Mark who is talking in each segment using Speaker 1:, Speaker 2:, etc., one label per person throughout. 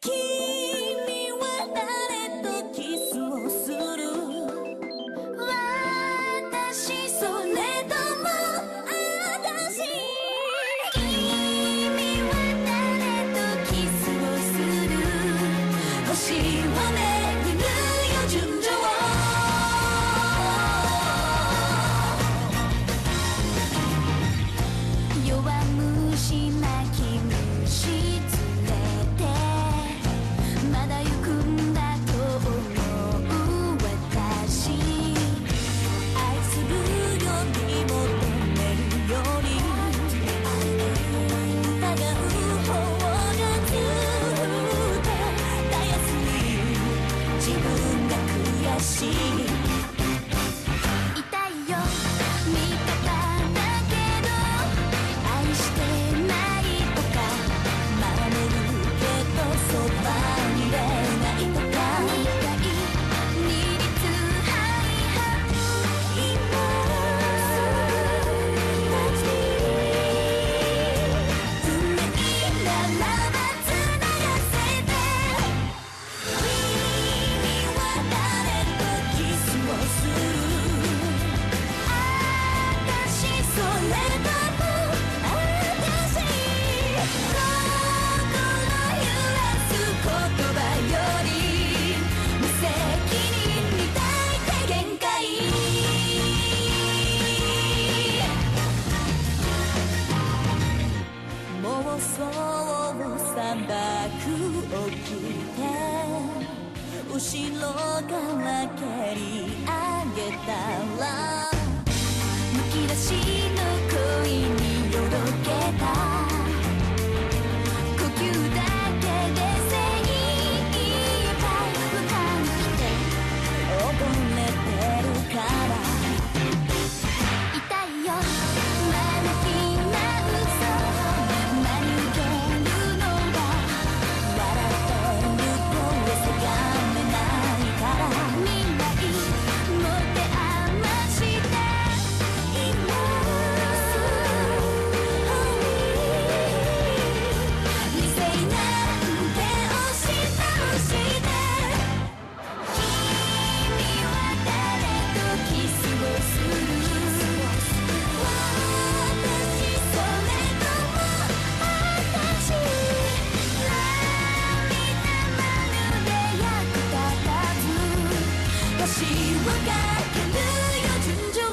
Speaker 1: 君は誰とキスをする私それとも私君は誰とキスをする星を巡るよ純情弱虫な君し連れてまだ行くんだと思う私愛するより求めるより疑う方がずっとたやすい自分が悔しい痛いよ味方だけど愛してるないとか守るけどそばにいれないとか苦い二律背反今立ち運命ならば繋がせて「君は誰とキスをする」「あたしそれともあたし」「心揺らす言葉より」「無責任みたいって限界」妄想をさばく起きて後ろから蹴り上げたらむき出しの恋によろけた呼吸だけで精一杯浮かんで溺れてるから痛いよまだ決まるぞ間抜けなるのは笑ってる声せがめないから未来持て余して今理性なんて押し倒して「君は誰とキスをする」「私それとも私」「涙まるで役立たず」「星をかけるよ純情」「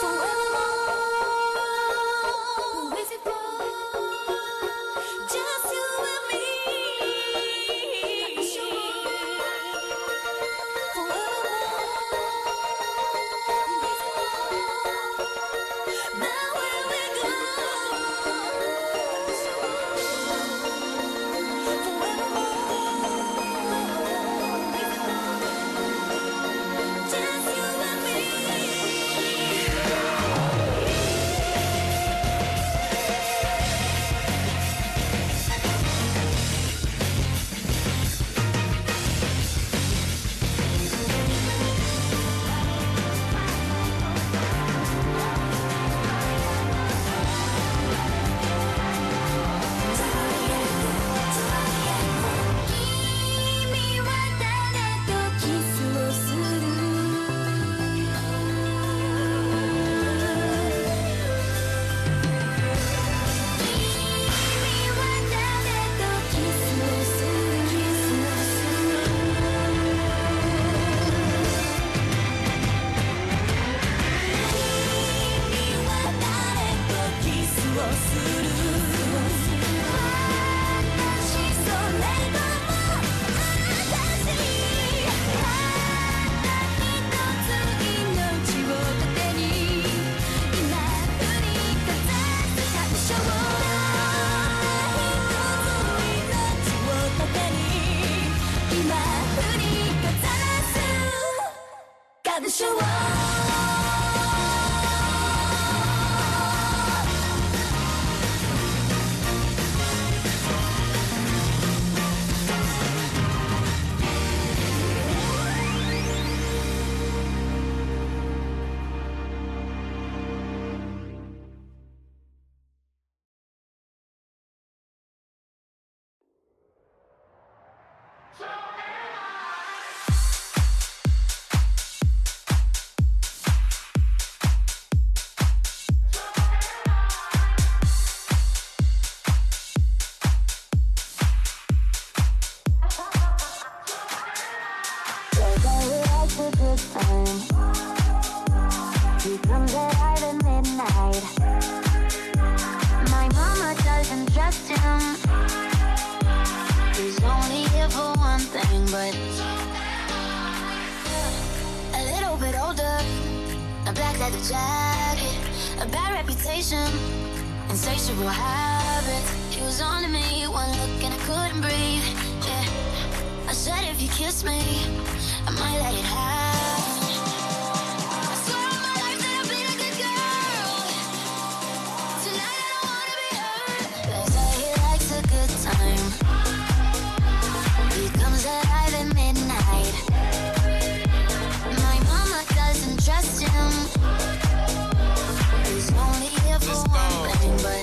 Speaker 1: Forevermore with you just you and me forevermore now where we go forevermore just you and me「君は誰とキスをする」「君は誰とキスをする」「キスをする」「君は誰とキスをする」「私それとも私」「たった一つ命を糧に今振りかざす感傷」「たった一つ命を糧に今振りかざす感傷」
Speaker 2: Like I realize the good time. He comes alive at midnight. My mama doesn't trust him. He's only here for one thing, but a little bit older. A black leather jacket, a bad reputation, insatiable habits. He was on to me, one look and I couldn't breathe. Yeah. I said if you kiss me, I might let it happen. I swear on my life that I've been a good girl. Tonight I don't wanna be hurt. They say he likes a good time. He comes alive at midnight. My mama doesn't trust him. He's only here for
Speaker 1: Let's
Speaker 2: one
Speaker 1: go.
Speaker 2: thing, but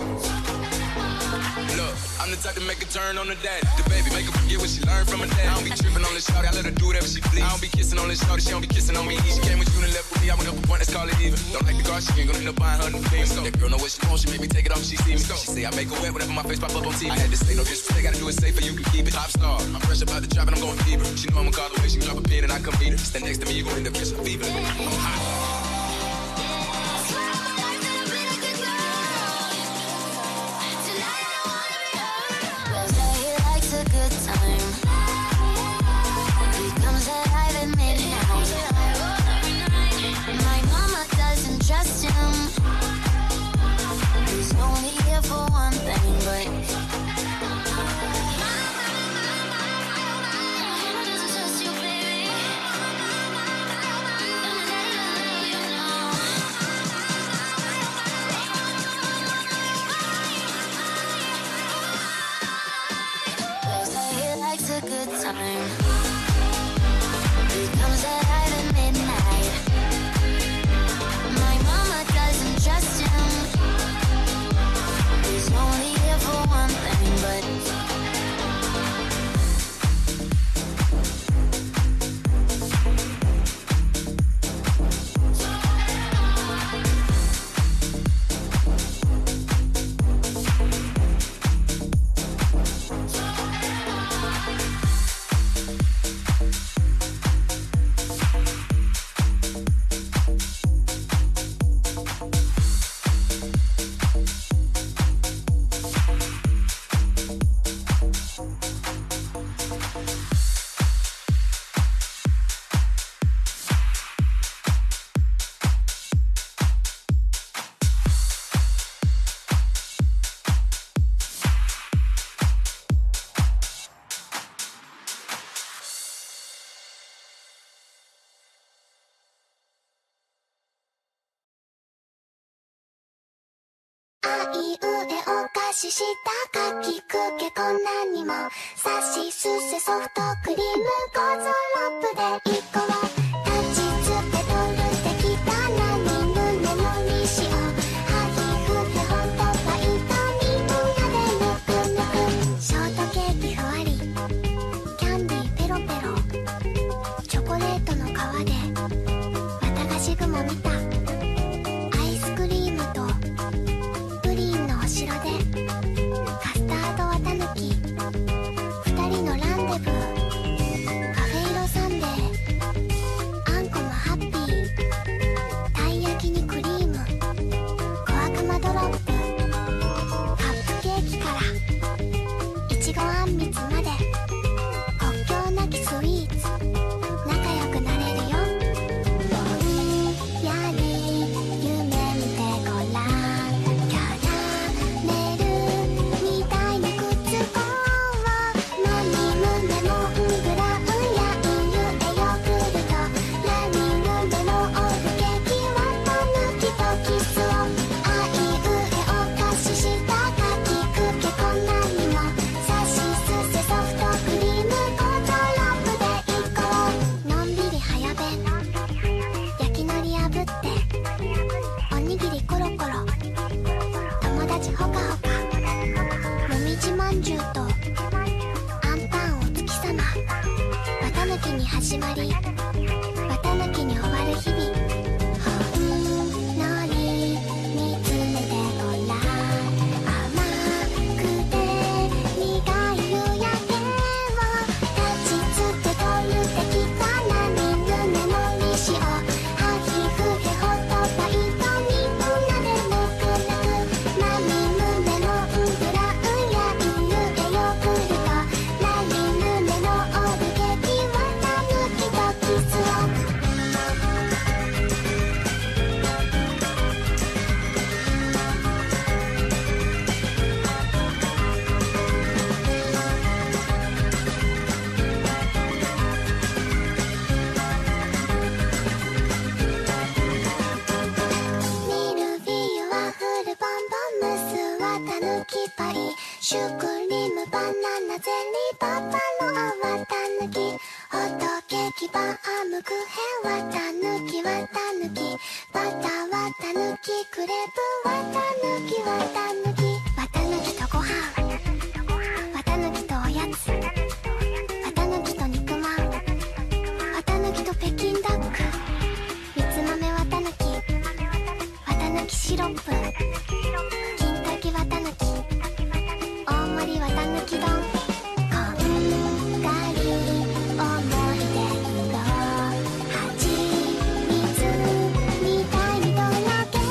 Speaker 1: Look, I'm the type to make a turn on the dad. The baby make her forget what she learned from her dad. I don't be tripping on this shorty, I let her do whatever she please. I don't be kissing on this shorty, she don't be kissing on me. She came with you and left with me, I went up a point, let's call it even. Don't like the car, she ain't gonna end up buying her new things. That girl know what she wants, she make me take it off, when she see me. She say I make her wet whenever my face pop up on TV. I had to say no disrespect, gotta do it safer, you can keep it. Pop star, I'm fresh about the drop and I'm going fever. She know I'm gonna call the way she drop a pin and I come meet her. Stand next to me, you gon' end up catching fever. I'm hot.
Speaker 2: I swear on my life that I've been a good girl. Tonight I don't wanna be hurt. They say he likes a good time. He comes alive at midnight. My mama doesn't trust him. He's only here for one thing, but. Mama doesn't trust you, baby. Mama, you know. They say he likes a good time. He comes alive at midnight. My mama doesn't trust him. He's only here for one thing, but
Speaker 3: 「あいうえお菓子したかきくけこんなにも」「さしすせソフトクリームゴゾロップでいこう」「たちつてとるてきたなにぬねのにしよう」「はぎふてホットパイとみんなでぬくぬく」「ショートケーキふわり」「キャンディーペロペロ」「チョコレートの皮で」「わたがし雲見た」「アイスクリームと」プリンのお城でカスタードはたぬき二人のランデブーカフェイロサンデーに始まり綿抜きに終わる日々ほんのり見つめてごらん甘くて苦い夕焼けを立ちつって通る敵からみんなのりしをはひふへほっとバイトにみんなでぬくぬくまみ胸のうぶらうや犬へヨーグルトなみ胸のオルケキはたぬきとキスをミルフィーユはフルボンボンムスはたぬきパイシュークリームバナナゼリーパパロアはたぬきホットケーキバームクーヘンはたぬきはたぬきバターはたぬきクレープはたぬきはたぬきわたぬきとご飯わたぬきとおやつわたぬきと肉まんわたぬきと北京ダックみつ豆わたぬき綿抜きシロップ金炊き綿抜き大盛り綿抜き丼こんがり思い出色はちみつみたいにとろける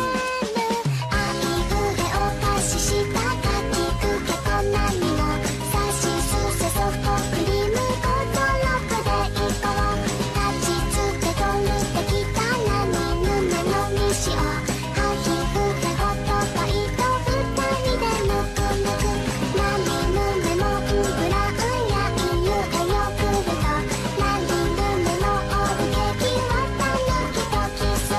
Speaker 3: あいふれお菓子したかきくけこなにもさしすせソフトクリームコトロップでいこう立ちつけとるてきたなにぬめのみしをはひふへほっとパイと二人でぬくぬくなにぬめのうぶらうやいゆえよくるとなにぬめのオーブケーキはたぬきとキスを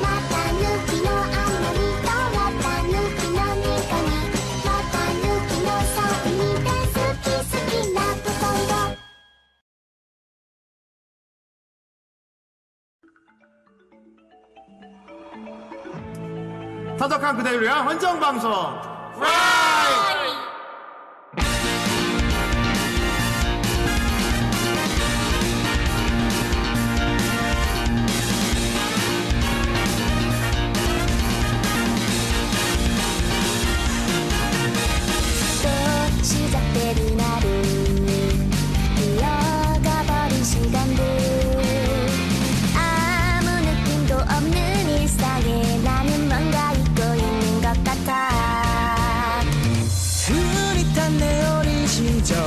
Speaker 3: またぬきのあまりとわたぬきのにこにまたぬきのさうにで好き好きなプソンド
Speaker 4: 사적한 그대를 위한 헌정 방송. 프라이!
Speaker 5: 「どっちだってになる」「흘러가 버린 시간들 아무 느낌도 없는 일상에 나는 뭔가 잊고 있는 것 같아
Speaker 1: 두 어, 어,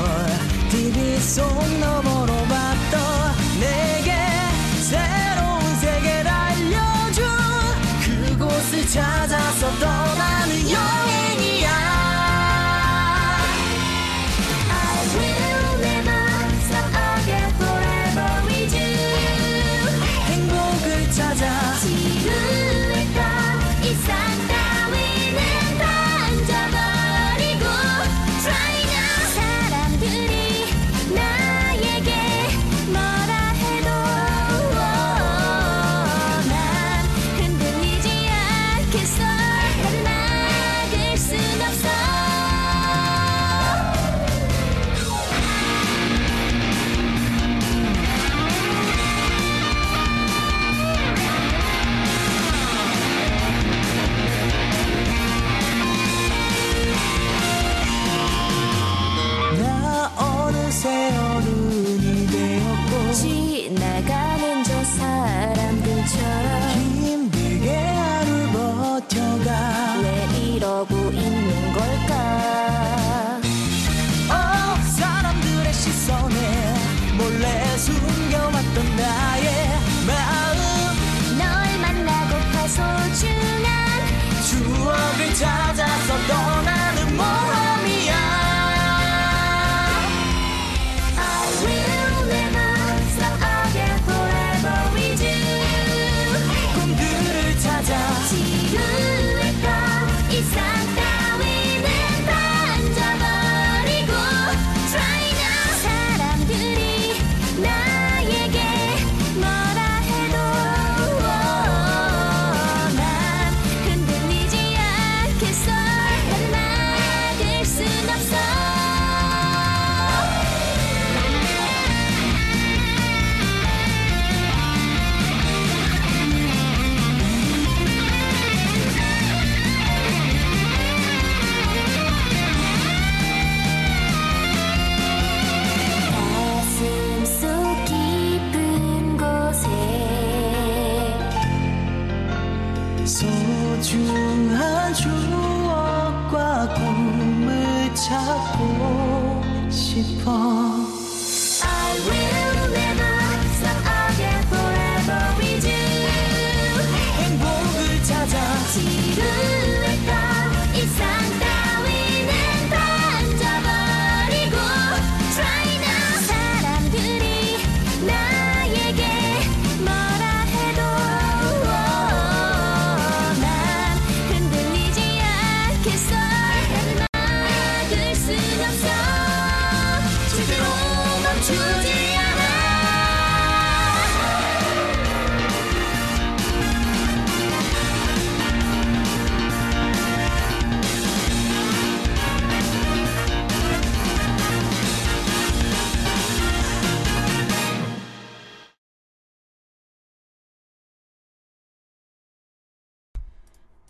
Speaker 1: 어,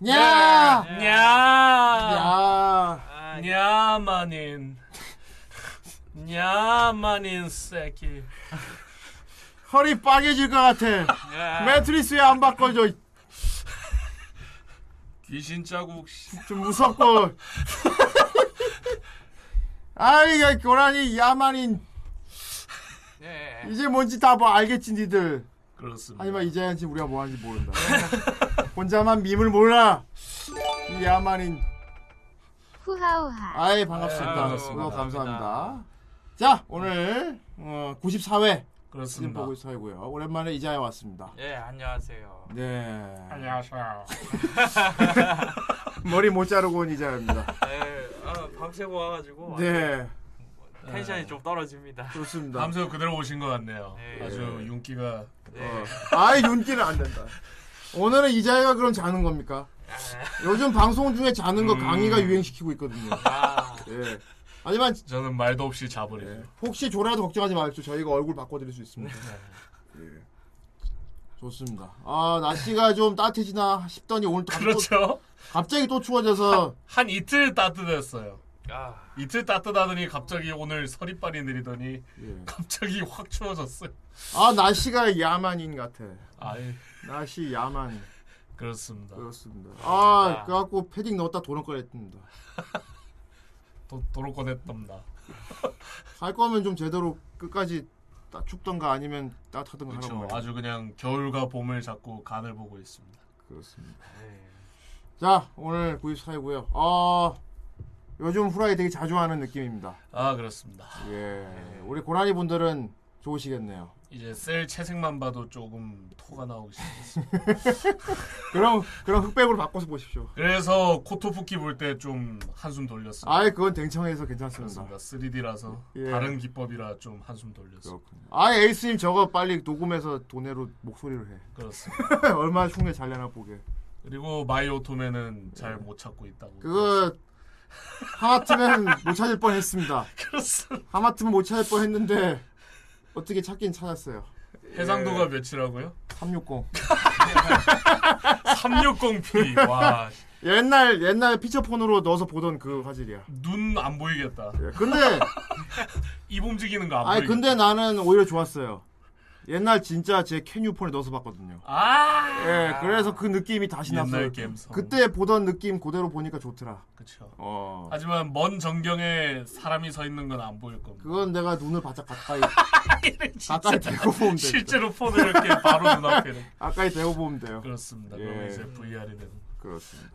Speaker 1: 어,
Speaker 4: 야!
Speaker 6: 야,
Speaker 4: 야!
Speaker 6: 야만인, 야만인 새끼.
Speaker 4: 허리 빠개질 것 같아. 매트리스에 안 바꿔줘.
Speaker 6: 귀신 자국. 씨.
Speaker 4: 좀 무섭고. 아이, 이거 고라니, 야만인. 이제 뭔지 다 뭐 알겠지, 니들.
Speaker 6: 그렇습니다.
Speaker 4: 하지만 이제는 지금 우리가 뭐 하는지 모른다. 혼자만 밈을 몰라. 이 야만인.
Speaker 1: 후하우하.
Speaker 4: 아이, 반갑습니다.
Speaker 6: 아유, 네, 반갑습니다.
Speaker 4: 너무 감사합니다. 자, 오늘, 어, 94회. 지금
Speaker 6: 그렇습니다.
Speaker 4: 보고 있어요. 오랜만에 이자에 왔습니다.
Speaker 7: 예, 안녕하세요.
Speaker 4: 네.
Speaker 8: 아.
Speaker 6: 안녕하세요.
Speaker 4: 머리 못 자르고 온 이자입니다.
Speaker 7: 예, 아, 밤새고 와가지고
Speaker 4: 네.
Speaker 7: 텐션이 좀 떨어집니다.
Speaker 4: 좋습니다.
Speaker 6: 밤새 그대로 오신 것 같네요.
Speaker 7: 네.
Speaker 6: 아주 윤기가 어.
Speaker 7: 네.
Speaker 4: 아이 윤기는 안 된다. 오늘은 이자이가 그럼 자는 겁니까?
Speaker 6: 예.
Speaker 4: 요즘 방송 중에 자는
Speaker 6: 음.
Speaker 4: 거 강의가 유행시키고 있거든요.
Speaker 7: 아,
Speaker 4: 예. 하지만
Speaker 6: 저는 말도 없이 자버리네요.
Speaker 4: 혹시 조라도 걱정하지 마십시오. 저희가 얼굴 바꿔드릴 수 있습니다.
Speaker 6: 네.
Speaker 4: 예. 좋습니다. 아 날씨가 좀 따뜻해지나 싶더니 오늘 또 또,
Speaker 6: 그렇죠?
Speaker 4: 갑자기 또 추워져서
Speaker 6: 한 이틀 따뜻했어요.
Speaker 7: 아,
Speaker 6: 이틀 따뜻하더니 갑자기 오늘 서리빨이 내리더니
Speaker 4: 예.
Speaker 6: 갑자기 확 추워졌어요.
Speaker 4: 아 날씨가 야만인 같아.
Speaker 6: 아예
Speaker 4: 날씨 야만
Speaker 6: 그렇습니다.
Speaker 4: 그렇습니다. 아 그래갖고 패딩 넣었다 도는 꺼냈습니다.
Speaker 6: 도, 도로 꺼냈답니다.
Speaker 4: 할 거면 좀 제대로 끝까지 따- 춥던가 아니면 따뜻하던가 하는
Speaker 6: 그렇죠.
Speaker 4: 거예요.
Speaker 6: 아주 그냥 겨울과 봄을 자꾸 간을 보고 있습니다.
Speaker 4: 그렇습니다.
Speaker 7: 네.
Speaker 4: 자, 오늘 94이고요. 아, 요즘 후라이 되게 자주 하는 느낌입니다.
Speaker 6: 아 그렇습니다.
Speaker 4: 예. 우리 고라니 분들은 좋으시겠네요.
Speaker 6: 이제 셀 채색만 봐도 조금 토가 나오기 시작했어요.
Speaker 4: 그럼, 그럼 흑백으로 바꿔서 보십시오.
Speaker 6: 그래서 코토푸키 볼 때 좀 한숨 돌렸습니다.
Speaker 4: 아예 그건 댕청해서 괜찮습니다.
Speaker 6: 그렇습니다. 3D라서
Speaker 4: 예.
Speaker 6: 다른 기법이라 좀 한숨 돌렸어요.
Speaker 4: 그렇군요. 아예 에이스님 저거 빨리 녹음해서 돈으로 목소리를 해.
Speaker 6: 그렇습니다.
Speaker 4: 얼마나 흉내 잘 내나 보게.
Speaker 6: 그리고 마이오토맨은 잘 못 찾고 있다고.
Speaker 4: 그거, 하마터면 못 찾을 뻔 했습니다.
Speaker 6: 그렇습니다.
Speaker 4: 하마터면 못 찾을 뻔 했는데, 어떻게 찾긴 찾았어요.
Speaker 6: 예. 해상도가 몇이라고요?
Speaker 4: 360.
Speaker 6: 360p. 와,
Speaker 4: 옛날 옛날 피처폰으로 넣어서 보던 그 화질이야.
Speaker 6: 눈 음, 안 보이겠다.
Speaker 4: 예, 근데
Speaker 6: 입 움직이는 거 안 보이겠다.
Speaker 4: 아니 근데 나는 오히려 좋았어요. 옛날 진짜 제 캐뉴폰에 넣어서 봤거든요.
Speaker 6: 아,
Speaker 4: 예, 그래서 그 느낌이 다시
Speaker 6: 옛날
Speaker 4: 났어요.
Speaker 6: 감성.
Speaker 4: 그때 보던 느낌 그대로 보니까 좋더라.
Speaker 6: 그렇죠.
Speaker 4: 어.
Speaker 6: 하지만 먼 전경에 사람이 서 있는 건 안 보일 겁니다.
Speaker 4: 그건 내가 눈을 바짝 가까이 가까이 대고 보면 돼.
Speaker 6: 실제로 폰을 이렇게 바로 눈앞에 이렇게.
Speaker 4: 가까이 대고 보면 돼요.
Speaker 6: 그렇습니다.
Speaker 4: 예.
Speaker 6: 그러면 이제 VR이 되는
Speaker 4: 그렇습니다.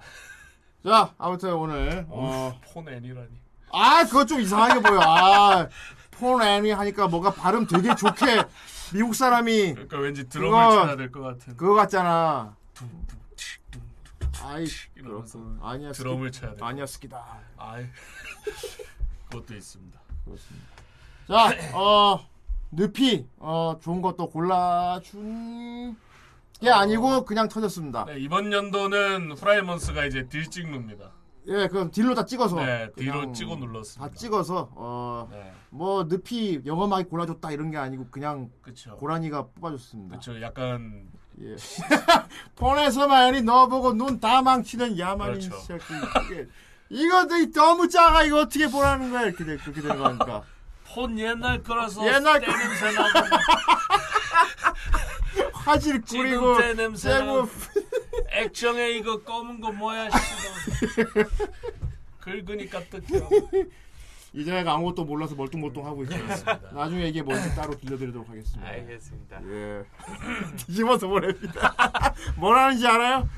Speaker 4: 자, 아무튼 오늘 어.
Speaker 6: 폰 N이라니.
Speaker 4: 아, 그거 좀 이상하게 보여. 아, 폰 애니 하니까 뭔가 발음 되게 좋게 미국 사람이
Speaker 6: 그러니까 왠지 드럼을
Speaker 4: 그건-
Speaker 6: 쳐야 될 것 같은.
Speaker 4: 그거 같잖아. 아이
Speaker 6: 이러면서
Speaker 4: 그렇군. 아니야 스키-
Speaker 6: 드럼을 쳐야 돼.
Speaker 4: 아니야 스키다.
Speaker 6: 아, 그것도 있습니다.
Speaker 4: 자, 어 늪이 어 좋은 것도 골라준 게 아니고 그냥 터졌습니다.
Speaker 6: 네, 이번 연도는 후라이먼스가 이제 딜 찍습니다.
Speaker 4: 예, 그럼 딜로 다 찍어서
Speaker 6: 네, 뒤로
Speaker 4: 그냥
Speaker 6: 찍어 눌렀습니다.
Speaker 4: 다 찍어서 어.
Speaker 6: 네,
Speaker 4: 뭐 늪이 영험하게 골라줬다 이런 게 아니고 그냥
Speaker 6: 그렇죠.
Speaker 4: 고라니가 뽑아줬습니다.
Speaker 6: 그렇죠. 약간
Speaker 4: 예. 폰에서 많이 넣어보고 눈 다 망치는 야만인
Speaker 6: 그렇죠.
Speaker 4: 새끼. 이게, 이거 되- 너무 작아 이거 어떻게 보라는 거야 이렇게 되- 그렇게 되는 거니까.
Speaker 6: 폰 옛날 거라서
Speaker 4: 옛날
Speaker 6: 때
Speaker 4: 거.
Speaker 6: 냄새 나고
Speaker 4: 화질
Speaker 6: 지금
Speaker 4: 꾸리고
Speaker 6: 때 냄새
Speaker 4: 세고
Speaker 6: 나고 액정에 이거 검은 거 뭐야 씨발. 긁으니까 뜯겨.
Speaker 4: 이제가 아무것도 몰라서 멀뚱멀뚱 하고 있어요. 나중에 이게 뭔지 따로 들려드리도록 하겠습니다.
Speaker 7: 알겠습니다.
Speaker 4: 예. 뒤집어서 보냅니다. 뭐라는지 알아요?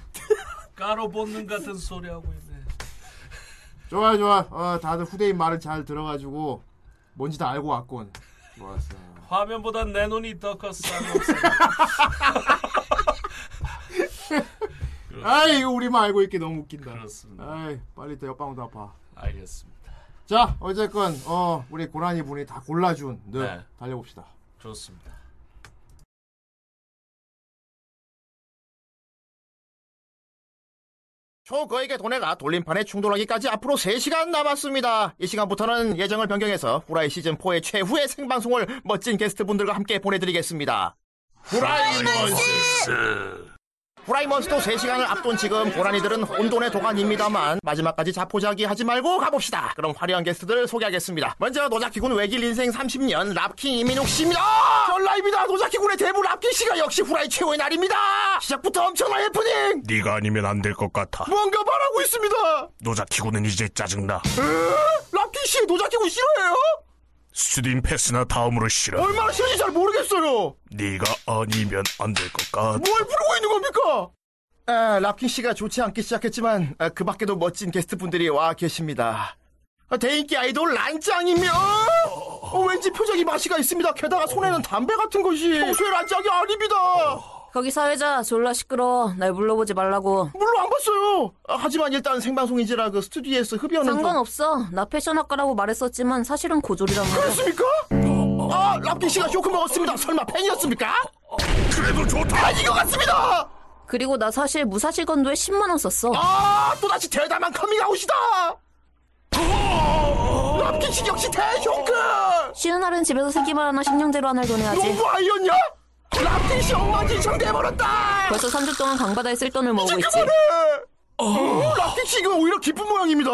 Speaker 6: 까로 볶는 같은 소리 하고 있네.
Speaker 4: 좋아요, 좋아. 어, 다들 후대인 말을 잘 들어가지고 뭔지 다 알고 왔군. 좋았어.
Speaker 6: 화면보다 내 눈이 더 컸어.
Speaker 4: 아이, 이거 우리만 알고 있기 너무 웃긴다.
Speaker 6: 그렇습니다.
Speaker 4: 아이, 빨리 또 옆방도 아파.
Speaker 6: 알겠습니다.
Speaker 4: 자, 어쨌건 어, 우리 고라니 분이 다 골라준 늪
Speaker 6: 네.
Speaker 4: 달려봅시다.
Speaker 6: 좋습니다.
Speaker 4: 초거액의 돈에가 네, 돌림판에 충돌하기까지 앞으로 3시간 남았습니다. 이 시간부터는 예정을 변경해서 후라이 시즌4의 최후의 생방송을 멋진 게스트분들과 함께 보내드리겠습니다. 후라이 먼스! 호라이먼스도 3시간을 앞돈 지금 고라니들은 혼돈의 도가니입니다만 마지막까지 자포자기 하지 말고 가봅시다. 그럼 화려한 게스트들 소개하겠습니다. 먼저 노자키군 외길 인생 30년 랍킹 이민욱 씨입니다. 별라입니다. 노자키군의 대부 랍킹 씨가 역시 후라이 최고의 날입니다. 시작부터 엄청난 해프닝.
Speaker 6: 네가 아니면 안 될 것 같아.
Speaker 4: 뭔가 말하고 있습니다.
Speaker 6: 노자키고는 이제 짜증나.
Speaker 4: 에? 랍킹 씨 노자키군 싫어해요?
Speaker 6: 스튜딘 패스나 다음으로 싫어.
Speaker 4: 얼마나 싫은지 잘 모르겠어요.
Speaker 6: 네가 아니면 안 될 것 같아.
Speaker 4: 뭘 부르고 있는 겁니까? 아, 랍킹 씨가 좋지 않게 시작했지만 아, 그 밖에도 멋진 게스트분들이 와 계십니다. 아, 대인기 아이돌 란짱이며 어, 왠지 표정이 맛이가 있습니다. 게다가 손에는 담배 같은 것이 평소에 란짱이 아닙니다.
Speaker 1: 거기 사회자 졸라 시끄러워. 날 불러보지 말라고.
Speaker 4: 물론 안 봤어요. 아, 하지만 일단 생방송인지라 그 스튜디오에서 흡연은 좀-
Speaker 1: 상관없어. 나 패션학과라고 말했었지만 사실은 고졸이란 말이야.
Speaker 4: 그렇습니까? 아, 랍킹 씨가 쇼크 먹었습니다. 설마 팬이었습니까?
Speaker 6: 그래도 좋다.
Speaker 4: 아닌 것 같습니다.
Speaker 1: 그리고 나 사실 무사실 건도에 10만 원 썼어.
Speaker 4: 아, 또다시 대담한 커밍아웃이다. 랍킹 씨 역시 대형급.
Speaker 1: 쉬는 날은 집에서 세기만 하나 신경제로 하나 보내야지.
Speaker 4: 너무 아이였냐? 랍킹 씨 엉망진창 돼버렸다.
Speaker 1: 벌써 3주 동안 강바다에 쓸 돈을 모으고 있지.
Speaker 4: 어, 락킹 씨 지금 오히려 기쁜 모양입니다.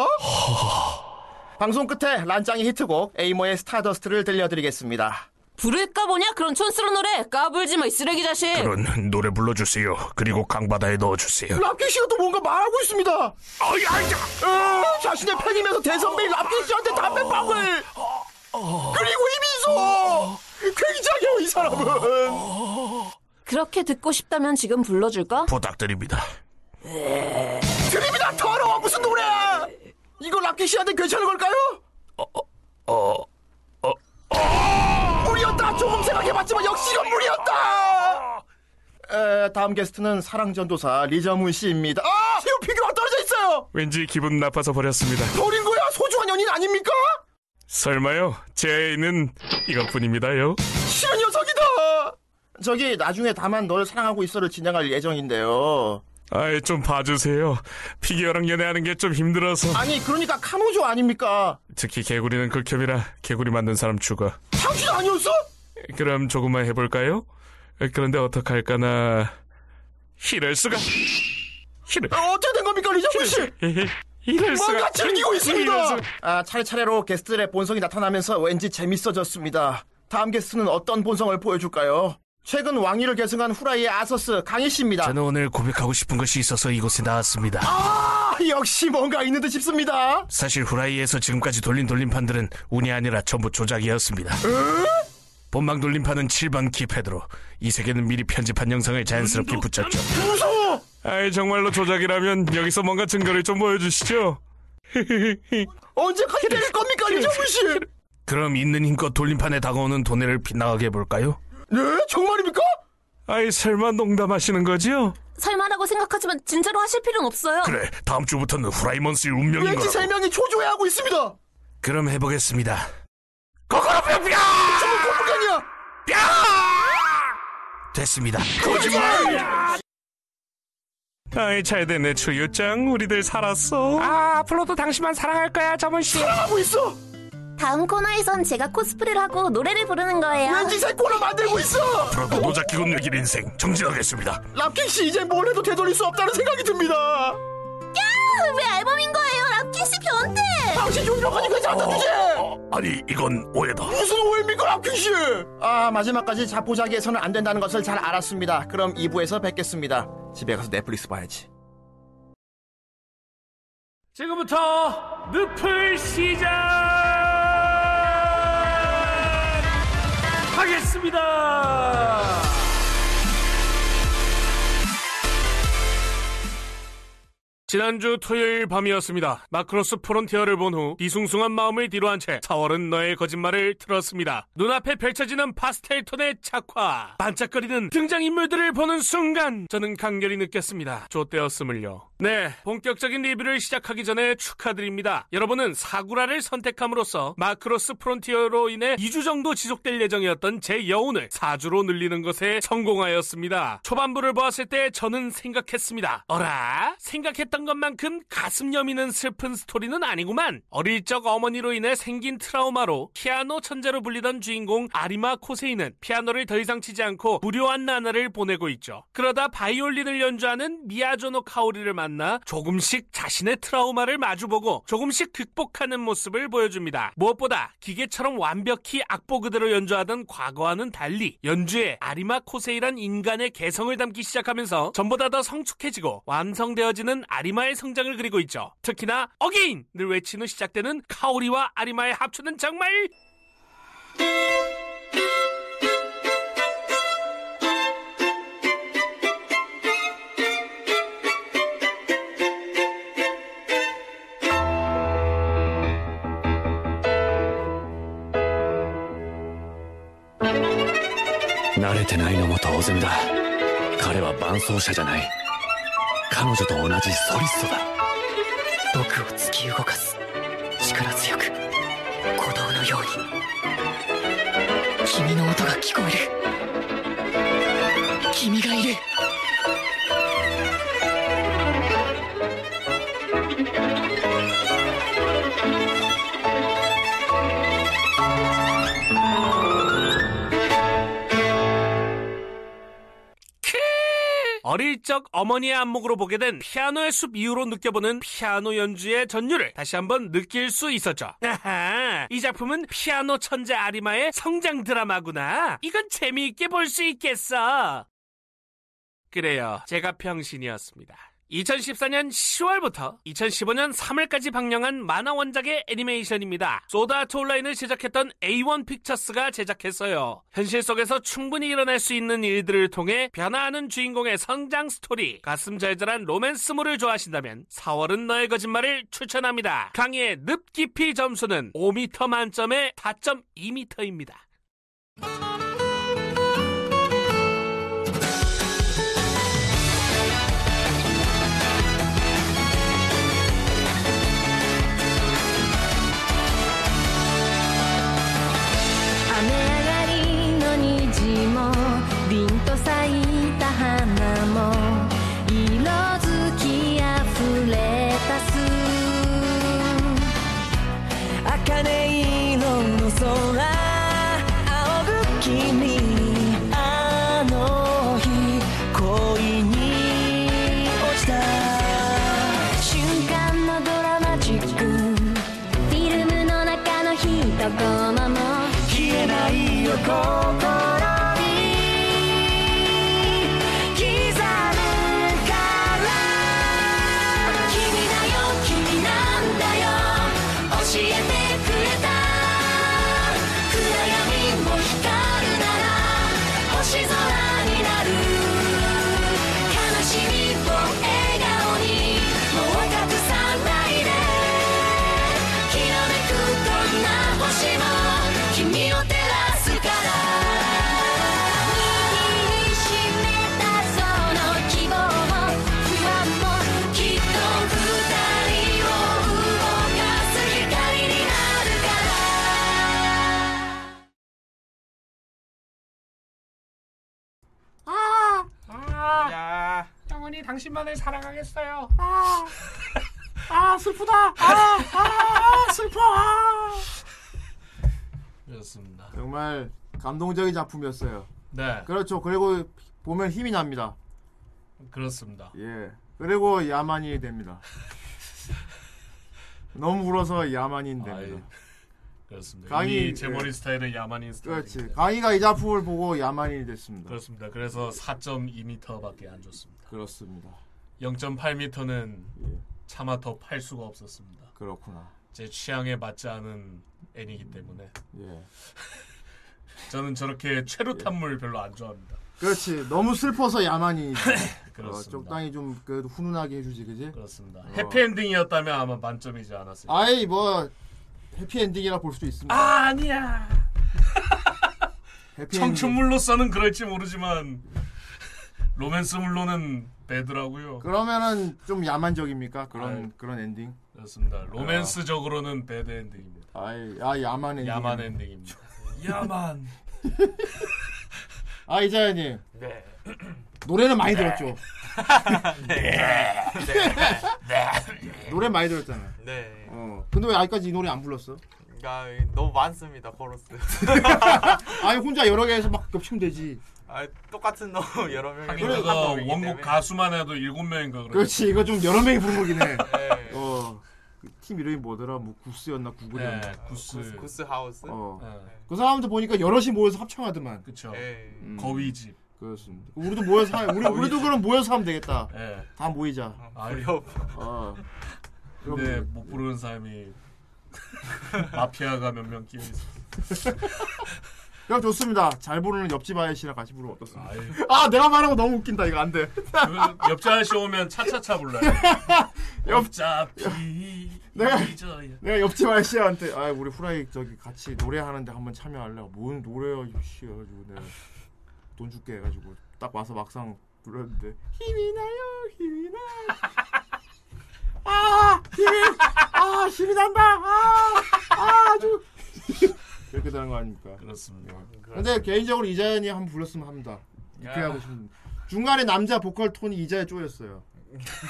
Speaker 4: 방송 끝에 란짱이 히트곡 에이머의 스타더스트를 들려드리겠습니다.
Speaker 1: 부를까 보냐? 그런 촌스러운 노래. 까불지 마, 이 쓰레기 자식.
Speaker 6: 그런 노래 불러주세요. 그리고 강바다에 넣어주세요.
Speaker 4: 랍킹 씨가 또 뭔가 말하고 있습니다. 어, 자신의 팬이면서 대선배인 랍킹 씨한테 담배빵을 그리고 이민소 굉장해요 이 사람은.
Speaker 1: 그렇게 듣고 싶다면 지금 불러줄까?
Speaker 6: 부탁드립니다.
Speaker 4: 드립니다 더러워 무슨 노래야? 이거 랍킹 씨한테 괜찮은 걸까요?
Speaker 6: 어,
Speaker 4: 물이었다. 조금 생각해봤지만 역시 이건 물이었다. 에, 다음 게스트는 사랑전도사 리저문 씨입니다. 아, 새우 피규어가 떨어져 있어요.
Speaker 6: 왠지 기분 나빠서 버렸습니다.
Speaker 4: 버린 거야. 소중한 연인 아닙니까?
Speaker 6: 설마요? 제 애인은 이것뿐입니다요.
Speaker 4: 싫은 녀석이다. 저기 나중에 다만 널 사랑하고 있어를 진행할 예정인데요.
Speaker 6: 아이 좀 봐주세요. 피규어랑 연애하는 게 좀 힘들어서.
Speaker 4: 아니 그러니까 카노조 아닙니까?
Speaker 6: 특히 개구리는 극혐이라 개구리 만든 사람 죽어.
Speaker 4: 당신 아니었어?
Speaker 6: 그럼 조금만 해볼까요? 그런데 어떡할까나 이럴 수가 이럴,
Speaker 4: 아, 어떻게 된 겁니까 리저문 씨?
Speaker 6: 이럴 수가
Speaker 4: 뭔가 즐기고
Speaker 6: 이럴
Speaker 4: 있습니다.
Speaker 6: 수가.
Speaker 4: 아, 차례차례로 게스트들의 본성이 나타나면서 왠지 재밌어졌습니다. 다음 게스트는 어떤 본성을 보여줄까요? 최근 왕위를 계승한 후라이의 아서스 강희 씨입니다.
Speaker 6: 저는 오늘 고백하고 싶은 것이 있어서 이곳에 나왔습니다.
Speaker 4: 아, 역시 뭔가 있는 듯 싶습니다.
Speaker 6: 사실 후라이에서 지금까지 돌린 돌림판들은 운이 아니라 전부 조작이었습니다. 본방 돌림판은 7번 키패드로 이 세계는 미리 편집한 영상을 자연스럽게 붙였죠.
Speaker 4: 무서워.
Speaker 6: 아이 정말로 조작이라면 여기서 뭔가 증거를 좀 보여주시죠.
Speaker 4: 언제까지 때릴 겁니까, 리정훈 씨?
Speaker 6: 그럼 있는 힘껏 돌림판에 다가오는 돈해를 빗나가게 해볼까요?
Speaker 4: 네, 정말입니까? 어.
Speaker 6: 아이 설마 농담하시는 거지요?
Speaker 1: 살만하고 생각하지만 진짜로 하실 필요는 없어요.
Speaker 6: 그래 다음 주부터는 후라이먼스의 운명인
Speaker 4: 왠지 세
Speaker 6: 거라고
Speaker 4: 명이 초조해하고 있습니다.
Speaker 6: 그럼 해보겠습니다 거꾸로뿅뿅
Speaker 4: 공부관이야.
Speaker 6: 됐습니다 거짓말 아이 잘 됐네 추유짱 우리들 살았어 아 앞으로도 당신만 사랑할 거야 점은씨
Speaker 4: 하고 있어.
Speaker 1: 다음 코너에선 제가 코스프레를 하고 노래를 부르는 거예요.
Speaker 4: 왠지 새 꼴을 만들고 있어.
Speaker 6: 앞으로도 노자키군 외길 인생 정진하겠습니다
Speaker 4: 랍킹 씨 이제 뭘 해도 되돌릴 수 없다는 생각이 듭니다.
Speaker 1: 왜 앨범인 거예요? 랍키스 변태!
Speaker 4: 당신 용병하니까
Speaker 6: 어.
Speaker 4: 잡다 주제.
Speaker 6: 아니 이건 오해다
Speaker 4: 무슨 오해입니까, 랍킹 씨? 아 마지막까지 자포자기해서는 안 된다는 것을 잘 알았습니다. 그럼 2부에서 뵙겠습니다. 집에 가서 넷플릭스 봐야지.
Speaker 8: 지금부터 늪을 시작하겠습니다. 지난주 토요일 밤이었습니다. 마크로스 프론티어를 본 후 비숭숭한 마음을 뒤로한 채 4월은 너의 거짓말을 틀었습니다. 눈앞에 펼쳐지는 파스텔톤의 착화, 반짝거리는 등장인물들을 보는 순간 저는 간결히 느꼈습니다. 좆되었음을요. 네, 본격적인 리뷰를 시작하기 전에 축하드립니다. 여러분은 사구라를 선택함으로써 마크로스 프론티어로 인해 2주 정도 지속될 예정이었던 제 여운을 4주로 늘리는 것에 성공하였습니다. 초반부를 보았을 때 저는 생각했습니다. 어라? 생각했던
Speaker 6: 슬펐던 것만큼 가슴 여미는 슬픈 스토리는 아니구만. 어릴 적 어머니로 인해 생긴 트라우마로 피아노 천재로 불리던 주인공 아리마 코세이는 피아노를 더 이상 치지 않고 무료한 나날을 보내고 있죠. 그러다 바이올린을 연주하는 미야조노 카오리를 만나 조금씩 자신의 트라우마를 마주보고 조금씩 극복하는 모습을 보여줍니다. 무엇보다 기계처럼 완벽히 악보 그대로 연주하던 과거와는 달리 연주에 아리마 코세이란 인간의 개성을 담기 시작하면서 전보다 더 성숙해지고 완성되어지는 아리마의 성장을 그리고 있죠. 특히나 어게인을 외친 후 시작되는 카오리와 아리마의 합주는 정말
Speaker 9: 慣れてないのも当然だ彼は伴奏者じゃない彼女と同じソリストだ
Speaker 10: 僕を突き動かす力強く鼓動のように君の音が聞こえる君がいる
Speaker 6: 캬! 어릴 적 어머니의 안목으로 보게 된 피아노의 숲 이후로 느껴보는 피아노 연주의 전율을 다시 한번 느낄 수 있었죠. 아하, 이 작품은 피아노 천재 아리마의 성장 드라마구나. 이건 재미있게 볼 수 있겠어. 그래요. 제가 평신이었습니다. 2014년 10월부터 2015년 3월까지 방영한 만화 원작의 애니메이션입니다. 소다 아트 온라인을 제작했던 A1 픽처스가 제작했어요. 현실 속에서 충분히 일어날 수 있는 일들을 통해 변화하는 주인공의 성장 스토리, 가슴 절절한 로맨스물을 좋아하신다면 4월은 너의 거짓말을 추천합니다. 강의의 늪 깊이 점수는 5m 만점에 4.2m입니다.
Speaker 2: 「雨上がりの虹も凛と咲いた花も」「色づきあふれたす」「茜色の空仰ぐ君」「あの日恋に落ちた」「瞬間のドラマチック」
Speaker 1: フィルムの中の一コマも
Speaker 2: 消えないよ心に刻むから
Speaker 1: 君だよ君なんだよ教えてくれた暗闇も光るなら星空になる悲しみを笑顔にもうたくさんないできらめくどんな星も君を照らすから握りしめたその希望も不安もきっと二人を動かす光になるから
Speaker 6: 아 아, 영원히 당신만을 사랑하겠어요. 아, 아 슬프다. 아, 아, 아, 슬퍼. 아.
Speaker 8: 그렇습니다.
Speaker 4: 정말 감동적인 작품이었어요.
Speaker 8: 네.
Speaker 4: 그렇죠. 그리고 보면 힘이 납니다.
Speaker 8: 그렇습니다.
Speaker 4: 예. 그리고 야만이 됩니다. 너무 울어서 야만인 됩니다.
Speaker 8: 그렇습니다.
Speaker 4: 강의-
Speaker 8: 이미 제
Speaker 4: 예.
Speaker 8: 머리 스타일은 야만인
Speaker 4: 그렇지.
Speaker 8: 스타일입니다.
Speaker 4: 강희가 이 작품을 보고 야만인이 됐습니다.
Speaker 8: 그렇습니다. 그래서 4.2m밖에 안 줬습니다.
Speaker 4: 그렇습니다.
Speaker 8: 0.8m는 차마 더 팔 수가 없었습니다.
Speaker 4: 예. 그렇구나.
Speaker 8: 제 취향에 맞지 않은 애니기 때문에
Speaker 4: 예.
Speaker 8: 저는 저렇게 최루탄물 별로 안 좋아합니다.
Speaker 4: 그렇지. 너무 슬퍼서 야만인이 돼. 어,
Speaker 8: 그렇습니다.
Speaker 4: 적당히 좀 어. 그래도 훈훈하게 해주지, 그지?
Speaker 8: 그렇습니다. 해피엔딩이었다면 아마 만점이지 않았을까.
Speaker 4: 아이 뭐 해피엔딩이라 볼 수도 있습니다.
Speaker 8: 아 아니야.
Speaker 4: 해피엔딩.
Speaker 8: 청춘물로서는 그럴지 모르지만 로맨스물로는 배드라고요.
Speaker 4: 그러면은 좀 야만적입니까? 그런 그런 엔딩?
Speaker 8: 그렇습니다. 로맨스적으로는 배드 엔딩입니다.
Speaker 4: 아이 아 야만 엔딩.
Speaker 8: 야만 엔딩입니다. 야만.
Speaker 4: 아 이자연님.
Speaker 8: 네. 네.
Speaker 4: 노래는 많이 들었죠. 노래 많이 들었잖아요.
Speaker 7: 네.
Speaker 4: 어. 근데 왜 아직까지 이 노래 안 불렀어?
Speaker 7: 아, 너무 많습니다 코러스.
Speaker 4: 아니 혼자 여러 개에서 막 겹치면 되지.
Speaker 7: 아, 똑같은 너무 여러 명이
Speaker 6: 하긴 그거 원곡 가수만 해도 일곱 명인가 네. 그래.
Speaker 4: 그렇지 이거 좀 여러 명이 부른 거긴 해. 어. 팀 이름이 뭐더라? 뭐 구스였나 구글이었나?
Speaker 6: 네, 구스. 구스- 구스
Speaker 7: 하우스. 네.
Speaker 4: 어. 그 사람들 보니까 여럿이 모여서 합창하더만.
Speaker 6: 그쵸. 거위집.
Speaker 4: 그렇습니다. 우리도 모여서 하- 우리 우리도 그럼 모여서 하면 되겠다.
Speaker 6: 예.
Speaker 4: 다 모이자.
Speaker 6: 아니요.
Speaker 4: 어.
Speaker 6: 근데 못 부르는 사람이 마피아가 몇 명 끼어 있어.
Speaker 4: 그럼 좋습니다. 잘 부르는 옆집 아저씨랑 같이 부르면 어떻습니까? 아 내가 말하고 너무 웃긴다 이거 안 돼.
Speaker 6: 그 옆집 아저씨 오면 차차차 불러요. 옆잡이
Speaker 4: 내가
Speaker 6: 잊어야.
Speaker 4: 내가 옆집 아저씨한테 아 우리 후라이 저기 같이 노래하는데 한번 참여할래? 뭔 노래야 이씨 해가지고 내가 돈 줄게 해가지고 딱 와서 막상 불렀는데 힘이 나요 힘이 나. 아 힘이 아 힘이 난다. 아, 아 아주 이렇게 되는 거 아닙니까?
Speaker 6: 그렇습니다.
Speaker 4: 근데 개인적으로 이자연이 한번 불렀으면 합니다. 이렇게
Speaker 7: 야.
Speaker 4: 하고 싶은 중간에 남자 보컬 톤이 이자에 쪼였어요.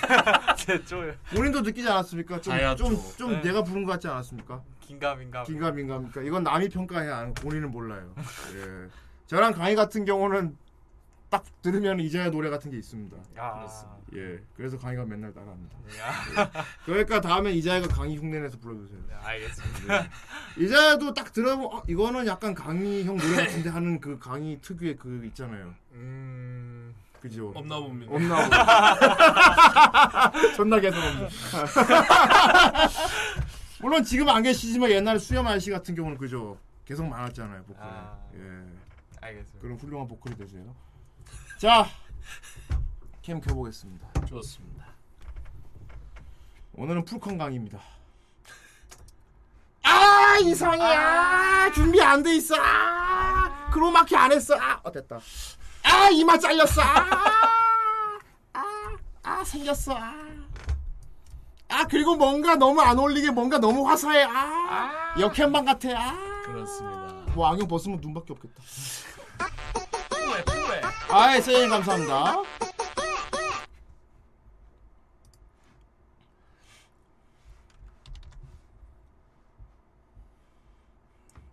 Speaker 7: 아, 제쪽
Speaker 4: 본인도 느끼지 않았습니까?
Speaker 7: 네. 자야
Speaker 4: 좀좀
Speaker 7: 쪼.
Speaker 4: 좀
Speaker 7: 네.
Speaker 4: 내가 부른 것 같지 않았습니까?
Speaker 7: 긴가민가.
Speaker 4: 긴가민가입니까? 이건 남이 평가해야 하는 거, 본인은 몰라요. 예. 저랑 강의 같은 경우는 딱 들으면 이자야 노래 같은 게 있습니다.
Speaker 7: 아,
Speaker 4: 예. 그래서 강의가 맨날 따라합니다.
Speaker 7: 야.
Speaker 4: 예. 그러니까 다음에 이자야가 강의 흉내내서 불러주세요.
Speaker 7: 네,
Speaker 4: 예.
Speaker 7: 알겠습니다.
Speaker 4: 이자야도 딱 들어보면 어, 이거는 약간 강의 형 노래 같은데 하는 그 강의 특유의 그 있잖아요.
Speaker 7: 음.
Speaker 4: 그죠.
Speaker 6: 없나 봅니다.
Speaker 4: 없나 봅니다. 존나 계속 없네. 물론 지금 안 계시지만 옛날에 수염 아저씨 같은 경우는 그죠. 계속 많았잖아요 보컬. 예.
Speaker 7: 알겠습니다.
Speaker 4: 그런 훌륭한 보컬이 되세요. 자, 캠 켜보겠습니다.
Speaker 6: 좋습니다.
Speaker 4: 오늘은 풀컨 강입니다. 아 이상해. 아, 준비 안 돼 있어. 아, 크로마키 안 했어. 아, 어 됐다. 아 이마 잘렸어. 아, 아, 아 생겼어. 아. 아 그리고 뭔가 너무 안 어울리게 뭔가 너무 화사해. 아, 역행방 같아. 아,
Speaker 6: 그렇습니다.
Speaker 4: 뭐 안경 벗으면 눈밖에 없겠다. 아이 세일 감사합니다.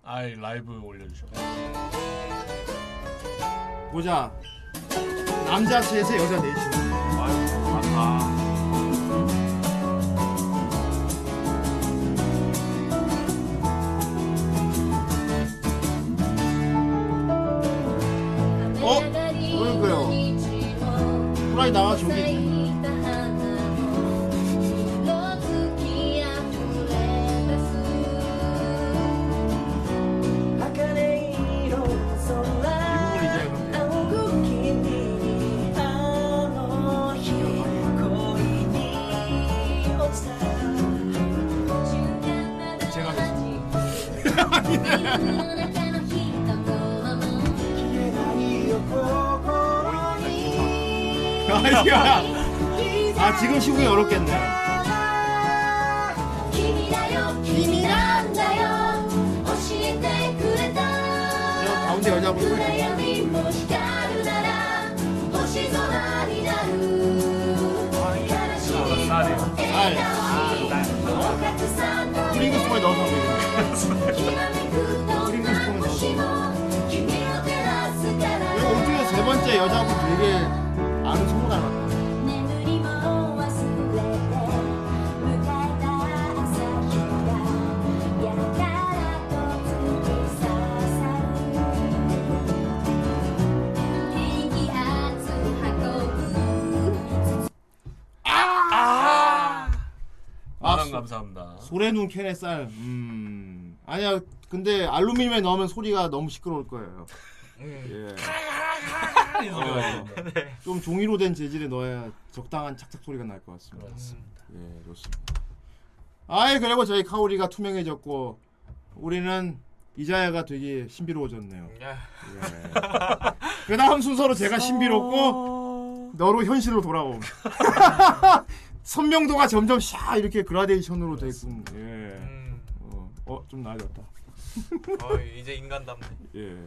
Speaker 6: 아이 라이브 올려주셔.
Speaker 4: 보자. 남자 셋에 여자 넷이.
Speaker 1: 어? 그러니까요.
Speaker 4: 후라이 나와 저기. 그 아, 네, 제가 아이야. 아 지금 시국이 어렵겠네. 아,
Speaker 1: 君だよ君なんだよ教えてくれた
Speaker 4: 가운데 여자 보고.
Speaker 1: 暗闇も光るなら星空になる悲し
Speaker 4: 아,
Speaker 1: みも笑顔にたくさんの
Speaker 4: 프링스 폰에 넣어서 하면
Speaker 1: 되겠네.
Speaker 4: 프링스 폰에 넣어서.
Speaker 1: 星も君を照らすから
Speaker 4: 오중에 세 번째 여자분 되게 아는 소문 알았다.
Speaker 1: 眠りも忘れて迎えた朝日がやたらと突き刺さる低気圧運ぶ
Speaker 6: 아. 만원
Speaker 4: 소-
Speaker 6: 감사합니다.
Speaker 4: 소래눈 캔의 쌀. 음. 아니야. 근데 알루미늄에 넣으면 소리가 너무 시끄러울 거예요. 예.
Speaker 6: 이 소리가
Speaker 4: 어, 좀 종이로 된 재질에 넣어야 적당한 착착 소리가 날 것 같습니다.
Speaker 6: 그렇습니다.
Speaker 4: 예, 좋습니다. 아이 그리고 저희 카오리가 투명해졌고 우리는 이자야가 되게 신비로워졌네요. 예. 그 다음 순서로 제가 신비롭고 너로 현실로 돌아옴. 선명도가 점점 샤 이렇게 그라데이션으로 돼 있군. 예. 어, 어, 좀 나아졌다.
Speaker 7: 어, 이제 인간 답네.
Speaker 4: 예.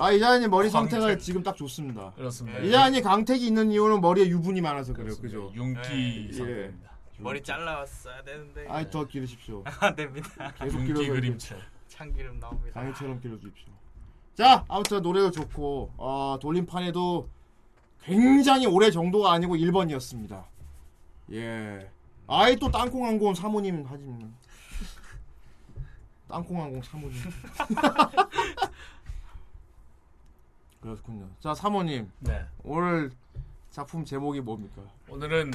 Speaker 4: 아 이자연이 머리 상태가 지금 딱 좋습니다.
Speaker 6: 그렇습니다.
Speaker 4: 이자연이 강택이 있는 이유는 머리에 유분이 많아서 그래요. 그죠?
Speaker 7: 네,
Speaker 6: 윤기
Speaker 4: 예.
Speaker 11: 머리 잘라왔어야 되는데.
Speaker 4: 아이 더 기르십시오.
Speaker 11: 안 됩니다.
Speaker 4: 계속 길러서
Speaker 11: 참기름 나옵니다.
Speaker 4: 강의처럼 길러주십시오. 자 아무튼 노래도 좋고 어, 돌림판에도 굉장히 오래 정도가 아니고 1번이었습니다. 예. 아이 또 땅콩항공 사모님 하지만 땅콩항공 사모님. 그렇군요. 자 사모님.
Speaker 6: 네.
Speaker 4: 오늘 작품 제목이 뭡니까?
Speaker 6: 오늘은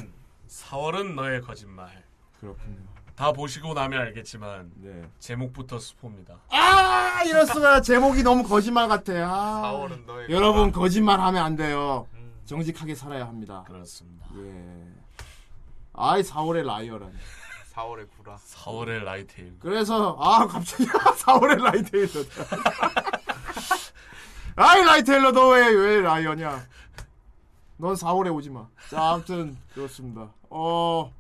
Speaker 6: 4월은 너의 거짓말.
Speaker 4: 그렇군요.
Speaker 6: 다 보시고 나면 알겠지만
Speaker 4: 네.
Speaker 6: 제목부터 스포입니다.
Speaker 4: 아 이럴수가 제목이 너무 거짓말 같아요. 아, 여러분 거짓말 하면 안 돼요. 정직하게 살아야 합니다.
Speaker 6: 그렇습니다.
Speaker 4: 예. 아이 4월의 라이어라니.
Speaker 11: 4월에 구라.
Speaker 6: 4월의 라이테일.
Speaker 4: 그래서 아 갑자기 4월의 라이테일러. 아이 라이테일러 너왜왜 라이어냐? 넌 4월에 오지 마. 자 아무튼 그렇습니다. 어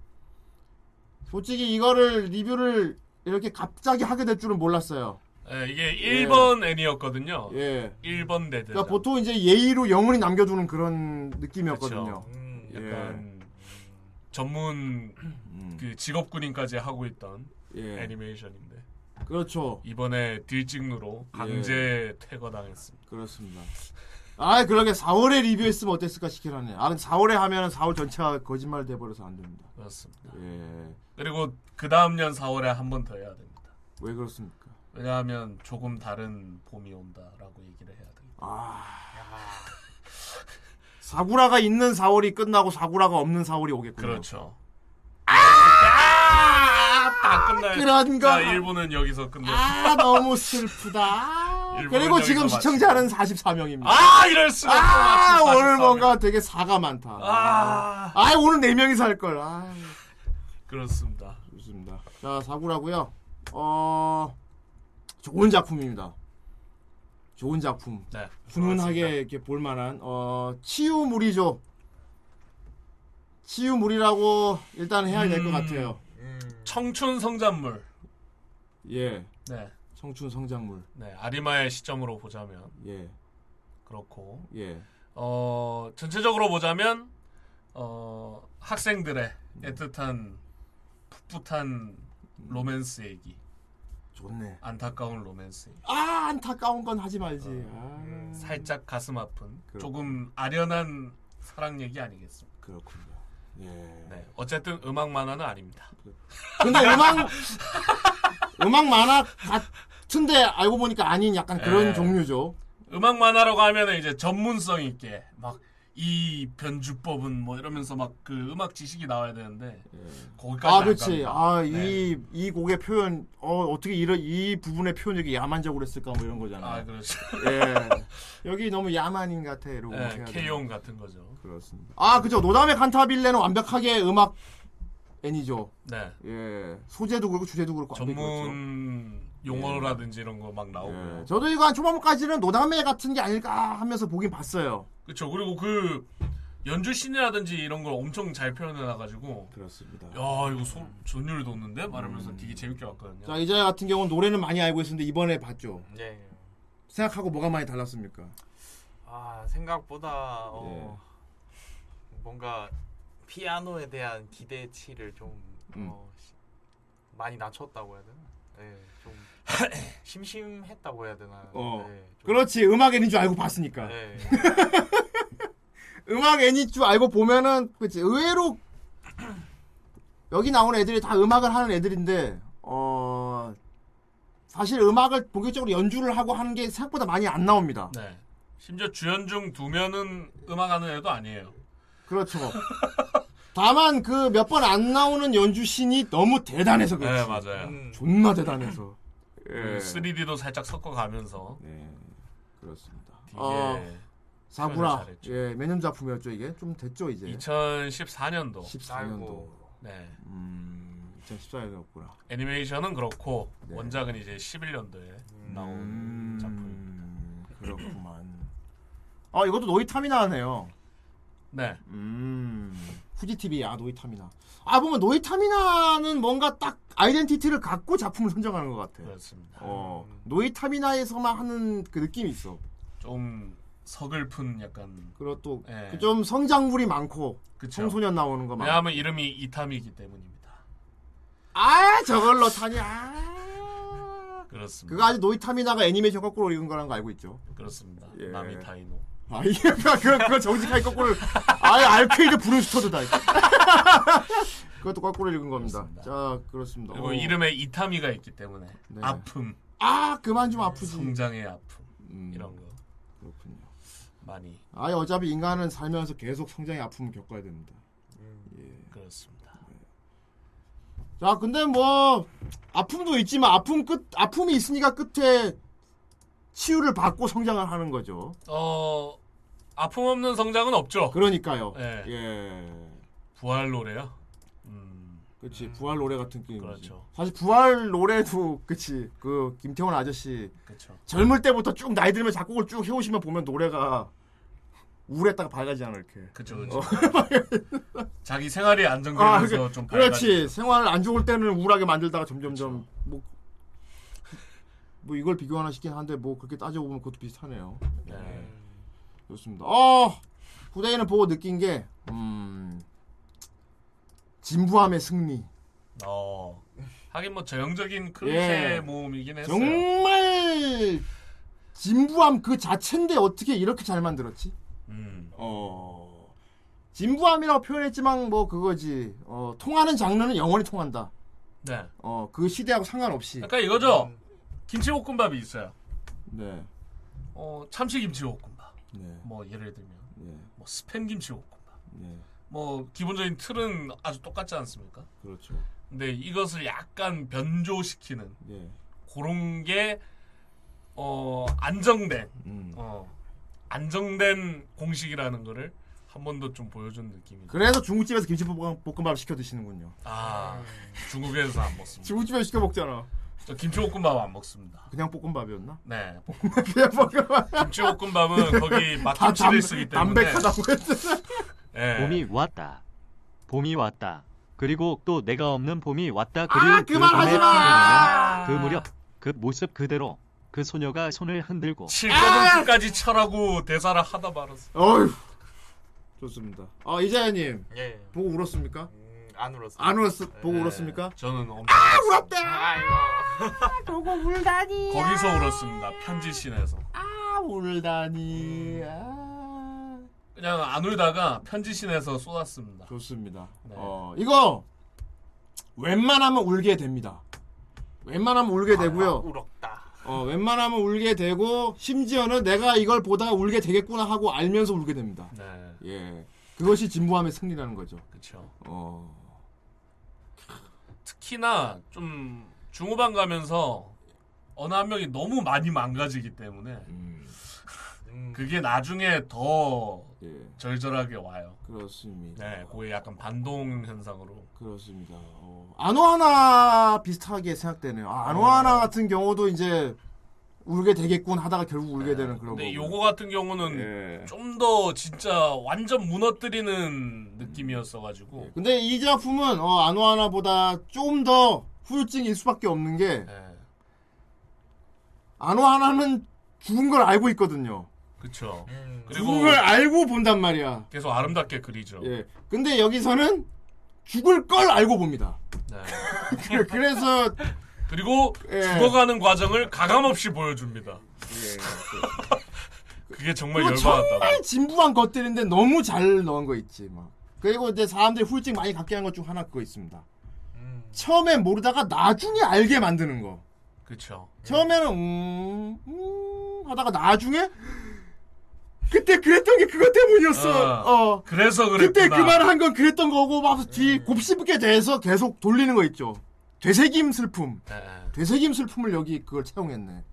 Speaker 4: 솔직히 이거를 리뷰를 이렇게 갑자기 하게 될 줄은 몰랐어요.
Speaker 6: 네, 이게 1번 애니였거든요.
Speaker 4: 예.
Speaker 6: 1번 대대.
Speaker 4: 그러니까 보통 이제 예의로 영혼이 남겨두는 그런 느낌이었거든요. 예.
Speaker 6: 그렇죠. 음, 약간 전문
Speaker 4: 음.
Speaker 6: 그 직업군인까지 하고 있던
Speaker 4: 예.
Speaker 6: 애니메이션인데
Speaker 4: 그렇죠.
Speaker 6: 이번에 딜찍누로 강제 퇴거당했습니다.
Speaker 4: 예. 그렇습니다. 아, 그러게 4월에 리뷰했으면 어땠을까 싶긴 하네. 아, 근데 4월에 하면은 4월 전체가 거짓말 돼버려서 안 됩니다.
Speaker 6: 그렇습니다.
Speaker 4: 예.
Speaker 6: 그리고 그 다음 년 4월에 한 번 더 해야 됩니다.
Speaker 4: 왜 그렇습니까?
Speaker 6: 왜냐하면 조금 다른 봄이 온다라고 얘기를 해야 됩니다.
Speaker 4: 아. 사구라가 있는 4월이 끝나고 사구라가 없는 4월이 오겠군요.
Speaker 6: 그렇죠.
Speaker 4: 아,
Speaker 6: 끝날
Speaker 4: 그런 거.
Speaker 6: 아, 일본은 여기서 끝내.
Speaker 4: 아, 너무 슬프다. 그리고 지금 시청자는 44명입니다.
Speaker 6: 아, 이럴 수가.
Speaker 4: 아,
Speaker 6: 또 마침
Speaker 4: 오늘 뭔가 되게 사가 많다. 아, 아 오늘 4명이서 할 걸. 아.
Speaker 6: 그렇습니다.
Speaker 4: 좋습니다. 자, 사구라고요. 어 좋은 작품입니다. 좋은 작품.
Speaker 6: 네.
Speaker 4: 훈훈하게 이렇게 볼 만한 어 치유물이죠. 치유물이라고 일단 해야 될 것 같아요.
Speaker 6: 음, 청춘 성장물.
Speaker 4: 예.
Speaker 6: 네.
Speaker 4: 청춘 성장물.
Speaker 6: 네, 아리마의 시점으로 보자면
Speaker 4: 예.
Speaker 6: 그렇고
Speaker 4: 예.
Speaker 6: 어, 전체적으로 보자면 어, 학생들의
Speaker 4: 음.
Speaker 6: 애틋한 풋풋한 로맨스 얘기.
Speaker 4: 좋네.
Speaker 6: 안타까운 로맨스. 얘기.
Speaker 4: 아, 안타까운 건 하지 말지. 아.
Speaker 6: 어, 살짝 가슴 아픈
Speaker 4: 그렇군요.
Speaker 6: 조금 아련한 사랑 얘기 아니겠습니까?
Speaker 4: 그렇군요. 예.
Speaker 6: 네, 어쨌든 음악 만화는 아닙니다.
Speaker 4: 근데 음악 음악 만화 같은데 알고 보니까 아닌 약간 그런
Speaker 6: 예.
Speaker 4: 종류죠.
Speaker 6: 음악 만화라고 하면은 이제 전문성 있게 막 이 변주법은 뭐 이러면서 막 그 음악 지식이 나와야 되는데 거기까지
Speaker 4: 아,
Speaker 6: 안
Speaker 4: 그렇지.
Speaker 6: 갑니다.
Speaker 4: 아,
Speaker 6: 네.
Speaker 4: 이, 이 곡의 표현, 어, 어떻게 이런, 이 부분의 표현력이 야만적으로 했을까, 뭐 이런 거잖아.
Speaker 6: 아, 그렇죠.
Speaker 4: 예. 여기 너무 야만인 같아, 이러고.
Speaker 6: 네,
Speaker 4: 해야 돼.
Speaker 6: K-ON 같은 거죠.
Speaker 4: 그렇습니다. 아, 그죠. 노담의 칸타빌레는 완벽하게 음악 애니죠.
Speaker 6: 네.
Speaker 4: 예. 소재도 그렇고, 주제도 그렇고. 완벽히 그렇죠.
Speaker 6: 전문 용어라든지 이런 거 막 나오고.
Speaker 4: 저도 이거 한 초반부까지는 노담의 같은 게 아닐까 하면서 보긴 봤어요.
Speaker 6: 그렇죠. 그리고 그 연주 신이라든지 이런 걸 엄청 잘 표현해 놔가지고.
Speaker 4: 그렇습니다. 음.
Speaker 6: 야 이거 소, 전율 돋는데 말하면서 되게 재밌게 봤거든요.
Speaker 4: 자, 이자야 같은 경우는 노래는 많이 알고 있었는데, 이번에 봤죠.
Speaker 11: 예.
Speaker 4: 생각하고 뭐가 많이 달랐습니까?
Speaker 11: 아 생각보다 어,
Speaker 12: 예.
Speaker 11: 뭔가 피아노에 대한 기대치를 좀
Speaker 4: 음.
Speaker 11: 어, 시- 많이 낮췄다고 해야 되나? 네, 좀 심심했다고 해야 되나?
Speaker 4: 어.
Speaker 11: 네, 좀-
Speaker 4: 그렇지 음악 애니인 줄 알고 봤으니까.
Speaker 11: 네.
Speaker 4: 음악 애니인 줄 알고 보면은 그치 의외로 여기 나오는 애들이 다 음악을 하는 애들인데 어 사실 음악을 본격적으로 연주를 하고 하는 게 생각보다 많이 안 나옵니다.
Speaker 6: 네. 심지어 주연 중 두 명은 음악하는 애도 아니에요.
Speaker 4: 그렇죠. 다만 그 몇 번 안 나오는 연주 신이 너무 대단해서 그렇지. 음.
Speaker 6: 네, 맞아요.
Speaker 4: 존나 대단해서. 예.
Speaker 6: 그 3D도 살짝 섞어가면서.
Speaker 4: 네, 그렇습니다.
Speaker 6: 되게
Speaker 4: 어, 사구라.
Speaker 6: 예. 잘했죠.
Speaker 4: 예, 매년 작품이었죠 이게 좀 됐죠 이제.
Speaker 6: 2014년도.
Speaker 4: 14년도.
Speaker 6: 네.
Speaker 4: 음, 2014년도였구나. 네.
Speaker 6: 애니메이션은 그렇고 원작은 이제 11년도에 나온 작품입니다.
Speaker 4: 음. 그렇구만. 아 이것도 노이타미나네요.
Speaker 6: 네.
Speaker 4: 음. 후지 TV 아 노이타미나. 아 보면 노이타미나는 뭔가 딱 아이덴티티를 갖고 작품을 선정하는 것 같아.
Speaker 6: 그렇습니다.
Speaker 4: 어 노이타미나에서만 하는 그 느낌이 있어.
Speaker 6: 좀 서글픈 약간
Speaker 4: 그것도
Speaker 6: 예.
Speaker 4: 그좀 성장물이 많고 청소년 나오는 거 많아.
Speaker 6: 왜냐하면 이름이 이탐이기 때문입니다.
Speaker 4: 아 저걸로 타냐.
Speaker 6: 그렇습니다.
Speaker 4: 그거 아직 노이타미나가 애니메이션 거꾸로 읽은 거라는 거 알고 있죠. 예.
Speaker 6: 그렇습니다. 나미타이노.
Speaker 4: 아 이게 뭐야, 그거 그거 정직하게 거꾸로. 아예 알케이드 브루스터드다. 이거. 그것도 거꾸로 읽은 겁니다. 자 그렇습니다.
Speaker 6: 그리고
Speaker 4: 어.
Speaker 6: 이름에 이타미가 있기 때문에
Speaker 4: 네.
Speaker 6: 아픔,
Speaker 4: 아 그만 좀 아프지.
Speaker 6: 성장의 아픔 이런 거.
Speaker 4: 음, 그렇군요.
Speaker 6: 많이
Speaker 4: 아예 어차피 인간은 살면서 계속 성장의 아픔을 겪어야 됩니다. 예.
Speaker 6: 그렇습니다.
Speaker 4: 네. 자, 근데 뭐 아픔도 있지만 아픔 끝 아픔이 있으니까 끝에 치유를 받고 성장을 하는 거죠.
Speaker 6: 어 아픔 없는 성장은 없죠.
Speaker 4: 그러니까요.
Speaker 6: 예. 부활 노래요. 음.
Speaker 4: 그렇지. 부활 노래 같은 게임이지.
Speaker 6: 그렇죠.
Speaker 4: 사실 부활 노래도 그치 그 김태원 아저씨
Speaker 6: 그렇죠.
Speaker 4: 젊을 때부터 쭉 나이 들면 작곡을 쭉 해오시면 보면 노래가 우울했다가 밝아지잖아 이렇게.
Speaker 6: 그렇죠.
Speaker 4: 어. 아,
Speaker 6: 자기 생활이 안정되면서 좀
Speaker 4: 그렇지. 생활 안 좋을 때는 우울하게 만들다가 점점점 뭐, 뭐 이걸 비교하나 싶긴 한데 뭐 그렇게 따져보면 그것도 비슷하네요.
Speaker 6: 네.
Speaker 4: 좋습니다. 어 후대인을 보고 느낀 게 음, 진부함의 승리.
Speaker 6: 어 하긴 뭐 전형적인 클리셰
Speaker 4: 예.
Speaker 6: 모음이긴 했어요.
Speaker 4: 정말 진부함 그 자체인데 어떻게 이렇게 잘 만들었지?
Speaker 6: 음.
Speaker 4: 어 진부함이라고 표현했지만 뭐 그거지. 어, 통하는 장르는 영원히 통한다.
Speaker 6: 네.
Speaker 4: 어 그 시대하고 상관없이.
Speaker 6: 그러니까 이거죠. 김치볶음밥이 있어요.
Speaker 4: 음. 네.
Speaker 6: 어 참치 김치볶음밥.
Speaker 4: 네.
Speaker 6: 뭐 예를 들면
Speaker 4: 네.
Speaker 6: 뭐 스팸 김치볶음밥.
Speaker 4: 네.
Speaker 6: 뭐 기본적인 틀은 아주 똑같지 않습니까?
Speaker 4: 그렇죠.
Speaker 6: 근데 이것을 약간 변조시키는
Speaker 4: 네.
Speaker 6: 그런 게 어, 안정된
Speaker 4: 음.
Speaker 6: 어, 안정된 공식이라는 거를 한 번 더 좀 보여준 느낌이.
Speaker 4: 그래서 중국집에서 김치볶음밥 시켜 드시는군요.
Speaker 6: 아 중국에서 안 먹습니다.
Speaker 4: 중국집에서 시켜 먹잖아.
Speaker 6: 저 김치볶음밥 안 먹습니다.
Speaker 4: 그냥 볶음밥이었나?
Speaker 6: 네.
Speaker 4: 그냥 볶음밥.
Speaker 6: 김치볶음밥은 거기
Speaker 4: 다 담-
Speaker 6: 맛김치를 쓰기 때문에
Speaker 4: 담백하다고 했잖아.
Speaker 6: 예.
Speaker 12: 봄이 왔다. 봄이 왔다. 그리고 또 내가 없는 봄이 왔다. 그리고
Speaker 4: 아, 그만하지
Speaker 12: 봄의 풍경은
Speaker 4: 마!
Speaker 12: 그 무렵 그 모습 그대로 그 소녀가 손을 흔들고
Speaker 6: 칠거동까지 쳐라고 대사를 하다 말았어.
Speaker 4: 어휴. 좋습니다. 아 이자연님
Speaker 11: 예.
Speaker 4: 보고 울었습니까?
Speaker 11: 안 울었어.
Speaker 4: 안 울었어? 보고 울었습니까?
Speaker 6: 저는 엄청
Speaker 4: 아 울었대.
Speaker 8: 아, 보고 울다니. 아.
Speaker 6: 거기서 울었습니다. 편지 씬에서.
Speaker 4: 아 울다니. 아.
Speaker 6: 그냥 안 울다가 편지 씬에서 쏟았습니다. 네.
Speaker 4: 좋습니다. 어, 이거 웬만하면 울게 됩니다. 웬만하면 울게 되고요.
Speaker 11: 울었다.
Speaker 4: 어, 웬만하면 울게 되고 심지어는 내가 이걸 보다가 울게 되겠구나 하고 알면서 울게 됩니다.
Speaker 6: 네.
Speaker 4: 예. 그것이 진부함의 승리라는 거죠.
Speaker 6: 그렇죠.
Speaker 4: 어.
Speaker 6: 특히나 좀 중후반 가면서 어느 한 명이 너무 많이 망가지기 때문에
Speaker 4: 음.
Speaker 11: 음,
Speaker 6: 그게 나중에 더 절절하게 와요.
Speaker 4: 예. 그렇습니다.
Speaker 6: 네, 그게 약간 반동 현상으로.
Speaker 4: 그렇습니다. 어, 아노하나 비슷하게 생각되네요. 아,
Speaker 6: 어.
Speaker 4: 아노하나 같은 경우도 이제 울게 되겠군 하다가 결국 울게 되는 그런
Speaker 6: 네, 근데
Speaker 4: 거. 예.
Speaker 6: 요거 같은 경우는 좀 더 진짜 완전 무너뜨리는 느낌이었어가지고
Speaker 4: 근데 이 작품은 어, 아노하나보다 좀 더 후유증일 수밖에 없는 게
Speaker 6: 네.
Speaker 4: 아노하나는 죽은 걸 알고 있거든요.
Speaker 6: 그쵸
Speaker 4: 죽은
Speaker 6: 그리고
Speaker 4: 걸 알고 본단 말이야.
Speaker 6: 계속 아름답게 그리죠
Speaker 4: 예. 근데 여기서는 죽을 걸 알고 봅니다.
Speaker 6: 네.
Speaker 4: 그래- 그래서 예.
Speaker 6: 그리고 죽어가는 과정을 가감없이 보여줍니다 그게 정말
Speaker 4: 그리고
Speaker 6: 열받았다고
Speaker 4: 정말 진부한 것들인데 너무 잘 넣은 거 있지 막. 그리고 이제 사람들이 후유증 많이 갖게 한 것 중 하나 그거 있습니다. 처음엔 모르다가 나중에 알게 만드는 거.
Speaker 6: 그쵸
Speaker 4: 처음에는 음, 음 하다가 나중에 그때 그랬던 게 그것 때문이었어. 어.
Speaker 6: 아, 그래서
Speaker 4: 그때 그
Speaker 6: 그랬구나 음.
Speaker 4: 말을 한 건 그랬던 거고 막 뒤 곱씹게 돼서 계속 돌리는 거 있죠. 되새김 슬픔.
Speaker 6: 네.
Speaker 4: 되새김 슬픔을 여기 그걸 채용했네.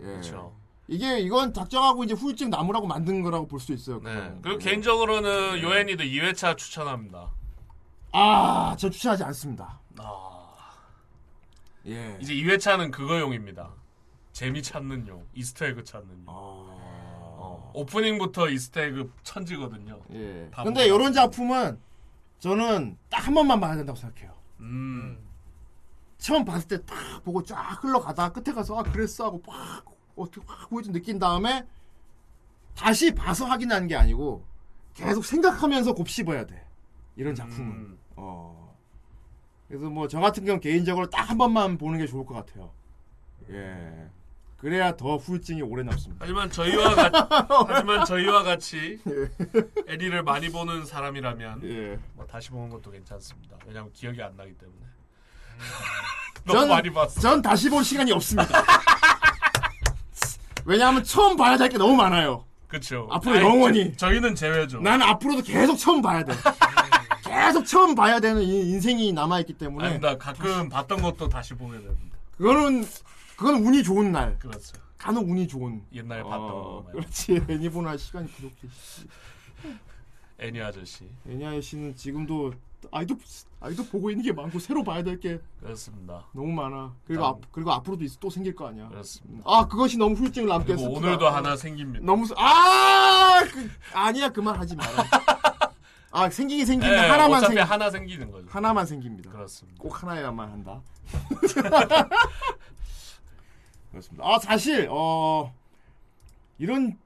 Speaker 4: 예.
Speaker 6: 그쵸.
Speaker 4: 이게 이건 작정하고 이제 후유증 나무라고 만든 거라고 볼 수 있어요.
Speaker 6: 네. 그리고 개인적으로는
Speaker 4: 예.
Speaker 6: 요엔이도 2회차 추천합니다
Speaker 4: 아, 저 추천하지 않습니다. 예.
Speaker 6: 아. 이제 2회차는 그거용입니다 재미 찾는 용 이스터에그 찾는
Speaker 4: 아.
Speaker 6: 용 어, 오프닝부터 이스터에그 천지거든요
Speaker 4: 예.
Speaker 6: 다
Speaker 4: 근데
Speaker 6: 보고
Speaker 4: 이런 작품은 저는 딱 한 번만 봐야 된다고 생각해요.
Speaker 6: 음.
Speaker 4: 처음 봤을 때 딱 보고 쫙 흘러가다가 끝에 가서 아 그랬어 하고 팍 어떻게 확 보여준 느낀 다음에 다시 봐서 확인하는 게 아니고 계속 생각하면서 곱씹어야 돼. 이런 작품은. 어. 그래서 뭐 저 같은 경우 개인적으로 딱 한 번만 보는 게 좋을 것 같아요. 예. 그래야 더 후유증이 오래 남습니다.
Speaker 6: 하지만 저희와 같 하지만 저희와 같이
Speaker 4: 예.
Speaker 6: 에리를 많이 보는 사람이라면 뭐 다시 보는 것도 괜찮습니다. 왜냐면 기억이 안 나기 때문에. 너무
Speaker 4: 전-
Speaker 6: 많이 봤어.
Speaker 4: 전 다시 볼 시간이 없습니다. 왜냐하면 처음 봐야 될 게 너무 많아요.
Speaker 6: 그렇죠.
Speaker 4: 앞으로 영원히.
Speaker 6: 저, 희는 제외죠.
Speaker 4: 나는 앞으로도 계속 처음 봐야 돼. 계속 처음 봐야 되는 이 인생이 남아있기 때문에.
Speaker 6: 아닙니다. 가끔 봤던 것도 다시 보게 됩니다.
Speaker 4: 그거는 그건 운이 좋은 날.
Speaker 6: 그렇죠.
Speaker 4: 간혹 운이 좋은.
Speaker 6: 옛날에 봤던 거 말고.
Speaker 4: 그렇지. 애니보나 시간이 부족해. 씨.
Speaker 6: 애니 아저씨.
Speaker 4: 애니아이 씨는 지금도 아이도 아이도 보고 있는 게 많고 새로 봐야 될 게
Speaker 6: 그렇습니다.
Speaker 4: 너무 많아. 그리고
Speaker 6: 다음.
Speaker 4: 앞 그리고 앞으로도 있- 또 생길 거 아니야.
Speaker 6: 그렇습니다.
Speaker 4: 아 그것이 너무 후유증을 남게
Speaker 6: 그리고
Speaker 4: 했어.
Speaker 6: 오늘도 하나 생깁니다.
Speaker 4: 너무 슬- 아 그, 아니야 그만 하지 마라. 아 생기긴 생긴데
Speaker 6: 예,
Speaker 4: 하나만
Speaker 6: 어차피
Speaker 4: 생
Speaker 6: 하나 생기는 거죠.
Speaker 4: 하나만 생깁니다.
Speaker 6: 그렇습니다.
Speaker 4: 꼭 하나야만 한다. 그렇습니다. 아 사실 어 이런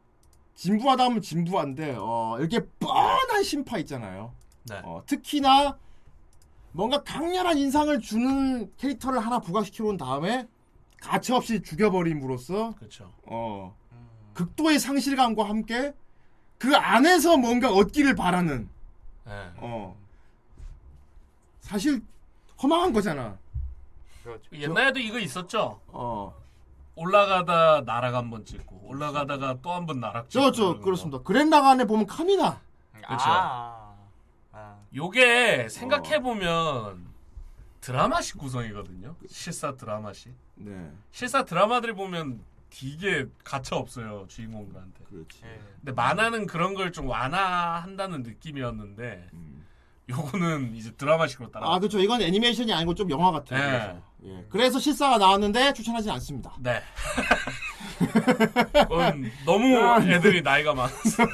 Speaker 4: 진부하다 하면 진부한데 어 이렇게 뻔한 심파 있잖아요.
Speaker 6: 네.
Speaker 4: 어, 특히나 뭔가 강렬한 인상을 주는 캐릭터를 하나 부각시켜 놓은 다음에 가차없이 죽여버림으로써
Speaker 6: 그렇죠.
Speaker 4: 어 극도의 상실감과 함께 그 안에서 뭔가 얻기를 바라는
Speaker 6: 예.
Speaker 4: 어 사실 허망한 거잖아.
Speaker 6: 그렇죠. 옛날에도 이거 있었죠.
Speaker 4: 어.
Speaker 6: 올라가다 나락 한 번 찍고 올라가다가 또 한 번 나락
Speaker 4: 저
Speaker 6: 찍고.
Speaker 4: 저 그렇습니다. 그랜다가 안에 보면 카미나.
Speaker 6: 그렇죠. 요게
Speaker 4: 어.
Speaker 6: 생각해 보면 드라마식 구성이거든요. 실사 드라마식.
Speaker 4: 네.
Speaker 6: 실사 드라마들 보면 되게 가차 없어요 주인공들한테. 근데 만화는 그런 걸 좀 완화한다는 느낌이었는데 요거는 이제 드라마식으로 따라.
Speaker 4: 음. 아 그렇죠. 이건 애니메이션이 아니고 좀 영화 같아요.
Speaker 6: 네.
Speaker 4: 그래서. 예. 그래서 실사가 나왔는데 추천하진 않습니다.
Speaker 6: 네. 그건 너무
Speaker 4: 아, 네.
Speaker 6: 애들이 나이가 많아서.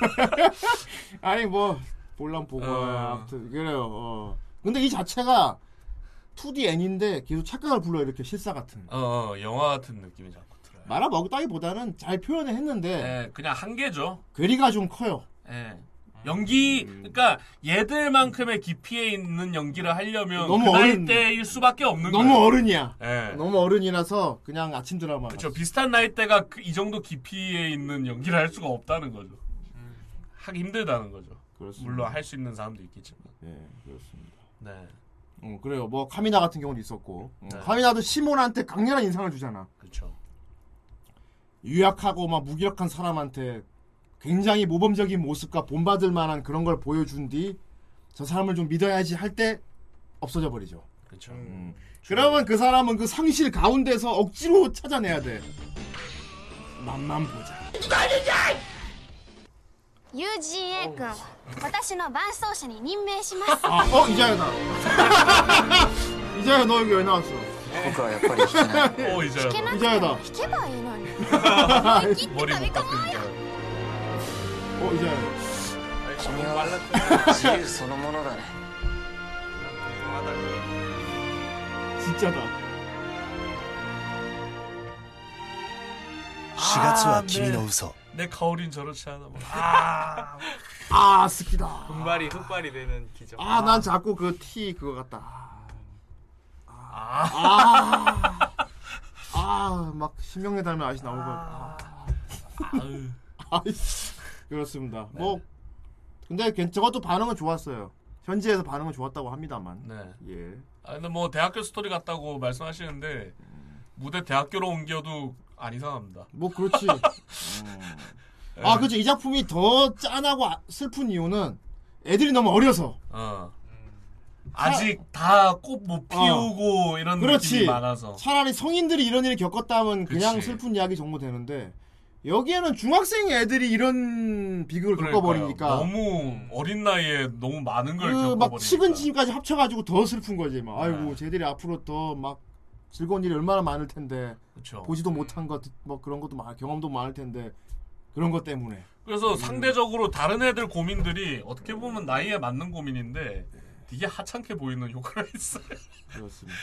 Speaker 4: 아니 뭐 볼람 보고
Speaker 6: 어.
Speaker 4: 아무튼 그래요. 어. 근데 이 자체가 2D 애니인데 계속 착각을 불러 요 이렇게 실사 같은.
Speaker 6: 어, 어, 영화 같은 느낌이 자꾸.
Speaker 4: 말아 먹다기보다는 잘 표현을 했는데
Speaker 6: 예, 네. 그냥 한계죠.
Speaker 4: 괴리가 좀 커요.
Speaker 6: 예.
Speaker 4: 음.
Speaker 6: 연기, 그러니까 얘들만큼의 깊이에 있는 연기를 하려면
Speaker 4: 너무
Speaker 6: 그 나이
Speaker 4: 어른-
Speaker 6: 때일 수밖에 없는
Speaker 4: 너무
Speaker 6: 거예요.
Speaker 4: 어른이야.
Speaker 6: 예.
Speaker 4: 너무 어른이라서 그냥 아침 드라마.
Speaker 6: 그렇죠. 비슷한 나이 때가 그- 이 정도 깊이에 있는 연기를 할 수가 없다는 거죠. 하기 힘들다는 거죠.
Speaker 4: 음. 그렇습니다.
Speaker 6: 물론 할 수 있는 사람도 있겠지만.
Speaker 4: 네, 그렇습니다.
Speaker 6: 네.
Speaker 4: 어, 그래요. 뭐 카미나 같은 경우도 있었고 어, 카미나도 시몬한테 강렬한 인상을 주잖아.
Speaker 6: 그렇죠.
Speaker 4: 유약하고 막 무기력한 사람한테 굉장히 모범적인 모습과 본받을 만한 그런 걸 보여준 뒤 저 사람을 좀 믿어야지 할 때 없어져 버리죠. 음.
Speaker 6: 그렇죠.
Speaker 4: 그러면 그 사람은 그 상실 가운데서 억지로 찾아내야 돼. 맘만 보자.
Speaker 13: 友人 A 君私の伴走者に任命します
Speaker 4: 아, 어 이자야다. 이자야 너 여기 왜 나왔어?
Speaker 13: 그거야,
Speaker 4: 빨리
Speaker 13: 시키네.
Speaker 6: 오 이자야.
Speaker 13: 弾けなくても弾
Speaker 4: 이자야다.
Speaker 13: けばいいのに
Speaker 6: 머리 못 깎은 자.
Speaker 4: 어 아, 이자야.
Speaker 14: 君は自由そのものだね
Speaker 4: 진짜다.
Speaker 6: 月は
Speaker 15: 君の嘘
Speaker 6: 아, 네. 내 가오린 저렇지 않아. 뭐. 아,
Speaker 4: 아 스키다.
Speaker 11: 분발이 흑발이 되는 기적.
Speaker 4: 아 난 자꾸 그 티 그거 같다.
Speaker 6: 아.
Speaker 4: 아막 신명내 닮은 아저씨 나올 걸.
Speaker 6: 아유.
Speaker 4: 아이씨. 그렇습니다. 뭐 근데 괜- 저것도 반응은 좋았어요. 현지에서 반응은 좋았다고 합니다만.
Speaker 6: 네.
Speaker 4: 예.
Speaker 6: 아, 근데 뭐 대학교 스토리 같다고 말씀하시는데 무대 대학교로 옮겨도 안 이상합니다.
Speaker 4: 뭐 그렇지. 아 그렇죠. 이 작품이 더 짠하고 아- 슬픈 이유는 애들이 너무 어려서.
Speaker 6: 어. 아직 다 꽃 못
Speaker 4: 어.
Speaker 6: 피우고 이런 느낌이 많아서.
Speaker 4: 차라리 성인들이 이런 일을 겪었다면 그냥
Speaker 6: 어. 그치.
Speaker 4: 슬픈 이야기 정도 되는데 여기에는 중학생 애들이 이런 비극을
Speaker 6: 그러니까요.
Speaker 4: 겪어버리니까
Speaker 6: 너무 어린 나이에 너무 많은 걸
Speaker 4: 그
Speaker 6: 겪어버리니까. 네.
Speaker 4: 막 식은지까지 합쳐가지고 더 슬픈 거지 막 아이고 쟤들이 앞으로 더 막 즐거운 일이 얼마나 많을 텐데
Speaker 6: 그쵸.
Speaker 4: 보지도 못한 것 뭐 그런 것도 많 경험도 많을 텐데 그런 것 때문에 음.
Speaker 6: 그래서 상대적으로 다른 애들 고민들이 어떻게 보면 나이에 맞는 고민인데 되게 하찮게 보이는 효과가 있어요.
Speaker 4: 그렇습니다.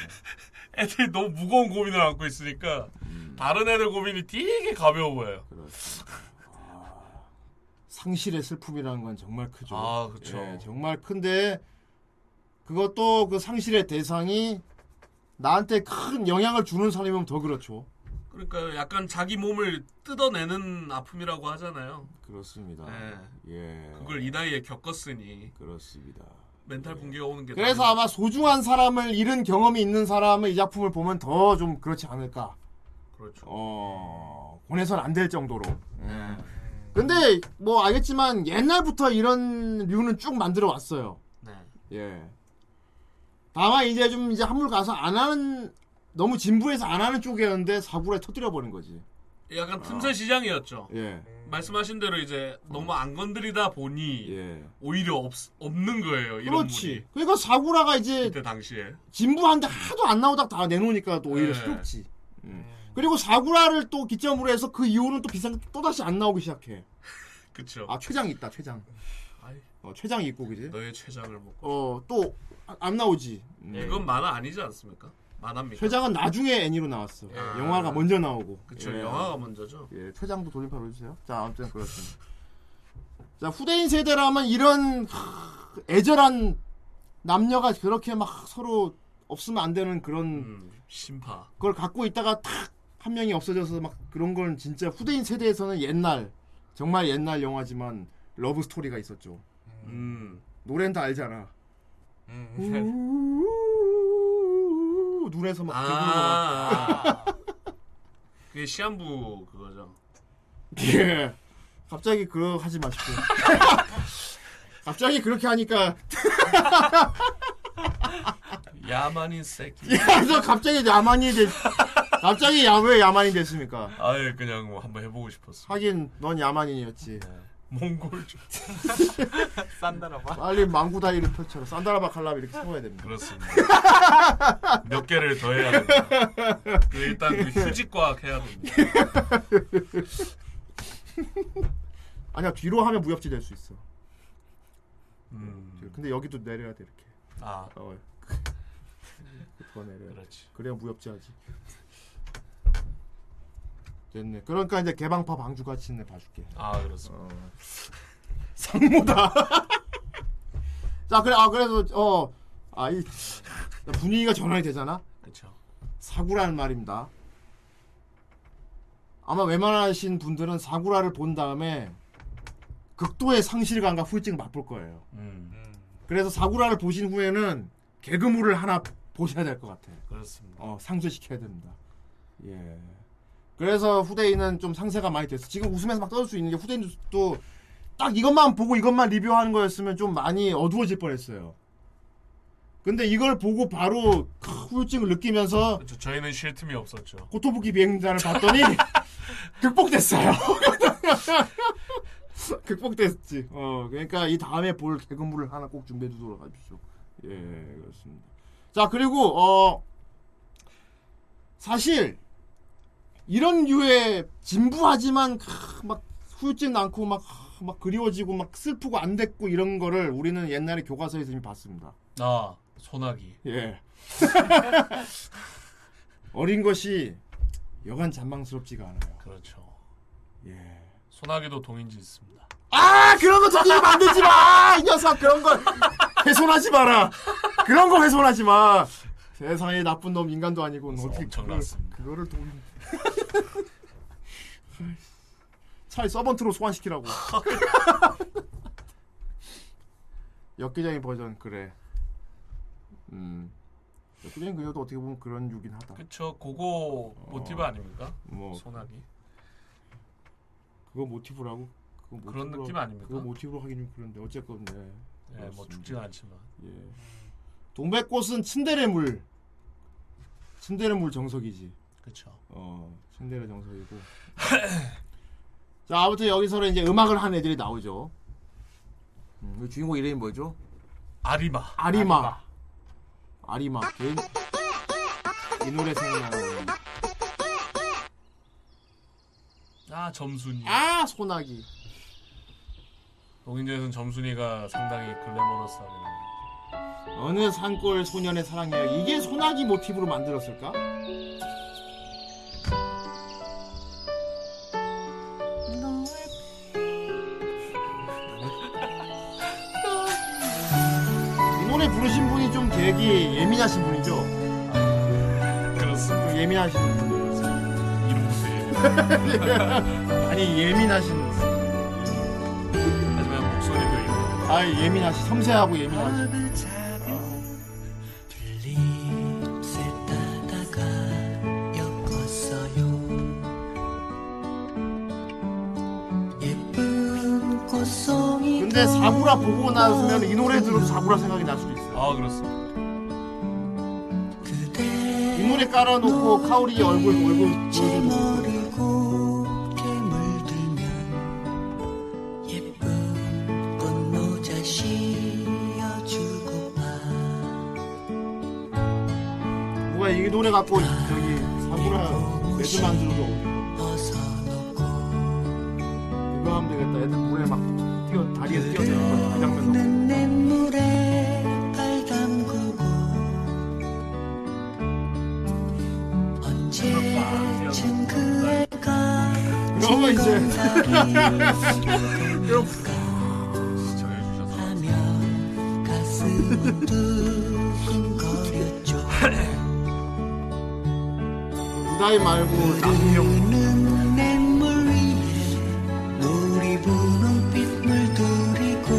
Speaker 6: 애들이 너무 무거운 고민을 안고
Speaker 4: 음.
Speaker 6: 있으니까 다른 애들 고민이 되게 가벼워 보여요.
Speaker 4: 상실의 슬픔이라는 건 정말 크죠.
Speaker 6: 아, 그쵸.
Speaker 4: 예, 정말 큰데 그것도 그 상실의 대상이 나한테 큰 영향을 주는 사람이면 더 그렇죠.
Speaker 6: 그러니까 약간 자기 몸을 뜯어내는 아픔이라고 하잖아요. 네.
Speaker 4: 그렇습니다. 예.
Speaker 6: 그걸 이 나이에 겪었으니.
Speaker 4: 그렇습니다. 예.
Speaker 6: 멘탈 붕괴가 오는 게.
Speaker 4: 그래서
Speaker 6: 나이-
Speaker 4: 아마 소중한 사람을 잃은 경험이 있는 사람은 이 작품을 보면 더 좀 그렇지 않을까.
Speaker 6: 그렇죠.
Speaker 4: 어, 보내선 안 될 정도로. 예. 근데 뭐 알겠지만 옛날부터 이런 류는 쭉 만들어 왔어요.
Speaker 6: 네.
Speaker 4: 예. 다만 이제 좀 이제 한물 가서 안 하는 너무 진부해서 안 하는 쪽이었는데 사구라에 터뜨려 버린 거지.
Speaker 6: 약간 틈새 시장이었죠.
Speaker 4: 아. 예. 음.
Speaker 6: 말씀하신 대로 이제 너무 안 건드리다 보니 오히려 없, 없는 거예요. 이런
Speaker 4: 예. 그렇지. 그러니까 사구라가 이제
Speaker 6: 그때 당시에.
Speaker 4: 진부한데 하도 안 나오다 다 내놓으니까 또 오히려
Speaker 6: 예.
Speaker 4: 수줍지. 음. 그리고 사구라를 또 기점으로 해서 그 이후로는 또 비싼 게또 다시 안 나오기 시작해.
Speaker 6: 그쵸.
Speaker 4: 아 최장 있다 최장.
Speaker 6: 아이.
Speaker 4: 어 최장 있고 그지.
Speaker 6: 너의 최장을 먹고.
Speaker 4: 어또 아, 안 나오지.
Speaker 6: 이건 만화 아니지 않습니까? 만화입니까?
Speaker 4: 최장은 나중에 애니로 나왔어. 영화가 먼저 나오고.
Speaker 6: 아. 그쵸.
Speaker 4: 예.
Speaker 6: 영화가 먼저죠.
Speaker 4: 예, 최장도 돌림판 올려주세요. 자, 아무튼 그렇습니다. 자, 후대인 세대라면 이런 하, 애절한 남녀가 그렇게 막 서로 없으면 안 되는 그런
Speaker 6: 음, 심파.
Speaker 4: 그걸 갖고 있다가 탁 한 명이 없어져서 막 그런 건 진짜 후대인 세대에서는 옛날 정말 옛날 영화지만 러브 스토리가 있었죠.
Speaker 6: 음.
Speaker 4: 노래는 다 알잖아. 음. 우우우우우우 눈에서 막
Speaker 6: 아. 그게 시한부 그거죠.
Speaker 4: 예. 갑자기 그러 하지 마시고. 갑자기 그렇게 하니까
Speaker 6: 야만인 새끼.
Speaker 4: 야, 저 예, 갑자기 야만이 됐. 갑자기 야왜 야만이 됐습니까?
Speaker 6: 아예 그냥 뭐 한번 해보고 싶었어. 네.
Speaker 4: 하긴 넌 야만인이었지.
Speaker 6: 몽골 좀. 산다라바.
Speaker 4: 빨리 망구다이를 펼쳐라. 산다라바 칼라비 이렇게 세워야 됩니다.
Speaker 6: 그렇습니다. 몇 개를 더 해야 됩니다. 그 일단 그 휴지과학 해야 됩니다.
Speaker 4: 아니야 뒤로 하면 무협지 될 수 있어.
Speaker 6: 음.
Speaker 4: 근데 여기도 내려야 돼 이렇게.
Speaker 6: 아.
Speaker 4: 어. 더 내려.
Speaker 6: 그렇지.
Speaker 4: 그래야 무협지 하지. 됐네. 그러니까 이제 개방파 방주 같이 있네 봐줄게.
Speaker 6: 아 그렇습니다.
Speaker 4: 상모다. 자 그래 아 그래서 어아이 분위기가 전환이 되잖아.
Speaker 6: 그렇죠.
Speaker 4: 사구라는 말입니다. 아마 웬만하신 분들은 사구라를 본 다음에 극도의 상실감과 후유증을 맛볼 거예요. 음. 그래서 사구라를 보신 후에는 개그물을 하나 보셔야 될 것 같아요.
Speaker 6: 그렇습니다.
Speaker 4: 어, 상쇄시켜야 됩니다. 예. 그래서 후대인은 좀 상세가 많이 됐어. 지금 웃으면서 막 떠들 수 있는 게 후대인도 딱 이것만 보고 이것만 리뷰하는 거였으면 좀 많이 어두워질 뻔했어요. 근데 이걸 보고 바로 크, 후유증을 느끼면서
Speaker 6: 저, 저희는 쉴 틈이 없었죠.
Speaker 4: 고토부키 비행단을 봤더니 극복됐어요. 극복됐지. 어, 그러니까 이 다음에 볼 개그물을 하나 꼭 준비해 두도록 하십시오. 예, 그렇습니다. 자, 그리고 어 사실 이런 류의 진부하지만 크, 막 후유증 많고 막, 하, 막 그리워지고 막 슬프고 안 됐고 이런 거를 우리는 옛날에 교과서에서 이미 봤습니다.
Speaker 6: 아 소나기.
Speaker 4: 예. 어린 것이 여간 잔망스럽지가 않아요.
Speaker 6: 그렇죠.
Speaker 4: 예.
Speaker 6: 소나기도 동인지 있습니다.
Speaker 4: 아 그런 거 저기 만들지 마! 이 녀석 그런 걸 훼손하지 마라. 그런 거 훼손하지 마. 세상에 나쁜 놈 인간도 아니고 어떻게 그걸, 그거를 동 차라리 서번트로 소환시키라고. 역기장인 버전 그래. 음. 역기장인 그녀도 어떻게 보면 그런 유긴 하다.
Speaker 6: 그쵸. 그거 모티브 아닙니까?
Speaker 4: 뭐.
Speaker 6: 소나기.
Speaker 4: 그거 모티브라고? 그거
Speaker 6: 그런
Speaker 4: 모티브라고-
Speaker 6: 느낌 아닙니까?
Speaker 4: 그거 모티브로 하긴 좀 그런데 어쨌건 네.
Speaker 6: 예, 뭐
Speaker 4: 그렇습니다.
Speaker 6: 죽진 않지만. 음.
Speaker 4: 예. 동백꽃은 츤데레 물. 츤데레 물 정석이지.
Speaker 6: 그쵸.
Speaker 4: 어, 츤데레 정석이고. 자, 아무튼 여기서는 이제 음악을 한 애들이 나오죠. 음, 그 주인공 이름이 뭐죠?
Speaker 6: 아리마.
Speaker 4: 아리마. 아리마. 개인- 이 노래 생각나는 거.
Speaker 6: 아 점순이.
Speaker 4: 아, 소나기.
Speaker 6: 동인지에서는 점순이가 상당히 글래머러스하네요.
Speaker 4: 어느 산골 소년의 사랑이야. 이게 소나기 모티브로 만들었을까? 노래 부르신 분이 좀 되게 예민하신 분이죠?
Speaker 6: 그렇습니다.
Speaker 4: 좀 예민하신 분. 아니 예민하신.
Speaker 6: 하지만 목소리도 예민.
Speaker 4: 아 예민하시 섬세하고 예민하시.
Speaker 6: 어.
Speaker 1: 따다가 엮었어요 예쁜 꽃송이
Speaker 4: 근데 사구라 보고 나서면 아, 이 노래 들어도 사구라 생각이 날 수도 있어요.
Speaker 6: 아 그렇습니다.
Speaker 4: 이 노래 깔아놓고 카오리 얼굴 얼굴 보여주고.
Speaker 1: 꽃모자 씌워주고
Speaker 4: 누가 이 노래 갖고 저기 사구라 매주 만들어도 이거 하면 되겠다. 애들 물에 막 뛰어 다리에 뛰어들고 그 장면 너무.
Speaker 1: 눈물에 발 담그고 언제쯤 그애가
Speaker 4: 그러면 이제
Speaker 1: 그럼 하며 가슴은 두근거렸죠
Speaker 4: 무다이 말고 남경.
Speaker 1: 냇물 위에 놀이 분홍빛물 돌이고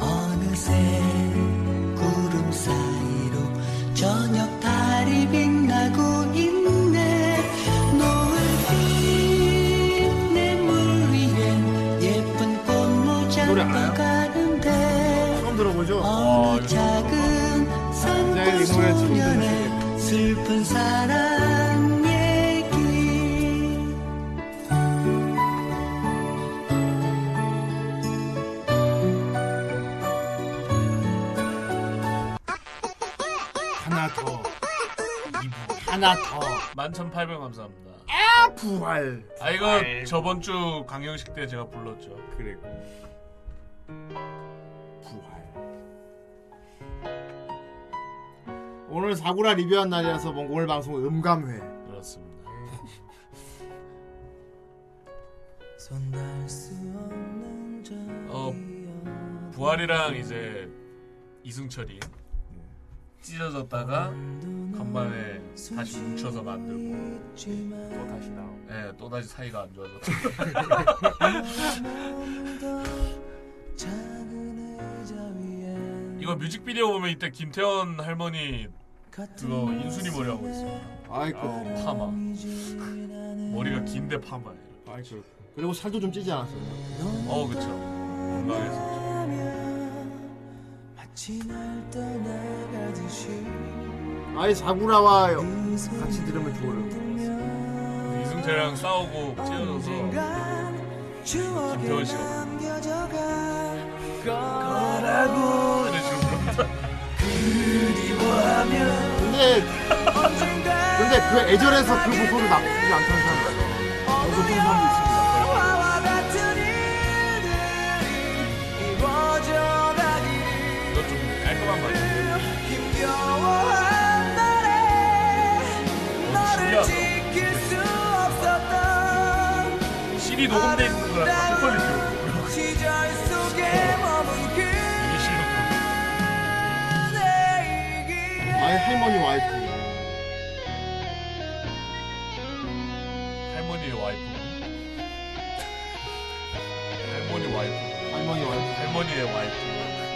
Speaker 1: 어느새 구름 사이로 저녁 달이 빛나고 있네 노을빛 냇물 위엔 예쁜 꽃모자가 가는데
Speaker 4: 처음 들어보죠? 아,
Speaker 1: 어느 작은 산골 소년의 슬픈 사랑 얘기
Speaker 4: 하나 더. 하나 더.
Speaker 6: 11,800 감사합니다.
Speaker 4: 아 부활.
Speaker 6: 어. 아 이거 저번 주 강영식 때 제가 불렀죠.
Speaker 4: 그래. 오늘 사구라 리뷰한 날이라서 뭔가 오늘 방송 음감회.
Speaker 6: 그렇습니다.
Speaker 1: 손닿을 수 없는 저
Speaker 6: 어 부활이랑 이제 이승철이 찢어졌다가 간만에 다시 뭉쳐서 만들고 또 다시 나오고 예또 다시 사이가 안 좋아졌다 이거 뮤직비디오 보면 이때 김태원 할머니 그거 인순이 머리 하고 있어요
Speaker 4: 아이고.
Speaker 6: 아, 파마 머리가 긴데 파마예요
Speaker 4: 아이고. 그리고 살도 좀 찌지 않았어요.
Speaker 6: 어 그쵸 건강해서
Speaker 1: 마치 날 떠나가듯이
Speaker 4: 아이 사구라와 같이 들으면 좋아요.
Speaker 6: 이승철이랑 싸우고 찢어져서 김태원 씨가
Speaker 1: 거라고
Speaker 6: 노래 지금
Speaker 4: 근데 근데 그 애절에서 그 목소리 나쁘지 않다는 사람 있어요. 저도 그런 사람도 있습니다.
Speaker 1: 화와 같은 일들이 이루어져가길
Speaker 6: 이거 좀 깔끔한 말이야
Speaker 1: 힘겨워한 날에 너를 지킬 수 없었던
Speaker 6: CD 녹음돼 있는 거랑 같은 퀄리티
Speaker 1: 시절 속에 머문 그
Speaker 4: 아이 할머니 와이프.
Speaker 6: 할머니의 와이프 할머니 와이프
Speaker 4: 할머니 와이프
Speaker 6: 할머니의 와이프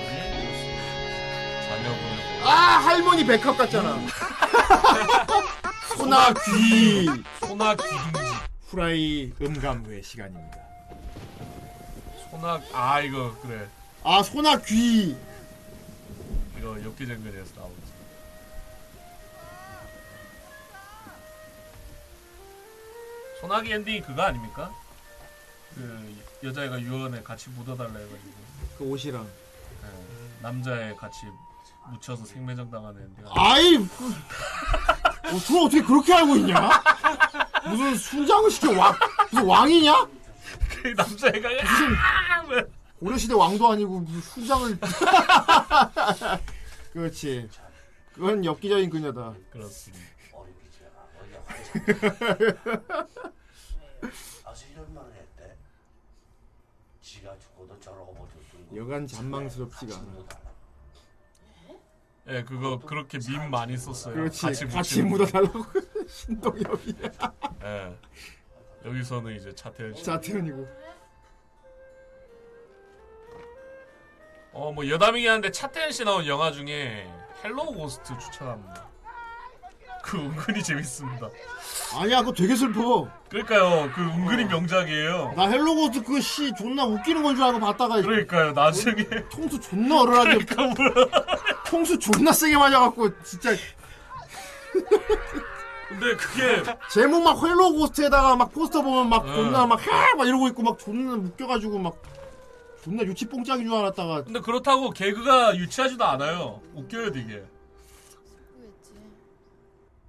Speaker 6: 네, 자녀분을
Speaker 4: 아 할머니 백합 같잖아. 소나 귀.
Speaker 6: 소나 귀둥지.
Speaker 4: 후라이 음감회 시간입니다.
Speaker 6: 소나 아 이거 그래
Speaker 4: 아 소나 귀.
Speaker 6: 이거 엽기장면에서 나오지 소나기 엔딩이 그거 아닙니까? 그 여자애가 유언에 같이 묻어달라 해가지고
Speaker 4: 그 옷이랑
Speaker 6: 예, 남자애 같이 묻혀서 생매장 당하는 엔딩
Speaker 4: 아이. 어, 그걸 어떻게 그렇게 알고 있냐? 무슨 순장을 시켜 왕 무슨 왕이냐?
Speaker 6: 그 남자애가 아, 뭐. 무슨
Speaker 4: 고려시대 왕도 아니고 무슨 순장을. 그렇지. 그건 엽기적인 그녀다.
Speaker 6: 그렇습니다. 아, 아, 뭐
Speaker 4: 여간 잔망스럽지가 않아.
Speaker 6: 예, 그거 그렇게 밈 많이 썼어요.
Speaker 4: 그렇지. 같이,
Speaker 6: 묻히는 거.
Speaker 4: 묻어달라고. 신동엽이.
Speaker 6: 예. 여기서는 이제 차태현 씨.
Speaker 4: 자태현이고.
Speaker 6: 어, 뭐 여담이긴 한데 차태현 씨 나온 영화 중에 헬로 고스트 추천합니다. 그 은근히 재밌습니다.
Speaker 4: 아니야, 그거 되게 슬퍼.
Speaker 6: 그러니까요, 그 은근히 명작이에요.
Speaker 4: 나 헬로고스 그 씨 존나 웃기는 건 줄 알고 봤다가.
Speaker 6: 그러니까요, 나중에. 그러니까
Speaker 4: 통수 존나 얼얼하게. 통수 존나 세게 맞아갖고, 진짜.
Speaker 6: 근데 그게
Speaker 4: 제목 막 헬로고스트에다가 막 포스터 보면 막
Speaker 6: 응.
Speaker 4: 존나 막 해! 막 이러고 있고 막 존나 웃겨가지고 막 존나 유치뽕짝인 줄 알았다가
Speaker 6: 근데 그렇다고 개그가 아, 유치하지도 않아요. 웃겨요, 되게.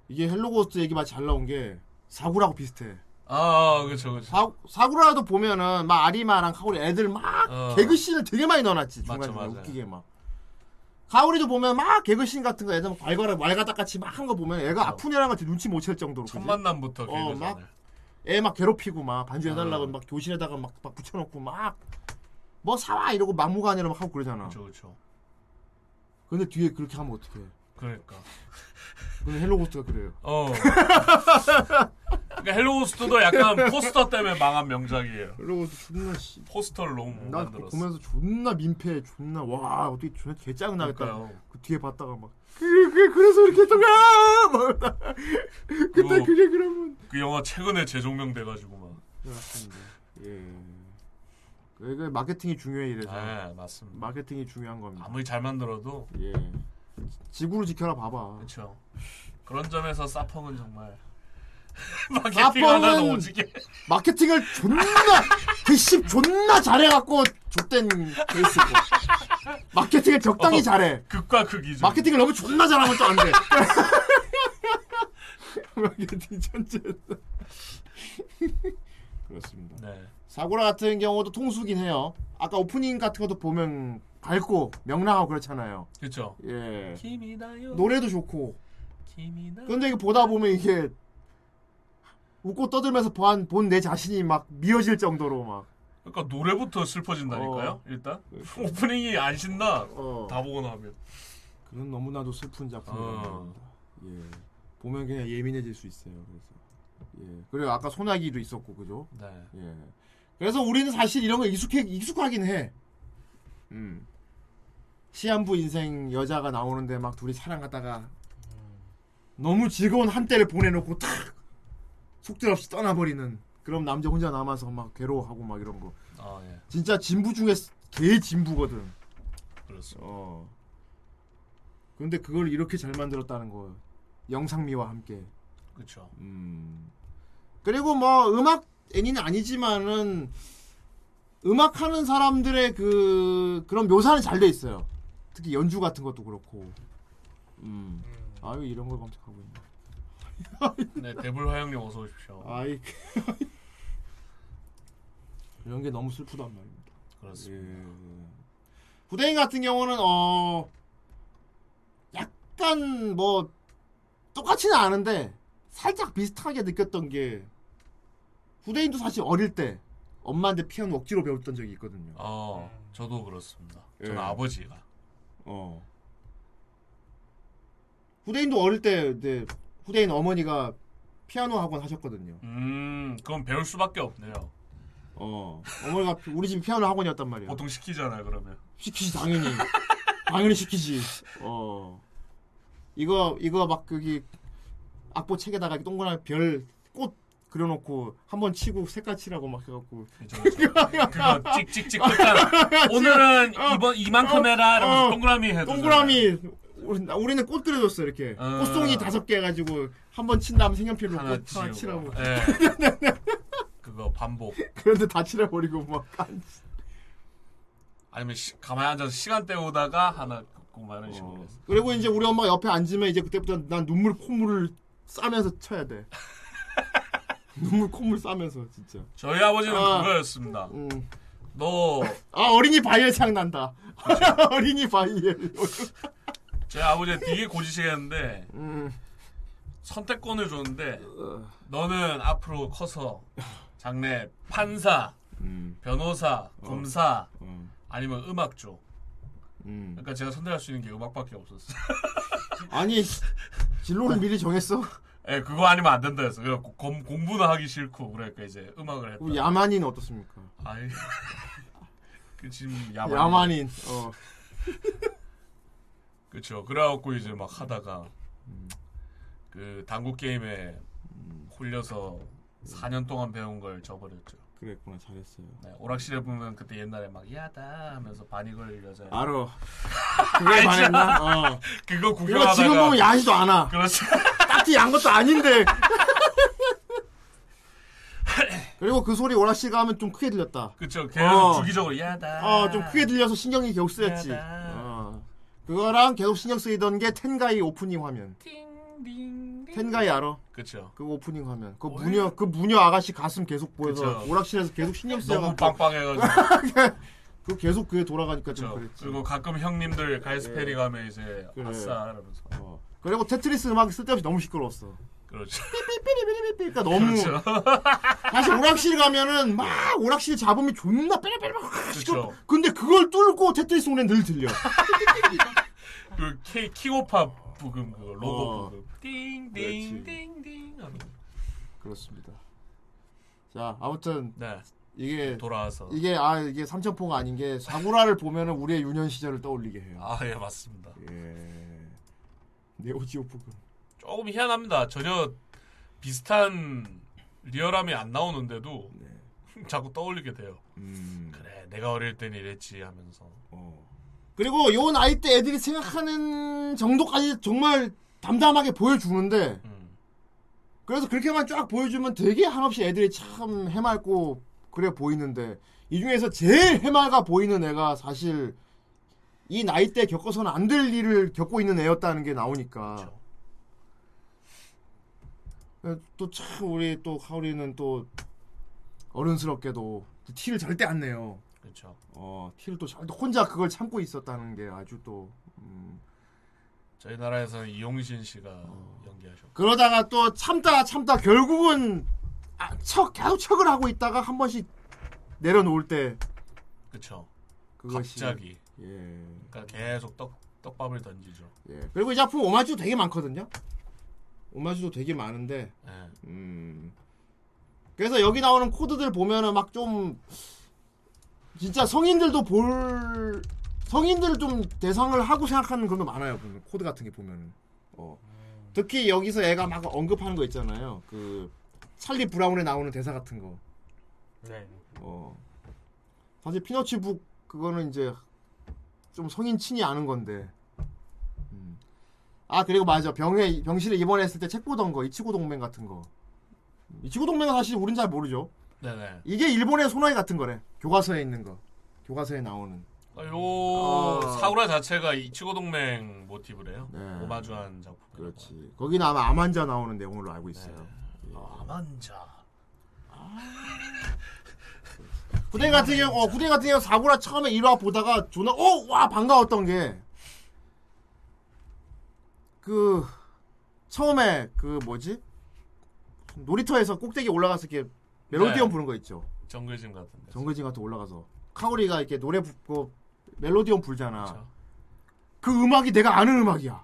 Speaker 4: 이게 헬로고스트 얘기 많이 잘 나온 게 사구라고 비슷해.
Speaker 6: 아, 그렇죠, 그렇죠.
Speaker 4: 사, 사구라도 보면은 막 아리마랑 카오리 애들 막
Speaker 6: 어.
Speaker 4: 개그씬을 되게 많이 넣어놨지 중간에
Speaker 6: 맞아.
Speaker 4: 웃기게 막 카오리도 보면 막 개그씬 같은 거 애들 막 발가락 말가닥 같이 막 한 거 보면 애가 아픈 애랑 같이 눈치 못 챌 정도로 첫
Speaker 6: 만남부터 어. 어. 개그잖아요.
Speaker 4: 막애 막 괴롭히고 막 반주해달라고 막 교실에다가 막, 막 붙여놓고 막 뭐 사와 이러고 막무가내로 막 하고 그러잖아.
Speaker 6: 그렇죠, 그렇죠.
Speaker 4: 근데 뒤에 그렇게 하면 어떡해?
Speaker 6: 그러니까.
Speaker 4: 근데 헬로고스트가 그래요.
Speaker 6: 어. 그러니까 헬로우스토도 약간 포스터 때문에 망한 명작이에요.
Speaker 4: 헬로우스토 존나 씨.
Speaker 6: 포스터를 너무 못
Speaker 4: 나 그거
Speaker 6: 만들었어.
Speaker 4: 보면서 존나 민폐 존나 와 어떻게 존나 개 짜증 나겠다.
Speaker 6: 그러니까요.
Speaker 4: 그 뒤에 봤다가 막 그, 그, 그래서 이렇게 했던 거야! 막 그때
Speaker 6: 그거-
Speaker 4: 그게 그러면
Speaker 6: 그 영화 최근에 재조명 돼가지고 막.
Speaker 4: 그렇습니다. 예. 그게 마케팅이 중요해 이래서.
Speaker 6: 네, 맞습니다.
Speaker 4: 마케팅이 중요한 겁니다.
Speaker 6: 아무리 잘 만들어도
Speaker 4: 예. 지구를 지켜라 봐봐.
Speaker 6: 그렇죠. 그런 점에서 사펑은 정말 마케팅 하나도
Speaker 4: 사펑은
Speaker 6: 오지게
Speaker 4: 마케팅을 존나 개씹 존나 잘해갖고 좆된 케이스고 마케팅을 적당히
Speaker 6: 어,
Speaker 4: 잘해
Speaker 6: 극과 극이죠.
Speaker 4: 마케팅을 너무 존나 잘하면 또 안돼 마케팅 천재였다 그렇습니다.
Speaker 6: 네.
Speaker 4: 사고라 같은 경우도 통수긴 해요 아까 오프닝 같은 것도 보면 밝고 명랑하고 그렇잖아요
Speaker 6: 그렇죠.
Speaker 4: 예
Speaker 6: 김이나요.
Speaker 4: 노래도 좋고
Speaker 6: 김이나.
Speaker 4: 근데 이게 보다 보면 이게 웃고 떠들면서 본 내 자신이 막 미어질 정도로 막
Speaker 6: 그러니까 노래부터 슬퍼진다니까요.
Speaker 4: 어.
Speaker 6: 일단
Speaker 4: 그렇죠.
Speaker 6: 오프닝이 안 신나. 다 보고 나면. 어.
Speaker 4: 그건 너무나도 슬픈 작품입니다. 예. 보면 그냥 예민해질 수 있어요. 그래서 예. 그리고 아까 소나기도 있었고 그죠?
Speaker 6: 네.
Speaker 4: 예. 그래서 우리는 사실 이런 거 익숙해 익숙하긴 해. 음. 시한부 인생 여자가 나오는데 막 둘이 사랑하다가 너무 즐거운 한때를 보내놓고 탁 속절 없이 떠나버리는 그럼 남자 혼자 남아서 막 괴로워하고 막 이런 거
Speaker 6: 아 예.
Speaker 4: 진짜 진부 중에 개 진부거든.
Speaker 6: 그렇습니다.
Speaker 4: 어. 근데 그걸 이렇게 잘 만들었다는 거 영상미와 함께
Speaker 6: 그렇죠.
Speaker 4: 음. 그리고 뭐 음악 애니는 아니지만은 음악 하는 사람들의 그 그런 묘사는 잘 돼 있어요. 특히 연주 같은 것도 그렇고. 음. 아유 이런 걸 검색하고 있네.
Speaker 6: 네, 데블 화영님 어서 오십시오.
Speaker 4: 아이 이런 게 너무 슬프단 말입니다. 예,
Speaker 6: 그렇습니다.
Speaker 4: 후대인 같은 경우는 어 약간 뭐 똑같지는 않은데 살짝 비슷하게 느꼈던 게 후대인도 사실 어릴 때 엄마한테 피아노 억지로 배웠던 적이 있거든요.
Speaker 6: 어, 저도 그렇습니다. 저는
Speaker 4: 예.
Speaker 6: 아버지가.
Speaker 4: 어. 후대인도 어릴 때 이제 후대인 어머니가 피아노 학원 하셨거든요.
Speaker 6: 음, 그건 배울 수밖에 없네요.
Speaker 4: 어, 어머니가 피- 우리 집 피아노 학원이었단 말이야.
Speaker 6: 보통 시키잖아요, 그러면.
Speaker 4: 시키지 당연히 당연히 시키지 어 이거 이거 막 여기 악보 책에다가 이렇게 동그란 별 꽃 그려놓고 한 번 치고 색깔 칠하고 막 해갖고
Speaker 6: 그거 찍찍찍 끝장. 오늘은 이번 이만큼 해라. 이러면서 동그라미 해두잖아요.
Speaker 4: 어. 동그라미 우리- 나- 우리는 꽃 그려줬어 이렇게
Speaker 6: 어.
Speaker 4: 꽃송이 다섯 개 해가지고 한 번 친 다음 색연필로
Speaker 6: 하나
Speaker 4: 꽃 하나
Speaker 6: 치우고.
Speaker 4: 칠하고
Speaker 6: 예. 그거 반복.
Speaker 4: 그런데 다 칠해버리고 막 안-
Speaker 6: 아니면 시- 가만히 앉아서 시간 때우다가 하나 꼭 말하는
Speaker 4: 어.
Speaker 6: 식으로 해서.
Speaker 4: 그리고 이제 우리 엄마 가 옆에 앉으면 이제 그때부터 난 눈물 콧물을 싸면서 쳐야 돼 눈물 콧물 싸면서 진짜
Speaker 6: 저희 아버지는
Speaker 4: 아.
Speaker 6: 그거였습니다.
Speaker 4: 음.
Speaker 6: 너
Speaker 4: 아 어린이 바이엘 생각난다. 어린이 바이엘.
Speaker 6: 저희 아버지 되게 고지식했는데
Speaker 4: 음. 어.
Speaker 6: 선택권을 줬는데 너는 앞으로 커서 장래
Speaker 4: 음. 어.
Speaker 6: 음. 판사, 변호사, 검사 아니면 음악 쪽 그러니까 제가 선택할 수 있는 게 음악밖에 없었어요.
Speaker 4: 아니 진로를 미리 정했어?
Speaker 6: 예, 그거 아니면 안 된다 해서 그래 공부나 하기 싫고 그러니까 이제 음악을
Speaker 4: 우리
Speaker 6: 했다.
Speaker 4: 야만인 어떻습니까?
Speaker 6: 아이. 그 지금 야만인.
Speaker 4: 야만인. 어.
Speaker 6: 그렇죠. 그래갖고 이제 막 하다가 음, 그 당구 게임에 음, 홀려서 4년 동안 배운 걸 저버렸죠.
Speaker 4: 그랬구나 잘했어요.
Speaker 6: 네, 오락실에 보면 그때 옛날에 막 야다 하면서 바니걸 여자.
Speaker 4: 알어. 그거에
Speaker 6: 알죠?
Speaker 4: 반했나? 어.
Speaker 6: 그거
Speaker 4: 이거
Speaker 6: 구경하다가
Speaker 4: 지금 보면 야하지도 않아.
Speaker 6: 그렇지.
Speaker 4: 딱히 양 것도 아닌데. 그리고 그 소리 오라 씨가 하면 좀 크게 들렸다.
Speaker 6: 그쵸. 걔는 주기적으로 야다.
Speaker 4: 어, 좀 크게 들려서 신경이 계속 쓰였지.
Speaker 6: 네,
Speaker 4: 어. 그거랑 계속 신경 쓰이던 게 텐가이 오프닝 화면. 텐가이 알아?
Speaker 6: 그쵸.
Speaker 4: 그 오프닝 화면. 그 무녀 그 무녀 아가씨 가슴 계속 보여서
Speaker 6: 그쵸.
Speaker 4: 오락실에서 계속 신경 쓰여
Speaker 6: 너무 빵빵해가지고.
Speaker 4: 그 계속 그게 돌아가니까 좀
Speaker 6: 그렇죠.
Speaker 4: 그랬지.
Speaker 6: 그리고 가끔 형님들 가이스페리 가면 이제
Speaker 4: 예. 그래. 어.
Speaker 6: 아싸 이러면서
Speaker 4: 그리고 테트리스 음악 쓸데없이 너무 시끄러웠어.
Speaker 6: 그렇죠.
Speaker 4: 그러니까 너무 사실 오락실 가면은 막 오락실 잡음이 존나 빼빼빼
Speaker 6: 그렇죠.
Speaker 4: 근데 그걸 뚫고 테트리스 소리는 늘 들려.
Speaker 6: 그 K 킹오팝 부금 그거 로고
Speaker 4: 어.
Speaker 6: 부금.
Speaker 4: 띵띵띵띵. 그렇습니다. 자 아무튼 이게
Speaker 6: 네. 돌아와서
Speaker 4: 이게 아 이게 삼천포가 아닌 게 사구라를 보면은 우리의 유년 시절을 떠올리게 해요.
Speaker 6: 아 예 맞습니다.
Speaker 4: 네오지오 부금.
Speaker 6: 조금 희한합니다. 전혀 비슷한 리얼함이 안 나오는데도
Speaker 4: 네.
Speaker 6: 자꾸 떠올리게 돼요.
Speaker 4: 음.
Speaker 6: 그래 내가 어릴 땐 이랬지 하면서.
Speaker 4: 어. 그리고 요 나이 때 애들이 생각하는 정도까지 정말 담담하게 보여주는데 그래서 그렇게만 쫙 보여주면 되게 한없이 애들이 참 해맑고 그래 보이는데 이 중에서 제일 해맑아 보이는 애가 사실 이 나이 때 겪어서는 안 될 일을 겪고 있는 애였다는 게 나오니까 예, 또 참 우리 또 카오리는 또 어른스럽게도 티를 절대 안 내요.
Speaker 6: 그렇죠.
Speaker 4: 어, 티를 또 잘- 혼자 그걸 참고 있었다는 게 아주 또 음.
Speaker 6: 저희 나라에서는 이용신 씨가
Speaker 4: 어.
Speaker 6: 연기하셨고
Speaker 4: 그러다가 또 참다 참다 결국은 아, 척 계속 척을 하고 있다가 한 번씩 내려놓을 때
Speaker 6: 그쵸.
Speaker 4: 그것이- 예.
Speaker 6: 갑자기. 그러니까 계속 떡 떡밥을 던지죠.
Speaker 4: 그리고 이 작품 오마주 되게 많거든요. 오마주도 되게 많은데
Speaker 6: 예.
Speaker 4: 음. 그래서 여기 나오는 코드들 보면은 막 좀 진짜 성인들도 볼 성인들 좀 대상을 하고 생각하는 그런 거 많아요. 보면 코드 같은 게 보면은 어. 특히 여기서 애가 막 언급하는 거 있잖아요. 그 찰리 브라운에 나오는 대사 같은 거.
Speaker 11: 네.
Speaker 4: 어. 사실 피너치 북 그거는 이제 좀 성인 친이 아는 건데. 음. 아 그리고 맞아 병에 병실에 입원했을 때 책 보던 거 이치고 동맹 같은 거. 이치고 동맹은 사실 우린 잘 모르죠.
Speaker 6: 네네.
Speaker 4: 이게 일본의 소나이 같은 거래. 교과서에 있는 거. 교과서에 나오는.
Speaker 6: 아, 요
Speaker 4: 어.
Speaker 6: 사우라 자체가 이치고 동맹 모티브래요.
Speaker 4: 네. 그렇죠.
Speaker 6: 오마주한 작품.
Speaker 4: 그렇지. 거기는 아마 암환자 나오는 내용으로 알고 있어요.
Speaker 6: 아만자.
Speaker 4: 후대 같은 경우, 어, 후대 같은 경우 사고라 처음에 1화 보다가 존나, 어, 와, 반가웠던 게, 그, 처음에, 그, 뭐지? 놀이터에서 꼭대기 올라가서 이렇게 멜로디언
Speaker 6: 네.
Speaker 4: 부는 거 있죠.
Speaker 6: 정글짐 같은데.
Speaker 4: 정글진 같은 데 올라가서. 카오리가 이렇게 노래 부고 멜로디언 불잖아. 그 음악이 내가 아는 음악이야.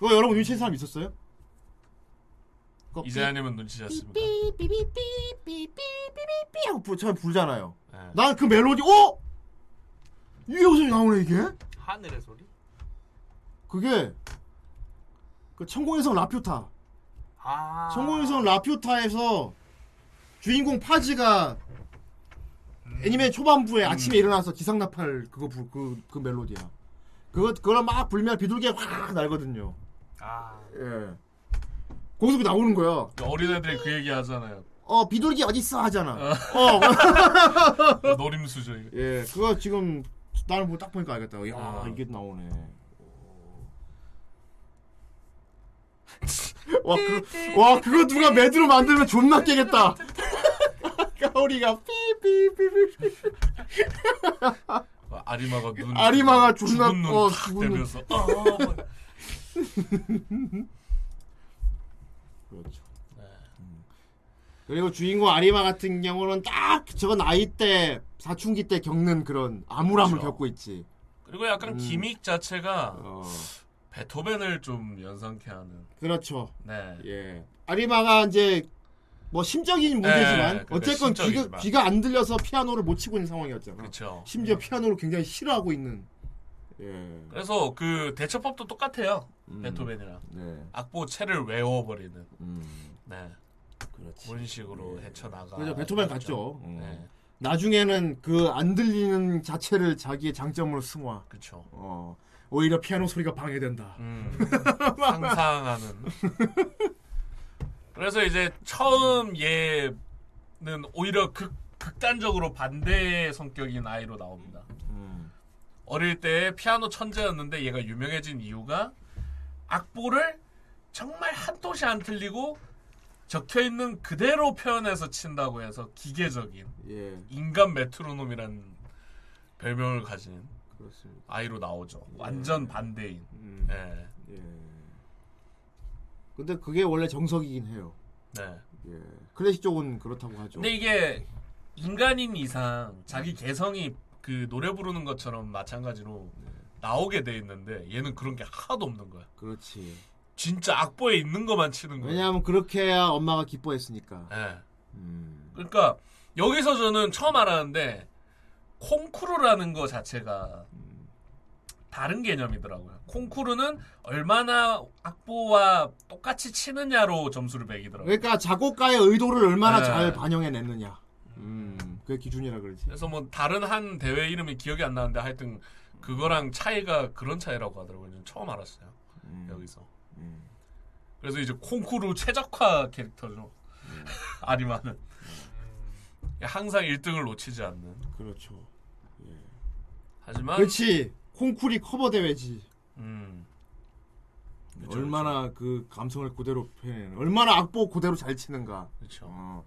Speaker 4: 그거 여러분 눈치챈 사람 있었어요? 그거
Speaker 6: 이자연님은 눈치챘습니다.
Speaker 4: 삐삐삐삐삐삐삐삐 하고 불- 처음에 불잖아요. 난 그 멜로디 어? 이게 무슨 나오네 이게?
Speaker 11: 하늘의 소리?
Speaker 4: 그게 그 천공에서 라퓨타.
Speaker 11: 아.
Speaker 4: 천공에서 라퓨타에서 주인공 파지가 애니메 초반부에 아침에 일어나서 기상나팔 그거 부, 그, 그 멜로디야. 그거 그걸 막 불면 비둘기가 확 날거든요.
Speaker 6: 아.
Speaker 4: 예. 거기서 그 나오는 거야.
Speaker 6: 어린애들이 그 얘기 하잖아요.
Speaker 4: 어 비둘기 어디 있어 하잖아. 어.
Speaker 6: 노림수죠 이거.
Speaker 4: 예, 그거 지금 나는 뭐 딱 보니까 알겠다. 야,
Speaker 6: 어.
Speaker 4: 이게 나오네. 와, 그, 와, 그거 누가 매드로 만들면 존나 깨겠다. 까오리가 삐삐삐삐.
Speaker 6: 아, 아리마가 눈.
Speaker 4: 아리마가 존나
Speaker 6: 죽은 눈
Speaker 4: 어,
Speaker 6: 탁
Speaker 4: 죽은 눈.
Speaker 6: 대면서. 어, 뭐. 네.
Speaker 4: 그렇죠. 그리고 주인공 아리마 같은 경우는 딱 저거 나이 때 사춘기 때 겪는 그런 암울함을 겪고 있지.
Speaker 6: 그리고 약간 기믹 자체가
Speaker 4: 음. 어.
Speaker 6: 베토벤을 좀 연상케 하는.
Speaker 4: 그렇죠.
Speaker 6: 네.
Speaker 4: 예. 아리마가 이제 뭐 심적인 문제지만
Speaker 6: 네, 그러니까
Speaker 4: 어쨌건 귀가,
Speaker 6: 심적이지만.
Speaker 4: 귀가 안 들려서 피아노를 못 치고 있는 상황이었잖아.
Speaker 6: 그렇죠.
Speaker 4: 심지어 피아노를 굉장히 싫어하고 있는. 예.
Speaker 6: 그래서 그 대처법도 똑같아요.
Speaker 4: 음.
Speaker 6: 베토벤이랑
Speaker 4: 네.
Speaker 6: 악보 채를 외워버리는. 네. 그런 식으로 헤쳐나가.
Speaker 4: 음. 그래서 베토벤 같죠. 음.
Speaker 6: 네.
Speaker 4: 나중에는 그 안 들리는 자체를 자기의 장점으로 승화.
Speaker 6: 그렇죠.
Speaker 4: 어. 오히려 피아노 소리가 방해된다.
Speaker 6: 음. 상상하는. 그래서 이제 처음 얘는 오히려 극, 극단적으로 반대의 성격인 아이로 나옵니다. 어릴 때 피아노 천재였는데 얘가 유명해진 이유가 악보를 정말 한 돛이 안 틀리고 적혀 있는 그대로 표현해서 친다고 해서 기계적인 인간 메트로놈이라는 별명을 가진 아이로 나오죠. 완전 반대인. 예.
Speaker 4: 근데 그게 원래 정석이긴 해요.
Speaker 6: 네.
Speaker 4: 예. 클래식 쪽은 그렇다고 하죠.
Speaker 6: 근데 이게 인간인 이상 자기 개성이 그 노래 부르는 것처럼 마찬가지로
Speaker 4: 네.
Speaker 6: 나오게 돼 있는데 얘는 그런 게 하나도 없는 거야.
Speaker 4: 그렇지.
Speaker 6: 진짜 악보에 있는 것만 치는 거야.
Speaker 4: 왜냐하면 그렇게 해야 엄마가 기뻐했으니까. 음.
Speaker 6: 예. 그러니까 여기서 저는 처음 알았는데 콩쿠르라는 거 자체가 다른 개념이더라고요. 콩쿠르는 얼마나 악보와 똑같이 치느냐로 점수를 매기더라고요.
Speaker 4: 그러니까 작곡가의 의도를 얼마나
Speaker 6: 네.
Speaker 4: 잘 반영해냈느냐. 음, 그게 기준이라 그러지.
Speaker 6: 그래서 뭐 다른 한 대회 이름이 기억이 안 나는데 하여튼 그거랑 차이가 그런 차이라고 하더라고요. 저는 처음 알았어요. 여기서.
Speaker 4: 음.
Speaker 6: 그래서 이제 콩쿠르 최적화 캐릭터죠.
Speaker 4: 음.
Speaker 6: 아리마는 항상 1등을 놓치지 않는.
Speaker 4: 그렇죠.
Speaker 6: 하지만
Speaker 4: 그렇지. 콩쿠리 커버 대회지.
Speaker 6: 음. 그렇죠,
Speaker 4: 얼마나 그 감성을 그대로 표현, 얼마나 악보 그대로 잘 치는가. 어.
Speaker 6: 그렇죠.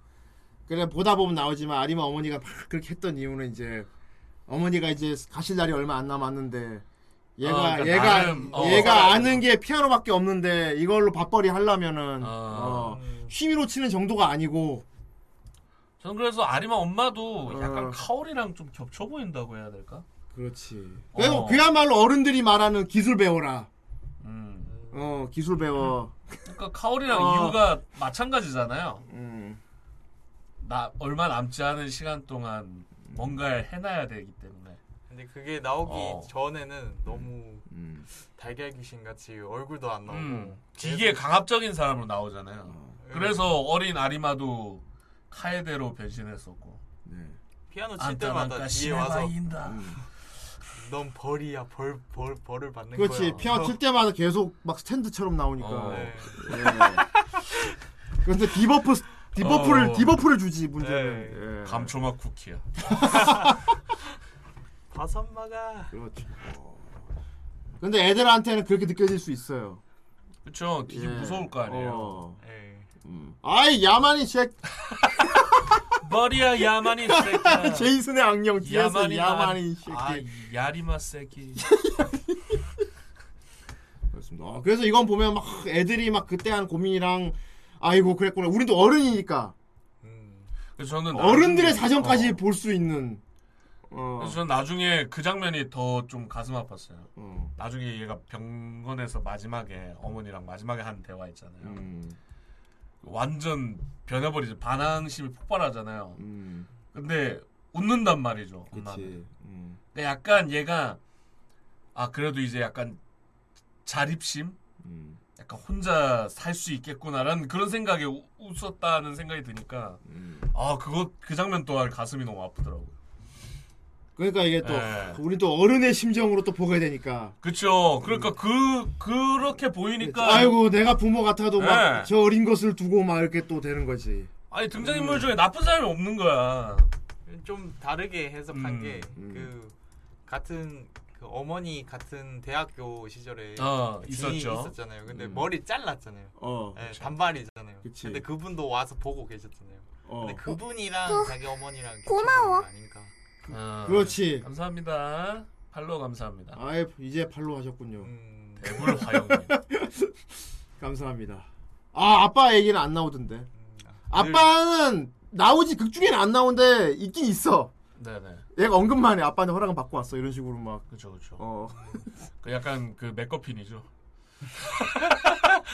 Speaker 4: 그래 보다 보면 나오지만 아리마 어머니가 막 그렇게 했던 이유는 이제 어머니가 이제 가실 날이 얼마 안 남았는데 얘가
Speaker 6: 어, 그러니까
Speaker 4: 얘가
Speaker 6: 나름, 어,
Speaker 4: 얘가
Speaker 6: 살아야
Speaker 4: 아는 게 피아노밖에 없는데 이걸로 밥벌이
Speaker 6: 아.
Speaker 4: 하려면은 어, 취미로 치는 정도가 아니고
Speaker 6: 어. 저는 그래서 아리마 엄마도 약간 카오리랑 좀 겹쳐 보인다고 해야 될까?
Speaker 4: 어. 그렇지.
Speaker 6: 어.
Speaker 4: 그리고 그야말로 어른들이 말하는 기술 배워라. 어 기술 배워.
Speaker 6: 그러니까 카오리랑
Speaker 4: 어.
Speaker 6: 이유가 마찬가지잖아요.
Speaker 4: 음.
Speaker 6: 나 얼마 남지 않은 시간 동안 뭔가를 해놔야 되기 때문에.
Speaker 11: 근데 그게 나오기
Speaker 6: 어.
Speaker 11: 전에는 너무
Speaker 4: 음.
Speaker 11: 달걀 귀신 같이 얼굴도 안 나오고
Speaker 6: 음, 되게 강압적인 사람으로 나오잖아요.
Speaker 4: 어.
Speaker 6: 그래서 어린 아리마도 카에데로 변신했었고.
Speaker 4: 네.
Speaker 11: 피아노 칠
Speaker 6: 안타만
Speaker 11: 때마다 뒤에
Speaker 6: 가시네가
Speaker 11: 와서 음,
Speaker 6: 인다.
Speaker 4: 음.
Speaker 11: 넌 벌이야 벌, 벌 벌을 받는
Speaker 4: 그렇지
Speaker 6: 어.
Speaker 11: 거야.
Speaker 4: 피아노 칠 때마다 계속 막 스탠드처럼 나오니까.
Speaker 11: 어. 네.
Speaker 4: 예. 근데 디버프 디버프를
Speaker 6: 어.
Speaker 4: 디버프를 주지 문제는.
Speaker 11: 네.
Speaker 4: 예.
Speaker 6: 감초맛 쿠키야.
Speaker 11: 버섯 먹어.
Speaker 4: 그렇죠. 근데 애들한테는 그렇게 느껴질 수 있어요.
Speaker 6: 그쵸. 되게
Speaker 4: 예.
Speaker 6: 무서울 거 아니에요. 예.
Speaker 4: 어. 아이 야만이 쉑
Speaker 6: 머리야 야만이 새끼야.
Speaker 4: 제이슨의 악령 뒤에서 야만이,
Speaker 6: 나- 아, 이 야리마 새끼.
Speaker 4: 그렇습니다. 어, 그래서 이건 보면 막 애들이 막 그때 한 고민이랑 아이고 그랬구나. 우린 또 어른이니까
Speaker 6: 그래서 저는
Speaker 4: 어른들의
Speaker 6: 나중에-
Speaker 4: 사정까지 볼 수 있는. 어.
Speaker 6: 그래서 전 나중에 그 장면이 더 좀 가슴 아팠어요. 나중에 얘가 병원에서 마지막에 어머니랑 마지막에 한 대화 있잖아요.
Speaker 2: 음.
Speaker 6: 완전 변해버리죠. 반항심이 폭발하잖아요. 근데 웃는단 말이죠. 엄마는. 근데 약간 얘가 아 그래도 이제 약간 자립심, 약간 혼자 살 수 있겠구나라는 그런 생각에 우- 웃었다는 생각이 드니까 아 그거 그 장면 또한 가슴이 너무 아프더라고요.
Speaker 4: 그러니까 이게 또
Speaker 6: 예.
Speaker 4: 우린 또 어른의 심정으로 또 보게 되니까.
Speaker 6: 그렇죠. 그러니까 그 그렇게 보이니까
Speaker 4: 그렇죠. 아이고 내가 부모 같아도 막
Speaker 6: 예.
Speaker 4: 저 어린 것을 두고 막 이렇게 또 되는 거지.
Speaker 6: 아니 등장인물 중에 나쁜 사람이 없는 거야.
Speaker 11: 좀 다르게 해석한
Speaker 6: 음,
Speaker 11: 게 그 같은 그 어머니 같은 대학교 시절에
Speaker 6: 어,
Speaker 11: 그
Speaker 6: 있었죠.
Speaker 11: 지인이 있었잖아요. 근데
Speaker 6: 음.
Speaker 11: 머리 잘랐잖아요.
Speaker 6: 어,
Speaker 11: 네,
Speaker 4: 그렇죠.
Speaker 6: 그쵸.
Speaker 11: 단발이잖아요.
Speaker 6: 그치. 어.
Speaker 11: 근데 그분도 와서 보고 계셨잖아요. 근데 그분이랑
Speaker 13: 어.
Speaker 11: 자기 어머니랑 이렇게
Speaker 13: 고마워.
Speaker 6: 아,
Speaker 4: 그렇지.
Speaker 6: 감사합니다. 팔로 감사합니다.
Speaker 4: 아예 이제 팔로 하셨군요.
Speaker 11: 음.
Speaker 6: 대불 화영.
Speaker 11: 음.
Speaker 4: 감사합니다. 아 아빠 얘기는 안 나오던데. 아빠는 나오지 극 중에는 안 나오는데 있긴 있어.
Speaker 6: 네네.
Speaker 4: 얘가 언급만 해. 아빠한테 허락은 받고 왔어. 이런 식으로 막.
Speaker 6: 그렇죠, 그렇죠.
Speaker 4: 어.
Speaker 6: 그 약간 그 맥거핀이죠.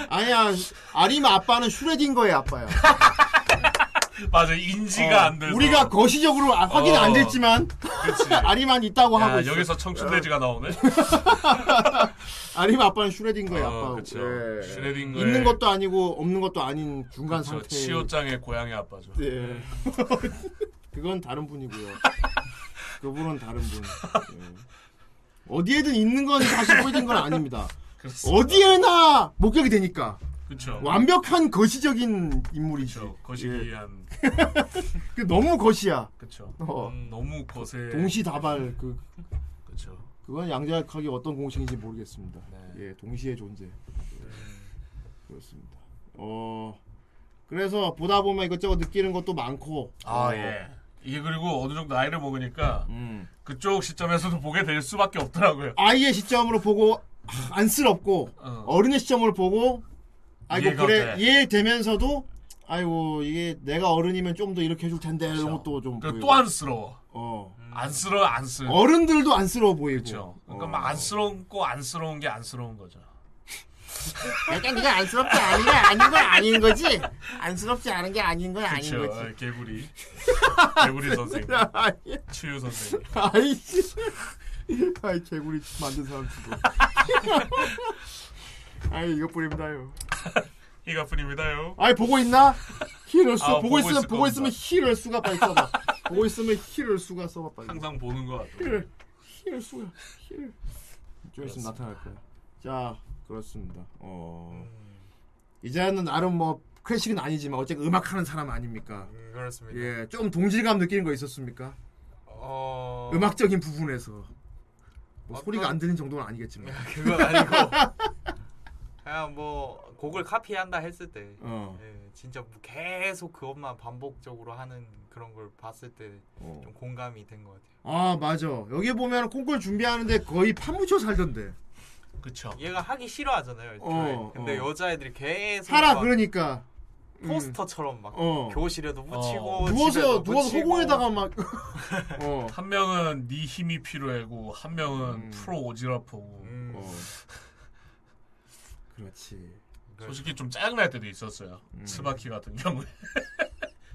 Speaker 4: 아니야. 아리마 아빠는 슈레딩거의 아빠야.
Speaker 6: 맞아, 인지가
Speaker 4: 어,
Speaker 6: 안 돼서.
Speaker 4: 우리가 거시적으로 아- 확인 은
Speaker 6: 어.
Speaker 4: 안 됐지만 아리만 있다고 뭐 하고
Speaker 6: 야,
Speaker 4: 있어.
Speaker 6: 여기서 청춘돼지가 나오네.
Speaker 4: 아리마 아빠는 슈레딩거의
Speaker 6: 어,
Speaker 4: 아빠고.
Speaker 6: 그쵸.
Speaker 4: 예.
Speaker 6: 슈레딩거의-
Speaker 4: 있는 것도 아니고 없는 것도 아닌 중간
Speaker 6: 저
Speaker 4: 상태.
Speaker 6: 치오짱의 고양이 아빠죠.
Speaker 4: 예. 그건 다른 분이고요. 그분은 다른 분. 예. 어디에든 있는 건 사실 꼬이는 건 아닙니다.
Speaker 6: 그렇습니다.
Speaker 4: 어디에나 목격이 되니까.
Speaker 6: 그쵸.
Speaker 4: 완벽한 거시적인 인물이죠.
Speaker 6: 거시기한.
Speaker 4: 그 너무 거시야.
Speaker 6: 그쵸.
Speaker 4: 어.
Speaker 6: 음, 너무 거세.
Speaker 4: 동시다발 그
Speaker 6: 그쵸.
Speaker 4: 그건 양자역학이 어떤 공식인지 모르겠습니다.
Speaker 6: 네.
Speaker 4: 예, 동시의 존재. 예. 그렇습니다. 어 그래서 보다 보면 이것저것 느끼는 것도 많고.
Speaker 6: 아
Speaker 4: 어, 음.
Speaker 6: 예. 이게 그리고 어느 정도 나이를 먹으니까 그쪽 시점에서도 보게 될 수밖에 없더라고요.
Speaker 4: 아이의 시점으로 보고 하, 안쓰럽고 어. 른의 시점으로 보고 아이고
Speaker 6: 이해가
Speaker 4: 그래
Speaker 6: 돼.
Speaker 4: 이해되면서도 아이고 이게 내가 어른이면 좀 더 이렇게 해줄 텐데 이런 것도 좀
Speaker 6: 그렇죠. 그리고
Speaker 4: 보이고.
Speaker 6: 또 안쓰러워.
Speaker 4: 아, 어.
Speaker 6: 안쓰러워 안쓰.
Speaker 4: 어른들도 어. 안쓰러워 보이고
Speaker 6: 그러니까 막 안쓰럽고 안쓰러운 게 안쓰러운 거죠.
Speaker 8: 약간 네가 안쓰럽지 않은 게 아닌 건 아닌 거지? 안쓰럽지 않은 게 아닌 건 아닌
Speaker 6: 그렇죠.
Speaker 8: 거지.
Speaker 6: 개구리. 개구리 선생님. 치유 선생님.
Speaker 4: 아이씨 아이 개구리 만든 사람 죽어 아이 이것뿐입니다요
Speaker 6: 이것뿐입니다요.
Speaker 4: 아이 보고 있나? 히럴수
Speaker 6: 아, 보고
Speaker 4: 보고 있으면
Speaker 6: 있을
Speaker 4: 보고 있으면
Speaker 6: 겁니다.
Speaker 4: 히럴수가 빨리 써봐 보고 있으면 히럴수가 써봐 빨리
Speaker 6: 항상 보는 것 같아.
Speaker 4: 힐, 힐 수야, 힐. 좀 있으면 나타날 거야. 자, 그렇습니다. 어,
Speaker 6: 음.
Speaker 4: 이제는 나름 뭐 클래식은 아니지만 어쨌든 음악하는 사람 아닙니까?
Speaker 11: 그렇습니다.
Speaker 4: 예, 좀 동질감 느끼는 거 있었습니까?
Speaker 11: 어...
Speaker 4: 음악적인 부분에서 뭐
Speaker 11: 어떤- 예,
Speaker 4: 소리가 안 들리는 정도는 아니겠지만
Speaker 11: 그건 아니고 그냥 뭐 곡을 카피한다 했을 때
Speaker 4: 어.
Speaker 11: 예, 진짜 뭐 계속 그것만 반복적으로 하는 그런 걸 봤을 때 좀
Speaker 4: 어.
Speaker 11: 공감이 된 것 같아요.
Speaker 4: 아 맞아 여기 보면 콩쿨 준비하는데 거의 파묻혀 살던데
Speaker 6: 그쵸.
Speaker 11: 얘가 하기 싫어하잖아요. 애초에.
Speaker 4: 어,
Speaker 11: 근데
Speaker 4: 어.
Speaker 11: 여자애들이 계속
Speaker 4: 하라
Speaker 11: 막
Speaker 4: 그러니까 음.
Speaker 11: 포스터처럼 막
Speaker 4: 어.
Speaker 11: 교실에도 묻히고
Speaker 6: 어.
Speaker 4: 누워서
Speaker 11: 집에도
Speaker 4: 누워서
Speaker 11: 묻히고.
Speaker 4: 허공에다가 막 어.
Speaker 6: 한 명은 네 힘이 필요하고 한 명은
Speaker 4: 음.
Speaker 6: 프로 오지랖포고. 어.
Speaker 4: 그렇지. 음.
Speaker 6: 그러니까 솔직히 좀 짜증날 때도 있었어요. 스바키 같은 경우에.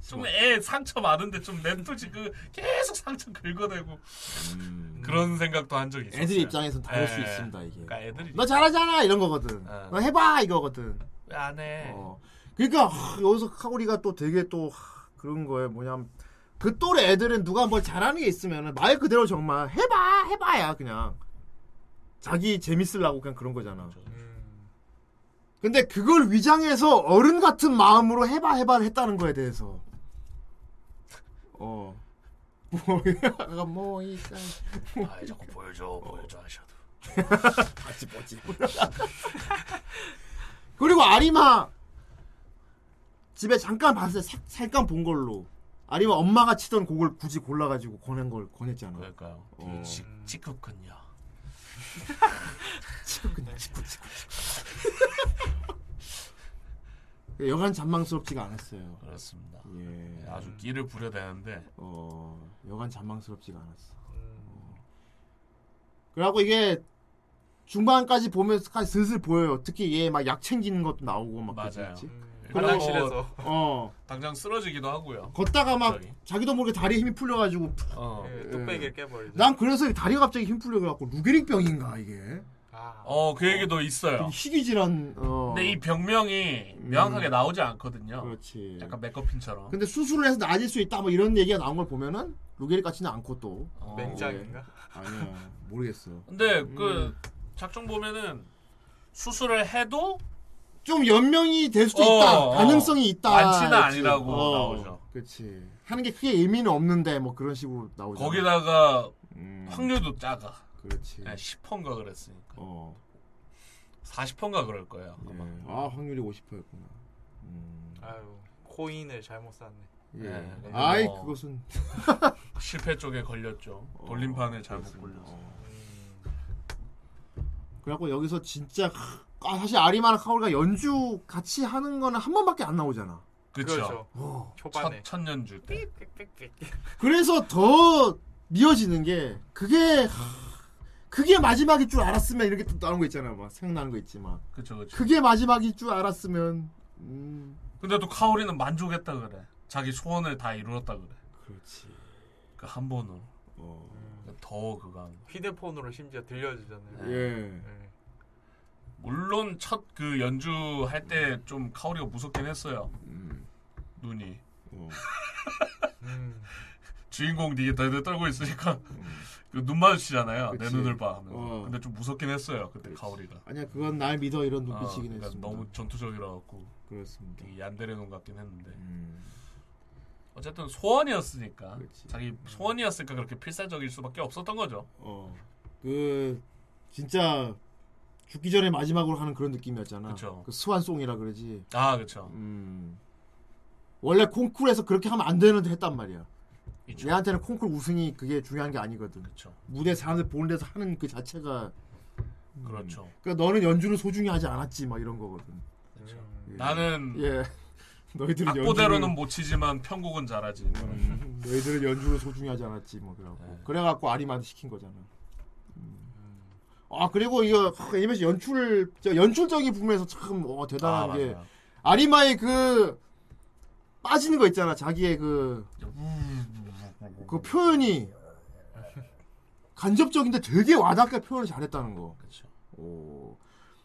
Speaker 6: 좀 애 상처 많은데 좀 냅두지 그 계속 상처 긁어내고 그런 생각도 한 적이 있었어요.
Speaker 4: 음. 애들 입장에서는 다를 수
Speaker 6: 예.
Speaker 4: 있습니다, 이게.
Speaker 6: 그러니까 애들이
Speaker 4: 너 잘하잖아 이런
Speaker 11: 네.
Speaker 4: 거거든. 너 해봐 이거거든.
Speaker 6: 왜안 해?
Speaker 4: 어. 그러니까 하, 여기서 카오리가 또 되게 또 하, 그런 거에 뭐냐면 그 또래 애들은 누가 뭘 잘하는 게 있으면 말 그대로 정말 해봐 해봐야 그냥 자기 재밌으려고 그냥 그런 거잖아.
Speaker 6: 그렇죠.
Speaker 4: 음. 근데 그걸 위장해서 어른 같은 마음으로 해봐 해봐 했다는 거에 대해서 어. 뭐, 아까 뭐, 이,
Speaker 6: 아이, 자꾸 보여줘 보여줘 하셔도.
Speaker 4: 같이 보지. 그리고 아리마 집에 잠깐 봤을 때 사- 잠깐 본 걸로 아리마 엄마가 치던 곡을 굳이 골라가지고 권한 걸 권했잖아.
Speaker 6: 그러니까요.
Speaker 4: 어.
Speaker 6: 치크군요.
Speaker 4: 치크군요. 치크 치크. 예, 여간 잔망스럽지가 않았어요.
Speaker 6: 그렇습니다. 네,
Speaker 4: 예.
Speaker 6: 아주 끼를 부려대는데
Speaker 4: 어 여간 잔망스럽지가 않았어.
Speaker 6: 음.
Speaker 4: 그래갖고 이게 중반까지 보면서 슬슬 보여요. 특히 얘 막 약 챙기는 것도 나오고 막
Speaker 6: 맞아요.
Speaker 4: 그랬지. 그리고-
Speaker 6: 화장실에서
Speaker 4: 어.
Speaker 6: 당장 쓰러지기도 하고요.
Speaker 4: 걷다가 막 예. 자기도 모르게 다리에 힘이 풀려가지고 푹.
Speaker 6: 어.
Speaker 11: 그 뚝배기를 깨버리죠.
Speaker 4: 난 그래서 이 다리가 갑자기 힘 풀려가지고 루게릭병인가 이게
Speaker 6: 어, 그 얘기도 있어요.
Speaker 4: 희귀 질환 어. 음.
Speaker 6: 근데 이 병명이 명확하게 나오지 않거든요.
Speaker 4: 그렇지.
Speaker 6: 약간 맥커핀처럼.
Speaker 4: 근데 수술을 해서 나아질 수 있다 뭐 이런 얘기가 나온 걸 보면은 루게릭 같지는 않고 또
Speaker 6: 어. 맹장인가?
Speaker 4: 아, 예. 아니야 모르겠어 음.
Speaker 6: 근데 그 작중 보면은 수술을 해도
Speaker 4: 좀 연명이 될 수도
Speaker 6: 어,
Speaker 4: 있다
Speaker 6: 어.
Speaker 4: 가능성이 있다
Speaker 6: 완치는
Speaker 4: 그치.
Speaker 6: 아니라고
Speaker 4: 어,
Speaker 6: 나오죠.
Speaker 4: 그렇지 하는 게 크게 의미는 없는데 뭐 그런 식으로 나오죠
Speaker 6: 거기다가 확률도 작아.
Speaker 4: 음. 그렇지.
Speaker 6: 10%인가 그랬으니까.
Speaker 4: 어.
Speaker 6: 40%인가 그럴 거예요. 아마.
Speaker 4: 아 확률이 50%였구나
Speaker 11: 아유 코인을 잘못 샀네.
Speaker 4: 예.
Speaker 6: 네, 근데
Speaker 4: 아이
Speaker 6: 뭐
Speaker 4: 그것은 어,
Speaker 6: 실패 쪽에 걸렸죠. 돌림판을 잘못 굴려서.
Speaker 4: 그래갖고 여기서 진짜 아, 사실 아리마나 카오리가 연주 같이 하는 거는 한 번밖에 안 나오잖아.
Speaker 6: 그렇죠.
Speaker 11: 그렇죠.
Speaker 6: 초반에 천년 줄 때.
Speaker 4: 그래서 더 미어지는 게 그게 하, 그게 마지막일 줄 알았으면 이렇게 또 나오는 거 있잖아요. 막 생각나는 거 있지만
Speaker 6: 그렇죠, 그렇죠.
Speaker 4: 그게 마지막일 줄 알았으면 음,
Speaker 6: 근데 또 카오리는 만족했다 그래. 자기 소원을 다 이루었다 그래.
Speaker 4: 그렇지. 어.
Speaker 6: 그 한 번으로. 더 그거 한 거.
Speaker 11: 휴대폰으로 심지어
Speaker 7: 예.
Speaker 11: 들려주잖아요.
Speaker 4: 예.
Speaker 6: 물론 첫 그 연주 할 때 좀 카오리가 무섭긴 했어요.
Speaker 4: 음.
Speaker 6: 눈이.
Speaker 4: 어.
Speaker 6: 음. 주인공 니게 덜덜 떨고 있으니까 그 눈
Speaker 4: 음.
Speaker 6: 마주치잖아요.
Speaker 4: 그치. 어.
Speaker 6: 내 눈을 봐. 하면서. 근데 좀 무섭긴 했어요. 그때 카오리가.
Speaker 4: 아니야 그건 날 믿어 이런
Speaker 6: 아,
Speaker 4: 눈빛이긴
Speaker 6: 그러니까
Speaker 4: 했습니다.
Speaker 6: 너무 전투적이라 갖고.
Speaker 4: 그렇습니다. 음.
Speaker 6: 되게 얀데레 놈 같긴 했는데. 어쨌든 소원이었으니까 자기
Speaker 4: 음.
Speaker 6: 소원이었으니까 그렇게 필사적일 수밖에 없었던 거죠.
Speaker 4: 어. 그 진짜 죽기 전에 마지막으로 하는 그런 느낌이었잖아.
Speaker 6: 그쵸.
Speaker 4: 그 수완송이라 그러지. 음.
Speaker 6: 아 그렇죠.
Speaker 4: 원래 콩쿨에서 그렇게 하면 안 되는데 했단 말이야. 얘한테는 콩쿨 우승이 그게 중요한 게 아니거든. 무대 사람들 보는 데서 하는 그 자체가
Speaker 6: 그렇죠.
Speaker 4: 그러니까 너는 연주를 소중히 하지 않았지 막 이런 거거든. 예.
Speaker 6: 그렇죠. 나는
Speaker 4: 예. 너희들은
Speaker 6: 악보대로는
Speaker 4: 연주를-
Speaker 6: 뭐-
Speaker 4: 음,
Speaker 6: 못 치지만 편곡은 잘하지.
Speaker 4: 너희들은 연주를 소중히 하지 않았지 뭐 그래갖고
Speaker 6: 네.
Speaker 4: 그래갖고 아리마한테 시킨 거잖아. 음. 아 그리고 이거 하, 애니메이션 연출 저 연출적인 부분에서 참 어, 대단한
Speaker 6: 아,
Speaker 4: 게
Speaker 6: 맞아요.
Speaker 4: 아리마의 그 빠지는 거 있잖아 자기의 그 그 표현이 간접적인데 되게 와닿게 표현을 잘했다는 거. 오.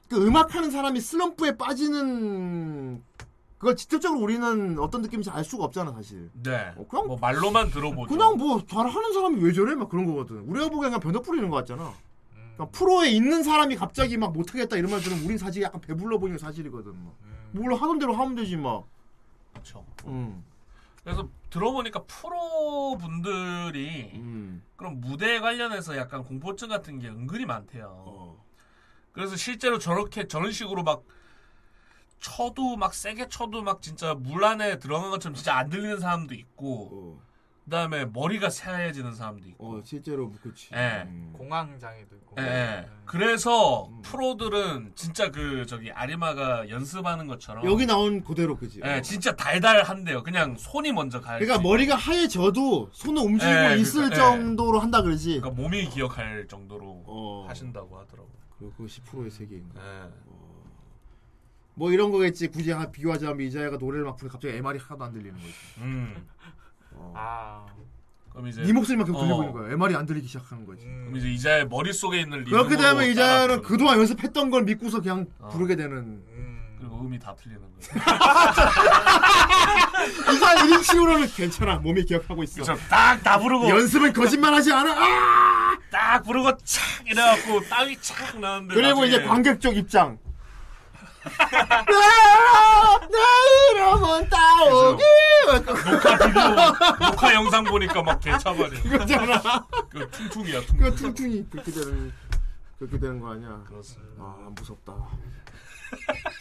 Speaker 4: 그 음악하는 사람이 슬럼프에 빠지는 그걸 직접적으로 우리는 어떤 느낌인지 알 수가 없잖아 사실.
Speaker 6: 네.
Speaker 4: 어, 그냥
Speaker 6: 뭐 말로만 들어보죠.
Speaker 4: 그냥 뭐 잘하는 사람이 왜 저래 막 그런 거거든. 우리가 보기엔 그냥 변덕 부리는 거 같잖아.
Speaker 6: 음.
Speaker 4: 그러니까 프로에 있는 사람이 갑자기 막 못하겠다 이런 말 들으면 우린 사실 약간 배불러 보이는 게 사실이거든. 뭐.
Speaker 6: 음.
Speaker 4: 물론 하던 대로 하면 되지 막.
Speaker 6: 그렇죠.
Speaker 4: 음.
Speaker 6: 그래서 들어보니까 프로 분들이
Speaker 4: 음.
Speaker 6: 그런 무대 관련해서 약간 공포증 같은 게 은근히 많대요.
Speaker 4: 어.
Speaker 6: 그래서 실제로 저렇게 저런 식으로 막 쳐도 막 세게 쳐도 막 진짜 물 안에 들어간 것처럼 진짜 안 들리는 사람도 있고 그다음에 머리가 새하얘지는 사람도 있고.
Speaker 4: 어. 실제로 뭐 음. 그렇지.
Speaker 6: 예.
Speaker 11: 공황장애도 있고.
Speaker 6: 예, 예.
Speaker 4: 음.
Speaker 6: 그래서 프로들은 진짜 그 저기 아리마가 연습하는 것처럼
Speaker 4: 여기 나온 그대로 그지.
Speaker 6: 예, 진짜 달달한데요. 그냥 손이 먼저 갈.
Speaker 4: 그러니까 머리가 하얘져도 손을 움직이고
Speaker 6: 예,
Speaker 4: 있을
Speaker 6: 그러니까, 예.
Speaker 4: 정도로 한다 그러지. 어.
Speaker 6: 그러니까 몸이 기억할 정도로 하신다고 하더라고요.
Speaker 4: 그것이 프로의 세계인가.
Speaker 6: 예.
Speaker 4: 뭐 이런 거겠지. 굳이 하- 비교하자면 이자야가 노래를 막 부르면 갑자기 MR이 하나도 안 들리는 거지. 어.
Speaker 6: 음.
Speaker 11: 아.
Speaker 6: 그럼 이제
Speaker 4: 네 목소리만 계속 들리고
Speaker 6: 어. 음.
Speaker 4: 있는 거야. MR이 안 들리기 시작하는 거지. 음.
Speaker 6: 그럼 이제 이자의 머릿속에 있는 리듬으로
Speaker 4: 그렇게 되면 이자야는
Speaker 6: 따라
Speaker 4: 그동안 연습했던 걸 믿고서 그냥
Speaker 6: 어.
Speaker 4: 부르게 되는.
Speaker 6: 부르는- 그리고 음이 다 틀리는 거예요.
Speaker 4: 이자 1인칭으로는 괜찮아. 몸이 기억하고 있어.
Speaker 6: 딱다 부르고
Speaker 4: 연습은 거짓말하지 않아. 아!
Speaker 6: 딱 부르고 착 이래갖고 땀이 착 나는데
Speaker 4: 그리고
Speaker 6: 나중에
Speaker 4: 이제 관객 쪽 입장. 내 이름은 따오기.
Speaker 6: 녹화 비디오 녹화 영상 보니까 막 개차버려.
Speaker 4: 그거잖아.
Speaker 6: 그 퉁퉁이야 퉁퉁.
Speaker 4: 그 퉁퉁이 그렇게 되는 그렇게 되는 거 아니야?
Speaker 6: 그렇습니다.
Speaker 4: 아 무섭다.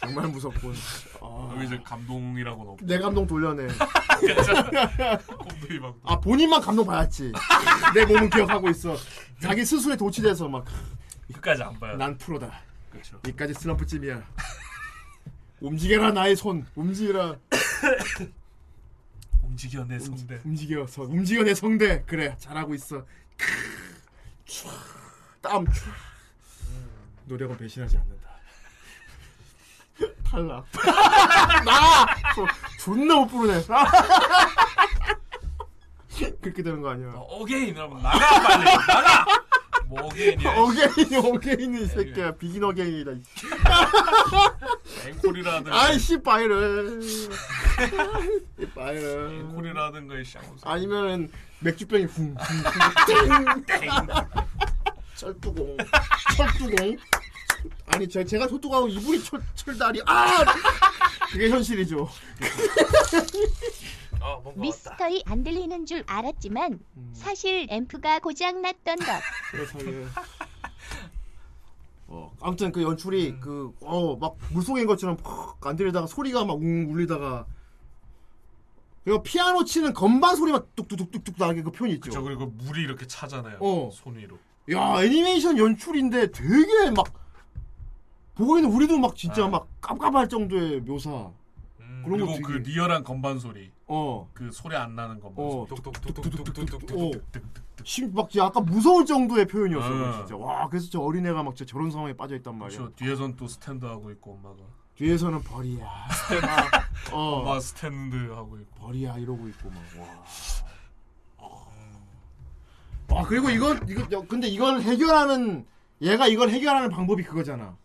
Speaker 4: 정말 무섭군. 아.
Speaker 6: 그럼 이제 감동이라고는 없고.
Speaker 4: 내 감동 돌려내.
Speaker 6: 꼼들이 막.
Speaker 4: 아 본인만 감동 받았지. 내 몸은 기억하고 있어. 자기 스스로에 도취돼서 막.
Speaker 6: 끝까지 안 봐요.
Speaker 4: 난 프로다.
Speaker 6: 그렇죠.
Speaker 4: 여기까지 슬럼프쯤이야. 움직여라 나의 손. 움직여라.
Speaker 6: 움직여 내 성대.
Speaker 4: 움직여서 움직여 내 성대. 그래 잘하고 있어. 촤, 땀. 촤. 노력은 배신하지 않는다. 탈락. 나 저, 존나 못 부르네. 아! 그렇게 되는 거 아니야?
Speaker 6: 어게인이라고 나가 빨리 나가. 뭐 어게인이야.
Speaker 4: 어게인 어게인 이 새끼야 비긴 어게인이다. 이 씨.
Speaker 6: 앵콜이라 하든가.
Speaker 4: 아이씨 바이를. 이 바이를.
Speaker 6: 앵콜이라 하든가 이씨. 아무튼.
Speaker 4: 아니면은 맥주병이 쿵. 쿵, 쿵, 땡. 철두공. 철두공. 아니 제, 제가 소뚜껑하고 이분이 철, 철다리 아 그게 현실이죠
Speaker 5: 미스터이 안 들리는 줄 알았지만 사실 앰프가 고장 났던 것.
Speaker 4: 세상에. 어, 아무튼 그 연출이
Speaker 6: 네.
Speaker 4: 그 어 막 물속인 것처럼 퍽 안 들리다가 소리가 막 웅 울리다가 그리고 피아노 치는 건반 소리만 뚝뚝뚝뚝뚝 나게 그 표현 있죠.
Speaker 6: 그렇죠. 그리고 물이 이렇게 차잖아요.
Speaker 4: 어.
Speaker 6: 손 위로.
Speaker 4: 야 애니메이션 연출인데 되게
Speaker 6: 네.
Speaker 4: 막 보고 있는 우리도 막 진짜 막 깝깝할 정도의 묘사. 그런 거
Speaker 6: 그리고 그
Speaker 4: 되게-
Speaker 6: 리얼한 건반 소리.
Speaker 4: 어.
Speaker 6: 그 소리 안 나는 건반
Speaker 4: 어.
Speaker 6: 소리. 뚝뚝뚝뚝뚝뚝뚝뚝뚝.
Speaker 4: 심- 막 진짜 약간 무서울 정도의 표현이었어
Speaker 6: 음.
Speaker 4: 요 진짜 와 그래서 저 어린애가 막 진짜 저런 상황에 빠져있단 말이야
Speaker 6: 그렇죠. 뒤에선 또 스탠드 하고 있고 엄마가.
Speaker 4: 뒤에서는 벌이야 어.
Speaker 6: 엄마 스탠드 하고 있고.
Speaker 4: 벌이야 이러고 있고 막 와. 아 그리고 이건 이거 야, 근데 이걸 해결하는 얘가 이걸 해결하는 방법이 그거잖아.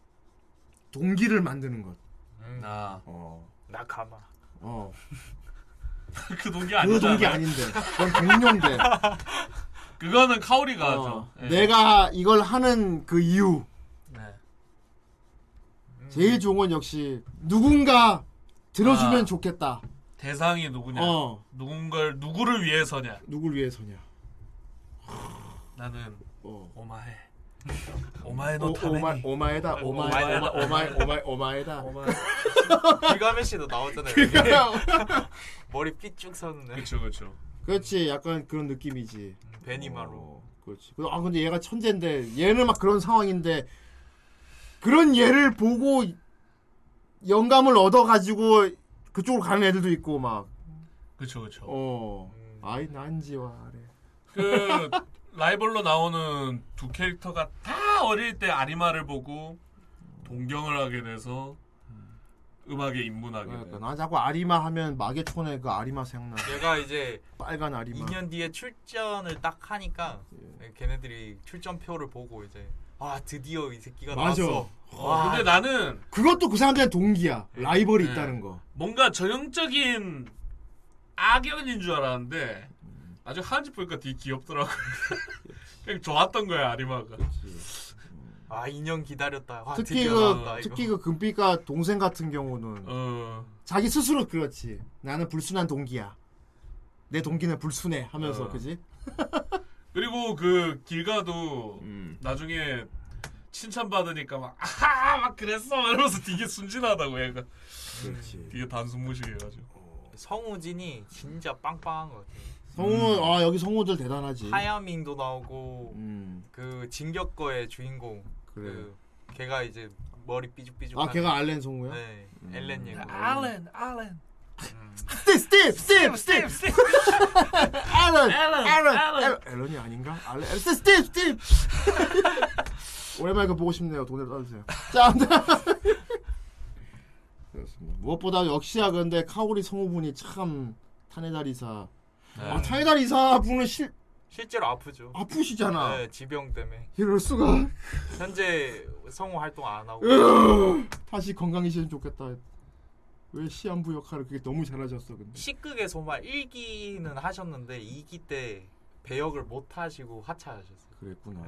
Speaker 4: 동기를 만드는 것.
Speaker 6: 음. 나.
Speaker 7: 나 가마.
Speaker 4: 어.
Speaker 6: 그 동기
Speaker 4: 그
Speaker 6: 아니잖아.
Speaker 4: 동기 아닌데. 그건 공룡대.
Speaker 6: 그거는 카오리가
Speaker 4: 어,
Speaker 6: 하죠. 예.
Speaker 4: 내가 이걸 하는 그 이유. 음.
Speaker 6: 네.
Speaker 4: 제일 좋은 건 역시 누군가 들어주면
Speaker 6: 아.
Speaker 4: 좋겠다.
Speaker 6: 대상이 누구냐?
Speaker 4: 어.
Speaker 6: 누군가를 누구를 위해서냐?
Speaker 4: 누굴 위해서냐?
Speaker 6: 나는 오마해.
Speaker 4: 어. 오마에
Speaker 6: 노 타메니. 네,
Speaker 4: 오마에다 오마에
Speaker 7: 오마에다.
Speaker 4: 오마에 오마에 오마에다.
Speaker 7: 기가메 씨도 나왔잖아요.
Speaker 4: 기가-
Speaker 7: 머리 삐쭉 섰네.
Speaker 6: 그렇죠, 그렇죠.
Speaker 4: 그렇지 약간 그런 느낌이지.
Speaker 11: 음,
Speaker 7: 베니마로.
Speaker 4: 그렇지. 아 근데 얘가 천재인데 얘는 막 그런 상황인데 그런 얘를 보고 영감을 얻어 가지고 그쪽으로 가는 애들도 있고 막.
Speaker 6: 그렇죠, 그렇죠.
Speaker 4: 어. 아이 난지와 아래.
Speaker 6: 그 라이벌로 나오는 두 캐릭터가 다 어릴 때 아리마를 보고 동경을 하게 돼서 음악에 입문하게
Speaker 4: 그러니까
Speaker 6: 돼.
Speaker 4: 나 자꾸 아리마 하면 마계촌의 그 아리마 생각나.
Speaker 7: 얘가 이제
Speaker 4: 빨간 아리마. 아, 예.
Speaker 7: 2년 뒤에 출전을 딱 하니까 걔네들이 출전표를 보고 이제 아 드디어 이 새끼가
Speaker 4: 맞아.
Speaker 7: 나왔어.
Speaker 6: 어, 근데 나는
Speaker 4: 그것도 그 사람들의 동기야.
Speaker 7: 예.
Speaker 4: 라이벌이
Speaker 6: 네.
Speaker 4: 있다는 거.
Speaker 6: 뭔가 전형적인 악연인 줄 알았는데 나중에 하는짓 보니까 되게 귀엽더라고. 그냥 좋았던 거야 아리마가.
Speaker 7: 아 2년 기다렸다. 와,
Speaker 4: 특히
Speaker 7: 드디어
Speaker 4: 그
Speaker 7: 나왔다.
Speaker 4: 특히
Speaker 7: 이거. 어.
Speaker 4: 그 금빛과 동생 같은 경우는 자기 스스로 그렇지. 나는 불순한 동기야. 내 동기는 불순해 하면서
Speaker 6: 어.
Speaker 4: 그지?
Speaker 6: 그리고 그 길가도
Speaker 4: 음.
Speaker 6: 나중에 칭찬 받으니까 막 아하 막 그랬어 막 이러면서 되게 순진하다고 얘가.
Speaker 4: 그렇지.
Speaker 6: 되게 단순무식해 가지고.
Speaker 7: 성우진이 진짜 빵빵한 것 같아.
Speaker 4: 성우
Speaker 7: 음.
Speaker 4: 아 여기 성우들 대단하지.
Speaker 7: 하야밍도 나오고
Speaker 4: 음.
Speaker 7: 그 진격거의 주인공
Speaker 4: 그래.
Speaker 7: 그 걔가 이제 머리 삐죽삐죽
Speaker 4: 아 걔가 알렌 성우야? 음.
Speaker 7: 네 엘렌 얘가
Speaker 1: 아.
Speaker 6: 알렌, 알렌.
Speaker 4: 스텝 스텝 스텝 스텝
Speaker 6: 스텝.
Speaker 4: 앨런
Speaker 6: 앨런,
Speaker 4: 앨런
Speaker 6: 앨런.
Speaker 4: 앨런 앨런이 아닌가? 알렌 앨런, 스텝 스텝 스텝. 오랜만에 그거 보고 싶네요. 돈을 따주세요. 자 아무튼 그렇습니다. 무엇보다 역시야 근데 카오리 성우분이 참 타네다리사. 아 타네다리사 분은 실
Speaker 7: 실제로 아프죠
Speaker 4: 아프시잖아.
Speaker 7: 네, 지병 때문에
Speaker 4: 이럴 수가.
Speaker 7: 현재 성우 활동 안 하고
Speaker 4: 으, 다시 건강해지면 좋겠다. 왜 시한부 역할을 그게 너무 잘하셨어 근데.
Speaker 7: 시극의 소말 1기는 하셨는데 2기 때 배역을 못 하시고 하차하셨어요
Speaker 4: 그랬구나.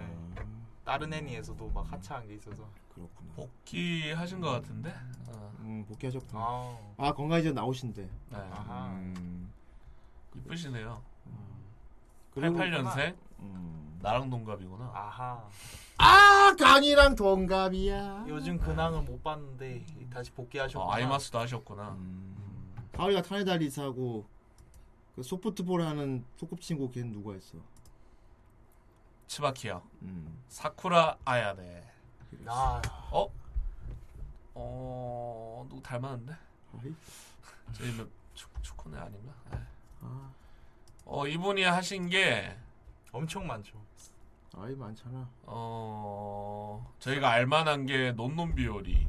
Speaker 7: 다른 애니에서도 막 하차한 게 있어서
Speaker 4: 그렇구나
Speaker 6: 복귀 하신 것 같은데. 어.
Speaker 4: 음 복귀하셨구나.
Speaker 7: 아,
Speaker 4: 건강해져 나오신대.
Speaker 6: 네.
Speaker 4: 음.
Speaker 6: 이쁘시네요.
Speaker 4: 그리고-
Speaker 6: 88년생. 음, 나랑 동갑이구나.
Speaker 7: 아하.
Speaker 4: 아 강이랑 동갑이야.
Speaker 7: 아, 요즘 근황은 못 봤는데 다시 복귀하셨구나
Speaker 6: 아, 아이마스도 하셨구나.
Speaker 4: 가을이가 타네다리사고 그 소프트볼 하는 소꿉친구 걔는 누가 있어?
Speaker 6: 치바키야.
Speaker 4: 음.
Speaker 6: 사쿠라 아야네.
Speaker 7: 아.
Speaker 6: 어? 어, 누구 닮았는데? 저희는 축, 축구네 아닌가? 네. 어, 이분이 하신 게
Speaker 7: 엄청 많죠.
Speaker 4: 아이 많잖아.
Speaker 6: 어, 저희가 알만한 게 논논비오리.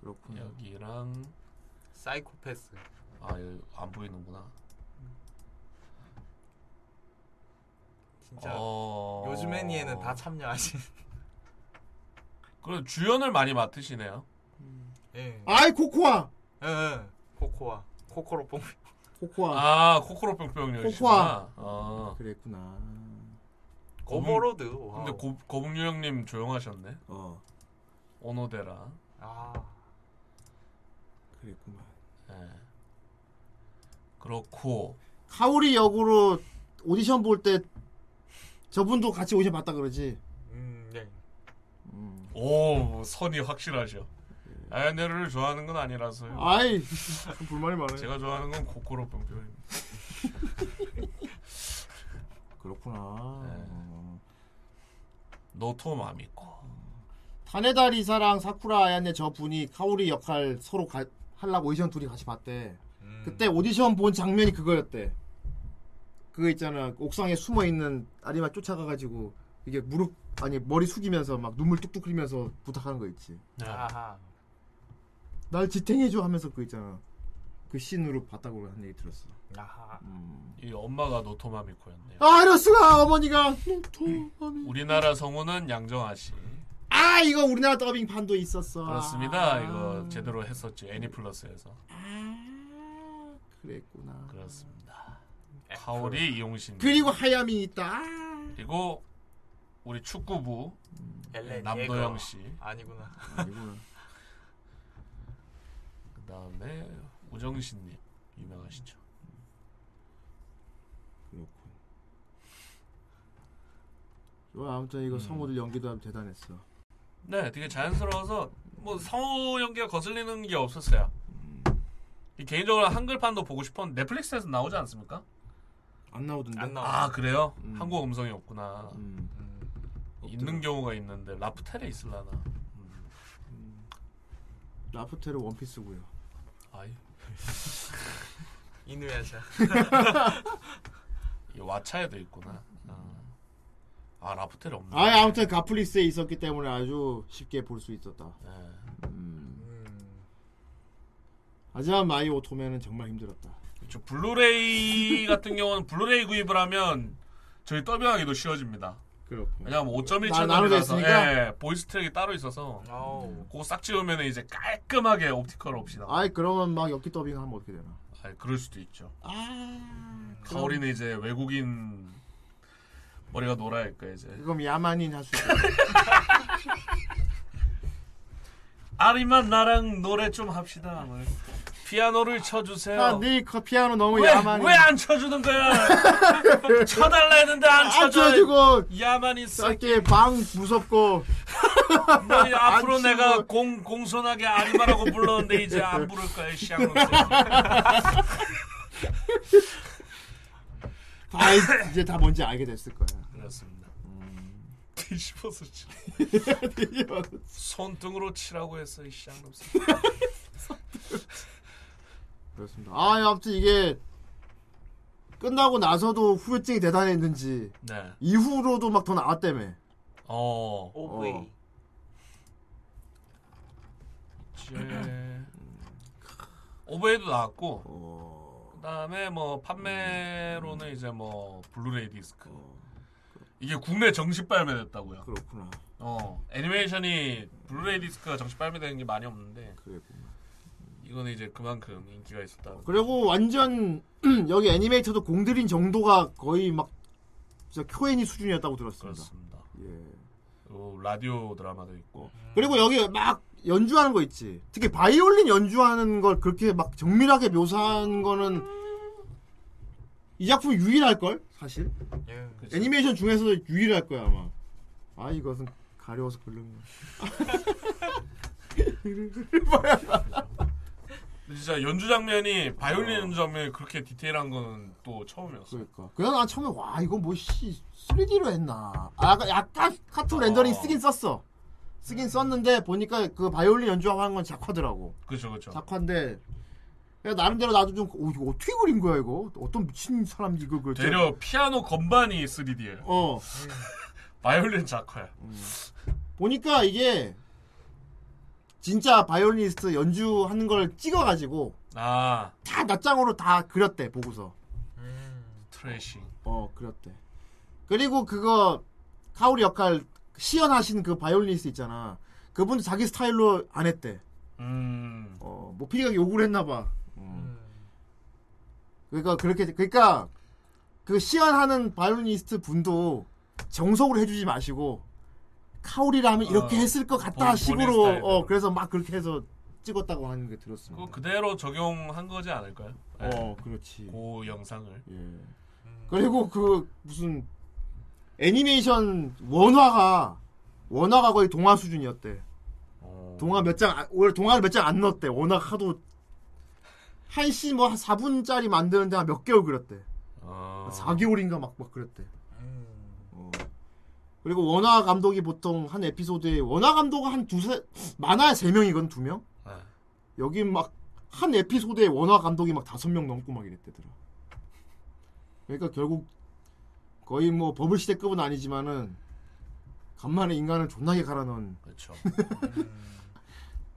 Speaker 4: 그렇군.
Speaker 6: 여기랑
Speaker 7: 사이코패스.
Speaker 6: 아, 여기 안 보이는구나.
Speaker 7: 진짜
Speaker 6: 어.
Speaker 7: 요즘 애니에는 다 참여하신
Speaker 6: 그럼 주연을 많이 맡으시네요.
Speaker 7: 예.
Speaker 4: 아이 코코아.
Speaker 7: 예, 예. 코코아 코코로 뽕
Speaker 4: 코코아.
Speaker 6: 아, 코코로 뿅뿅 열시.
Speaker 4: 코코아.
Speaker 6: 아.
Speaker 4: 그랬구나.
Speaker 6: 거북-
Speaker 7: 고모로드. 와우.
Speaker 6: 근데 고, 거북유 형님 조용하셨네.
Speaker 4: 어.
Speaker 6: 오노데라.
Speaker 7: 아.
Speaker 4: 그랬구만.
Speaker 6: 예. 그렇고
Speaker 4: 카오리 역으로 오디션 볼 때 저분도 같이 오디션 봤다 그러지.
Speaker 7: 음, 예.
Speaker 6: 오 선이 확실하셔.
Speaker 4: 예.
Speaker 6: 아연네를 좋아하는 건 아니라서요.
Speaker 4: 아이 불만이 많아요.
Speaker 6: 제가 좋아하는 건 코코로 뿅뿅입니다.
Speaker 4: 그렇구나.
Speaker 6: 네. 노토 마미코.
Speaker 4: 가네다 리사랑 사쿠라 아야네 저 분이 카오리 역할 서로 가, 하려고 오디션 둘이 같이 봤대.
Speaker 6: 음.
Speaker 4: 그때 오디션 본 장면이 그거였대. 그거 있잖아. 옥상에 숨어 있는 아리마 쫓아가가지고 이게 무릎 아니 머리 숙이면서 막 눈물 뚝뚝 흘리면서 부탁하는 거 있지.
Speaker 11: 아하.
Speaker 4: 날 지탱해줘 하면서 그 있잖아. 그 씬으로 봤다고 한 얘기 들었어.
Speaker 6: 아하. 이 엄마가 노토마미코였네요.
Speaker 4: 아 이럴 수가 어머니가
Speaker 6: 우리나라 성우는 양정아 씨.
Speaker 4: 아 이거 우리나라 더빙판도 있었어.
Speaker 6: 그렇습니다.
Speaker 4: 아,
Speaker 6: 이거 제대로 했었죠. 애니플러스에서.
Speaker 4: 아, 그랬구나.
Speaker 6: 그렇습니다. 카오리 이용신.
Speaker 4: 그리고 하야미 있다. 아,
Speaker 6: 그리고 우리 축구부 네, 남도영 씨.
Speaker 11: 음. 아니구나.
Speaker 4: 아니구나.
Speaker 6: 그다음에 우정신 님 유명하시죠.
Speaker 4: 좋아 아무튼
Speaker 6: 음.
Speaker 4: 이거 성우들 연기도 아주 대단했어.
Speaker 6: 네, 되게 자연스러워서 뭐 성우 연기가 거슬리는 게 없었어요. 이 개인적으로 한글판도 보고 싶었는데 넷플릭스에서 나오지 않습니까?
Speaker 4: 안 나오던데.
Speaker 6: 아 그래요? 한국 음성이 없구나. 음. 있는 경우가 있는데 라프텔에 있을라나.
Speaker 4: 라프테르 원피스고요.
Speaker 6: 음. 아이.
Speaker 11: 이누야샤.
Speaker 6: 이 와차에도 있구나. 아 라프텔 없네.
Speaker 4: 아 아무튼 가플리스에 있었기 때문에 아주 쉽게 볼 수 있었다.
Speaker 6: 네.
Speaker 4: 음.
Speaker 6: 음.
Speaker 4: 하지만 마이 오토맨은 정말 힘들었다.
Speaker 6: 저 블루레이 같은 경우는 블루레이 구입을 하면 저희 더빙하기도 쉬워집니다.
Speaker 4: 그렇군.
Speaker 6: 왜냐면 5.1
Speaker 4: 나- 나눠져
Speaker 6: 채널이라서
Speaker 4: 있으니까?
Speaker 6: 예, 보이스 트랙이 따로 있어서 그거 싹 지우면 이제 깔끔하게 옵티컬 없이 나와.
Speaker 4: 아이 그러면 막 엽기 더빙 하면 어떻게 되나?
Speaker 6: 아, 그럴 수도 있죠.
Speaker 4: 아,
Speaker 6: 가오리는 이제 외국인 머리가 노라니까 이제
Speaker 4: 그럼 야만인 할 수 있어.
Speaker 6: 아리만 나랑 노래 좀 합시다. 뭐. 피아노를 쳐주세요.
Speaker 4: 아, 네 그 피아노 너무
Speaker 6: 왜,
Speaker 4: 야만인.
Speaker 6: 왜 안 쳐주는 거야? 쳐달라 했는데 안 쳐줘.
Speaker 4: 쳐주고
Speaker 6: 야만인
Speaker 4: 새끼 방 무섭고.
Speaker 6: 너 이제 앞으로 내가 공, 공손하게 아리마라고 불렀는데 이제 안 부를 거야, 시앙로
Speaker 4: 다 이- 이제 다 뭔지 알게 됐을 거야.
Speaker 6: 그렇습니다. 그 뒤집어서 치. 손등으로 치라고 했어, 이 시앙놈 새끼.
Speaker 4: 그렇습니다. 아, 예, 아무튼 이게 끝나고 나서도 후유증이 대단했는지
Speaker 6: 네.
Speaker 4: 이후로도 막 더 나왔다며.
Speaker 6: 어.
Speaker 4: 어.
Speaker 6: 이제 오버헤드 나왔고
Speaker 4: 어.
Speaker 6: 그다음에 뭐 판매로는
Speaker 4: 음.
Speaker 6: 이제 뭐 블루레이 디스크 이게 국내 정식 발매됐다고요.
Speaker 4: 어. 그렇구나.
Speaker 6: 어 애니메이션이 블루레이 디스크가 정식 발매되는 게 많이 없는데 이거는 이제 그만큼 인기가 있었다.
Speaker 4: 그리고 완전 여기 애니메이터도 공들인 정도가 거의 막 진짜 쿄애니 수준이었다고 들었습니다.
Speaker 6: 그렇습니다.
Speaker 4: 예.
Speaker 6: 그리고 라디오 드라마도 있고
Speaker 4: 그리고 여기 막 연주하는 거 있지. 특히 바이올린 연주하는 걸 그렇게 막 정밀하게 묘사한 거는 이 작품 유일할 걸 사실.
Speaker 6: 예,
Speaker 4: 애니메이션 중에서도 유일할 거야 아마. 아 이것은 가려워서 별로네.
Speaker 6: 근데 진짜 연주 장면이 바이올린 연주 장면이 그렇게 디테일한 건 또 처음이었어.
Speaker 4: 어. 그러니까. 그래서 난 처음에 와 이거 뭐씨 3D로 했나. 아 약간, 약간
Speaker 6: 어.
Speaker 4: 카툰 렌더링 쓰긴 썼어.
Speaker 6: 음.
Speaker 4: 쓰긴 썼는데 보니까 그 바이올린 연주하는 건 작화더라고.
Speaker 6: 그렇죠, 그렇죠.
Speaker 4: 작화인데 그냥 나름대로 나도 좀 오, 이거 어떻게 그린 거야 이거? 어떤 미친 사람 이거 그
Speaker 6: 되려 피아노 건반이 3D예요.
Speaker 4: 어. 음.
Speaker 6: 바이올린 작화야.
Speaker 4: 보니까 이게 진짜 바이올리니스트 연주하는 걸 찍어가지고
Speaker 6: 아
Speaker 4: 다 낱장으로 다 그렸대 보고서
Speaker 6: 트레이싱.
Speaker 4: 어 그렸대 그리고 그거 카오리 역할 시연하신 그 바이올리니스트 있잖아 그분 도 자기 스타일로 안 했대
Speaker 6: 음.
Speaker 4: 어 모피디가 욕을 했나봐 어. 그러니까 그렇게 그러니까 그 시연하는 바이올리니스트 분도 정석으로 해주지 마시고 카오리라면 이렇게
Speaker 6: 어,
Speaker 4: 했을 것 같다
Speaker 6: 본- 본인
Speaker 4: 식으로
Speaker 6: 스타일대로.
Speaker 4: 어 그래서 막 그렇게 해서 찍었다고 하는 게 들었습니다.
Speaker 6: 그거 그대로 적용한 거지 않을까요?
Speaker 4: 어, 그렇지. 예,
Speaker 6: 그 영상을.
Speaker 4: 그리고 그 무슨 애니메이션 원화가 원화가 거의 동화 수준이었대. 동화 몇 장 아, 원래 동화를 몇 장 안 넣었대. 워낙 하도 한시 뭐한 4분짜리 만드는데 한 몇 개월 그렸대.
Speaker 6: 어.
Speaker 4: 4개월인가 막 막 그랬대. 그리고 원화 감독이 보통 한 에피소드에 원화 감독은 한 두세 많아야 세 명이건 두 명.
Speaker 16: 아,
Speaker 4: 여기 막 한 에피소드에 원화 감독이 막 다섯 명 넘고 막 이랬대더라. 그러니까 결국 거의 뭐 버블 시대급은 아니지만은 간만에 인간을 존나게 갈아넣은.
Speaker 6: 그렇죠.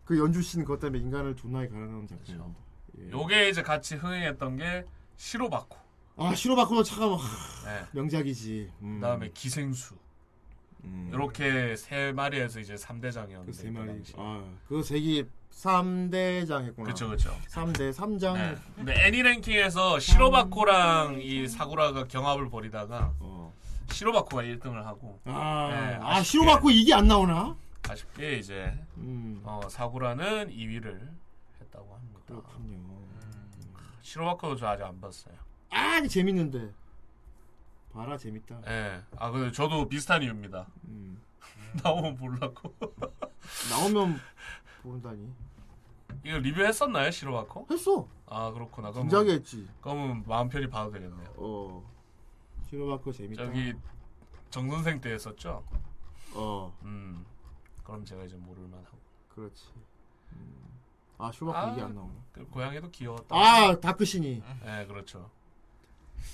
Speaker 4: 그 연주 씬 그것 때문에 인간을 존나게 갈아넣은 작품. 다
Speaker 6: 그렇죠.
Speaker 4: 예.
Speaker 6: 요게 이제 같이 흥행했던 게 시로바코.
Speaker 4: 아 시로바코도 차가 막
Speaker 6: 네.
Speaker 4: 명작이지. 음.
Speaker 6: 그다음에 기생수. 이렇게 세 마리에서 이제 3대장이었는데
Speaker 4: 그세 마리. 그 색이 3대장 했구나.
Speaker 6: 그렇죠, 그쵸, 그쵸.
Speaker 4: 3대 3장.
Speaker 6: 네. 근데 애니 랭킹에서 시로바코랑 이 사구라가 경합을 벌이다가
Speaker 4: 어.
Speaker 6: 시로바코가 1등을 하고
Speaker 4: 아,
Speaker 6: 네,
Speaker 4: 아 시로바코 이게 안 나오나?
Speaker 6: 아쉽게 이제 어, 사구라는 2위를 했다고 합니다.
Speaker 4: 음. 그렇군요.
Speaker 6: 시로바코도 저 아직 안 봤어요.
Speaker 4: 아 이거 재밌는데. 봐라 재밌다.
Speaker 6: 예. 아 근데 저도 비슷한 이유입니다. 나오면 보려고.
Speaker 4: 음. 나오면 모른다니.
Speaker 6: 이거 리뷰했었나요 시로바코?
Speaker 4: 했어.
Speaker 6: 아 그렇구나. 그럼
Speaker 4: 진작에 했지.
Speaker 6: 그러면 마음 편히 봐도 되겠네요.
Speaker 4: 어. 시로바코 재밌다.
Speaker 6: 저기 정 선생 때 했었죠.
Speaker 4: 어.
Speaker 6: 음. 그럼 제가 이제 모를 만하고.
Speaker 4: 그렇지. 아 시로바코 이게 안 나오나?
Speaker 6: 그 고양이도 귀여웠다.
Speaker 4: 아 다크신이.
Speaker 6: 네 그렇죠. 아,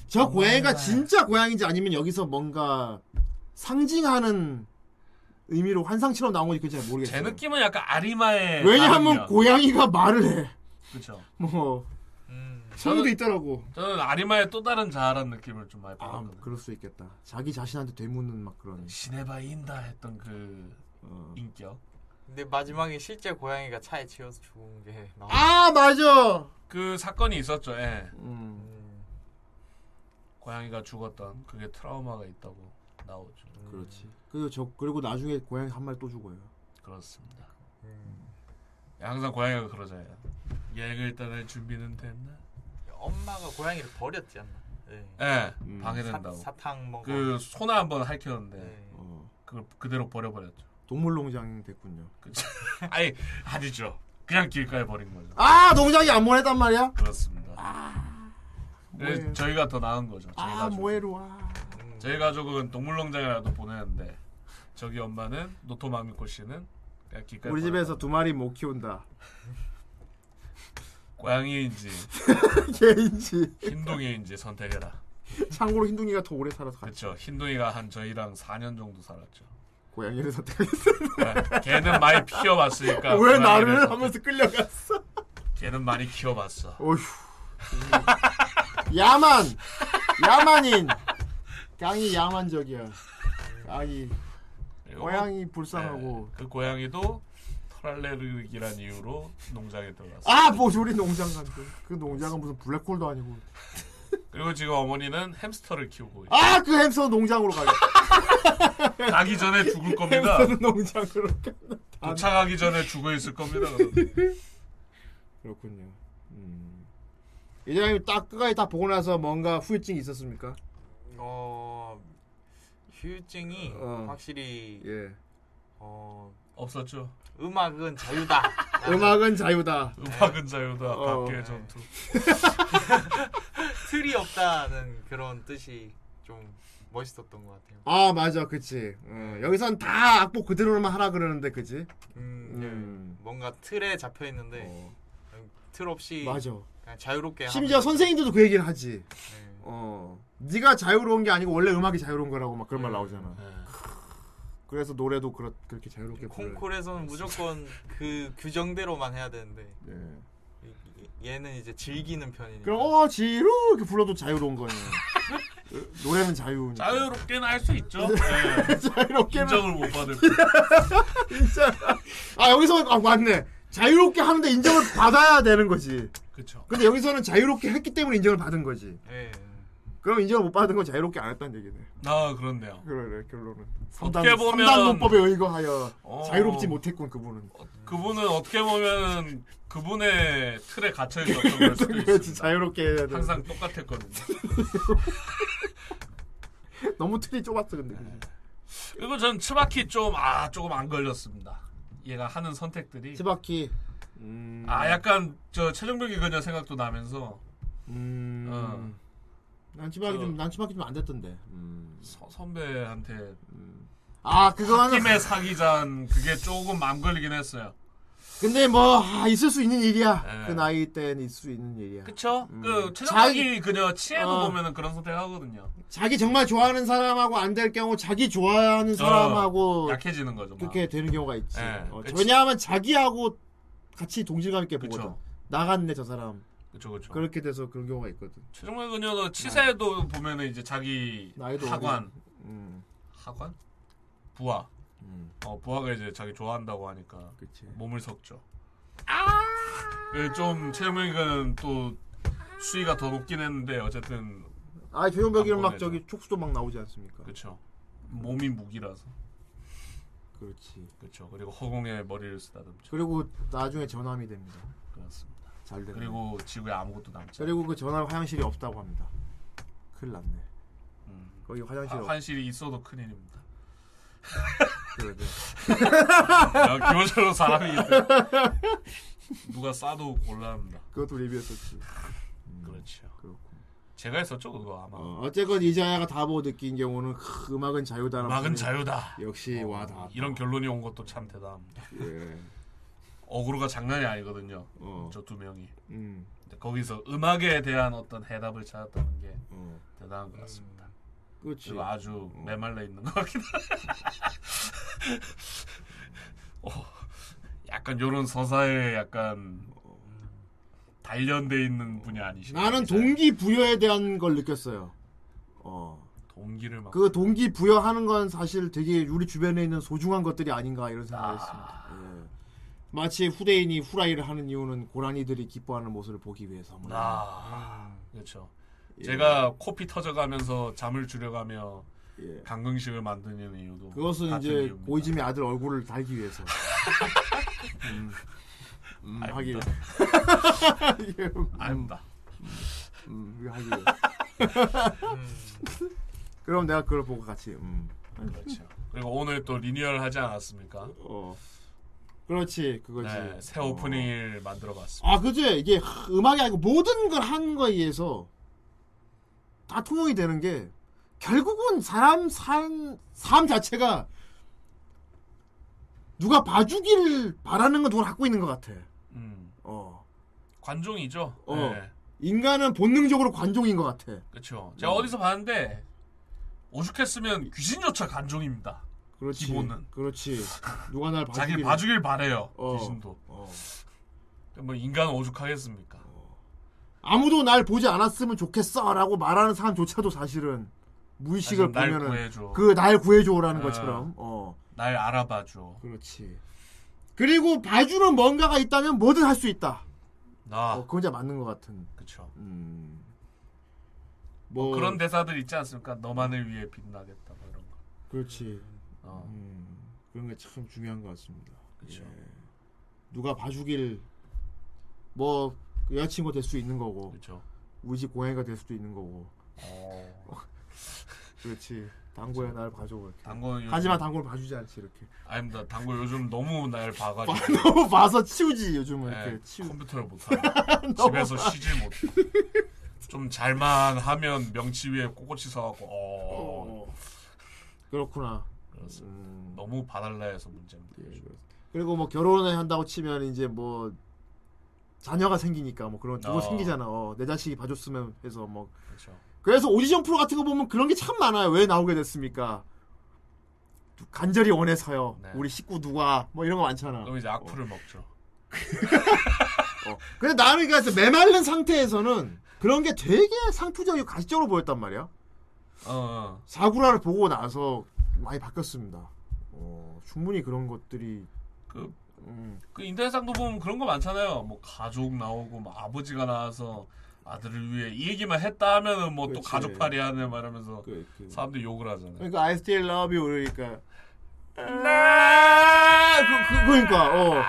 Speaker 4: 저 고양이가 진짜 고양인지 아니면 여기서 뭔가 상징하는 의미로 환상처럼 나온 건지 그잘 모르겠어요.
Speaker 6: 제 느낌은 약간 아리마의
Speaker 4: 왜냐하면
Speaker 6: 나름이야.
Speaker 4: 고양이가 말을 해.
Speaker 6: 그렇죠.
Speaker 4: 뭐 소리도
Speaker 6: 음. 저는-
Speaker 4: 있더라고.
Speaker 6: 저는 아리마의 또 다른 자아라는 느낌을 좀 많이 받았거든요.
Speaker 4: 그럴 수 있겠다. 자기 자신한테 되묻는 막 그런. 어.
Speaker 6: 시네바인다 했던 그 인격.
Speaker 11: 근데 마지막에 실제 고양이가 차에 치여서 죽은 게 나와.
Speaker 4: 아 맞아. 음.
Speaker 6: 그 사건이 있었죠. 예. 고양이가 죽었던 그게 트라우마가 있다고 나오죠.
Speaker 4: 그렇지. 그리고 저 그리고 나중에 고양이 한 마리 또 죽어요.
Speaker 6: 음. 그렇습니다.
Speaker 4: 음.
Speaker 6: 예, 항상 고양이가 그러잖아요. 얘를 떠날 준비는 됐나?
Speaker 11: 엄마가 고양이를 버렸지 않나? 예.
Speaker 6: 예,
Speaker 4: 음.
Speaker 6: 방해된다고.
Speaker 11: 사, 사탕 먹어. 네.
Speaker 6: 그 소나 한번 핥혔는데 그걸 그대로 버려버렸죠.
Speaker 4: 어. 동물농장 됐군요.
Speaker 6: 아니 아니죠. 그냥 길가에 버린 거죠.
Speaker 4: 아 농장이 안 보냈단 말이야?
Speaker 6: 그렇습니다. 그래서
Speaker 4: 뭐예요?
Speaker 6: 저희가 더 나은 거죠. 저희
Speaker 4: 아
Speaker 6: 가족.
Speaker 4: 뭐해로 와.
Speaker 6: 저희 가족은 동물농장이라도 보내는데 저기 엄마는 노토마미코 씨는 그러니까 그냥 길가에
Speaker 4: 우리 집에서 두 마리 못 키운다.
Speaker 6: 고양이인지
Speaker 4: 개인지.
Speaker 6: 흰둥이인지 선택해라.
Speaker 4: 참고로 흰둥이가 더 오래 살아서 가.
Speaker 6: 그렇죠. 흰둥이가 한 저희랑 4년 정도 살았죠.
Speaker 4: 고양이를 선택했어.
Speaker 6: 걔는 많이 키워봤으니까
Speaker 4: 왜
Speaker 6: 고양이를
Speaker 4: 나를
Speaker 6: 선택-
Speaker 4: 하면서 끌려갔어?
Speaker 6: 걔는 많이 키워봤어.
Speaker 4: 어휴. 음. 야만. 야만인. 강이 야만적이야. 강이.
Speaker 6: 그리고
Speaker 4: 고양이 불쌍하고.
Speaker 6: 그 고양이도 털알레르기란 이유로 농장에 들어갔어.
Speaker 4: 아, 뭐 우리 농장 간데. 그 농장은 무슨 블랙홀도 아니고.
Speaker 6: 그리고 지금 어머니는 햄스터를 키우고 있어.
Speaker 4: 아, 그 햄스터 농장으로 가요.
Speaker 6: 가기 전에 죽을 겁니다.
Speaker 4: 햄스터는 농장으로 가.
Speaker 6: 도착하기 전에 죽어 있을 겁니다. 그럼.
Speaker 4: 그렇군요. 음. 이장님 딱 끝까지 다 보고 나서 뭔가 후유증이 있었습니까?
Speaker 11: 어 휴증이 확실히
Speaker 4: 예.
Speaker 11: 어
Speaker 6: 없었죠.
Speaker 11: 음악은 자유다.
Speaker 4: 음악은 자유다.
Speaker 6: 음악은 자유다.
Speaker 11: 어.
Speaker 6: 각계의 전투.
Speaker 11: 틀이 없다는 그런 뜻이 좀 멋있었던 것 같아요.
Speaker 4: 아 맞아 그치 어, 여기선 다 악보 그대로만 하라 그러는데 그치
Speaker 11: 음, 네. 뭔가 틀에 잡혀 있는데 틀 없이
Speaker 4: 어. 맞아.
Speaker 11: 그냥 자유롭게
Speaker 4: 심지어
Speaker 11: 하면-
Speaker 4: 선생님들도 그 얘기를 하지
Speaker 6: 네.
Speaker 4: 어 네가 자유로운 게 아니고 원래 음악이 자유로운 거라고 막
Speaker 6: 네.
Speaker 4: 그런 말 나오잖아 그래서 노래도 그렇, 그렇게 자유롭게 불러요.
Speaker 11: 콩콜에서는 무조건 그 규정대로만 해야 되는데
Speaker 4: 네.
Speaker 11: 이- 얘는 이제 즐기는 편이니까
Speaker 4: 그럼 어 지루 이렇게 불러도 자유로운 거네 노래는 그 자유니까
Speaker 6: 자유롭게는 할 수 있죠. 네.
Speaker 4: 자유롭게는-
Speaker 6: 인정을 못 받을 뿐.
Speaker 4: 진짜. 아 여기서 아 맞네. 자유롭게 하는데 인정을 받아야 되는 거지.
Speaker 6: 그쵸.
Speaker 4: 근데 여기서는 자유롭게 했기 때문에 인정을 받은 거지.
Speaker 11: 예.
Speaker 4: 그럼 인정을 못 받은 건 자유롭게 안 했다는 얘기네.
Speaker 6: 아 그렇네요.
Speaker 4: 그러네 결론은.
Speaker 6: 어떻게 보면
Speaker 4: 삼단 문법에 의거하여
Speaker 6: 어.
Speaker 4: 자유롭지 못했군 그분은.
Speaker 6: 그분은 어떻게 보면 그분의 틀에 갇혀 있었던 걸 수도 있습니다.
Speaker 4: 자유롭게 해야 돼.
Speaker 6: 항상 똑같았거든요.
Speaker 4: 너무 틀이 좁았어 근데.
Speaker 6: 네. 그리고 전 츠바키 좀아 조금 안 걸렸습니다. 얘가 하는 선택들이
Speaker 4: 츠바키
Speaker 6: 아 약간 저 최종병기 그녀 생각도 나면서 어.
Speaker 4: 음. 난치마기 좀난치마기 좀 안 됐던데. 음.
Speaker 6: 서- 선배한테
Speaker 4: 아 그거는
Speaker 6: 홧김에 사기잔 그게 조금 맘 걸리긴 했어요.
Speaker 4: 근데 뭐 아, 있을 수 있는 일이야. 그 나이 땐 있을 수 있는 일이야.
Speaker 6: 네. 그쵸? 그
Speaker 4: 음. 자기-
Speaker 6: 최정학이 그녀 치에도
Speaker 4: 어.
Speaker 6: 보면은 그런 선택하거든요.
Speaker 4: 자기 정말 좋아하는 사람하고 안 될 경우 자기 좋아하는 사람하고
Speaker 6: 어. 약해지는 거죠. 막.
Speaker 4: 그렇게 되는 경우가 있지.
Speaker 6: 예,
Speaker 4: 어,
Speaker 6: 그치.
Speaker 4: 왜냐하면 자기하고 같이 동질감 있게 보거든. 나갔네 저 사람.
Speaker 6: 그쵸 그쵸.
Speaker 4: 그렇게 돼서 그런 경우가 있거든.
Speaker 6: 최정말 그녀도 치사에도 보면은 이제 자기
Speaker 4: 나이도
Speaker 6: 하관
Speaker 4: 음.
Speaker 6: 하관 부하. 어 부하가 이제 자기 좋아한다고 하니까 몸을 섞죠. 아! 예, 좀 최정명이는 또 수위가 더 높긴 했는데 어쨌든
Speaker 4: 아 조용벽이는 막
Speaker 6: 안보내죠.
Speaker 4: 저기 촉수도 막 나오지 않습니까?
Speaker 6: 그쵸. 몸이 무기라서.
Speaker 4: 그렇지.
Speaker 6: 그렇죠. 그쵸. 그리고 허공에 머리를 쓰다듬죠.
Speaker 4: 그리고 나중에 전함이 됩니다.
Speaker 6: 그렇습니다.
Speaker 4: 잘 됐네.
Speaker 6: 그리고 지구에 아무것도 남지.
Speaker 4: 그리고 그 전함 화장실이 없다고 합니다. 큰일 났네. 거기 화장실
Speaker 6: 음. 화-
Speaker 4: 없.
Speaker 6: 환실이 있어도 큰일입니다.
Speaker 4: 그래, 그래.
Speaker 6: 야, 교조로 사람이 있어. 누가 싸도 곤란합니다.
Speaker 4: 그것도 리뷰했었지.
Speaker 6: 그렇죠. 제가 했었죠 그거 아마.
Speaker 4: 어, 어쨌건 이자야가 다보 느낀 경우는 크, 음악은 자유다.
Speaker 6: 음악은 자유다. 어,
Speaker 4: 역시 와다.
Speaker 6: 이런 결론이 온 것도 참 대단합니다.
Speaker 4: 아, 예. 어.
Speaker 6: 어그로가 장난이 아니거든요. 저 두 명이.
Speaker 4: 음.
Speaker 6: 근데 거기서 음악에 대한 어떤 해답을 찾았다는 게 대단한 것 같습니다.
Speaker 4: 어. 음. 그렇지. 어.
Speaker 6: 그리고 아주 메말라 있는 것 같기도 하고. 어, 약간 요런 서사에 약간 단련돼 있는 분이 아니시죠?
Speaker 4: 나는 동기 부여에 대한 걸 느꼈어요. 어.
Speaker 6: 동기를 막
Speaker 4: 그 동기 부여하는 건 사실 되게 우리 주변에 있는 소중한 것들이 아닌가 이런 생각을
Speaker 6: 아.
Speaker 4: 했습니다. 예. 마치 후대인이 후라이를 하는 이유는 고라니들이 기뻐하는 모습을 보기 위해서. 뭐.
Speaker 6: 아, 그렇죠.
Speaker 4: 예.
Speaker 6: 제가 코피 터져가면서 잠을 줄여가며 강금식을 만드는 이유도
Speaker 4: 예. 그것은
Speaker 6: 같은
Speaker 4: 이제
Speaker 6: 이유입니다.
Speaker 4: 고이즈미 아들 얼굴을 달기 위해서. 음. 음, 하기 위해.
Speaker 6: 아닙니다.
Speaker 4: 이게 음.
Speaker 6: 아닙니다.
Speaker 4: 음, 이거 하기 위해.
Speaker 6: 음.
Speaker 4: 그럼 내가 그걸 보고 같이. 음.
Speaker 6: 그렇죠. 그리고 오늘 또 리뉴얼 하지 않았습니까?
Speaker 4: 어, 그렇지, 그거지.
Speaker 6: 네, 새 오프닝을 만들어봤습니다.
Speaker 4: 어. 아, 그지? 이게 하- 음악이 아니고 모든 걸 하는 거에 의해서 다 통용이 되는 게 결국은 사람 산, 삶 자체가 누가 봐주길 바라는 건 누가 갖고 있는 것 같아.
Speaker 6: 음.
Speaker 4: 어.
Speaker 6: 관종이죠.
Speaker 4: 어.
Speaker 6: 네,
Speaker 4: 인간은 본능적으로 관종인 것 같아. 네.
Speaker 6: 그렇죠. 제가 어디서 봤는데 오죽했으면 귀신조차 관종입니다.
Speaker 4: 그렇지.
Speaker 6: 기본은.
Speaker 4: 그렇지. 누가 날 봐주길.
Speaker 6: 자기를 봐주길 바래요.
Speaker 4: 어.
Speaker 6: 귀신도. 뭐 인간 오죽하겠습니까?
Speaker 4: 아무도 날 보지 않았으면 좋겠어라고 말하는 사람조차도 사실은 무의식을
Speaker 6: 사실 날
Speaker 4: 보면은
Speaker 6: 구해줘.
Speaker 4: 그 날 구해줘라는
Speaker 6: 어.
Speaker 4: 것처럼. 어.
Speaker 6: 날 알아봐줘.
Speaker 4: 그렇지. 그리고 봐주는 뭔가가 있다면 뭐든 할 수 있다.
Speaker 6: 나.
Speaker 4: 어, 그 혼자 맞는 것 같은.
Speaker 6: 그쵸.
Speaker 4: 음.
Speaker 6: 뭐
Speaker 4: 뭐-
Speaker 6: 그런 대사들 있지 않습니까? 너만을 위해 빛나겠다 뭐 이런 거.
Speaker 4: 그렇지.
Speaker 6: 어.
Speaker 4: 음, 그런 게 참 중요한 것 같습니다.
Speaker 6: 그쵸.
Speaker 4: 예. 누가 봐주길 뭐그 여자친구 될 수 있는 거고.
Speaker 6: 그렇죠.
Speaker 4: 우리 집 고양이가 될 수도 있는 거고.
Speaker 6: 어.
Speaker 4: 그렇지. 당구야 날 봐줘. 이렇게.
Speaker 6: 당구는 요즘-
Speaker 4: 하지만 당구를 봐주지 않지 이렇게.
Speaker 6: 아닙니다. 당구 요즘 너무 날 봐가지고
Speaker 4: 아, 너무 봐서 치우지 요즘은
Speaker 6: 예,
Speaker 4: 이렇게 치우.
Speaker 6: 컴퓨터를 못 하고 집에서 쉬질 못해. 좀 잘만 하면 명치 위에 꼬꼬치 서갖고 어.
Speaker 4: 그렇구나. 음. 예,
Speaker 6: 그렇습니다. 너무 바랄라해서 문제입니다.
Speaker 4: 그리고 뭐 결혼을 한다고 치면 이제 뭐 자녀가 생기니까 뭐 그런 누구
Speaker 6: 어.
Speaker 4: 생기잖아. 어, 내 자식이 봐줬으면 해서 뭐.
Speaker 6: 그렇죠.
Speaker 4: 그래서 오디션 프로 같은 거 보면 그런 게 참 많아요. 왜 나오게 됐습니까? 간절히 원해서요. 우리 식구 누가 뭐 이런 거 많잖아.
Speaker 6: 네.
Speaker 4: 어.
Speaker 6: 그럼 이제 악플을 먹죠.
Speaker 4: 근데 나는 그래서 메말른 상태에서는 그런 게 되게 상투적이고 가시적으로 보였단 말이야.
Speaker 6: 어, 어.
Speaker 4: 사구라를 보고 나서 많이 바뀌었습니다. 어, 충분히 그런 것들이
Speaker 6: 그,
Speaker 4: 음.
Speaker 6: 그 인터넷상도 보면 그런 거 많잖아요. 뭐 가족 나오고 뭐 아버지가 나와서 아들을 위해 이 얘기만 했다 하면은 뭐 또
Speaker 4: 그렇지. 그,
Speaker 6: 가족팔이 하네 말하면서 사람들이 욕을 하잖아요.
Speaker 4: 그러니까 I still love you 그러니까 아, 그, 그, 그러니까 어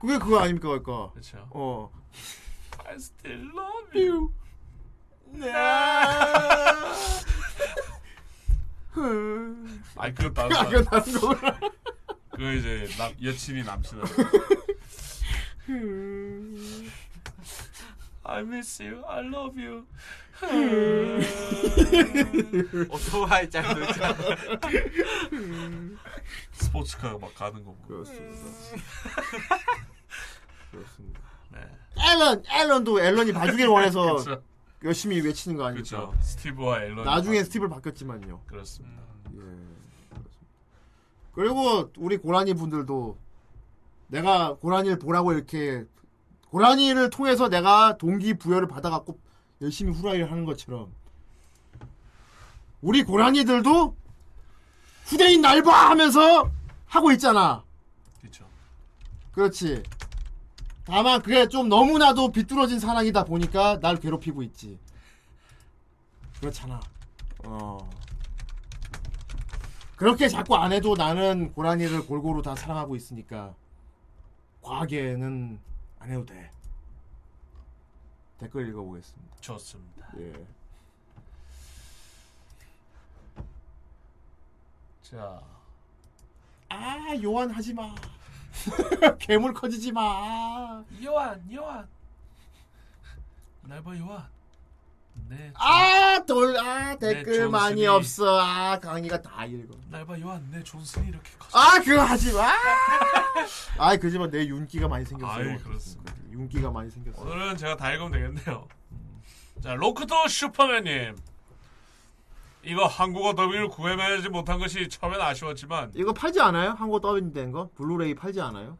Speaker 4: 그게 그거 아닙니까 그러니까
Speaker 6: 그렇죠.
Speaker 4: 어
Speaker 6: I still love you.
Speaker 4: 네.
Speaker 6: 네. 아니 그거 다른
Speaker 4: 아, 그거 다른
Speaker 6: 거.
Speaker 4: 거구나.
Speaker 6: 그거 이제 남, 여친이 남친한테.
Speaker 4: 음.
Speaker 6: I I miss you. I love you.
Speaker 4: 음.
Speaker 6: 어,
Speaker 11: 오토바이 잘 놀자.
Speaker 6: 스포츠카가 막 가는 거 보고. 그렇습니다.
Speaker 4: 그렇습니다.
Speaker 6: 네.
Speaker 4: 앨런, 앨런도 앨런이 봐주길 원해서 열심히 외치는 거 아닙니까?
Speaker 6: 그렇죠. 스티브와 음. 앨런.
Speaker 4: 나중에 스티브를 바뀌었지만요.
Speaker 6: 그렇습니다.
Speaker 4: 그리고 우리 고라니 분들도 내가 고라니를 보라고 이렇게 고라니를 통해서 내가 동기 부여를 받아갖고 열심히 후라이를 하는 것처럼 우리 고라니들도 후대인 날 봐 하면서 하고 있잖아.
Speaker 6: 그렇죠.
Speaker 4: 그렇지. 다만 그게 좀 너무나도 비뚤어진 사랑이다 보니까 날 괴롭히고 있지. 그렇잖아. 어. 그렇게 자꾸 안 해도 나는 고라니를 골고루 다 사랑하고 있으니까 과하게는 안 해도 돼. 댓글 읽어보겠습니다.
Speaker 6: 좋습니다.
Speaker 4: 예.
Speaker 6: 자,
Speaker 4: 아 요한 하지 마. 괴물 커지지 마.
Speaker 6: 요한, 요한. 날봐 요한. 네.
Speaker 4: 아, 돌, 아, 댓글
Speaker 6: 존슨이.
Speaker 4: 많이 없어. 아, 강의가 다 읽어.
Speaker 6: 날봐 요한. 내 존슨이 이렇게 커.
Speaker 4: 아, 그거 하지 마. 아, 그지만 내 윤기가 많이 생겼어요.
Speaker 6: 아이, 그렇습니다.
Speaker 4: 윤기가 많이 생겼어요.
Speaker 6: 오늘은 제가 다 읽으면 되겠네요. 자, 로크토 슈퍼맨님. 이거 한국어 더빙을 구매하지 못한 것이 처음엔 아쉬웠지만,
Speaker 4: 이거 팔지 않아요? 한국어 더빙된 거? 블루레이 팔지 않아요?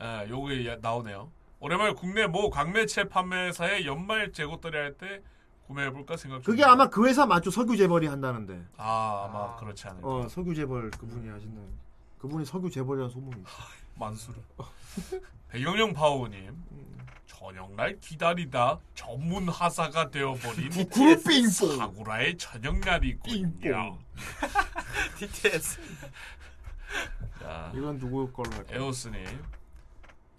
Speaker 6: 예, 요게 야- 나오네요. 오랜만에 국내 모 광매체 판매사의 연말 재고떨이 할 때 구매해볼까 생각 중.
Speaker 4: 그게 아마 그 회사 맞죠? 석유 재벌이 한다는데.
Speaker 6: 아, 아마 그렇지 않을까.
Speaker 4: 어, 석유 재벌 그분이 하신다는. 그분이 석유 재벌이라는 소문이 있어.
Speaker 6: 만수르. 배경영 파오님. 네, 저녁날 기다리다 전문 하사가 되어버린 사구라의 저녁날이군요.
Speaker 11: BTS.
Speaker 6: 자,
Speaker 4: 이건 누구 걸로 할까?
Speaker 6: 에오스님.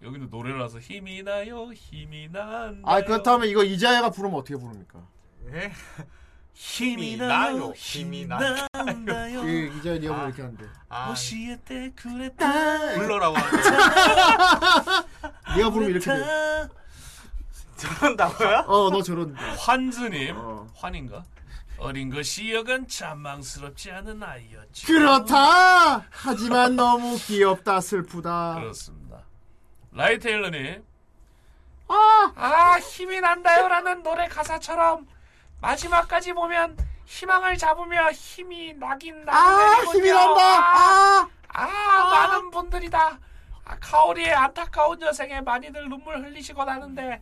Speaker 6: 여기는 노래를 해서 힘이 나요, 힘이 난다.
Speaker 4: 아, 그렇다면 이거 이자야가 부르면 어떻게 부릅니까?
Speaker 11: 예?
Speaker 6: 힘이
Speaker 11: 나요, 힘이 나요.
Speaker 4: 예, 이자야 니가 부르면 이렇게 한대.
Speaker 11: 아,
Speaker 2: 教えてくれ
Speaker 11: た 불러라고 하는 거.
Speaker 4: 네가 부르면 이렇게 돼.
Speaker 6: 저런다고요?
Speaker 4: 어, 너 어. 저런.
Speaker 6: 환즈님, 환인가? 어린 것이 여간 자망스럽지 않은 아이였지.
Speaker 4: 그렇다. 하지만 너무 귀엽다 슬프다.
Speaker 6: 그렇습니다. 라이테일러님,
Speaker 4: 아,
Speaker 6: 아 힘이 난다요라는 노래 가사처럼 마지막까지 보면 희망을 잡으며 힘이 나긴
Speaker 2: 아,
Speaker 6: 나는데요.
Speaker 2: 힘이 난다.
Speaker 6: 아, 아, 많은 분들이다. 아, 카오리의 안타까운 여생에 많이들 눈물 흘리시곤 하는데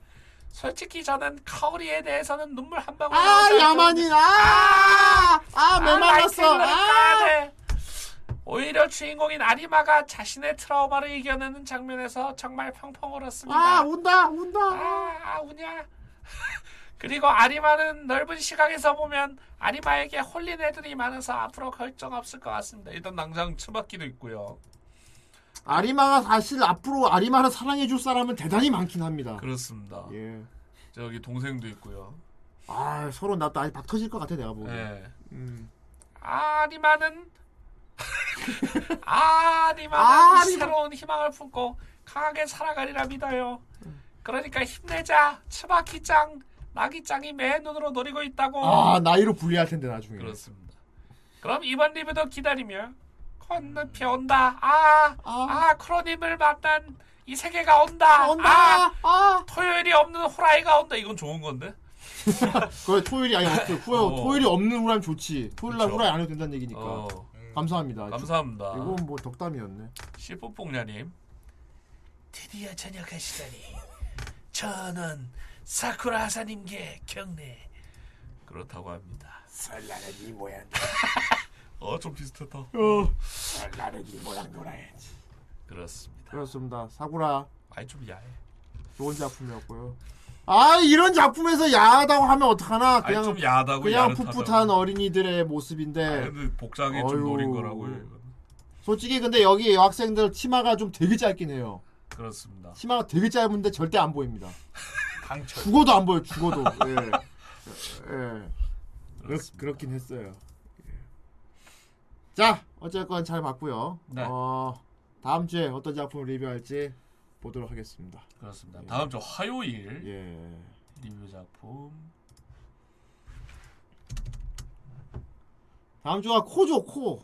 Speaker 6: 솔직히 저는 카오리에 대해서는 눈물 한 방울
Speaker 4: 아 야만인 아, 아 메말랐어. 아,
Speaker 6: 오히려 주인공인 아리마가 자신의 트라우마를 이겨내는 장면에서 정말 펑펑 울었습니다.
Speaker 4: 아 온다 온다.
Speaker 6: 아, 우냐. 그리고 아리마는 넓은 시각에서 보면 아리마에게 홀린 애들이 많아서 앞으로 결정 없을 것 같습니다. 일단 당장 츠바키도 있고요.
Speaker 4: 아리마가 사실 앞으로 아리마를 사랑해줄 사람은 대단히 많긴 합니다.
Speaker 6: 그렇습니다.
Speaker 4: 예.
Speaker 6: 저기 동생도 있고요.
Speaker 4: 아 서로 나또 아직 박 터질 것 같아 내가 보기.
Speaker 6: 예.
Speaker 4: 음.
Speaker 6: 아리마는 아리마는
Speaker 2: 아리마.
Speaker 6: 새로운 희망을 품고 강하게 살아가리라 믿어요. 그러니까 힘내자, 츠바키짱, 나기짱이 맨 눈으로 노리고 있다고.
Speaker 4: 아 나이로 불리할 텐데 나중에.
Speaker 6: 그렇습니다. 그럼 이번 리뷰도 기다리며 건너편 온다. 아, 아, 크로님을 만난 이 세계가 온다.
Speaker 2: 온다.
Speaker 6: 아, 토요일이 없는 호라이가 온다. 이건 좋은 건데.
Speaker 4: 그래 토요일이 아니 없어. 후에
Speaker 6: 어.
Speaker 4: 토요일이 없는 후라이면 좋지. 토요일 날
Speaker 6: 그쵸.
Speaker 4: 후라이 안 해도 된다는 얘기니까.
Speaker 6: 어.
Speaker 4: 감사합니다.
Speaker 6: 감사합니다.
Speaker 4: 이건 뭐 덕담이었네.
Speaker 6: 씨뽀뽕냐님.
Speaker 2: 드디어 저녁하시다니. 저는 사쿠라 하사님께 경례.
Speaker 6: 그렇다고 합니다.
Speaker 2: 설날은 이 모양.
Speaker 6: 어, 좀 비슷하다.
Speaker 2: 설날은 이 모양 놀아야지.
Speaker 6: 그렇습니다.
Speaker 4: 그렇습니다. 사구라
Speaker 6: 아이 좀 야해.
Speaker 4: 좋은 작품이었고요. 아 이런 작품에서 야하다고 하면 어떡하나
Speaker 6: 아니,
Speaker 4: 그냥
Speaker 6: 좀 야하다고,
Speaker 4: 그냥
Speaker 6: 야릇하다고.
Speaker 4: 풋풋한 어린이들의 모습인데
Speaker 6: 근데 복장이
Speaker 4: 어휴.
Speaker 6: 좀 노린 거라고요. 이건.
Speaker 4: 솔직히 근데 여기 여학생들 치마가 좀 되게 짧긴 해요.
Speaker 6: 그렇습니다.
Speaker 4: 치마가 되게 짧은데 절대 안 보입니다.
Speaker 6: 아, 강철.
Speaker 4: 죽어도 안 보여 죽어도. 예. 예. 그렇, 그렇긴 했어요. 예. 자 어쨌건 잘 봤고요.
Speaker 6: 네.
Speaker 4: 어, 다음 주에 어떤 작품을 리뷰할지 보도록 하겠습니다. 예.
Speaker 6: 그렇습니다. 다음 주 화요일 리뷰 작품.
Speaker 4: 다음 주가 코죠 코.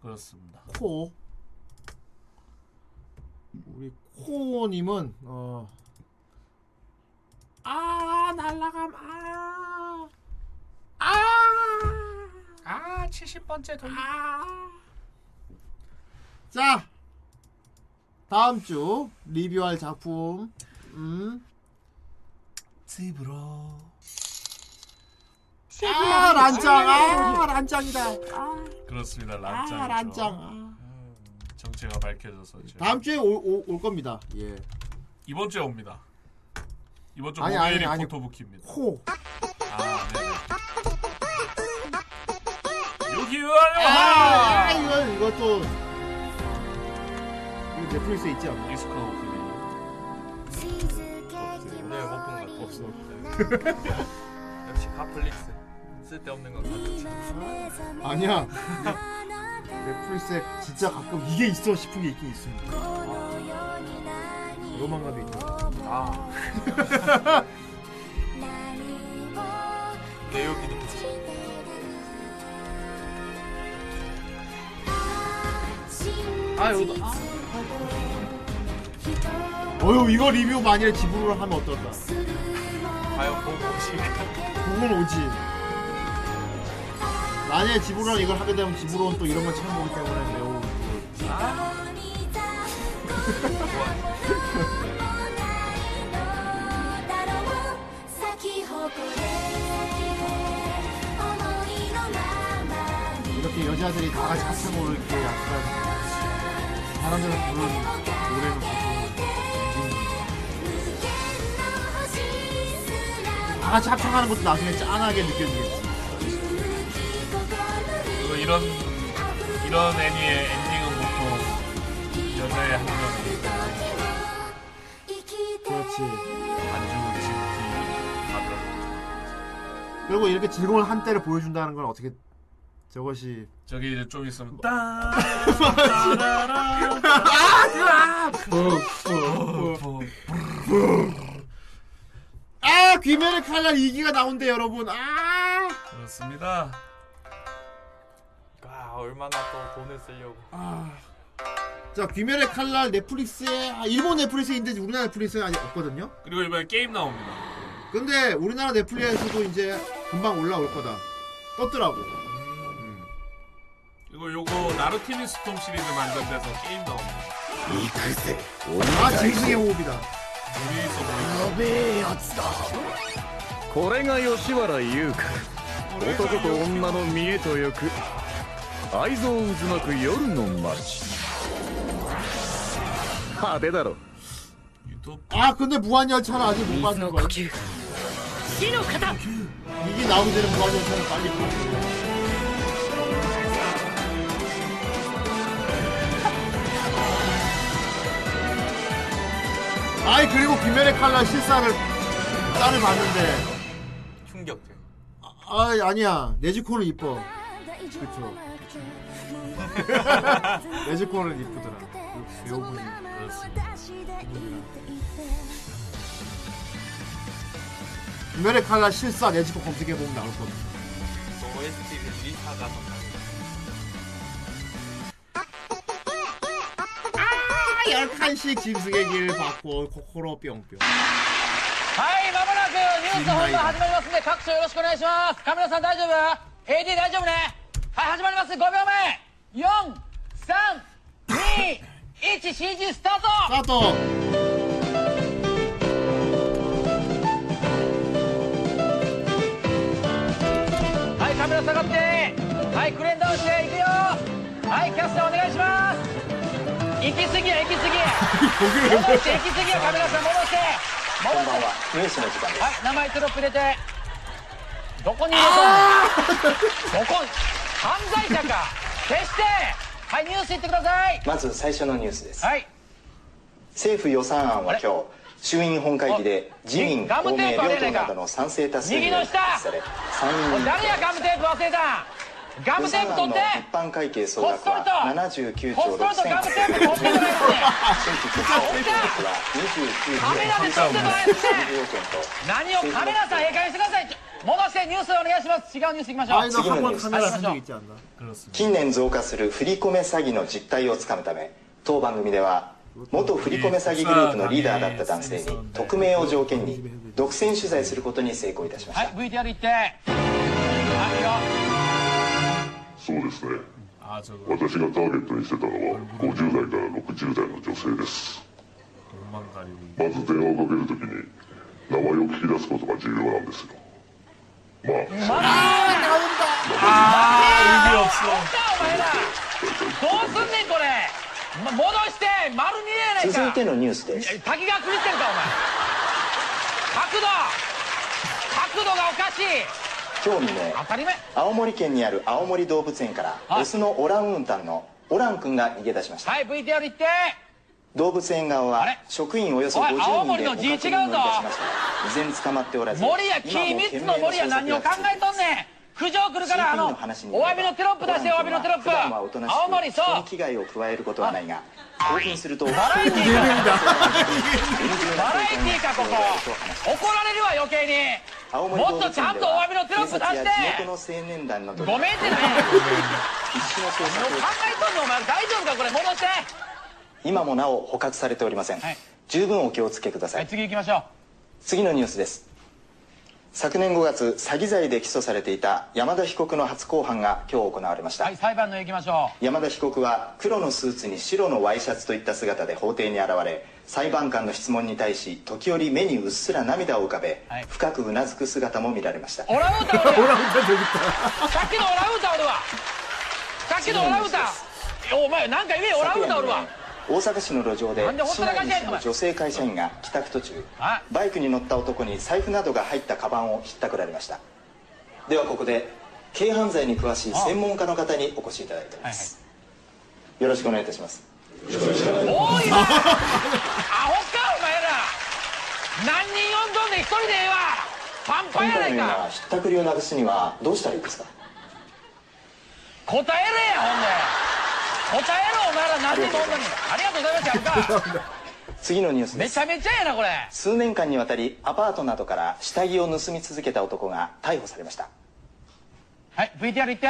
Speaker 6: 그렇습니다.
Speaker 4: 코. 우리 코님은 어
Speaker 8: 아 날라감 아. 아.
Speaker 6: 아 70번째 돌림.
Speaker 4: 자 다음 주 리뷰할 작품 음
Speaker 6: 스브로
Speaker 4: 아 란짱 아 란짱이다 아,
Speaker 6: 그렇습니다. 네. 란짱.
Speaker 4: 아 란짱
Speaker 6: 정체가 밝혀져서 지금.
Speaker 4: 다음 주에 올, 올, 올 겁니다 예
Speaker 6: 이번 주에 옵니다. 이번 주
Speaker 4: 아니,
Speaker 6: 목요일이
Speaker 4: 아니, 아니.
Speaker 6: 포토부키입니다.
Speaker 4: 코.
Speaker 6: 아, 네. 여기요.
Speaker 4: 아, 이거 이거 또 이거 넷플릭스 있지 않나?
Speaker 6: 익숙한 오프닝. 네,
Speaker 7: 오늘 못 본 것
Speaker 4: 없어.
Speaker 7: 역시 카플릭스 쓸데없는 것 같아.
Speaker 4: 아니야. 넷플릭스에 진짜 가끔 이게 있어 싶은 게 있긴 있습니다. 로망가도 있다. 아.
Speaker 7: 내용기도
Speaker 4: 아 이거 아. 어휴 이거 리뷰 만일에 지불을 하면 어떨까?
Speaker 7: 과연 보고 오실까?
Speaker 4: 그건 오지. 만약에 지불을 이걸 하게 되면 지불은 또 이런 걸 처음 보기 때문에 매우 이렇게 여자들이 다 같이 합창으로 이렇게 약간 사람들 부르는 노래는 보통 다 같이 합창하는 것도 나중에 짠하게 느껴지겠지.
Speaker 6: 그리고 이런 이런 애니의 엔딩은 보통 여자의 한 명이
Speaker 4: 그렇지.
Speaker 6: 반죽을 짓기 가벼.
Speaker 4: 그리고 이렇게 즐거운 한때를 보여준다는 건 어떻게 저것이
Speaker 6: 저기 이제 좀 있으면
Speaker 1: 네.
Speaker 4: 아 귀멸의 칼날 2기가 나온대 여러분 아
Speaker 6: 그렇습니다.
Speaker 7: 아 얼마나 또 돈을 쓰려고.
Speaker 4: 자 귀멸의 칼날 넷플릭스에 아, 일본 넷플릭스에 있는데 우리나라 넷플릭스에 아직 없거든요
Speaker 6: 그리고 이번에 게임 나옵니다.
Speaker 4: 근데 우리나라 넷플릭스도 이제 금방 올라올 거다 떴더라고
Speaker 6: 그리고 요거 나루티니 스톰 시리즈 만든데서 게임 나옵니다.
Speaker 4: 아 짐승의 호흡이다
Speaker 17: べえやつだこれが吉原優香男と女の見栄と欲愛憎渦巻く夜の街派手だろ
Speaker 4: 아 근데 무한열차는 아직 못 봤는 거야 이게 나오기 전에 무한열차는 빨리 봐야 아이 그리고 귀멸의 칼날 실사를 딸을 봤는데
Speaker 7: 충격적.
Speaker 4: 아 아니야 네즈코는 이뻐 그쵸 네즈코는 이쁘더라 그 배우분이 귀멸의 칼날 실사 네즈코 검색해보면 나올 겁니다
Speaker 7: 또 OST를 리타가
Speaker 4: 아, 열칸씩 짐승의 길 받고 코코로 뿅뿅
Speaker 1: はい、まもなくニュース本番始まりますんで、各所よろしくお願いします。カメラさん大丈夫 ?AD 大丈夫ねはい、始まります。5秒前 !4、3、2、1、CG スタート
Speaker 4: スタート
Speaker 1: はい、カメラ下がってはい、クレーンダウンして、いくよはい、キャスターお願いします行き過ぎや、行き過ぎや戻して、行き過ぎや、カメラさん、戻して戻して
Speaker 17: ニュースの時間
Speaker 1: はい、名前テロップ入れて。どこに入れたのどこ犯罪者か消してはい、ニュース言ってください
Speaker 18: まず最初のニュースです、
Speaker 1: はい、
Speaker 18: 政府予算案は今日衆院本会議で自民
Speaker 1: ガム
Speaker 18: 公明
Speaker 1: テー
Speaker 18: 両
Speaker 1: プあれやない
Speaker 18: 党な
Speaker 1: か
Speaker 18: どの賛成多数
Speaker 1: 右
Speaker 18: に
Speaker 1: の
Speaker 18: より
Speaker 1: 下
Speaker 18: 参
Speaker 1: おい
Speaker 18: 院
Speaker 1: 誰やガムテープ忘れたんガムテープ
Speaker 18: 予算案
Speaker 1: 取って
Speaker 18: の一般会計総額は79兆
Speaker 1: こっそりとガムテープ取ってくれってカメラで撮ってもらえって何をカメラさんええ加減してください戻してニュースお願いします違うニュースいきましょう
Speaker 18: 次のニュース
Speaker 1: はい行きましょう
Speaker 18: 近年増加する振り込め詐欺の実態をつかむため当番組では元振り込め詐欺グループのリーダーだった男性に匿名を条件に独占取材することに成功いたしました
Speaker 1: はい VTR 行ってはいいい
Speaker 17: そ
Speaker 1: よ
Speaker 17: うですね私がターゲットにしてたのは50代から60代の女性ですまず電話をかけるときに名前を聞き出すことが重要なんですよまあ
Speaker 1: あー意味없어どうすんねんこれま戻して丸見えやないか
Speaker 18: 続いてのニュースです
Speaker 1: 滝が狂ってるかお前角度角度がおかしい
Speaker 18: 今日未明
Speaker 1: 当たり前
Speaker 18: 青森県にある青森動物園からオスのオランウータンのオラン君が逃げ出しました
Speaker 1: はい VTR 行って
Speaker 18: 動物園側は職員およそ
Speaker 1: おい
Speaker 18: 50
Speaker 1: 青
Speaker 18: 人
Speaker 1: 森
Speaker 18: で捕
Speaker 1: の
Speaker 18: 獲
Speaker 1: 字
Speaker 18: に乗り
Speaker 1: 違う
Speaker 18: 出し
Speaker 1: ぞ
Speaker 18: ましたが依然捕まっておらず
Speaker 1: 森や
Speaker 18: 今も
Speaker 1: 君
Speaker 18: 懸
Speaker 1: 三つ
Speaker 18: 命
Speaker 1: の森や何を考えとんねん苦情来るからあのお詫びのテロップ出してお詫びのテロップ青森そう
Speaker 18: 人に危害を加えることはないが興奮するとバ
Speaker 1: ラエティーかバラエティーかここ怒られるわ余計にもっとちゃんとお詫びのテロップ出して
Speaker 18: 地元の青年団などに
Speaker 1: ごめんってね
Speaker 18: 必死の捜索
Speaker 1: 考
Speaker 18: を
Speaker 1: えとんのお前大丈夫かこれ戻して
Speaker 18: 今もなお捕獲されておりません、十分お気をつけください、
Speaker 1: 次行きましょう
Speaker 18: 次のニュースです昨年5月詐欺罪で起訴されていた山田被告の初公判が今日行われました、
Speaker 1: 裁判の行きましょ
Speaker 18: 山田被告は黒のスーツに白のワイシャツといった姿で法廷に現れ裁判官の質問に対し時折目にうっすら涙を浮かべ、深くうなずく姿も見られました
Speaker 1: うオランウータンおるやんさっきのオ
Speaker 6: 어,
Speaker 1: ランウータンおるわさっきの
Speaker 4: 음.
Speaker 1: オランウータ
Speaker 6: 어,
Speaker 1: ンお
Speaker 6: 뭐,
Speaker 1: 前なんか言えよオランウータンおるわ
Speaker 18: 大阪市の路上で
Speaker 1: なんでほっ
Speaker 18: 市
Speaker 1: たら
Speaker 18: 内
Speaker 1: かし
Speaker 18: に
Speaker 1: やねん
Speaker 18: 住む女性会社員が帰宅途中バイクに乗った男に財布などが入ったカバンをひったくられましたではここで軽犯罪に詳しい専門家の方にお越しいただいています、よろしくお願いいたします
Speaker 1: 多いなアホかお前ら何人呼んどんねん一人でええわパンパン
Speaker 18: 今
Speaker 1: や
Speaker 18: 回
Speaker 1: ない
Speaker 18: のような
Speaker 1: か
Speaker 18: ひったくりをなくすにはどうしたらいいですか
Speaker 1: 答えれやほんで答えろお前ら何人も呼んどんねんありがとうございますやんか
Speaker 18: 次のニュースで
Speaker 1: め
Speaker 18: す
Speaker 1: ちゃめちゃやなこれ
Speaker 18: 数年間にわたりアパートなどから下着を盗み続けた男が逮捕されました
Speaker 1: はい VTR 行って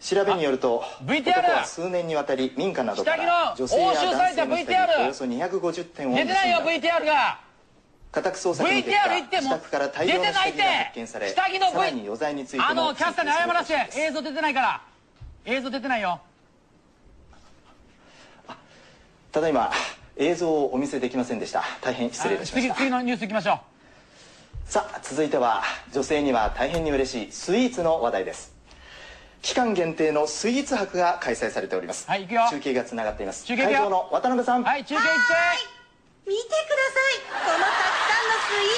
Speaker 18: 調べによると
Speaker 1: VTR
Speaker 18: 男は数年にわたり民家などから
Speaker 1: 下着の
Speaker 18: 女性や
Speaker 1: 押収さ
Speaker 18: 男
Speaker 1: れた
Speaker 18: 性の下
Speaker 1: VTR
Speaker 18: 着およそ250点を盗
Speaker 1: 出
Speaker 18: ん
Speaker 1: て
Speaker 18: だ
Speaker 1: ないよ VTR が
Speaker 18: 家宅捜索の結
Speaker 1: VTR 行
Speaker 18: 果
Speaker 1: って
Speaker 18: 自
Speaker 1: も
Speaker 18: 宅から大量の
Speaker 1: 出てな
Speaker 18: 下
Speaker 1: いっ
Speaker 18: 着
Speaker 1: て
Speaker 18: が発見され
Speaker 1: 下着の V
Speaker 18: さらに余罪についても
Speaker 1: あのキャスターに謝らせて映像出てないから映像出てないよ
Speaker 18: ただいま映像をお見せできませんでした大変失礼いたしまし
Speaker 1: 次
Speaker 18: た
Speaker 1: 次のニュース行きましょう
Speaker 18: さあ続いては女性には大変に嬉しいスイーツの話題です期間限定のスイーツ博が開催されておりますはい行くよ中継がつながっています
Speaker 1: 中継行くよ
Speaker 18: 会場の渡辺さん
Speaker 1: はい中継行って
Speaker 5: 見てくださいこの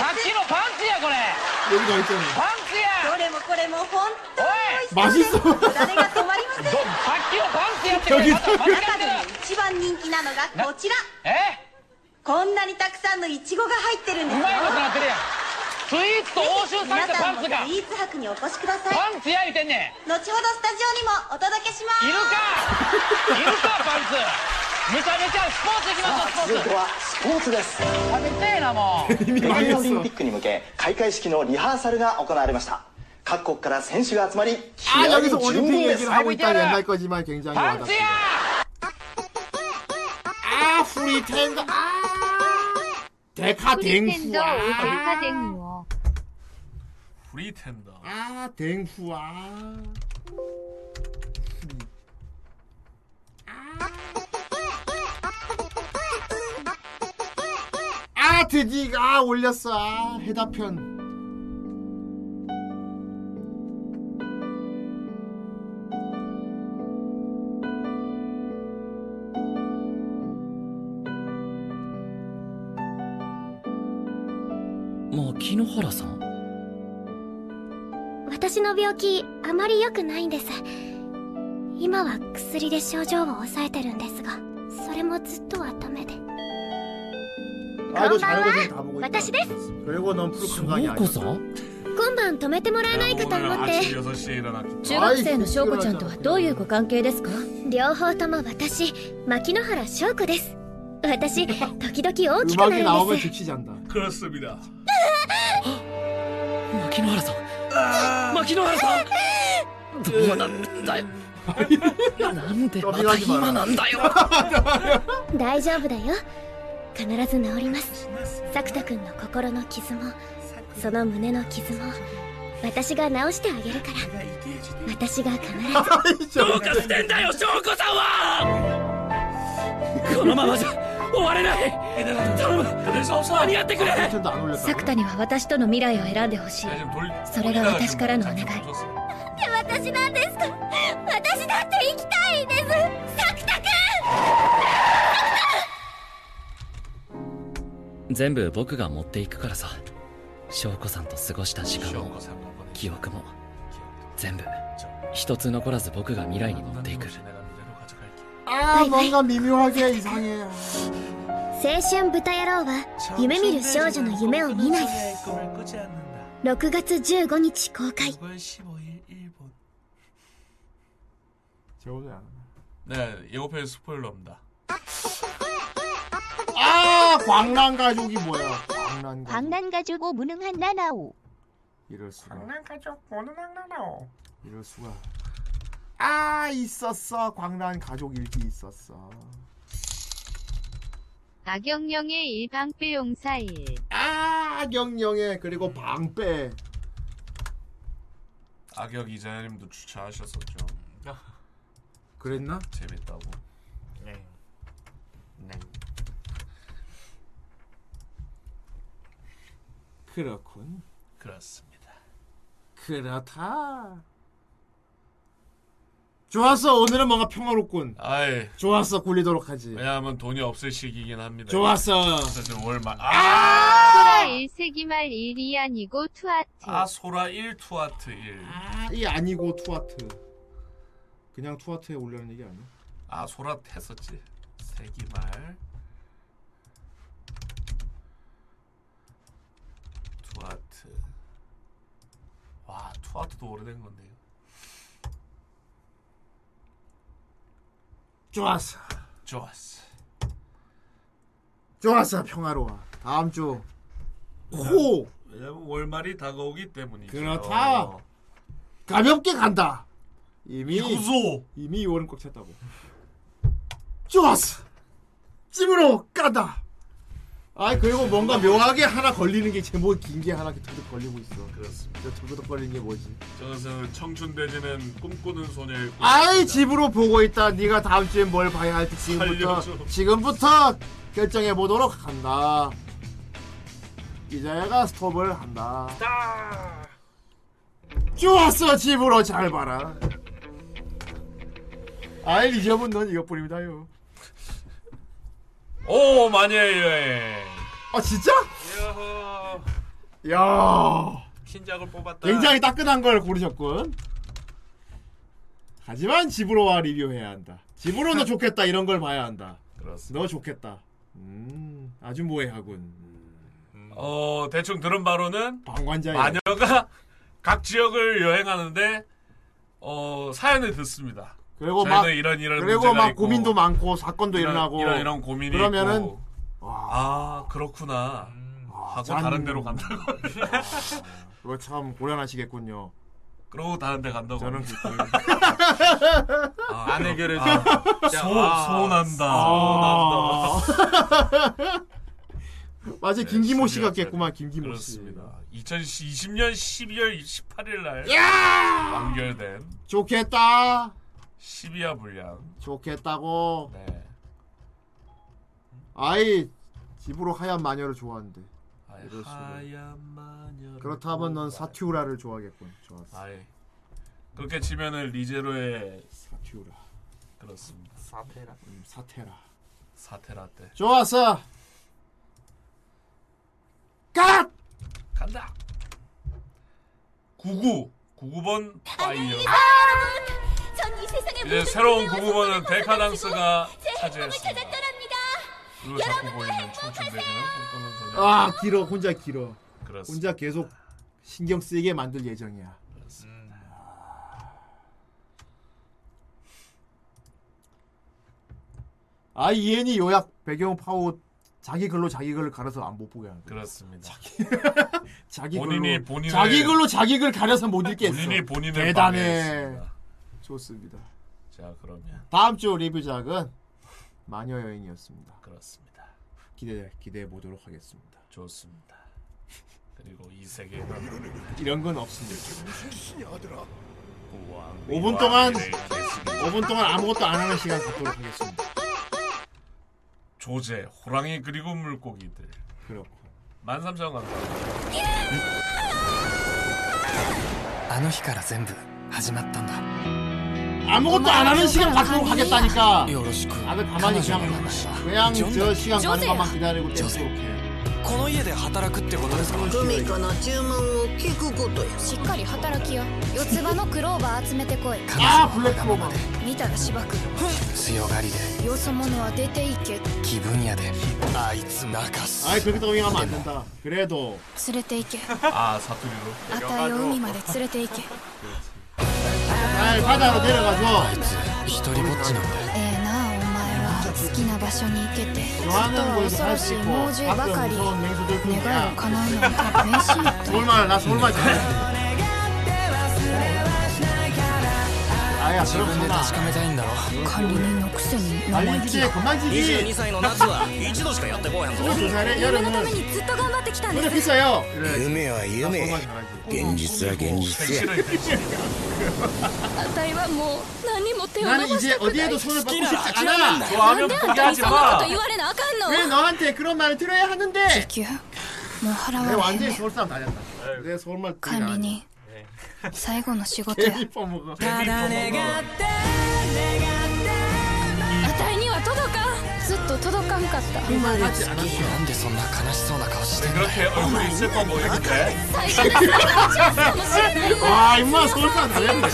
Speaker 5: たくさんのスイーツ
Speaker 1: さっきのパンツやこれ
Speaker 4: 여기가 있잖아.
Speaker 1: パンツや
Speaker 5: どれもこれも本当に美味し
Speaker 4: 맛있어.
Speaker 5: 誰が止まりません
Speaker 1: さっきのパンツやって
Speaker 4: 여기
Speaker 5: 中でも一番人気なのがこちら
Speaker 1: え
Speaker 5: こんなにたくさんのイチゴが入ってるんで
Speaker 1: う
Speaker 5: すよ
Speaker 1: まいことなってるやんスイーツと押収されたパンツが
Speaker 5: 皆さんもスイーツ博にお越しください
Speaker 1: パンツや言うてんねん
Speaker 5: 後ほどスタジオにもお届けします
Speaker 1: いるかいるかパンツめちゃめちゃスポーツ行
Speaker 18: 続い
Speaker 1: きましょうスポーツ
Speaker 18: てはスポーツです
Speaker 1: めちゃめちゃええなもう
Speaker 18: 北京オリンピックに向け開会式のリハーサルが行われました各国から選手が集まり気
Speaker 4: 아,
Speaker 18: 合い
Speaker 4: 여기서
Speaker 18: 十
Speaker 4: 올림픽
Speaker 18: 分で
Speaker 4: 얘기를
Speaker 18: す
Speaker 4: 하고 있다 옛날 거지만 굉장히
Speaker 18: 반지야!
Speaker 4: 와닿습니다. 아, 프리텐더. 데카댕후. 아,
Speaker 1: 아,
Speaker 6: 프리텐더.
Speaker 4: 아, 댕후. 아. 아, 드디어 아, 올렸어. 아, 해답편.
Speaker 19: 牧野原さん
Speaker 3: 私の病気あまり良くないんです今は薬で症状を抑えてるんですがそれもずっとはダメで
Speaker 4: 아이도 잘하고 지금 다 보고 있다.
Speaker 3: 私です
Speaker 4: 별거 너무 프로 감각이 아니야.
Speaker 19: さん
Speaker 3: 今晩泊めてもらえないかと思って
Speaker 6: 아침 6시에 네, 일어났기
Speaker 3: 中学生の翔子ちゃんとはどういうご関係ですか両方とも私牧之原翔子です私時々大きくな
Speaker 4: 음악이
Speaker 3: るん
Speaker 4: 나오면
Speaker 3: です
Speaker 4: 즉시 잔다.
Speaker 6: 그렇습니다.
Speaker 14: 牧之原さ
Speaker 4: 아.
Speaker 14: ん牧之原さんどうなんだよなんでまた今なん だよ
Speaker 3: 大丈夫だよ必ず治ります作田君の心の傷もその胸の傷も私が治してあげるから私が 必ず
Speaker 14: どうかしてんだよ翔子さんはこのままじゃ終われない頼む間に合ってくれ
Speaker 3: 作田には私との未来を選んでほしいそれが私からのお願い
Speaker 1: 私なんですか私だって生きたいんです作田くん
Speaker 14: 全部僕が持っていくからさ翔子さんと過ごした時間も記憶も全部一つ残らず僕が未来に持っていく
Speaker 4: 아 뭔가 미묘하게 이상해.
Speaker 3: 青春豚野郎は夢見る少女の夢
Speaker 8: 아,
Speaker 3: を見ない
Speaker 6: 꿈을 꾸지 않는다.
Speaker 3: 6月15日公開
Speaker 6: 5월 15일 일본.
Speaker 4: 재호도 안.
Speaker 6: 네, 예고편 스포일러입니다.
Speaker 4: 아 광란 가족이 뭐야? 광란 가족.
Speaker 5: 광란 가지고 무능한 나나오.
Speaker 4: 이럴 수가.
Speaker 8: 장난 가족 보는 장난아오.
Speaker 4: 이럴 수가. 아 있었어 광란 가족 일기 있었어.
Speaker 20: 박영영의 일방배 용사일.
Speaker 4: 아, 악영영의 그리고 방패.
Speaker 6: 악역 이자님도 주차하셨었죠.
Speaker 4: 아, 그랬나?
Speaker 6: 재밌다고. 네.
Speaker 11: 네.
Speaker 4: 그렇군.
Speaker 6: 그렇습니다.
Speaker 4: 그렇다. 좋았어 오늘은 뭔가 평화롭군.
Speaker 6: 아이.
Speaker 4: 좋았어 굴리도록 하지.
Speaker 6: 왜냐하면 돈이 없을 시기이긴 합니다.
Speaker 4: 좋았어. 아,
Speaker 6: 그래서 지금 월말. 아,
Speaker 20: 소라 1세기 말 1이 아니고 투아트.
Speaker 6: 아 소라 1 투아트 1.
Speaker 4: 이 아니고 투아트. 그냥 투아트에 올려는 얘기 아니야?
Speaker 6: 아 소라 했었지. 세기 말. 투아트. 와 투아트도 오래된 건데요.
Speaker 4: 좋았어.
Speaker 6: 좋았어.
Speaker 4: 좋았어 평화로워. 다음 주 코.
Speaker 6: 왜냐면 월말이 다가오기 때문이죠.
Speaker 4: 그렇다. 가볍게 간다. 이미
Speaker 6: 이구소.
Speaker 4: 이미 2월은 꽉 찼다고. 좋았어. 찜으로 까다. 아 그리고 뭔가 묘하게 하나 걸리는 게 제목이 긴 게 하나 두둑 걸리고 있어. 그렇습니다. 두둑 걸리는 게 뭐지?
Speaker 6: 저것은 청춘 대지는 꿈꾸는 소녀의 꿈.
Speaker 4: 아이 집으로 보고 있다. 네가 다음 주에 뭘 봐야 할지 지금부터
Speaker 6: 살려줘.
Speaker 4: 지금부터 결정해 보도록 한다. 이자야가 스톱을 한다.
Speaker 6: 아.
Speaker 4: 좋았어 집으로 잘 봐라. 아이 이점은 넌 이것뿐입니다요.
Speaker 6: 오 마녀의 여행.
Speaker 4: 아 진짜?
Speaker 11: 어,
Speaker 4: 야.
Speaker 6: 킨작을 뽑았다.
Speaker 4: 굉장히 따끈한 걸 고르셨군. 하지만 집으로와 리뷰해야 한다. 집으로 너 좋겠다 이런 걸 봐야 한다.
Speaker 6: 그렇습니다.
Speaker 4: 너 좋겠다. 음, 아주 모해하군.
Speaker 6: 어 대충 들은 바로는
Speaker 4: 방관자예요.
Speaker 6: 마녀가 각 지역을 여행하는데 어 사연을 듣습니다.
Speaker 4: 그리고
Speaker 6: 저희는
Speaker 4: 막
Speaker 6: 이런 이런
Speaker 4: 그리고
Speaker 6: 문제가
Speaker 4: 막
Speaker 6: 있고,
Speaker 4: 고민도 많고 사건도
Speaker 6: 이런-
Speaker 4: 일어나고
Speaker 6: 이런 이런 고민이
Speaker 4: 그러면은
Speaker 6: 있고. 아 그렇구나 하고
Speaker 4: 짠.
Speaker 6: 다른 데로 간다고
Speaker 4: 그거 참 고려하시겠군요.
Speaker 6: 그러고 다른 데 간다고
Speaker 4: 저는
Speaker 6: 아, 안 해결해
Speaker 4: 아,
Speaker 6: 소,
Speaker 4: 아,
Speaker 6: 소난다
Speaker 4: 아.
Speaker 6: 소난다
Speaker 4: 맞아 요
Speaker 6: 네,
Speaker 4: 김기모 씨
Speaker 6: 심리학
Speaker 4: 같겠구만 김기모
Speaker 6: 그렇습니다. 2020년 12월 18일 날
Speaker 4: 야!
Speaker 6: 완결된
Speaker 4: 씨. 좋겠다.
Speaker 6: 12화 분량
Speaker 4: 좋겠다고.
Speaker 6: 네.
Speaker 4: 아이 집으로 하얀 마녀를 좋아한대. 이럴 수가.
Speaker 6: 하얀 마녀
Speaker 4: 그렇다면 넌 사튜라를 좋아하겠군. 좋았어.
Speaker 6: 아예 그렇게 치면은 리제로의 사튜라 그렇습니다 사테라
Speaker 4: 음, 사테라
Speaker 6: 사테라 때
Speaker 4: 좋았어. 갓!
Speaker 6: 간다 99 99번 파이어
Speaker 1: 아, 전이 세상에
Speaker 6: 이제
Speaker 1: 모든
Speaker 6: 새로운
Speaker 1: 문제와
Speaker 6: 99번은 데카당스가
Speaker 1: 행복을
Speaker 6: 차지했습니다
Speaker 1: 찾아 떠납니다
Speaker 6: 그리고 자꾸 보이는 청춘대지는 꿈꾸는 소녀
Speaker 4: 아 길어 혼자 길어.
Speaker 6: 그렇습니다.
Speaker 4: 혼자 계속 신경 쓰이게 만들 예정이야. 아 이엔이 요약 배경 파워 자기 글로 자기 글을 가려서 안 못 보게 하는 거야.
Speaker 6: 그렇습니다.
Speaker 4: 자기
Speaker 6: 본인이
Speaker 4: 글로
Speaker 6: 본인을-
Speaker 4: 자기 글로 자기 글 가려서 못 읽겠어.
Speaker 6: 본인이 본인을
Speaker 4: 대단해.
Speaker 6: 방해했습니다.
Speaker 4: 좋습니다.
Speaker 6: 자 그러면
Speaker 4: 다음 주 리뷰작은 마녀 여행이었습니다.
Speaker 6: 그렇습니다.
Speaker 4: 기대 기대해 보도록 하겠습니다.
Speaker 6: 좋습니다. 그리고 이 세계는
Speaker 4: 이런 건 없습니다. 5분 동안 5분 동안 아무것도 안 하는 시간 갖도록 하겠습니다.
Speaker 6: 조제, 호랑이 그리고 물고기들.
Speaker 4: 그렇고.
Speaker 6: 13,000원 감사합니다.
Speaker 7: あの日から全部始まったんだ
Speaker 4: 아무것도 안 하는 시간 갖도록 하겠다니까.
Speaker 7: よろしく
Speaker 4: 다들 가만히 그냥 그냥 저 시간 가는 것만 기다리고 계속 이렇게.
Speaker 7: この家で働くってことですか
Speaker 21: グミから注文を聞くことよ
Speaker 1: しっかり働きよ四つ葉のクローバー集めてこい
Speaker 7: あーブラックローバ
Speaker 1: 見たらしばく
Speaker 7: 強がりで
Speaker 1: よそ者は出ていけ
Speaker 7: 気分屋であいつ泣かす
Speaker 4: 아이 그렇게 더빙하면 안 된다. 그래도
Speaker 1: 連れて行け
Speaker 6: 아 사투리로.
Speaker 1: あたいを海まで連れて行け
Speaker 4: 아이 바다로 내려가서
Speaker 7: 一人ぼっちなんだ
Speaker 1: ええなあお前は好きな場所に行けてずっと
Speaker 4: 좋아하는
Speaker 1: は恐
Speaker 4: 곳에서 살
Speaker 1: ろ
Speaker 4: 수
Speaker 1: しい
Speaker 4: 있고
Speaker 1: 猛獣ばかり
Speaker 4: 가끔 무서운 맹수들
Speaker 1: 願い
Speaker 4: 뿐이야.
Speaker 1: を叶うのに迷 信
Speaker 4: 솔말 나 솔말 잘해. 아야 그럼
Speaker 7: 自分で確かめたいんだろ
Speaker 1: 管理人のくせに生意気
Speaker 4: ごまじ
Speaker 7: 22歳の夏は一度しかやってこうへんぞ
Speaker 1: 夢のためにずっと頑張ってきたんです
Speaker 4: 비싸요.
Speaker 22: 夢は夢現実は現実や
Speaker 1: あたいはもう何も手を伸
Speaker 4: 나는
Speaker 1: ばし
Speaker 4: 이제
Speaker 1: たくない
Speaker 4: 어디에도 손을 뻗고 싶지
Speaker 1: な
Speaker 4: 않아.
Speaker 1: んであんたにそんなこと言われなあかんの
Speaker 4: 왜 너한테 그런 말을 들어야 하는데?
Speaker 1: もう払
Speaker 4: 내
Speaker 1: われへ
Speaker 4: 완전히
Speaker 1: ん
Speaker 4: 서울 사람 다 됐다. 내 서울말
Speaker 1: 管理人最後の仕事 や
Speaker 4: 괜히 네. 퍼먹어.
Speaker 1: あたいには届かんずっと届かんかった
Speaker 7: 今の月なんでそんな悲しそうな顔してんだよお前には泣かない
Speaker 1: 最後の仕事かもしれない
Speaker 4: 아,
Speaker 7: 와, 임마, 서울사람 다 됐네.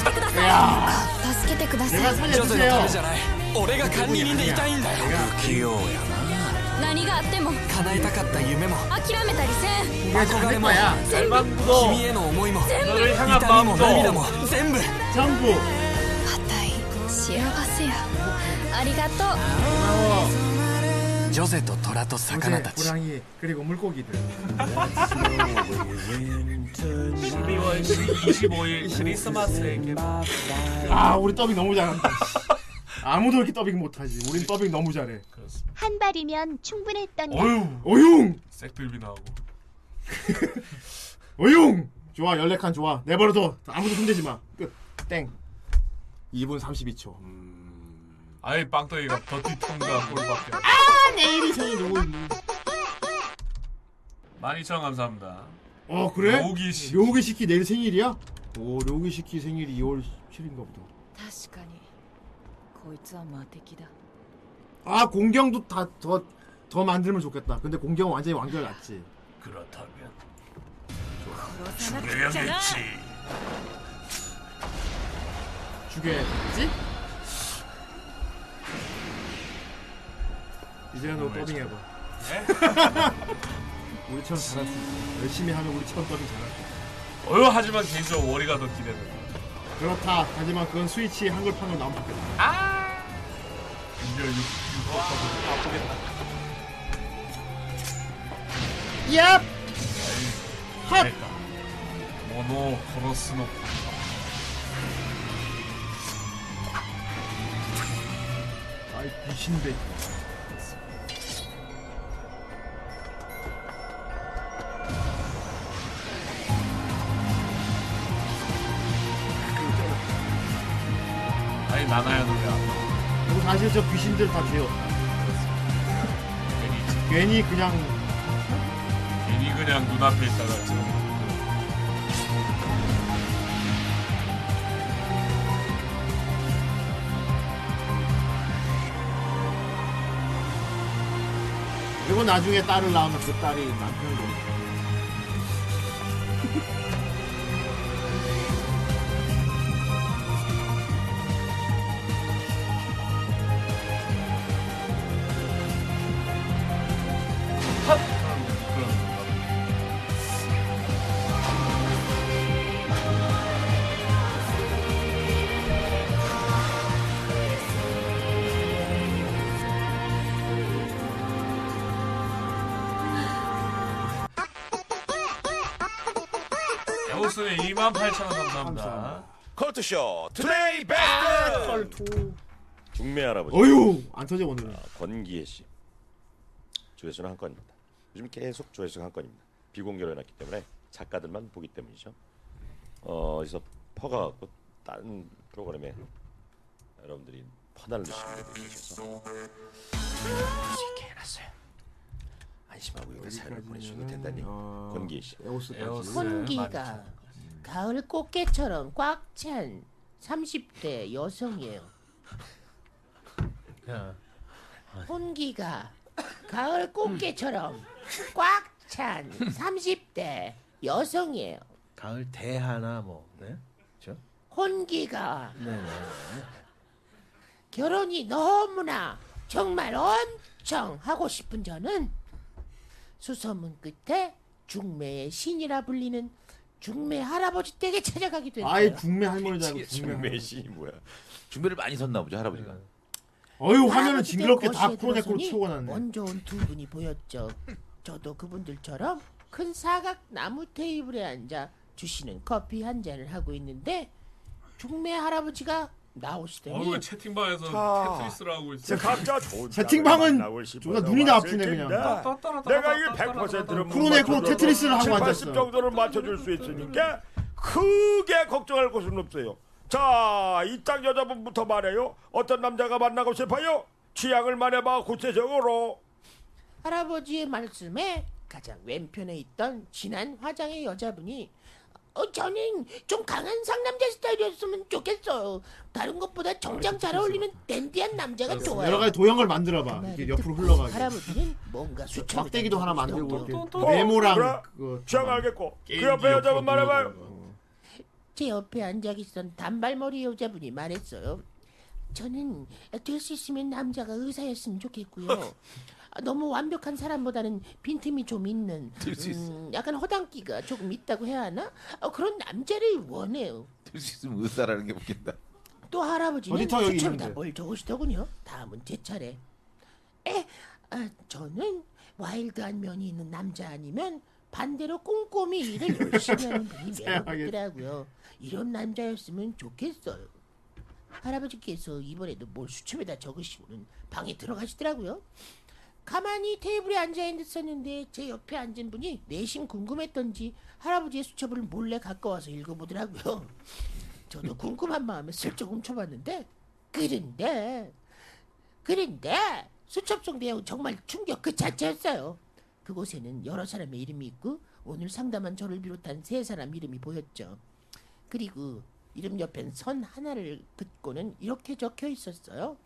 Speaker 1: 助けてください
Speaker 7: 女女のためじゃない俺が管理人でいたいんだよ
Speaker 22: 不器用や
Speaker 1: 何があっても
Speaker 7: 叶えたかった夢も
Speaker 1: 諦めたりせん
Speaker 7: 憧れも
Speaker 1: 全部
Speaker 7: 君への思いも
Speaker 1: 全部
Speaker 7: 痛みも涙も全部
Speaker 4: 全部
Speaker 1: 幸せやありがと
Speaker 7: ジョゼと虎と魚たち
Speaker 4: 호랑이 그리고 물고기들.
Speaker 6: 12월 네, 25일 크리스마스에게.
Speaker 4: 아 우리 더빙 너무 잘한다. 아무도 이렇게 더빙 못하지. 우린 더빙 너무 잘해.
Speaker 5: 한 발이면 충분했던
Speaker 6: 어휴.
Speaker 4: 어용
Speaker 6: 색들비 나오고.
Speaker 4: 어용 좋아 연락한 좋아 내버려둬 아무도 손대지 마. 끝. 땡. 2분 32초.
Speaker 6: 아예 빵떡이가 더티 통과 골밖에.
Speaker 4: 아 내일이 생일 누구?
Speaker 6: 12,000원 감사합니다.
Speaker 4: 어 그래?
Speaker 6: 료기 씨.
Speaker 4: 료기시키 내일 생일이야? 오 료기시키 생일이 2월 17일인가 보다.
Speaker 16: 確かにこいつは魔敵だ
Speaker 4: 아 공경도 다 더 더 만들면 좋겠다. 근데 공경은 완전히 완결 났지.
Speaker 6: 그렇다면
Speaker 16: 殺さなくちゃな
Speaker 6: 죽여야겠지.
Speaker 4: 죽여야겠지? 이제는 너
Speaker 6: 뭐야,
Speaker 4: 더빙해봐. 우리처럼 잘할 수 있어. 열심히 하면 우리처럼 더빙 잘할 수 있어.
Speaker 6: 어휴 하지만 개인적으로 월이가 더 기대된다.
Speaker 4: 그렇다. 하지만 그건 스위치 한글판으로 나오면 좋겠다. 아.
Speaker 6: 이제 육- 육- 아프겠다.
Speaker 4: 얍! 헛!
Speaker 6: 모노 코로스노.
Speaker 4: 아이 귀신데.
Speaker 6: 아니 나나야 노래.
Speaker 4: 그리고 뭐 사실 저 귀신들 다 죄요. 괜히 그냥
Speaker 6: 괜히 그냥 눈앞에 있다가 지금.
Speaker 4: 그리고 나중에 딸을 낳으면 그 딸이 남편을 노리고.
Speaker 6: 그런- 그런- 로스는 2만 8천 원 감사합니다.
Speaker 16: 컬투쇼 투데이 베스트 중매 할아버지 아,
Speaker 4: 어휴 안 터져 오늘은
Speaker 16: 권기혜 씨 조회수는 한 건입니다. 요즘 계속 조회수가 한 건입니다. 비공개로 해놨기 때문에 작가들만 보기 때문이죠. 어, 어디서 퍼가 갖고 다른 프로그램에 여러분들이 퍼날르시는 분들이 계셔서 이제 깨어났어요. 안심하고 여기 사연을 보내주셔도 된다니 권기혜 씨.
Speaker 8: 에어스.
Speaker 22: 혼기가 가을 꽃게처럼 꽉 찬 30대 여성이에요. 혼기가 가을 꽃게처럼 꽉 찬 30대 여성이에요.
Speaker 23: 가을 대 하나 뭐 네? 그렇죠?
Speaker 22: 혼기가
Speaker 23: 네, 네.
Speaker 22: 결혼이 너무나 정말 엄청 하고 싶은 저는 수소문 끝에 중매의 신이라 불리는 중매 할아버지 댁에 찾아가게 됐어요.
Speaker 4: 아이 중매 할머니도 아니고 중매
Speaker 16: 중매 씨 뭐야? 준비를 많이 섰나 보죠 할아버지가.
Speaker 4: 어휴 화면을
Speaker 22: 할아버지
Speaker 4: 징그럽게
Speaker 22: 댁
Speaker 4: 다
Speaker 22: 거실에
Speaker 4: 프로네코로
Speaker 22: 들어서니
Speaker 4: 치워놨네
Speaker 22: 먼저 온 두 분이 보였죠.
Speaker 23: 네.
Speaker 22: 저도 그분들처럼 큰 사각 나무 테이블에 앉아 주시는 커피 한 잔을 하고 있는데 중매 할아버지가 나오시더니
Speaker 6: 어우 채팅방에서
Speaker 22: 자,
Speaker 6: 테트리스를 하고 있어.
Speaker 22: 제 각자
Speaker 16: 좋은
Speaker 4: 채팅방은
Speaker 16: 싶어서
Speaker 4: 존나 눈이 다 아프네
Speaker 16: 왔을
Speaker 4: 그냥
Speaker 16: 텐데. 내가 이게 100%를
Speaker 4: 크로네 크로 테트리스를 하고 앉았어.
Speaker 16: 70 정도를 맞춰줄 수 있으니까 크게 걱정할 곳은 없어요. 자, 이 땅 여자분부터 말해요. 어떤 남자가 만나고 싶어요? 취향을 말해봐 구체적으로.
Speaker 22: 할아버지의 말씀에 가장 왼편에 있던 진한 화장의 여자분이 어, 저는 좀 강한 상남자 스타일이었으면 좋겠어요. 다른 것보다 정장 잘 어울리는 댄디한 남자가 좋아요.
Speaker 4: 여러 가지 도형을 만들어봐 이렇게 옆으로 흘러가게
Speaker 22: 할아버지는 뭔가 수첩
Speaker 4: 막대기도 하나 만들고 이렇게
Speaker 22: 또, 또.
Speaker 4: 네모랑
Speaker 22: 그래?
Speaker 4: 그거
Speaker 16: 취향 알겠고
Speaker 4: 게임기 옆으로
Speaker 22: 제 옆에 앉아 계시던 단발머리 여자분이 말했어요. 저는 될 수 있으면 남자가 의사였으면 좋겠고요. 아, 너무 완벽한 사람보다는 빈틈이 좀 있는
Speaker 16: 될수 있어.
Speaker 22: 음, 약간 허당끼가 조금 있다고 해야 하나? 어, 그런 남자를 원해요.
Speaker 16: 될수 있으면 의사라는 게 웃긴다.
Speaker 22: 또 할아버지는
Speaker 16: 어디서 여기
Speaker 22: 추첨
Speaker 16: 있는데?
Speaker 22: 답을 적으시더군요. 다음은 제 차례. 에, 아, 저는 와일드한 면이 있는 남자 아니면 반대로 꼼꼼히 일을 열심히 하는 분이
Speaker 4: 세상에.
Speaker 22: 매력있더라고요. 이런 남자였으면 좋겠어요. 할아버지께서 이번에도 뭘 수첩에다 적으시고는 방에 들어가시더라고요. 가만히 테이블에 앉아 있었는데 제 옆에 앉은 분이 내심 궁금했던지 할아버지의 수첩을 몰래 가까워서 읽어보더라고요. 저도 궁금한 마음에 슬쩍 훔쳐봤는데 그런데 그런데 수첩 속 내용 정말 충격 그 자체였어요. 그곳에는 여러 사람의 이름이 있고 오늘 상담한 저를 비롯한 세 사람 이름이 보였죠. 그리고 이름 옆엔 선 하나를 긋고는 이렇게 적혀 있었어요.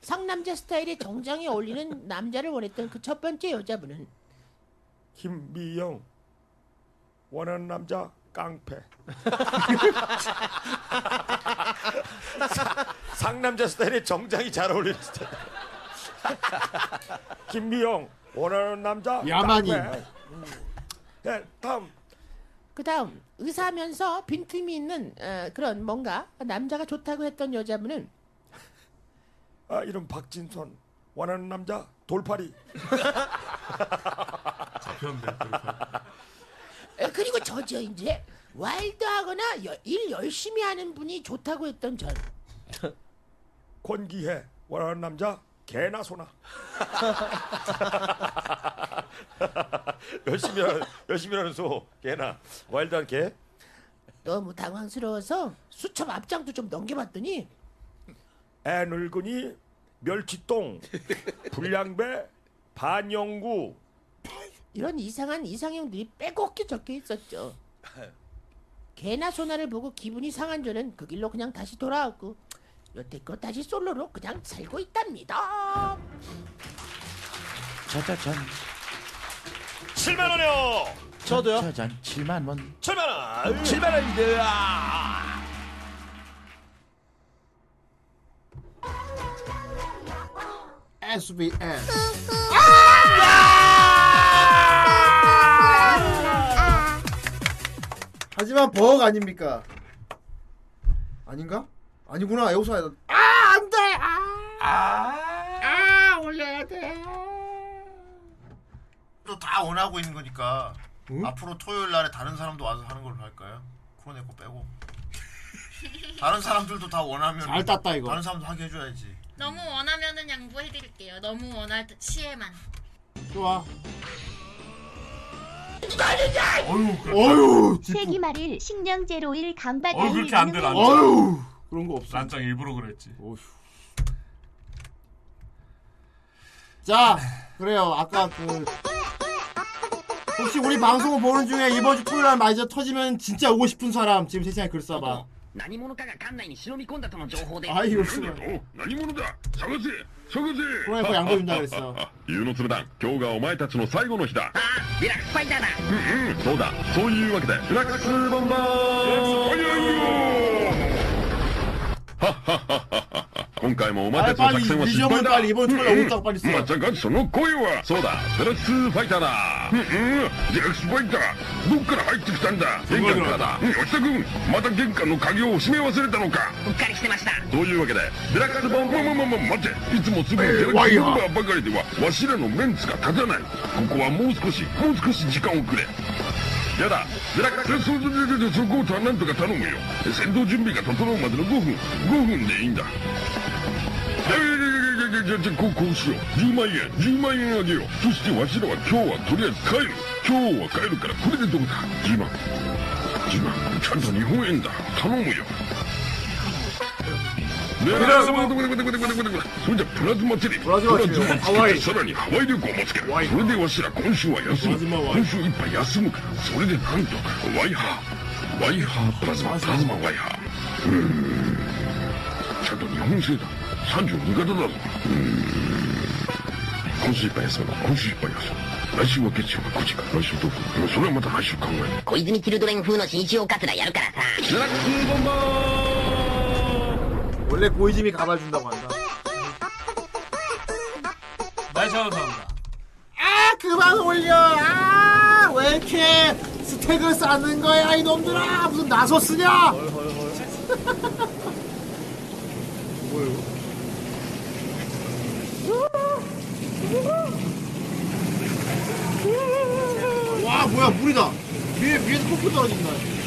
Speaker 22: 상남자 스타일의 정장에 어울리는 남자를 원했던 그 첫 번째 여자분은
Speaker 16: 김미영 원하는 남자 깡패. 상남자 스타일에 정장이 잘 어울리는 스타일. 김미영 원하는 남자
Speaker 4: 야만인.
Speaker 16: 깡패. 네, 다음
Speaker 22: 그다음 의사면서 빈틈이 있는 어, 그런 뭔가 남자가 좋다고 했던 여자분은
Speaker 16: 아, 이름 박진선 원하는 남자 돌팔이.
Speaker 22: 에, 예, 그리고 저죠 이제 와일드하거나 여- 일 열심히 하는 분이 좋다고 했던 전
Speaker 16: 권기혜 원하는 남자 개나 소나. 열심히 하는 열심히 하는 소 개나 와일드한 개.
Speaker 22: 너무 당황스러워서 수첩 앞장도 좀 넘겨봤더니
Speaker 16: 애늙은이 멸치똥 불량배 반영구
Speaker 22: 이런 이상한 이상형들이 빼곡히 적혀 있었죠. 개나 소나를 보고 기분이 상한 저는 그 길로 그냥 다시 돌아왔고 여태껏 다시 솔로로 그냥 살고 있답니다.
Speaker 24: 짜자잔
Speaker 16: 7만 원이요.
Speaker 24: 저도요 짜잔 7만 원
Speaker 16: 7만 원.
Speaker 24: 7만 원입니다
Speaker 4: SBS 하지만 버거 아닙니까? 아닌가? 아니구나 에오사야
Speaker 8: 아, 안 돼! 아! 아, 올려야 돼.
Speaker 17: 또 다 원하고 있는 거니까 앞으로 토요일 날에 다른 사람도 와서 하는 걸로 할까요?
Speaker 15: 손에 거 빼고 다른 사람들도 다 원하면
Speaker 4: 잘 땄다, 이거.
Speaker 15: 다른 사람도 하게 해줘야지
Speaker 12: 너무 원하면은 양보해드릴게요. 너무 원할 시에만.
Speaker 4: 좋아
Speaker 6: 어휴,
Speaker 5: 세기 말일 식량 제로일 강박이
Speaker 6: 어 그렇게 안 돼, 란짱.
Speaker 4: 어휴, 그런 거 없어.
Speaker 6: 란짱 일부러 그랬지.
Speaker 4: 자, 그래요. 아까 그 혹시 우리 방송을 보는 중에 이번 주 토요일 날 마이저 터지면 진짜 오고 싶은 사람 지금 세상에 글 써봐.
Speaker 25: 何者かが館内に忍び込んだとの情報で
Speaker 4: あいいよすごい
Speaker 25: 何者だ探せ探せ
Speaker 4: これやっぱ양보입니다 그랬어.
Speaker 17: 湯の粒だ今日がお前たちの最後の日だ
Speaker 25: リラックスファイターだ
Speaker 17: うんうんそうだそういうわけでフラックスボンバーはっはっはっはっは 今回もお前たちの作戦は失敗だ
Speaker 4: あれパリリボンパリリボンチョコラボンパリ
Speaker 17: まさかその声はそうだフラックスファイターだうんうんリラックスファイターどっから入ってきたんだ玄関からだうん吉田君また玄関の鍵を閉め忘れたのか
Speaker 25: うっかりしてました
Speaker 17: というわけでデラカルボンボンボンボンボン待ていつもすぐ
Speaker 25: えー
Speaker 17: デラカ
Speaker 25: ワイ
Speaker 17: ル
Speaker 25: ヤ
Speaker 17: ボン
Speaker 25: ー
Speaker 17: バーばかりではわしらのメンツが立たないここはもう少しもう少し時間をくれやだデラカルそうそうそうそうそうゴートはなんとか頼むよ戦闘準備が整うまでの5分5分でいいんだいやいやいやいやいやいやいやこうこうしよう10万円10万円あげようそしてわしらは今日はとりあえず帰る今日は帰るからこれでどうだ10万10万ちゃんと日本円だ頼むよプラズマそれじゃプラズマテレビプラズマテレビさらにハワイ旅行もつけるそれでわしら今週は休む今週いっぱい休むからそれでなんとワイハーワイハープラズマプラズマワイハーうーんちゃんと日本製だ32型だぞうーん今週いっぱい休むな今週いっぱい休む来週は月曜かこっちか来週どうかそれはまた来週考える
Speaker 25: 小泉チルドレン風の新潮カツラやるからさ
Speaker 17: デラックスボンバー
Speaker 4: 원래 고이즈미 가봐준다고 한다.
Speaker 6: 많이 감사합니다.
Speaker 4: 아 그만 올려. 아왜 이렇게 스택을 쌓는 거야 이놈들아. 무슨 나소 쓰냐? 와 뭐야 물이다. 위에 위에서 폭포 떨어진다.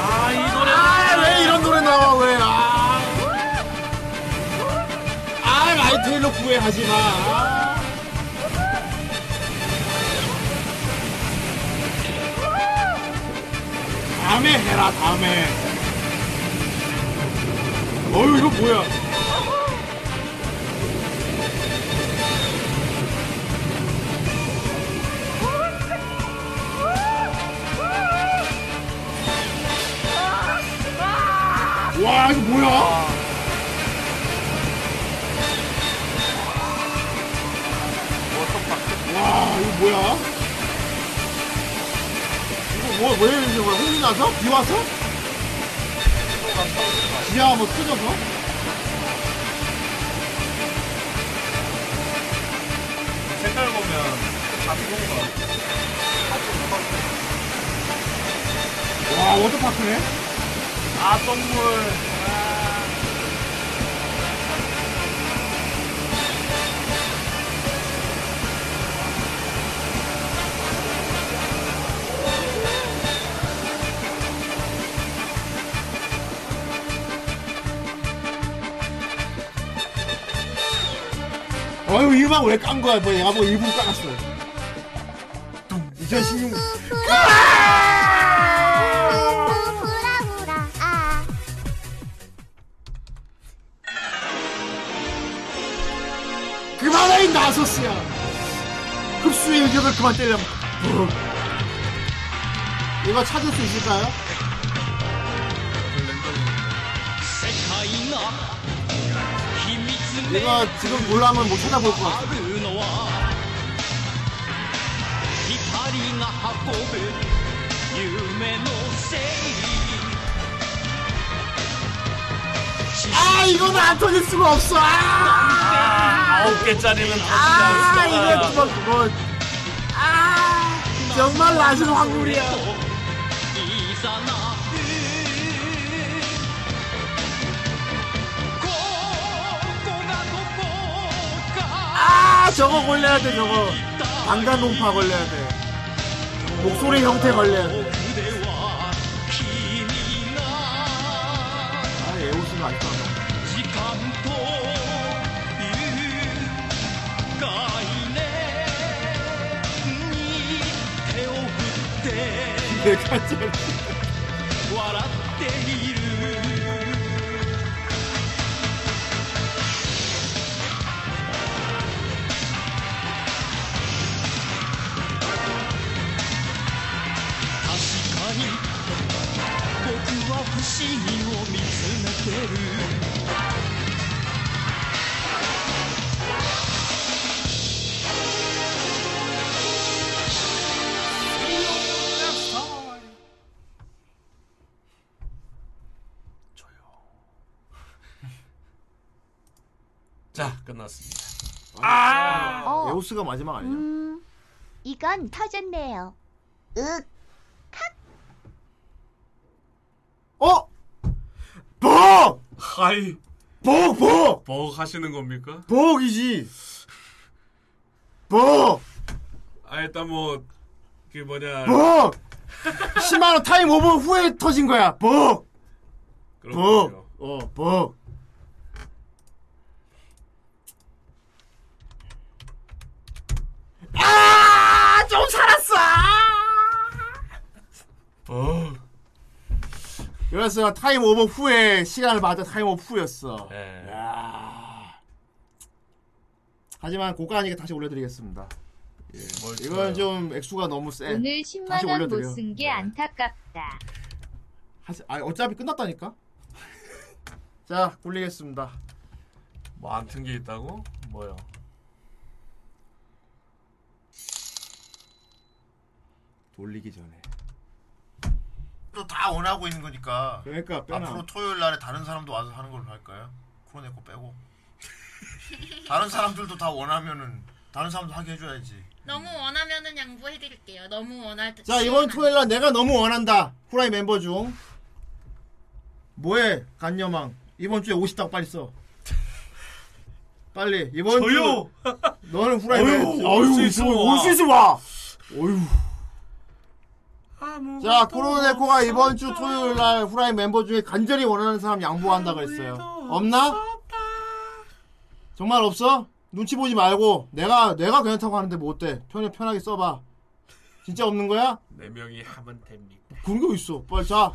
Speaker 6: 아, 이 노래.
Speaker 4: 아왜 이런 노래 나와 왜? 아, 아 라이트일로 구애하지 마. 아. 다음에 해라 다음에. 어유 이거 뭐야? 와 이거 뭐야?
Speaker 6: 아,
Speaker 4: 와 아, 이거 뭐야? 이거 뭐, 왜 이러는 거야? 홍이 나서? 비 와서? 지하 뭐 터져서?
Speaker 6: 색깔 보면 잡동가.
Speaker 4: 와 워터파크네?
Speaker 6: 아, 똥물.
Speaker 4: 어휴 이 음악 왜 깐 거야? 뭐 얘가 뭐 일부러 깎았어 2016 그만해 이 나소스야 흡수의 의견을 그만 때려 부르. 이거 찾을 수 있을까요?
Speaker 26: 界が
Speaker 4: 이거 지금 몰라면 못 찾아볼 것
Speaker 26: あ
Speaker 4: 같아
Speaker 26: るのは光が運ぶ夢のせい
Speaker 4: 아 이건 안 터질 수가 없어 아,
Speaker 6: 아홉 개짜리는
Speaker 4: 아
Speaker 6: 다시 안
Speaker 4: 이거 뭐.
Speaker 6: 쓰다가.
Speaker 4: 그거 그거 아 정말 낮은
Speaker 26: 俺と
Speaker 4: 확률이야
Speaker 26: いざなう
Speaker 4: 아, 저거 걸려야 돼 저거 방간 논파 걸려야 돼 목소리 형태 걸려야 돼 아, 에오스는 아직도 안 나와.
Speaker 26: 時間という概念に手を振って笑っている確かに僕は不思議を見つめてる
Speaker 6: 자 끝났습니다.
Speaker 4: 아!
Speaker 5: 어.
Speaker 4: 에오스가 마지막 아니야?
Speaker 5: 음, 이건 터졌네요. 윽.
Speaker 4: 어? 복!
Speaker 6: 하이.
Speaker 4: 복, 복!
Speaker 6: 복 하시는 겁니까?
Speaker 4: 복이지. 복!
Speaker 6: 아 일단 뭐 그 뭐냐.
Speaker 4: 복! 10만원 타임 오버 후에 터진 거야. 복! 복! 어, 복!
Speaker 8: 아, 좀 살았어.
Speaker 6: 복!
Speaker 4: 이랬어. 어. 타임 오버 후에 시간을 맞아 타임 오버 후였어.
Speaker 6: 예.
Speaker 4: 하지만 고가니까 다시 올려드리겠습니다. 예. 이건 좀 액수가 너무 세.
Speaker 20: 오늘
Speaker 4: 네, 다시 네.
Speaker 20: 10만 원
Speaker 4: 올려드려.
Speaker 20: 못 쓴 게 안타깝다.
Speaker 4: 하시, 아 어차피 끝났다니까. 자 굴리겠습니다.
Speaker 6: 뭐 안 튼 게 있다고? 뭐요?
Speaker 4: 돌리기 전에.
Speaker 15: 또 다 원하고 있는 거니까.
Speaker 4: 그러니까 빼놔.
Speaker 15: 앞으로 토요일 날에 다른 사람도 와서 하는 걸로 할까요? 코로네 거 빼고. 다른 사람들도 다 원하면은 다른 사람도 하게 해줘야지.
Speaker 12: 너무 원하면은 양보해드릴게요. 너무 원할 때.
Speaker 4: 자 이번 토요일 날 내가 너무 원한다. 후라이 멤버 중 뭐해 간여망 이번 주에 50당 빨리 써. 빨리 이번
Speaker 8: 저요!
Speaker 4: 주 너는 후라이
Speaker 8: 어휴,
Speaker 4: 멤버
Speaker 8: 어휴, 올수 있으면
Speaker 4: 와. 어휴. 자 코로네코가 이번 주 토요일 날 후라이 멤버 중에 간절히 원하는 사람 양보한다 그랬어요. 없나? 정말 없어? 눈치 보지 말고 내가 내가 괜찮다고 하는데 뭐 어때? 편히 편하게 써봐. 진짜 없는 거야?
Speaker 6: 네 명이 하면 됩니다.
Speaker 4: 그런 게 있어. 빨리 자.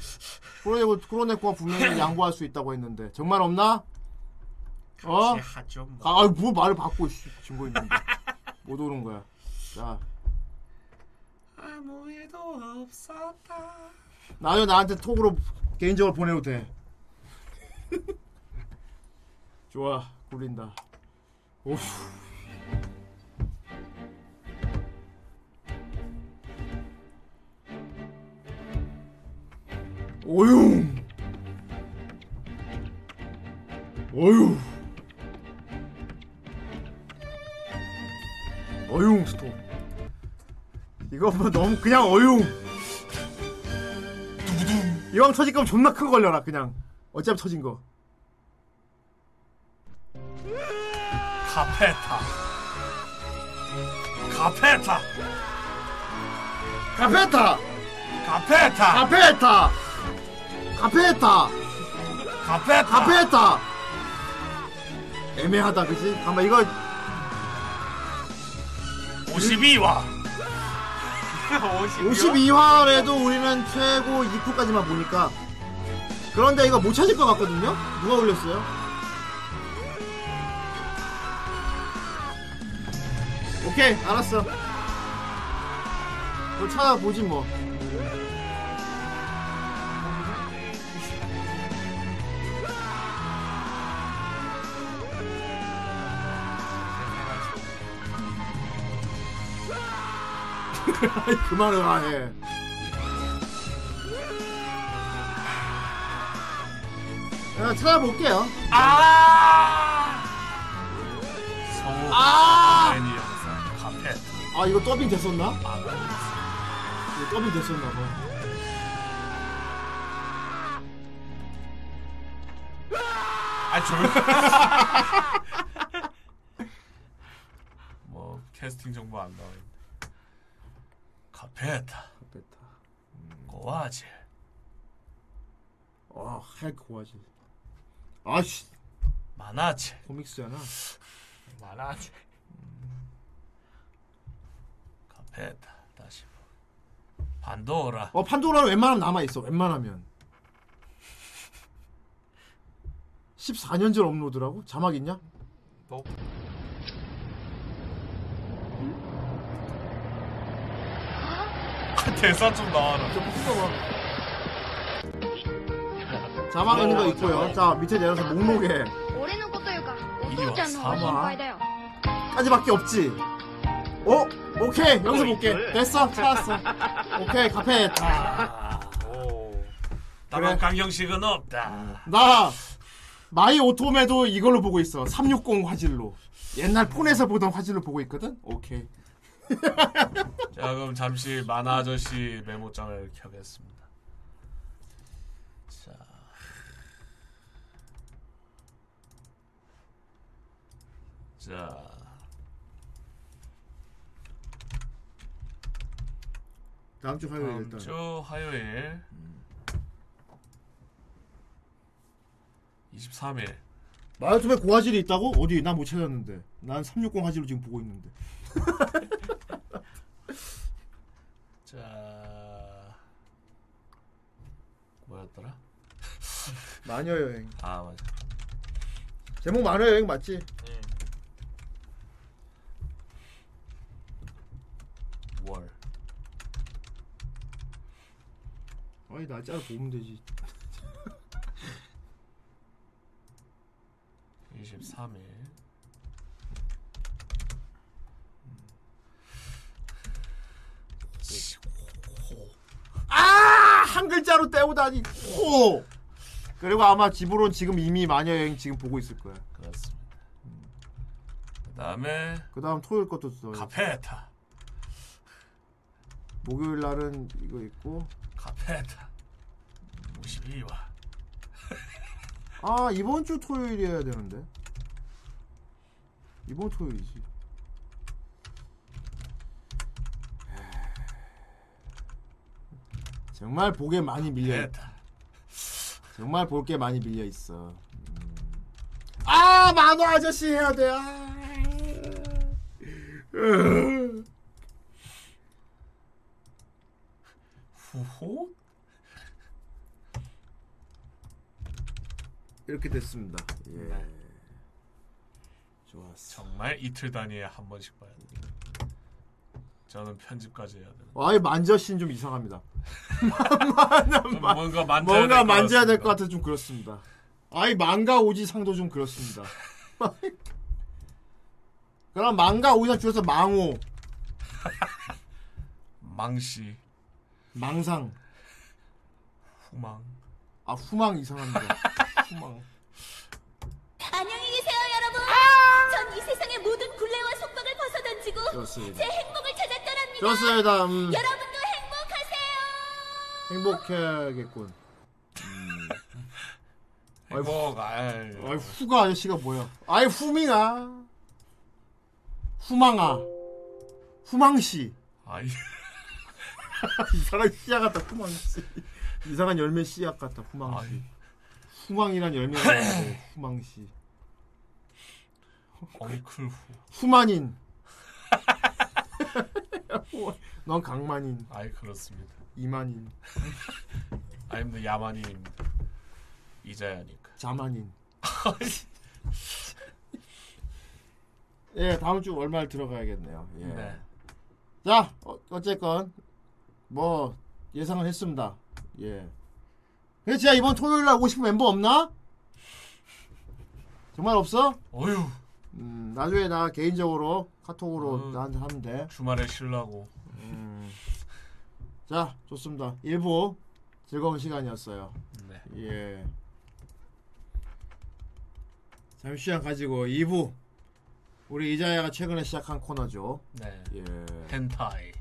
Speaker 4: 코로네코 코로네코가 분명히 양보할 수 있다고 했는데 정말 없나? 어?
Speaker 6: 같이 하죠, 뭐.
Speaker 4: 아, 뭐 말을 받고 씨, 증거 있는데 못 오는 거야. 자,
Speaker 6: 아무 일도 없었다.
Speaker 4: 나도 나한테 톡으로 개인적으로 보내도 돼. 좋아, 굴린다. 오우. 오유. 오유. 어용 스톱. 이거 뭐 너무 그냥 어용. 이왕 터질 거면 존나 큰 걸려라 그냥. 어차피 터진 거.
Speaker 6: 카페타. 카페타.
Speaker 4: 카페타.
Speaker 6: 카페타.
Speaker 4: 카페타. 카페타.
Speaker 6: 카페타.
Speaker 4: 카페타. 애매하다 그지? 잠깐만 이거
Speaker 6: 52화.
Speaker 4: 52화에도 우리는 최고 2쿠까지만 보니까 그런데 이거 못 찾을 것 같거든요? 누가 올렸어요? 오케이 알았어 뭐 찾아보지 뭐 그만해 아예 내가 찾아볼게요
Speaker 6: 아 성우.
Speaker 4: 아!
Speaker 6: 매니 영상. 카페타.
Speaker 4: 아 이거 더빙 됐었나? 이거 더빙 됐었나 봐
Speaker 6: 아 조용. 캐스팅 정보 안 나와 있는데. 카페타. 음. 고아질.
Speaker 4: 아, 하얗게 고아질. 아씨.
Speaker 6: 만화체.
Speaker 4: 코믹스잖아.
Speaker 6: 만화체. 음. 카페타. 다시. 뭐. 보- 반도라.
Speaker 4: 어, 판도라는 웬만하면 남아있어, 웬만하면. 14년 전 업로드라고? 자막 있냐?
Speaker 11: 너
Speaker 6: 대사 좀 나와라.
Speaker 4: 자막 있는 거 있고요. 자, 밑에 내려서 목록에
Speaker 1: 俺のことよかお
Speaker 4: 父ちゃんの方が心配だ
Speaker 1: よ
Speaker 4: 까지밖에 없지. 어? 오케이, 여기서 볼게. 됐어, 찾았어. 오케이, 카페.
Speaker 6: 다만 강경식은
Speaker 4: 아.
Speaker 6: 없다.
Speaker 4: 나 마이 오토메도 이걸로 보고 있어. 360 화질로. 옛날 폰에서 보던 화질로 보고 있거든. 오케이.
Speaker 6: 자 그럼 잠시 만화 아저씨 메모장을 켜겠습니다. 자 자.
Speaker 4: 다음 주 화요일
Speaker 6: 다음
Speaker 4: 일단.
Speaker 6: 주 화요일 23일
Speaker 4: 마이 오토메 고화질이 있다고? 어디? 나 못 찾았는데. 난 360 화질로 지금 보고 있는데.
Speaker 6: 자 뭐였더라?
Speaker 4: 마녀 여행.
Speaker 6: 아 맞아.
Speaker 4: 제목 마녀 여행 맞지?
Speaker 6: 월.
Speaker 4: 아니 날짜를 보면 되지.
Speaker 6: 23일.
Speaker 4: 아! 한 글자로 때우다니. 호. 그리고 아마 집으론 지금 이미 마녀 여행 지금 보고 있을 거야.
Speaker 6: 그렇습니다. 음. 그다음에
Speaker 4: 그다음 토요일 것도 또
Speaker 6: 카페타.
Speaker 4: 목요일 날은 이거 있고.
Speaker 6: 카페타. 52화.
Speaker 4: 아 이번 주 토요일이어야 되는데 이번 토요일이지 정말 보게 많이 밀려 정말 볼 게 많이 밀려 있어 아 만화 아저씨 해야 돼 아.
Speaker 6: 후호?
Speaker 4: 이렇게 됐습니다 예. 좋았어.
Speaker 6: 정말 이틀 단위에 한 번씩 봐야 돼. 저는 편집까지 해야 돼.
Speaker 4: 아이 만져신 좀 이상합니다
Speaker 6: 좀 뭔가 만져야
Speaker 4: 뭔가
Speaker 6: 될것
Speaker 4: 만져야 될 것 같아 좀 그렇습니다 아이 망가 오지상도 좀 그렇습니다 그럼 망가 오지상 줄여서 망오
Speaker 6: 망시,
Speaker 4: 망상
Speaker 6: 후망.
Speaker 4: 아 후망 이상합니다. 후망.
Speaker 1: 안녕히 계세요 여러분 전 이 세상의 모든 굴레와 속박을 벗어던지고
Speaker 4: 아! 좋습니다.
Speaker 1: 제 행복을 찾아 떠납니다
Speaker 4: 좋습니다. 음.
Speaker 1: 여러분도 행복하세요
Speaker 4: 행복해야겠군.
Speaker 6: 음. 행복. 아이.
Speaker 4: 아이 후가 아저씨가 뭐야? 아이 후미나 후망아 후망씨
Speaker 6: 아이.
Speaker 4: 이상한 씨앗 같다 후망씨 이상한 열매 씨앗 같다 후망씨 후망이란 열매가 있는데, 후망씨
Speaker 6: 엉클 후.
Speaker 4: 후만인 넌 강만인
Speaker 6: 아이 그렇습니다.
Speaker 4: 이만인
Speaker 6: 아닙니다. 야만인입니다. 이자야니까.
Speaker 4: 자만인 예, 다음 주 월말 들어가야겠네요. 예.
Speaker 6: 네.
Speaker 4: 자, 어, 어쨌건 뭐 예상을 했습니다. 예. 근데 진짜 이번 토요일 날 오고 싶은 멤버 없나? 정말 없어?
Speaker 6: 어휴.
Speaker 4: 음, 나중에 나 개인적으로 카톡으로 나한테 하면 돼.
Speaker 6: 음. 주말에 쉬려고.
Speaker 4: 음. 자, 좋습니다. 일부 즐거운 시간이었어요.
Speaker 6: 네.
Speaker 4: 예. 잠시 시간 가지고 2부 우리 이자야가 최근에 시작한 코너죠.
Speaker 6: 네.
Speaker 4: 예.
Speaker 6: 헨타이.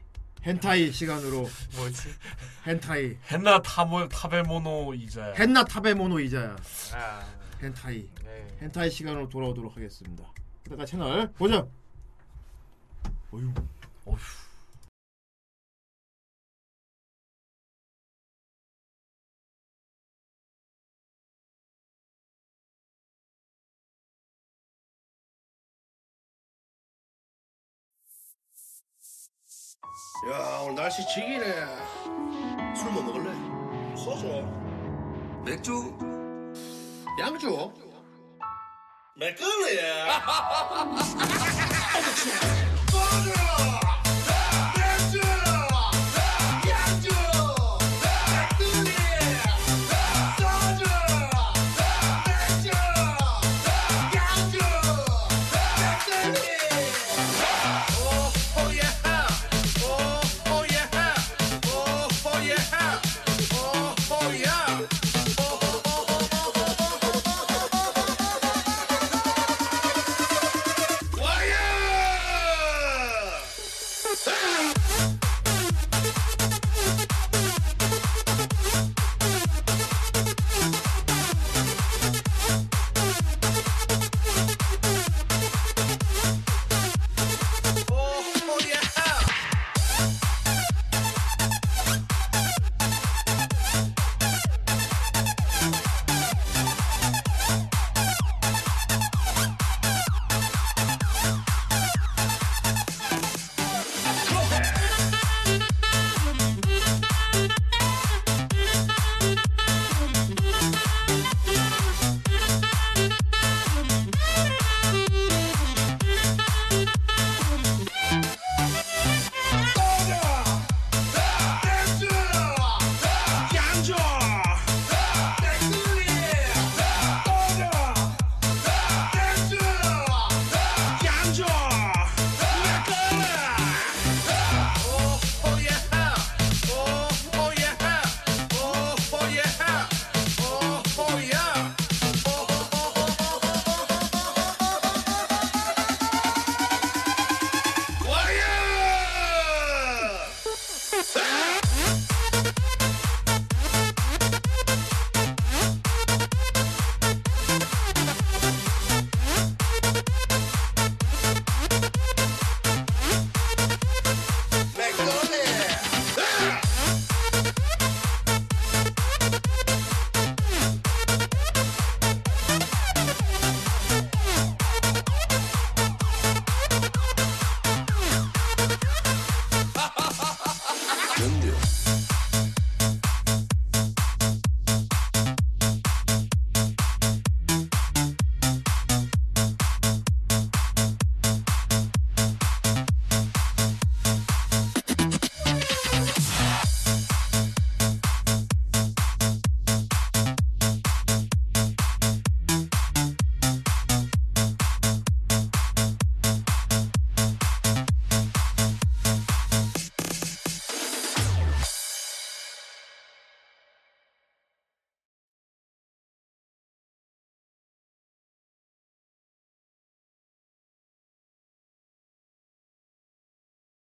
Speaker 4: 헨타이 시간으로
Speaker 6: 뭐지?
Speaker 4: 헨타이.
Speaker 6: 헨나 타몰 타베모노 이자야.
Speaker 4: 헨나 타베모노 이자야.
Speaker 6: 아.
Speaker 4: 헨타이.
Speaker 6: 네.
Speaker 4: 헨타이 시간으로 돌아오도록 하겠습니다. 그러니까 채널 보죠.
Speaker 6: 어휴. 어휴.
Speaker 14: 야
Speaker 4: 아,
Speaker 14: 오늘 날씨 지기네 술 뭐 먹을래? 소주 맥주? 양주? 맥걸리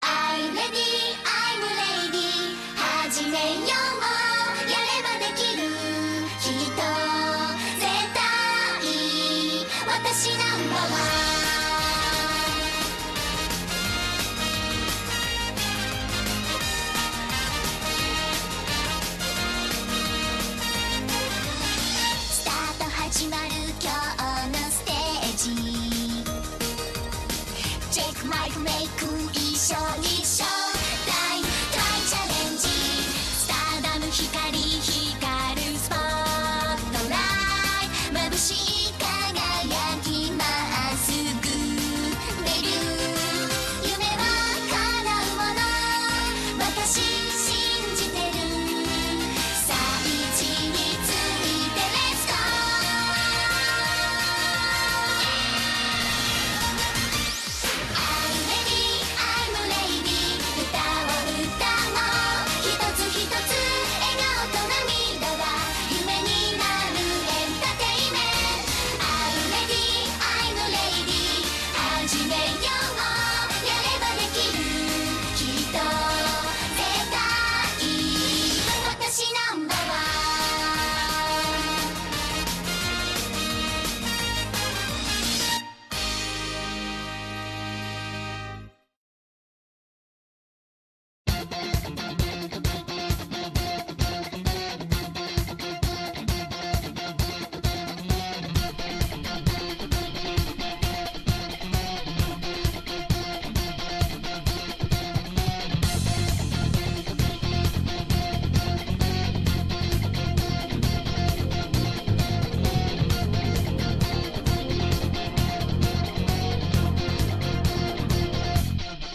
Speaker 1: I'm ready, I'm ready 始めようもやればできるきっと絶対私ナンバーワンスタート始まる今日のステージチェックマイクメイク一緒一緒大大チャレンジスターダム光り光るスポットライト眩しい輝きまっすぐデビュー夢は叶うもの私信じてるさあ一についてレッツゴー I'm ready, I'm ready 受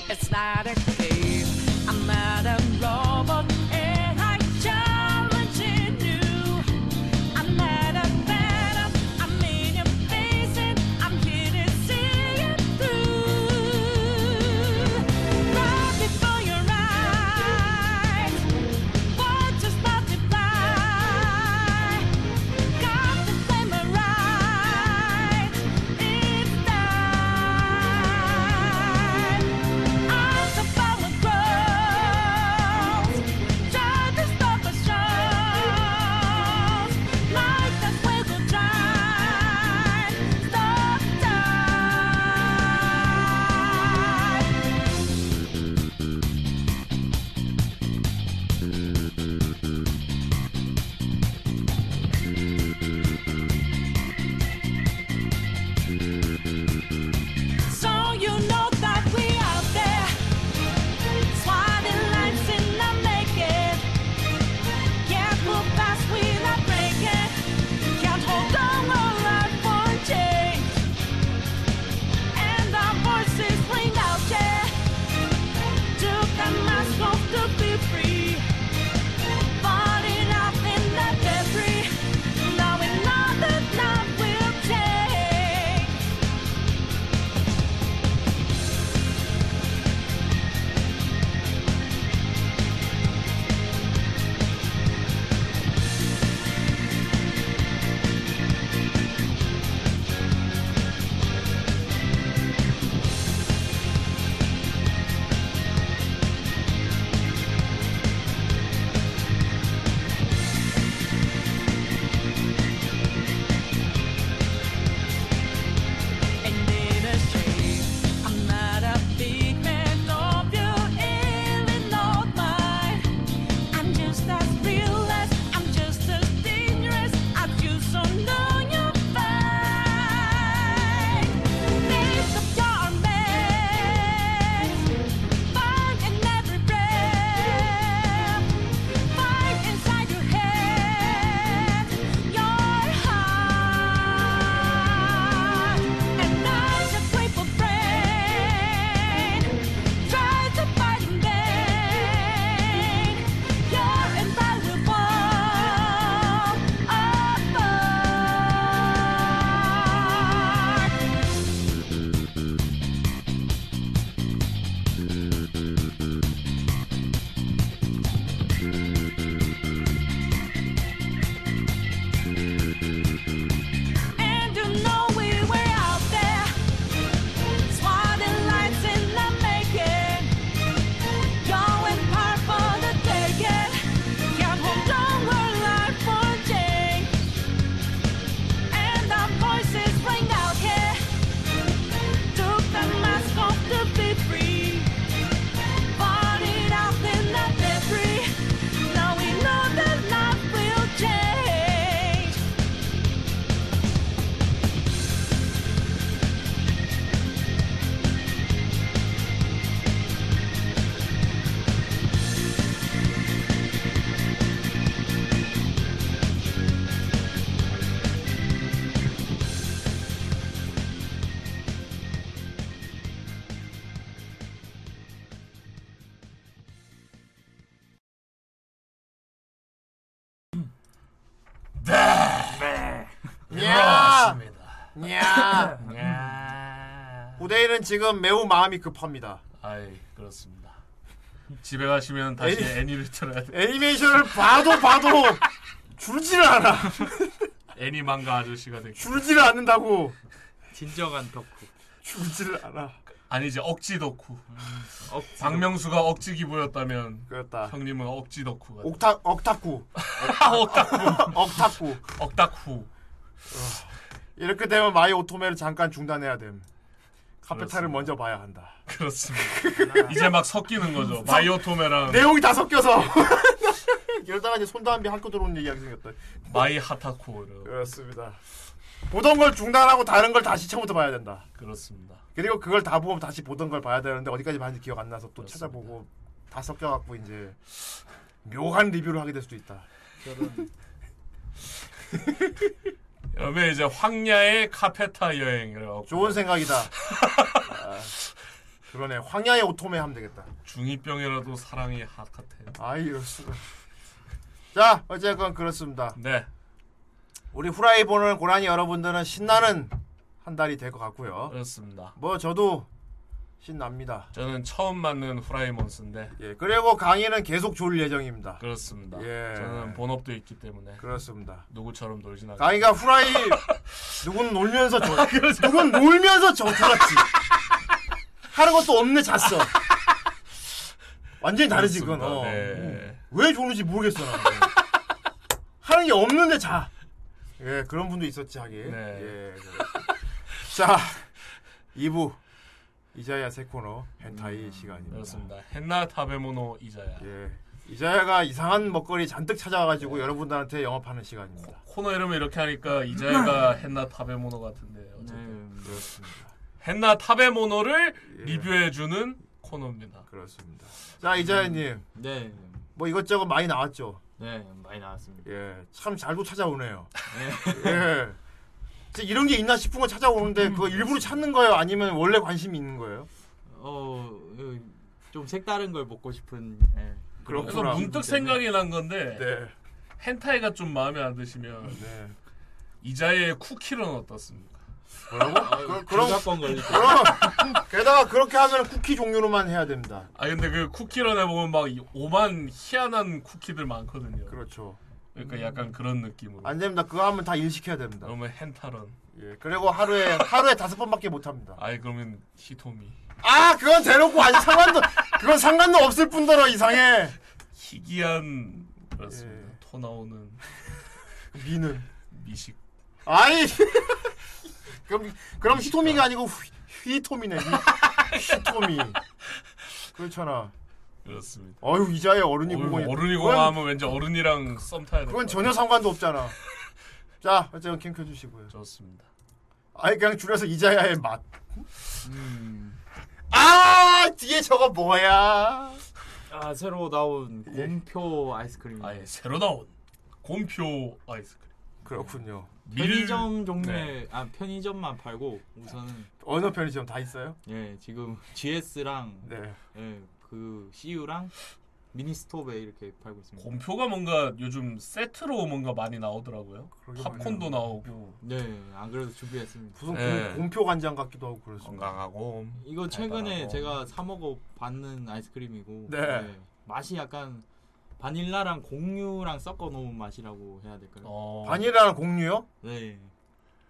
Speaker 1: It's not a case. I'm not a robot, and I challenge you. I'm not a phantom. I'm in your face, and I'm here to see you through. Right before your eyes, waters multiply. Got the glamour right. It's time. Eyes of our girls, trying to stop us strong. Like that we will try. Stop time. So you know that we out there, swatting lights in the making. Can't move fast, we not breaking. Can't hold on, all life for change. And our voices ring out, yeah. Took the mask off to be free. Falling off in the debris. Now we know that love will change. And in a shade, I'm not a big man of you, even not mine. I'm just as real as, I'm just as dangerous as you, so know you're fine. Face of your maze, find in every breath, find inside your head, your heart. And I just wait for friend Try to fight in vain You're invaluable Apart And you know we were out there Swatting lights in the making Going hard for the taking Can't hold on, we're life for change And our voices ring out, yeah Took the mask off to be free Parted out in the debris Now we know that life will change
Speaker 4: 네. 야!
Speaker 27: 야!
Speaker 4: 고대인은 지금 매우 마음이 급합니다.
Speaker 6: 아이 그렇습니다. 집에 가시면 다시
Speaker 4: 애니-
Speaker 6: 애니, 를 틀어야 돼.
Speaker 4: 애니메이션을 봐도 봐도 줄질 않아.
Speaker 6: 애니 망가 아저씨가 되고.
Speaker 4: 줄질 않는다고.
Speaker 6: 진정한 덕후.
Speaker 4: 줄질 않아.
Speaker 6: 아니지 억지 음, 덕후. 박명수가 억지기 보였다면 형님은 억지 덕후가.
Speaker 4: 옥타 억타쿠.
Speaker 6: 아, 억타쿠.
Speaker 4: 억타쿠.
Speaker 6: 억타쿠. 어.
Speaker 4: 이렇게 되면 마이 오토메를 잠깐 중단해야 됨. 카페타를
Speaker 6: 그렇습니다.
Speaker 4: 먼저 봐야 한다.
Speaker 6: 그렇습니다. 이제 막 섞이는 거죠. 마이오토메랑
Speaker 4: 내용이 다 섞여서 이러다가 이제 손담비 학교 들어오는 얘기하게 생겼다.
Speaker 6: 마이 하타쿠 이런.
Speaker 4: 그렇습니다. 보던 걸 중단하고 다른 걸 다시 처음부터 봐야 된다.
Speaker 6: 그렇습니다.
Speaker 4: 그리고 그걸 다 보면 다시 보던 걸 봐야 되는데 어디까지 봤는지 기억 안 나서 또 찾아보고 다 섞여갖고 이제 묘한 리뷰를 하게 될 수도 있다.
Speaker 6: 그러면 이제 황야의 카페타 여행 이래갖고.
Speaker 4: 좋은 생각이다. 아, 그러네. 황야의 오토메 하면 되겠다.
Speaker 6: 중2병이라도 사랑이 핫핫해.
Speaker 4: 아 이럴 수가. 자 어쨌건 그렇습니다.
Speaker 6: 네.
Speaker 4: 우리 후라이 보는 고라니 여러분들은 신나는 한 달이 될 것 같고요.
Speaker 6: 그렇습니다.
Speaker 4: 뭐 저도 신납니다.
Speaker 6: 저는 처음 만난 후라이몬스인데.
Speaker 4: 예, 그리고 강의는 계속 졸 예정입니다.
Speaker 6: 그렇습니다.
Speaker 4: 예.
Speaker 6: 저는 본업도 있기 때문에.
Speaker 4: 그렇습니다.
Speaker 6: 누구처럼 놀진 않고.
Speaker 4: 강의가 후라이 누군 놀면서
Speaker 6: 아,
Speaker 4: 저 누군 놀면서 저 졸았지. 하는 것도 없네 잤어. 완전히 다르지 그건. 어.
Speaker 6: 네.
Speaker 4: 왜 졸는지 모르겠어 나. 하는 게 없는데 자. 예, 그런 분도 있었지 하긴.
Speaker 6: 네.
Speaker 4: 예. 그렇습니다. 자, 2부 이자야 세 코너 헨타이 시간입니다.
Speaker 6: 음, 그렇습니다. 헨나 타베모노 이자야.
Speaker 4: 예. 이자야가 이상한 먹거리 잔뜩 찾아와가지고
Speaker 6: 네.
Speaker 4: 여러분들한테 영업하는 시간입니다.
Speaker 6: 코너 이름을 이렇게 하니까 이자야가
Speaker 4: 네.
Speaker 6: 헨나 타베모노 같은데 어쨌든 헨나 타베모노를 리뷰해주는 코너입니다.
Speaker 4: 그렇습니다. 예. 자
Speaker 6: 음.
Speaker 4: 이자야님.
Speaker 7: 네.
Speaker 4: 뭐 이것저것 많이 나왔죠.
Speaker 7: 네, 많이 나왔습니다.
Speaker 4: 예, 참 잘도 찾아오네요. 예. 진짜 이런 게 있나 싶은 거 찾아오는데 그거 일부러 찾는 거예요? 아니면 원래 관심이 있는 거예요?
Speaker 7: 어, 어, 좀 색다른 걸 먹고 싶은. 예.
Speaker 6: 그래서 문득 생각이 난 건데
Speaker 4: 네.
Speaker 6: 헨타이가 좀 마음에 안 드시면 이자의 쿠키는 어떻습니까?
Speaker 4: 뭐라고? 그, 그럼 게다가 그렇게 하면 쿠키 종류로만 해야 됩니다.
Speaker 6: 아 근데 그 쿠키런에 보면 막 이- 오만 희한한 쿠키들 많거든요.
Speaker 4: 그렇죠.
Speaker 6: 그러니까 약간 그런 느낌으로.
Speaker 4: 안 됩니다. 그거 하면 다 일시켜야 됩니다.
Speaker 6: 그러면 헨타런.
Speaker 4: 예, 그리고 하루에 하루에 다섯 번밖에 못 합니다.
Speaker 6: 아이 그러면 히토미.
Speaker 4: 아, 그건 대놓고 아니 상관도 그건 상관도 없을 뿐더러 이상해.
Speaker 6: 희귀한 그렇습니다. 토 나오는
Speaker 4: 예. 미는
Speaker 6: 미식.
Speaker 4: 아이 그럼 그럼 히토미가 아니고 휘, 휘토미네. 휘, 히토미. 그렇잖아.
Speaker 6: 그렇습니다.
Speaker 4: 어휴 이자의 어른이
Speaker 6: 어휴,
Speaker 4: 공원.
Speaker 6: 어른이
Speaker 4: 그건-
Speaker 6: 공감하면 왠지 어른이랑 썸 타야 돼.
Speaker 4: 그건 전혀 상관도 없잖아. 자, 어쨌든 캠 켜주시고요.
Speaker 6: 좋습니다.
Speaker 4: 아예 그냥 줄여서 이자야의 맛.
Speaker 6: 음.
Speaker 4: 아 뒤에 저거 뭐야?
Speaker 7: 아 새로 나온 곰표 아이스크림.
Speaker 6: 예. 아예 새로 나온 곰표 아이스크림.
Speaker 4: 그렇군요.
Speaker 7: 편의점
Speaker 4: 밀-
Speaker 7: 종류에
Speaker 4: 네.
Speaker 7: 아 편의점만 팔고 우선은
Speaker 4: 어느 편의점 다 있어요?
Speaker 7: 예 지금 GS랑
Speaker 4: 네.
Speaker 7: 예그 CU랑 미니스톱에 이렇게 팔고 있습니다.
Speaker 6: 곰표가 뭔가 요즘 세트로 뭔가 많이 나오더라고요. 팝콘도 나오고.
Speaker 7: 네, 안 그래도 준비했습니다.
Speaker 4: 무슨 네. 곰표 간장 같기도 하고 그렇습니다.
Speaker 6: 건강하고
Speaker 7: 이거
Speaker 4: 달달하고.
Speaker 7: 최근에 제가 사 먹어 봤는 아이스크림이고
Speaker 4: 네.
Speaker 7: 맛이 약간 바닐라랑 공유랑 섞어 놓은 맛이라고 해야 될까요?
Speaker 6: 어.
Speaker 4: 바닐라랑 공유요?
Speaker 7: 네.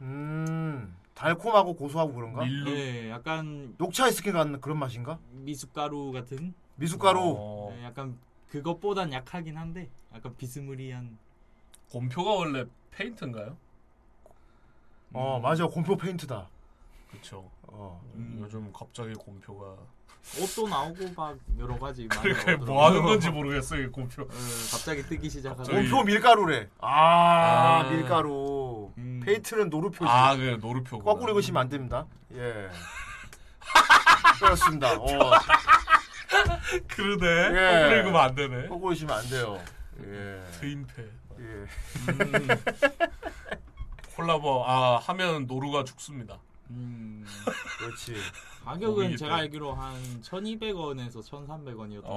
Speaker 4: 음 달콤하고 고소하고 그런가?
Speaker 7: 네, 약간
Speaker 4: 녹차 아이스크림 같은 그런 맛인가?
Speaker 7: 미숫가루 같은
Speaker 4: 미숫가루.
Speaker 6: 어.
Speaker 7: 네, 약간 그것보단 약하긴 한데 약간 비스무리한
Speaker 6: 곰표가 원래 페인트인가요?
Speaker 4: 어
Speaker 6: 음.
Speaker 4: 맞아 곰표 페인트다.
Speaker 6: 그렇죠.
Speaker 4: 어.
Speaker 6: 요즘 갑자기 곰표가
Speaker 7: 옷도 나오고 막 여러 가지 많이
Speaker 6: 그러니까
Speaker 7: 나오더라고요.
Speaker 6: 뭐 하는 건지 모르겠어요. 이 곰표.
Speaker 7: 갑자기 뜨기 시작하고
Speaker 4: 곰표 밀가루래. 아,
Speaker 6: 아. 음.
Speaker 4: 밀가루. 페인트는 노루표지.
Speaker 6: 아, 그래, 노루표구나.
Speaker 4: 거꾸로 읽으시면 안 됩니다. 예. 그렇습니다. 어.
Speaker 6: 그러네. 거꾸로 읽으면 안 되네.
Speaker 4: 거꾸로 읽으시면 안 돼요. 예.
Speaker 6: 트임패.
Speaker 4: 예.
Speaker 6: 음. 콜라보 아 하면 노루가 죽습니다.
Speaker 7: 음.
Speaker 4: 그렇지.
Speaker 7: 가격은 제가 알기로 한 1,200원에서 1,300원이었던 것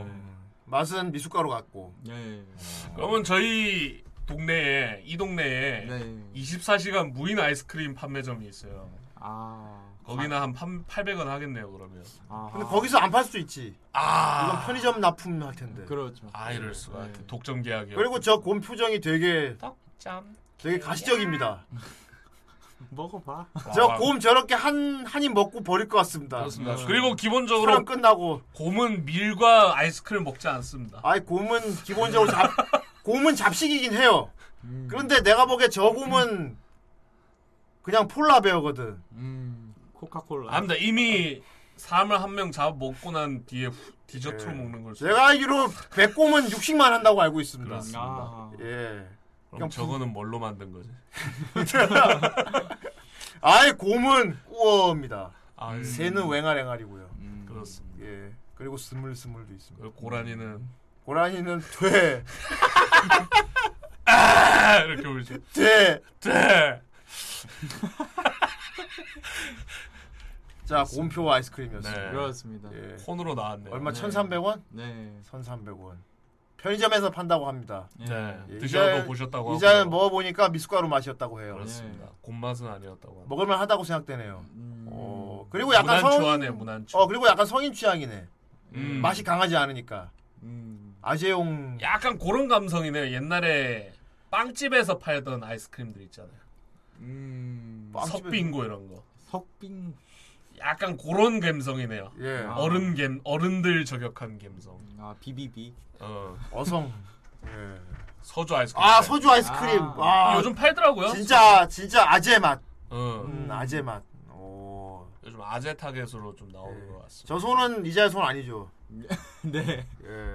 Speaker 7: 같아요. 네.
Speaker 4: 맛은 미숫가루 같고.
Speaker 7: 네.
Speaker 6: 그러면 저희 동네에 이 동네에 24시간 무인 아이스크림 판매점이 있어요.
Speaker 7: 아
Speaker 6: 거기는 한 800원 하겠네요 그러면.
Speaker 4: 근데 거기서 안 팔 수 있지.
Speaker 6: 아.
Speaker 4: 이건 편의점 납품 할 텐데.
Speaker 7: 그렇죠.
Speaker 6: 아 이럴 수가 독점 계약이요.
Speaker 4: 네. 그리고 저 곰 표정이 되게 되게 가시적입니다.
Speaker 7: 먹어봐.
Speaker 6: 아,
Speaker 4: 저 곰 저렇게 한 한입 먹고 버릴 것 같습니다.
Speaker 6: 그렇습니다.
Speaker 7: 음.
Speaker 6: 그리고 기본적으로
Speaker 4: 사람 끝나고
Speaker 6: 곰은 밀과 아이스크림 먹지 않습니다.
Speaker 4: 아이 곰은 기본적으로 잡 곰은 잡식이긴 해요.
Speaker 6: 음.
Speaker 4: 그런데 내가 보기에 저 곰은 그냥 폴라베어거든.
Speaker 7: 음. 코카콜라.
Speaker 6: 아닙니다. 이미 사람을 한 명 잡아 먹고 난 뒤에 후- 디저트로 먹는 걸.
Speaker 4: 예. 제가 알기로 백곰은 육식만 한다고 알고 있습니다.
Speaker 6: 그렇습니다.
Speaker 7: 아.
Speaker 4: 예.
Speaker 6: 그럼 저거는 뭘로 만든 거지?
Speaker 4: 아이 곰은 꾸어입니다.
Speaker 6: 아, 예.
Speaker 4: 새는 왱아랭아리고요.
Speaker 6: 음.
Speaker 7: 음.
Speaker 6: 그렇습니다.
Speaker 4: 예. 그리고 스물스물도 있습니다. 음.
Speaker 6: 고라니는
Speaker 4: 고라니는 돼.
Speaker 6: 아! 이렇게 울죠.
Speaker 4: 돼.
Speaker 6: 돼.
Speaker 4: 자, 곰표와 아이스크림이었습니다. 예.
Speaker 6: 네.
Speaker 7: 그렇습니다.
Speaker 6: 콘으로 나왔네요.
Speaker 4: 얼마
Speaker 6: 네.
Speaker 4: 1,300원?
Speaker 7: 네.
Speaker 4: 1,300원. 편의점에서 판다고 합니다.
Speaker 6: 네.
Speaker 4: 예,
Speaker 6: 드셔도
Speaker 4: 이자는-
Speaker 6: 보셨다고
Speaker 4: 이자는 먹어보니까 미숫가루 맛이었다고 해요.
Speaker 6: 그렇습니다.
Speaker 7: 네.
Speaker 6: 곰맛은 아니었다고 합니다.
Speaker 4: 먹을만 하다고 생각되네요.
Speaker 7: 음,
Speaker 4: 어, 그리고 약간
Speaker 6: 음. 무난
Speaker 4: 성
Speaker 6: 좋아하네, 무난
Speaker 4: 어, 그리고 약간 성인 취향이네.
Speaker 6: 음.
Speaker 4: 맛이 강하지 않으니까.
Speaker 7: 음.
Speaker 4: 아재용
Speaker 6: 약간 그런 감성이네요. 옛날에 빵집에서 팔던 아이스크림들 있잖아요.
Speaker 7: 빵집에서-
Speaker 6: 석빙고 이런 거.
Speaker 7: 석빙
Speaker 6: 약간 그런 감성이네요.
Speaker 7: 예.
Speaker 6: 어른 감 어른들 저격한 감성.
Speaker 7: 아 비비비.
Speaker 6: 어. 예.
Speaker 4: 어성.
Speaker 6: 서주 아이스크림.
Speaker 4: 아, 소주 아이스크림. 와.
Speaker 6: 요즘 팔더라고요.
Speaker 4: 진짜 진짜 아재 맛.
Speaker 6: 어.
Speaker 4: 음, 아재 맛.
Speaker 6: 요즘 아재 타겟으로 좀 나오는 것 같습니다.
Speaker 4: 예. 저 손은 이자의 손 아니죠?
Speaker 7: 네.
Speaker 4: 예.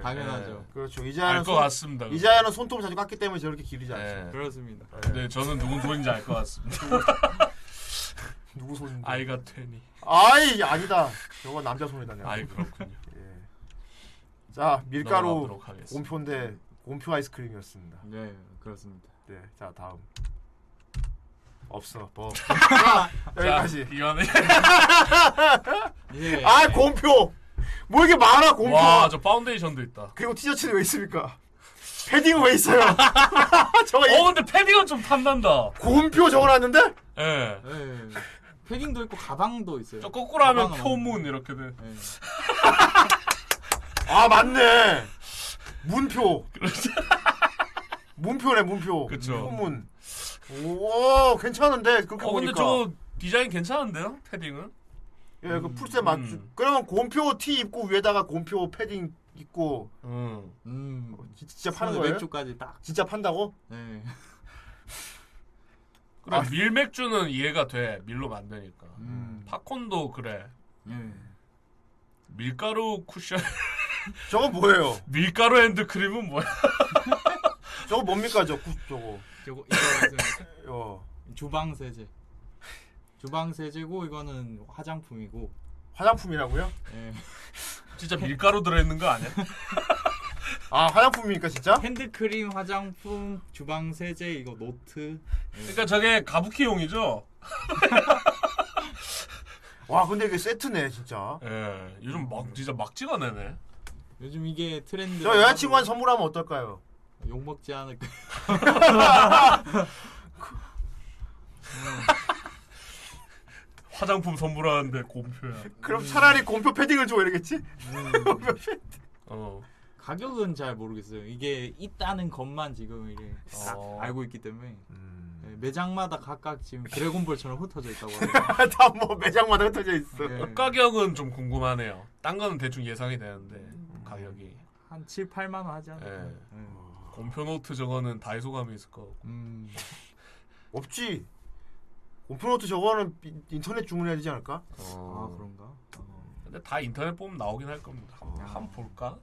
Speaker 4: 예.
Speaker 6: 당연하죠.
Speaker 4: 그렇죠.
Speaker 6: 알
Speaker 4: 이자는
Speaker 6: 것 같습니다.
Speaker 4: 이자는 손톱을 자주 깎기 때문에 저렇게 길이지 않죠.
Speaker 7: 그렇습니다.
Speaker 6: 네, 저는 누군 손인지 알 것 같습니다.
Speaker 4: 누구 손인데?
Speaker 6: 아이가 되니.
Speaker 4: 아이 아니다. 저거 남자 손이다냐.
Speaker 6: 아이, 그렇군요.
Speaker 4: 예. 자 밀가루
Speaker 7: 넘어가도록 하겠습니다.
Speaker 4: 곰표인데 곰표 아이스크림이었습니다.
Speaker 7: 네, 그렇습니다.
Speaker 4: 네, 자 다음. 없어. 뭐.
Speaker 6: 자,
Speaker 4: 여기까지.
Speaker 6: 이거는
Speaker 4: 예. 아 곰표. 뭐 이렇게 많아 곰표.
Speaker 6: 와, 저 파운데이션도 있다.
Speaker 4: 그리고 티셔츠는 왜 있습니까? 패딩은 왜 있어요? 저거
Speaker 6: 어, 근데 패딩은 좀 탐난다.
Speaker 4: 곰표 적어놨는데?
Speaker 6: 예.
Speaker 7: 패딩도 있고 가방도 있어요.
Speaker 6: 저 거꾸로 하면
Speaker 7: 가방은 예.
Speaker 6: 표문 이렇게 돼.
Speaker 4: 아 맞네. 문표. 문표네 문표.
Speaker 6: 그쵸.
Speaker 4: 문. 오 괜찮은데 그렇게
Speaker 6: 어,
Speaker 4: 보니까.
Speaker 6: 근데 저 디자인 괜찮은데요? 패딩은? 음,
Speaker 4: 예, 그 풀셋 맞. 그러면 곰표 티 입고 위에다가 곰표 패딩 입고.
Speaker 6: 음.
Speaker 4: 어, 지- 진짜 파는
Speaker 7: 그 손을
Speaker 4: 거예요?
Speaker 7: 왼쪽까지 딱.
Speaker 4: 진짜 판다고?
Speaker 7: 네.
Speaker 6: 그래,
Speaker 4: 아.
Speaker 6: 밀맥주는 이해가 돼. 밀로 만드니까.
Speaker 4: 음.
Speaker 6: 팝콘도 그래.
Speaker 4: 예.
Speaker 6: 밀가루 쿠션.
Speaker 4: 저건 뭐예요?
Speaker 6: 밀가루 핸드크림은 뭐야?
Speaker 4: 저거 뭡니까 저 구, 저거?
Speaker 7: 저거 이거
Speaker 4: 어.
Speaker 7: 주방 세제. 주방 세제고 이거는 화장품이고.
Speaker 4: 화장품이라고요?
Speaker 7: 예.
Speaker 6: 진짜 밀가루 들어있는 거 아니야?
Speaker 4: 아 화장품입니까 진짜?
Speaker 7: 핸드크림, 화장품, 주방 세제 이거 노트. 예.
Speaker 6: 그러니까 저게 가부키용이죠?
Speaker 4: 와 근데 이게 세트네 진짜.
Speaker 6: 예. 요즘 막 진짜 막 찍어내네.
Speaker 7: 요즘 이게 트렌드.
Speaker 4: 저 여자친구한테 선물하면 어떨까요?
Speaker 7: 욕 먹지 않을까.
Speaker 6: 화장품 선물하는데 곰표야.
Speaker 4: 그럼
Speaker 7: 음,
Speaker 4: 차라리 곰표 패딩을 줘 이러겠지?
Speaker 6: 어.
Speaker 7: 가격은 잘 모르겠어요. 이게 있다는 것만 지금 이게
Speaker 6: 어.
Speaker 7: 다 알고 있기 때문에
Speaker 6: 음.
Speaker 7: 네, 매장마다 각각 지금 드래곤볼처럼 흩어져 있다고 네. 합니다.
Speaker 4: 다뭐 매장마다 흩어져 있어.
Speaker 6: 옷 가격은 좀 궁금하네요. 딴 거는 대충 예상이 되는데 가격이.
Speaker 7: 한 7, 8만 원 하지 않나?
Speaker 6: 예.
Speaker 4: 음.
Speaker 6: 곰표 노트 저거는 다이소 감이 있을 거 같고.
Speaker 4: 없지. 곰표노트 저거는 인- 인터넷 주문해야 되지 않을까?
Speaker 6: 어.
Speaker 7: 아 그런가?
Speaker 6: 근데 다 인터넷 보면 나오긴 할 겁니다.
Speaker 4: 어.
Speaker 6: 한번 볼까?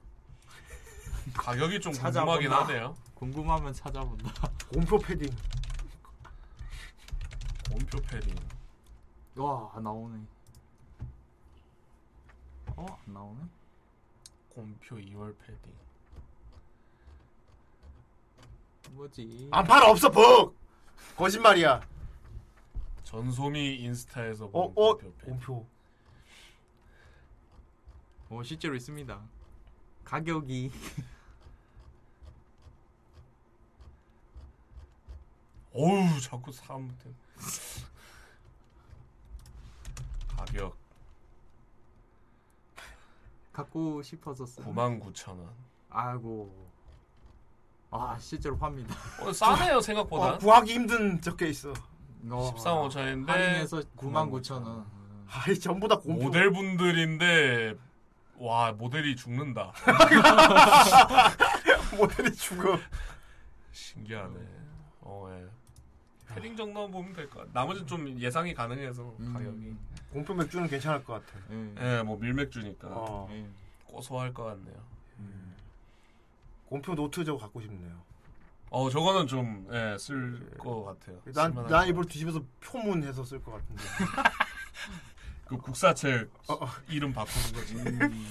Speaker 6: 가격이 좀
Speaker 7: 찾아본다.
Speaker 6: 궁금하긴 하네요.
Speaker 7: 궁금하면 찾아본다.
Speaker 4: 곰표 패딩.
Speaker 6: 곰표 패딩.
Speaker 7: 와 나오네. 어 안 나오네.
Speaker 6: 곰표 2월 패딩.
Speaker 7: 뭐지?
Speaker 4: 안 팔아 없어 복. 거짓말이야.
Speaker 6: 전소미 인스타에서
Speaker 4: 어,
Speaker 6: 본
Speaker 4: 어,
Speaker 6: 곰표 패딩.
Speaker 4: 곰표.
Speaker 7: 어 실제로 있습니다. 가격이
Speaker 6: 어우 자꾸 사람한테 가격
Speaker 7: 갖고 싶어서 쓰.
Speaker 6: 99,000원.
Speaker 7: 아이고. 아 실제로 팝니다.
Speaker 6: 어, 싸네요, 생각보다.
Speaker 4: 어, 구하기 힘든 적게 있어.
Speaker 6: 13만 5천인데
Speaker 7: 아, 할인해서 9만 9천 원.
Speaker 4: 아이 전부 다 곰표.
Speaker 6: 모델분들인데 와 모델이 죽는다.
Speaker 4: 모델이 죽어.
Speaker 6: 신기하네.
Speaker 7: 음.
Speaker 6: 어 예. 패딩 정도만 보면 될 것 같아. 나머지는 좀 예상이 가능해서
Speaker 7: 음.
Speaker 6: 가격이.
Speaker 4: 곰표 맥주는 괜찮을 것 같아.
Speaker 6: 예, 뭐 밀맥주니까
Speaker 4: 어.
Speaker 6: 고소할 것 같네요.
Speaker 4: 곰표 노트 저거 갖고 싶네요.
Speaker 6: 어 저거는 좀예쓸것 같아요.
Speaker 4: 난,
Speaker 6: 쓸만할
Speaker 4: 난
Speaker 6: 것
Speaker 4: 이걸 뒤집어서 표문해서 쓸 것 같은데.
Speaker 6: 같아요. 그 국사책
Speaker 4: 어,
Speaker 6: 이름 바꾸는 거지.
Speaker 4: 음.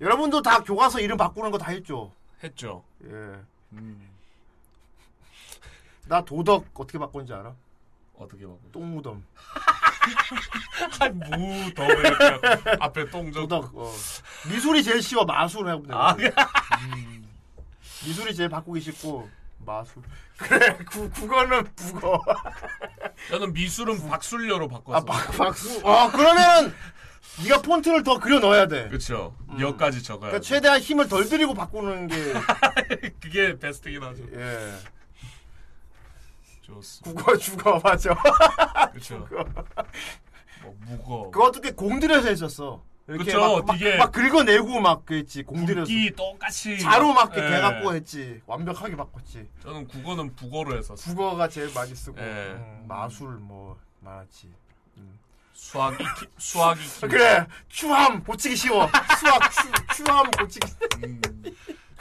Speaker 4: 여러분도 다 교과서 이름 바꾸는 거 다 했죠?
Speaker 6: 했죠. 음.
Speaker 4: 예. 나 도덕 어떻게 바꾼지 알아?
Speaker 6: 어떻게 바꾸?
Speaker 4: 똥무덤.
Speaker 6: 한무더 이렇게 앞에 똥적
Speaker 4: 어.
Speaker 6: 아,
Speaker 4: 미술이 제일 쉬워 마술을 해보자. 음. 미술이 제일 바꾸기 쉽고 마술. 그래 구, 국어는 국어.
Speaker 6: 저는 미술은 박술녀로 바꿨어. 아, 박,
Speaker 4: 박수. 아 그러면은 네가 폰트를 더 그려 넣어야 돼.
Speaker 6: 그렇죠. 여까지 적어요.
Speaker 4: 그러니까 최대한 힘을 덜 들이고 바꾸는 게
Speaker 6: 그게 베스트긴 하죠.
Speaker 4: 예.
Speaker 6: 좋습니다.
Speaker 4: 국어 죽어 맞아.
Speaker 6: 그렇죠.
Speaker 4: 죽어.
Speaker 6: 뭐 무거.
Speaker 4: 그것도 꽤 공들여서 했었어. 이렇게
Speaker 6: 그쵸,
Speaker 4: 막, 막-
Speaker 6: 되게-
Speaker 4: 막 긁어내고 막 그랬지 공들여서.
Speaker 6: 굵기 똑같이
Speaker 4: 자로 막 이렇게
Speaker 6: 예.
Speaker 4: 대갖고 했지. 완벽하게 바꿨지.
Speaker 6: 저는 국어는 북어로 했었어.
Speaker 4: 국어가 제일 많이 쓰고
Speaker 6: 예.
Speaker 4: 음, 마술 뭐 많았지. 음.
Speaker 6: 수학 익히, 수학 익히.
Speaker 4: 아, 그래 추함 고치기 쉬워. 수학 추, 추함 고치기.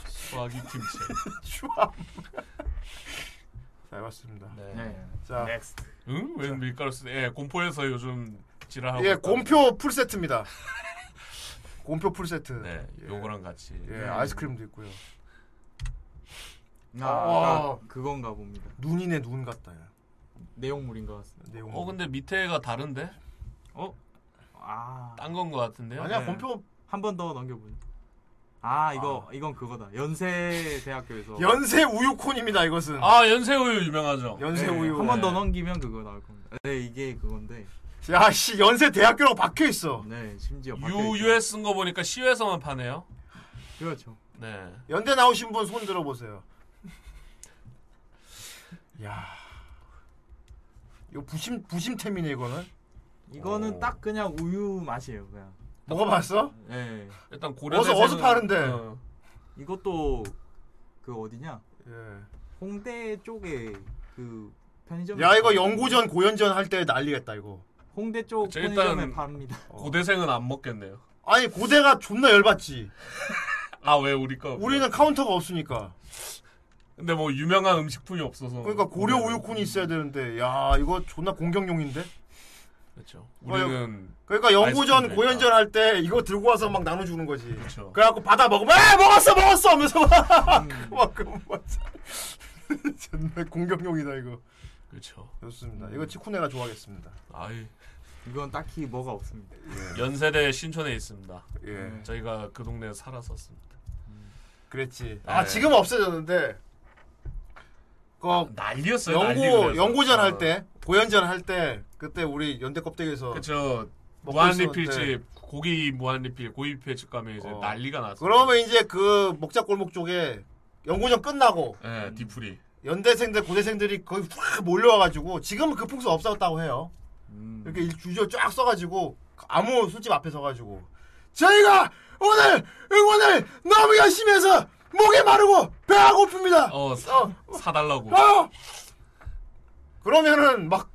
Speaker 6: 수학 익힘체.
Speaker 4: 추함. 잘 봤습니다.
Speaker 6: 네.
Speaker 4: 자.
Speaker 6: 넥스트. 응? 왜 밀가루 쓰? 예, 곰포에서 요즘 지랄하고.
Speaker 4: 예,
Speaker 6: 있다고.
Speaker 4: 곰표 풀 세트입니다. 곰표 풀 세트. 네,
Speaker 6: 요거랑 같이.
Speaker 4: 예, 아이스크림도 있고요.
Speaker 7: 아,
Speaker 4: 어.
Speaker 7: 아, 그건가 봅니다.
Speaker 4: 눈이네 눈 같다. 야.
Speaker 7: 내용물인가 같습니다.
Speaker 4: 내용물.
Speaker 6: 어, 근데 밑에가 다른데? 어?
Speaker 7: 아.
Speaker 6: 딴 건 것 같은데요?
Speaker 7: 네. 한번 더 넘겨보니. 아 이거 이건 그거다. 연세 대학교에서
Speaker 4: 연세 우유콘입니다 이것은.
Speaker 6: 아 네. 연세 우유 유명하죠.
Speaker 4: 연세 우유.
Speaker 7: 네,
Speaker 4: 네.
Speaker 7: 한번 더 넘기면 그거 나올 겁니다. 네 이게 그건데.
Speaker 4: 야씨 연세 대학교라고 박혀 있어.
Speaker 7: 네 심지어
Speaker 6: 유유에 쓴 거 보니까 시외에서만 파네요.
Speaker 7: 그렇죠.
Speaker 6: 네.
Speaker 4: 연대 나오신 분 손 들어보세요. 야, 이거 부심 부심템이네 이거는.
Speaker 7: 이거는
Speaker 6: 어.
Speaker 7: 딱 그냥 우유 맛이에요 그냥.
Speaker 4: 먹어봤어?
Speaker 7: 네.
Speaker 6: 일단
Speaker 4: 어서 어서 파는데.
Speaker 7: 이것도 그 어디냐?
Speaker 4: 예.
Speaker 7: 홍대 쪽에 그 편의점.
Speaker 4: 야 이거 연고전 고연전 할 때 난리겠다 이거. 어.
Speaker 7: 홍대 쪽
Speaker 6: 저
Speaker 7: 편의점에
Speaker 6: 일단
Speaker 7: 팝니다.
Speaker 6: 고대생은 안 먹겠네요.
Speaker 4: 아니 고대가 존나 열받지.
Speaker 6: 아 왜 우리 거?
Speaker 4: 우리는 카운터가 없으니까.
Speaker 6: 근데 뭐 유명한 음식품이 없어서.
Speaker 4: 그러니까 고려 우유콘이 있어야 되는데, 야 이거 존나 공격용인데.
Speaker 6: 그렇죠. 우리는
Speaker 4: 그러니까 연고전
Speaker 6: 아이스크림이니까. 그렇죠.
Speaker 4: 고연전 할 때 이거 들고 와서 막 나눠주는 거지.
Speaker 6: 그쵸.
Speaker 4: 래갖고 받아 먹으면 에 먹었어 먹었어 하면서
Speaker 6: 음.
Speaker 4: 막막 정말 공격용이다 이거.
Speaker 6: 그렇죠.
Speaker 4: 좋습니다. 아, 이거 치쿠네가 좋아하겠습니다.
Speaker 6: 아이.
Speaker 7: 이건 딱히 뭐가 없습니다.
Speaker 6: 연세대 신촌에 있습니다.
Speaker 4: 예. 음.
Speaker 6: 저희가 그 동네에 살았었습니다.
Speaker 4: 그랬지. 아
Speaker 6: 네.
Speaker 4: 지금 없어졌는데. 그
Speaker 6: 난리였어요, 난리
Speaker 4: 연고
Speaker 6: 그래서.
Speaker 4: 연고전
Speaker 6: 어.
Speaker 4: 할 때, 고연전 할 때 그때 우리 연대 껍데기에서
Speaker 6: 그쵸.
Speaker 4: 먹고 네.
Speaker 6: 무한리필집
Speaker 4: 있었는데.
Speaker 6: 고기 무한리필 고기패집 가면 이제 난리가 났어.
Speaker 4: 그러면 이제 그 목자골목 쪽에 연고전 끝나고
Speaker 6: 예, 디프리.
Speaker 4: 연대생들 고대생들이 거의 확 몰려와가지고 지금은 그 풍습 없었다고 해요.
Speaker 6: 음.
Speaker 4: 이렇게 일- 주저 쫙 써가지고 아무 술집 앞에 서가지고 저희가 오늘 응원을 너무 열심히 해서 목이 마르고 배가 고픕니다.
Speaker 6: 어, 사달라고.
Speaker 4: 어! 그러면은 막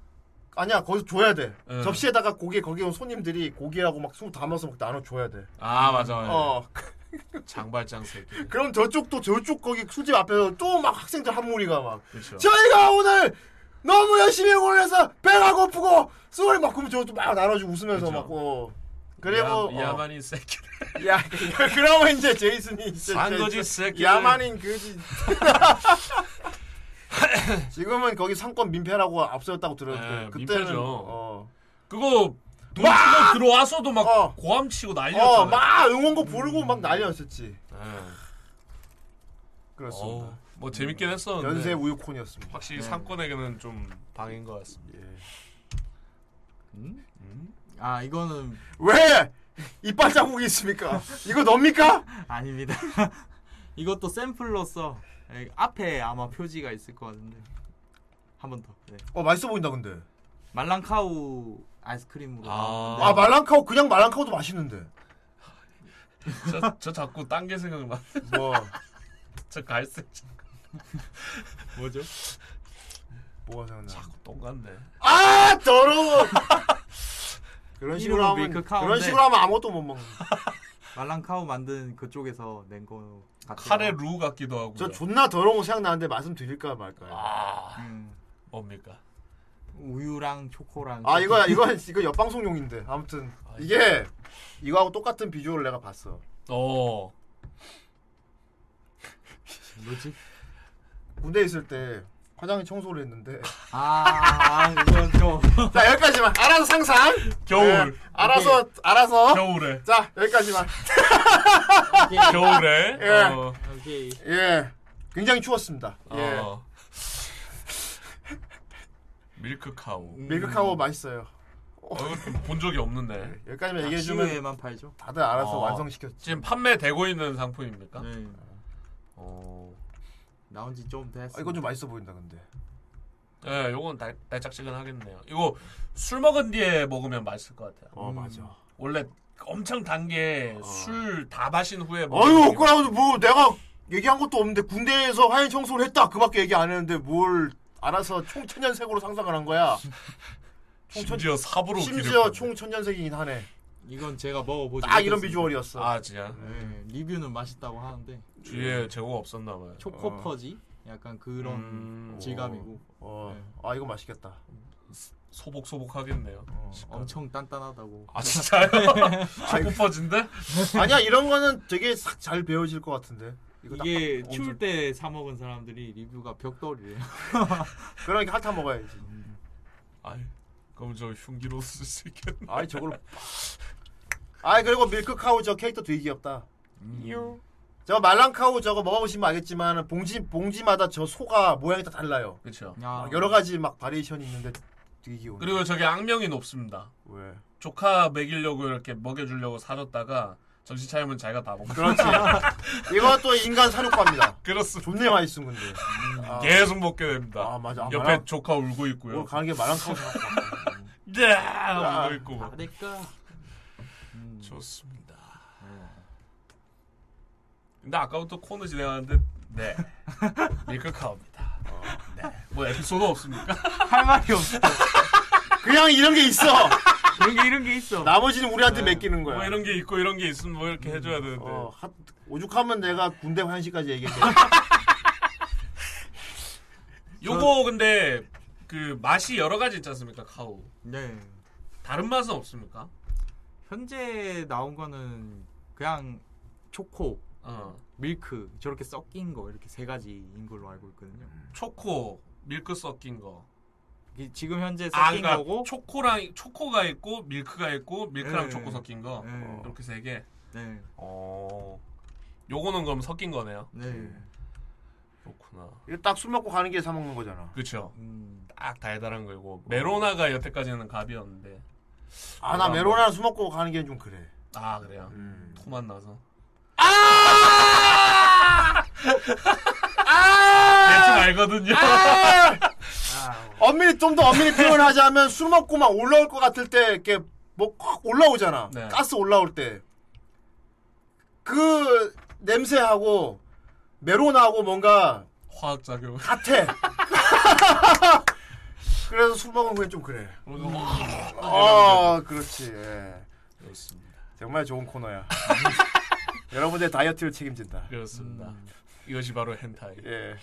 Speaker 4: 아니야 거기서 줘야 돼.
Speaker 6: 응.
Speaker 4: 접시에다가 고기 거기 온 손님들이 고기하고 막 술 담아서 막 나눠 줘야 돼.
Speaker 6: 아 맞아 맞아.
Speaker 4: 어.
Speaker 6: 장발장 새끼.
Speaker 4: 그럼 저쪽도 저쪽 거기 술집 앞에서 또 막 학생들 한 무리가 막
Speaker 6: 그렇죠.
Speaker 4: 저희가 오늘 너무 열심히 응원해서 배가 고프고 술을 막 그럼 저것도 막 나눠주고 웃으면서
Speaker 6: 그쵸.
Speaker 4: 막 어. 그리고
Speaker 6: 그렇죠. 야, 야만인 새끼.
Speaker 4: 어. 야 그러면 이제 제이슨이 이제
Speaker 6: 산거지
Speaker 4: 제이슨-
Speaker 6: 새끼.
Speaker 4: 야만인 그지
Speaker 6: 네.
Speaker 4: 지금은 거기 상권 민폐라고 앞서였다고 들었는데
Speaker 6: 예,
Speaker 4: 그때는
Speaker 6: 민폐죠.
Speaker 4: 어.
Speaker 6: 그거 돈
Speaker 4: 와!
Speaker 6: 주고 들어와서도 막 고함 치고 난리였잖아요.
Speaker 4: 어, 막 응원곡 부르고 막 난리였었지. 네. 그렇습니다. 음.
Speaker 6: 어우, 뭐 재밌긴 했었는데.
Speaker 4: 연세 우유콘이었습니다.
Speaker 6: 확실히
Speaker 4: 네. 예.
Speaker 6: 상권에게는 좀 방인 것 같습니다.
Speaker 7: 음? 아 이거는
Speaker 4: 왜 이빨 자국이 있습니까? 이거 넘니까?
Speaker 7: 아닙니다. 이것도 샘플로서 에, 앞에 아마 표지가 있을 것 같은데 한 번 더. 네.
Speaker 4: 어 맛있어 보인다 근데.
Speaker 7: 말랑카우 아이스크림으로.
Speaker 4: 아,
Speaker 7: 나왔는데
Speaker 4: 말랑카오 그냥 말랑카오도 맛있는데.
Speaker 6: 저, 저 자꾸 딴 게 생각나.
Speaker 4: 뭐?
Speaker 6: 저 갈색. 저-
Speaker 7: 뭐죠?
Speaker 4: 뭐가 생각나?
Speaker 6: 자꾸 똥 같네.
Speaker 4: 아 더러워. 그런 식으로
Speaker 7: 이름은
Speaker 4: 하면
Speaker 7: 밀크카우인데.
Speaker 4: 그런 식으로 하면 아무것도 못 먹는.
Speaker 7: 말랑카우 만든 그쪽에서 낸 거 같아요.
Speaker 6: 카레 루 같기도 하고.
Speaker 4: 저 존나 더러운 거 생각나는데 말씀드릴까 말까요? 음.
Speaker 6: 아, 뭡니까?
Speaker 7: 우유랑 초코랑.
Speaker 4: 아 이거 이거 이거 옆방송용인데 아무튼 이게 이거하고 똑같은 비주얼을 내가 봤어.
Speaker 6: 어.
Speaker 7: 뭐지?
Speaker 4: 군대 있을 때 화장실 청소를 했는데
Speaker 7: 아 이건 좀.
Speaker 4: 자 여기까지만 알아서 상상
Speaker 6: 겨울.
Speaker 4: 네, 알아서
Speaker 6: 오케이.
Speaker 4: 알아서
Speaker 6: 겨울에.
Speaker 4: 자 여기까지만
Speaker 6: 겨울에.
Speaker 4: 예.
Speaker 6: 어.
Speaker 4: 예 굉장히 추웠습니다 예
Speaker 6: 어. 밀크 카우.
Speaker 4: 음. 밀크카오 맛있어요 네,
Speaker 6: 어, 이거 본 적이 없는데.
Speaker 7: 아,
Speaker 4: 여기까지만 얘기해 주면 다들 알아서
Speaker 7: 어.
Speaker 4: 완성시켰죠
Speaker 6: 어, 지금 판매되고 있는 상품입니까? 어.
Speaker 7: 네. 어, 나온 지 좀 됐어.
Speaker 4: 아, 이건 좀 맛있어 보인다 근데
Speaker 6: 예, 요건 달, 달짝지근하겠네요. 이거 술 먹은 뒤에 먹으면 맛있을 것 같아요.
Speaker 4: 어,
Speaker 7: 음.
Speaker 4: 맞아.
Speaker 6: 원래 엄청 단 게
Speaker 7: 어.
Speaker 6: 술 다 마신 후에
Speaker 4: 아유
Speaker 6: 먹으면
Speaker 4: 억울하고 뭐 내가 얘기한 것도 없는데 군대에서 화해 청소를 했다 그밖에 얘기 안 했는데 뭘 알아서 총천연색으로 상상을 한 거야
Speaker 6: 심지어 삽으로
Speaker 4: 심지어 총천연색이긴 하네
Speaker 7: 이건 제가 먹어보지.
Speaker 4: 딱 이런
Speaker 7: 못했습니다.
Speaker 4: 비주얼이었어.
Speaker 6: 아 진짜.
Speaker 7: 네, 리뷰는 맛있다고 하는데.
Speaker 4: 예.
Speaker 6: 뒤에 재고가 없었나 봐요. 음.
Speaker 7: 초코 퍼지 약간 그런 질감이고.
Speaker 4: 어.
Speaker 7: 네.
Speaker 4: 아 이거 맛있겠다. 어.
Speaker 6: 소복소복하겠네요.
Speaker 7: 엄청 단단하다고. 네.
Speaker 6: 아 진짜요? 초코 퍼진데?
Speaker 4: 아니야 이런 거는 되게 싹 잘 배워질 것 같은데 이거 딱
Speaker 7: 이게
Speaker 4: 엄청-
Speaker 7: 추울 때 사 먹은 사람들이 리뷰가 벽돌이래요. 음.
Speaker 4: 그러니까 핫타 먹어야지.
Speaker 6: 아 그럼 저 흉기로 쓸 수 있겠네.
Speaker 4: 아이 저걸로. 아 그리고 밀크카우 저 캐릭터 되게 귀엽다.
Speaker 6: 음.
Speaker 4: 저 말랑카우 저거 먹어보시면 알겠지만 봉지 봉지마다 저 소가 모양이 다 달라요.
Speaker 6: 그렇죠.
Speaker 4: 아, 여러 가지 막 바리에이션이 있는데 되게 귀여워.
Speaker 6: 그리고 저게 악명이 높습니다.
Speaker 4: 왜?
Speaker 6: 조카 먹이려고 이렇게 먹여주려고 사줬다가 정신 차리면 자기가 다 먹고.
Speaker 4: 그렇지. 이것도 인간 사육과입니다.
Speaker 6: 그렇습니다.
Speaker 4: 존내 맛있음 근데. 아.
Speaker 6: 계속 먹게 됩니다.
Speaker 4: 아 맞아. 아,
Speaker 6: 옆에
Speaker 4: 말랑-
Speaker 6: 조카 울고 있고요.
Speaker 4: 오늘 가는 게 말랑카우 사.
Speaker 6: 야,
Speaker 4: 야. 음.
Speaker 6: 울고 있고.
Speaker 7: 아, 내꺼.
Speaker 6: 좋습니다.
Speaker 4: 어.
Speaker 6: 근데 아까부터 코너 진행하는데 네 밀크카우입니다.
Speaker 4: 어.
Speaker 6: 네. 뭐 에피소드 없습니까?
Speaker 7: 할 말이 없어.
Speaker 4: 그냥 이런 게 있어.
Speaker 7: 이런 게 이런 게 있어.
Speaker 4: 나머지는 우리한테 맡기는 거야.
Speaker 6: 뭐 이런 게 있고 이런 게 있으면 뭐 이렇게 해줘야 되는데.
Speaker 4: 어, 하- 오죽하면 내가 군대 환시까지 얘기했지.
Speaker 6: 요거 근데 그 맛이 여러 가지 있지 않습니까 카우?
Speaker 7: 네.
Speaker 6: 다른 맛은 없습니까?
Speaker 7: 현재 나온 거는 그냥 초코,
Speaker 6: 어.
Speaker 7: 밀크 저렇게 섞인 거 이렇게 세 가지인 걸로 알고 있거든요.
Speaker 4: 음.
Speaker 6: 초코, 밀크 섞인 거.
Speaker 7: 이- 지금 현재 섞인
Speaker 6: 아, 그러니까
Speaker 7: 거고
Speaker 6: 초코랑 초코가 있고 밀크가 있고 밀크랑
Speaker 7: 네.
Speaker 6: 초코 섞인 거
Speaker 4: 어.
Speaker 6: 이렇게 세 개.
Speaker 7: 네.
Speaker 6: 어. 요거는 그럼 섞인 거네요.
Speaker 7: 네.
Speaker 6: 그렇구나.
Speaker 4: 이거 딱 술 먹고 가는 길에 사 먹는 거잖아.
Speaker 6: 그렇죠.
Speaker 7: 음.
Speaker 6: 딱 달달한 거고 메로나가 여태까지는 갑이었는데.
Speaker 4: 어. 아
Speaker 6: 뭐.
Speaker 4: 나 메로나 음. 술 먹고 가는 게 좀 그래.
Speaker 6: 아 그래요. 토만 나서. 대충 알거든요.
Speaker 4: 아!
Speaker 6: 아, 뭐.
Speaker 4: 엄밀히 좀 더 엄밀히 표현하자면 술 먹고 막 올라올 것 같을 때 이렇게 뭐확 올라오잖아.
Speaker 6: 네.
Speaker 4: 가스 올라올 때. 그 냄새하고 메로나하고 뭔가
Speaker 6: 화학 작용.
Speaker 4: 같아. 그래서 술 먹은 후엔 좀 그래. 아, 그렇지. 예.
Speaker 6: 그렇습니다.
Speaker 4: 정말 좋은 코너야. 여러분의 다이어트를 책임진다.
Speaker 6: 그렇습니다. 이것이 바로 헨타이.
Speaker 4: 예.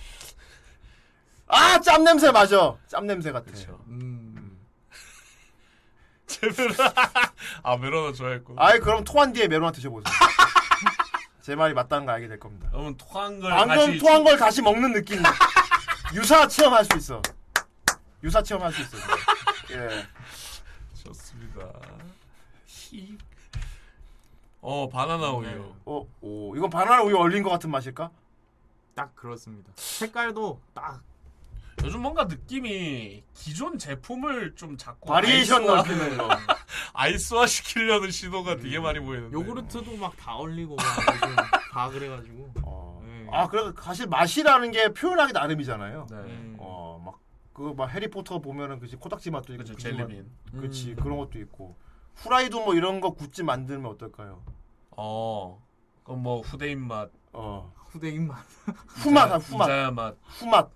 Speaker 4: 아, 짬 냄새 맞아. 짬 냄새 같아.
Speaker 6: 그렇죠.
Speaker 4: 음.
Speaker 6: 제발. 아 메로나 좋아했고.
Speaker 4: 아이 그럼 토한 뒤에 메로나 드셔보세요. 제 말이 맞다는 걸 알게 될 겁니다.
Speaker 6: 그러면 토한 걸
Speaker 4: 방금
Speaker 6: 다시
Speaker 4: 토한 걸 다시 먹는 느낌. 유사 체험할 수 있어. 유사 체험할 수 있어. 예.
Speaker 6: 좋습니다. 히. 어 바나나
Speaker 7: 네.
Speaker 6: 우유.
Speaker 4: 어, 오, 이건 바나나 우유 얼린 것 같은 맛일까?
Speaker 7: 딱 그렇습니다. 색깔도 딱.
Speaker 6: 요즘 뭔가 느낌이 기존 제품을 좀 자꾸
Speaker 4: 바리에이션
Speaker 6: 아이스화-
Speaker 4: 넓히는 거.
Speaker 6: 아이스화 시키려는 시도가 되게 많이 보이는데.
Speaker 7: 요구르트도 막 다 얼리고 막 요즘 다 그래가지고. 네. 음.
Speaker 4: 아, 그래 사실 맛이라는 게 표현하기 나름이잖아요.
Speaker 6: 네.
Speaker 7: 음.
Speaker 4: 어, 막 그거 막 해리포터 보면은 그지 코딱지 맛도 있고, 그치,
Speaker 6: 젤리빈.
Speaker 7: 음.
Speaker 4: 그렇지 그런 것도 있고. 후라이도 뭐 이런 거 굿즈 만들면 어떨까요?
Speaker 6: 어. 그럼 뭐 후대인 맛.
Speaker 4: 어.
Speaker 7: 후대인 맛.
Speaker 4: 후맛, 아, 후맛.
Speaker 6: 부자야 맛.
Speaker 4: 후맛.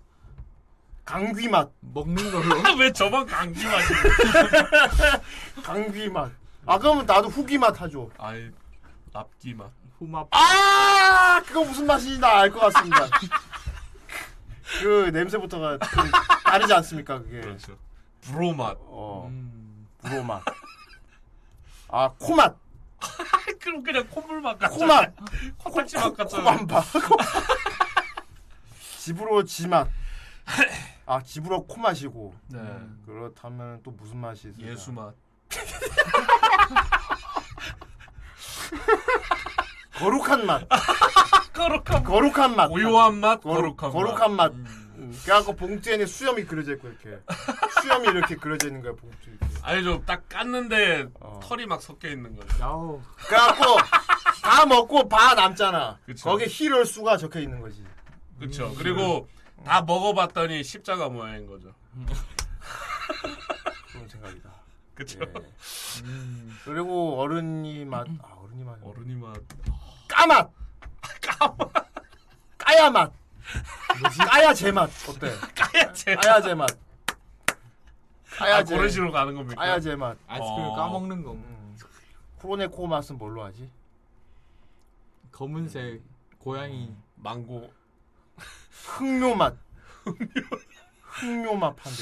Speaker 4: 강귀 맛.
Speaker 7: 먹는 걸로?
Speaker 6: 왜 저만 강귀 맛이?
Speaker 4: 강귀 맛. 아 그러면 나도 후기 맛 하죠.
Speaker 6: 아이 납기 맛.
Speaker 7: 후맛.
Speaker 4: 아 그거 무슨 맛인지 나 알 것 같습니다. 그 냄새부터가 좀 다르지 않습니까 그게.
Speaker 6: 그렇죠. 브로 맛. 음.
Speaker 4: 어. 브로 맛. 아 코맛.
Speaker 6: 그럼 그냥 콧물 맛 같아.
Speaker 4: 코맛.
Speaker 6: 코딱지 맛 같잖아.
Speaker 4: 코만바. 집으로 지맛. 아 집으로 코 마시고.
Speaker 6: 네.
Speaker 4: 그렇다면 또 무슨 맛이 있어요? 예수
Speaker 6: 맛.
Speaker 4: 거룩한 맛.
Speaker 6: 거룩한
Speaker 4: 거룩한 맛.
Speaker 6: 고요한 맛,
Speaker 4: 거룩-
Speaker 6: 거룩한 맛.
Speaker 4: 거룩한 맛. 음. 그래갖고 봉투에는 수염이 그려져 있고 이렇게 수염이 이렇게 그려져 있는 거야 봉투.
Speaker 6: 아니죠. 딱 깠는데
Speaker 4: 어.
Speaker 6: 털이 막 섞여 있는 거예요.
Speaker 4: 그래갖고 다 먹고 바 남잖아. 거기 희럴 수가 적혀 있는 거지.
Speaker 6: 그렇죠.
Speaker 4: 음.
Speaker 6: 그리고 다 먹어봤더니 십자가 모양인 거죠.
Speaker 4: 그런 생각이다. 예.
Speaker 6: 그렇죠.
Speaker 4: 음. 그리고 어른이 맛. 아 어른이 맛. 어른이
Speaker 6: 맛.
Speaker 4: 까맛. 까맛. 까야 맛. 까야 제맛 어때?
Speaker 6: 까야 제맛.
Speaker 4: 까야 제맛.
Speaker 6: 아, 그런 식으로 가는 겁니까? 어.
Speaker 4: 까야 제맛. 음.
Speaker 7: 아이스크림 까먹는 거.
Speaker 4: 코로네코 맛은 뭘로 하지?
Speaker 7: 검은색 고양이
Speaker 6: 망고
Speaker 4: 흑묘 맛. 흑묘 맛 판대.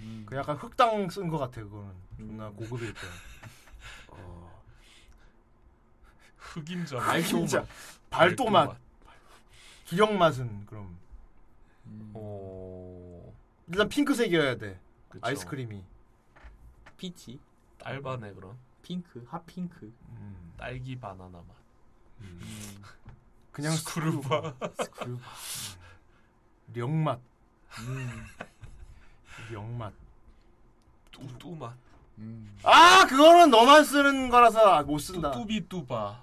Speaker 7: 음.
Speaker 4: 그 약간 흑당 쓴 거 같아 그거는. 존나
Speaker 6: 음.
Speaker 4: 고급일 어. 거야.
Speaker 6: 흑임자.
Speaker 4: 발도맛. 발도맛. 기억 맛은 그럼. 음. 일단 핑크색이어야 돼.
Speaker 6: 그쵸.
Speaker 4: 아이스크림이.
Speaker 7: 피치.
Speaker 6: 딸바네 그럼.
Speaker 7: 핑크, 핫핑크.
Speaker 4: 음.
Speaker 6: 딸기 바나나 맛.
Speaker 4: 그냥
Speaker 6: 음. 스크루바.
Speaker 4: 음. 스크루바. 음. 령맛.
Speaker 6: 음.
Speaker 4: 령맛.
Speaker 6: 뚜뚜 맛.
Speaker 4: 아 그거는 너만 쓰는 거라서 못 쓴다.
Speaker 6: 뚜비 뚜바.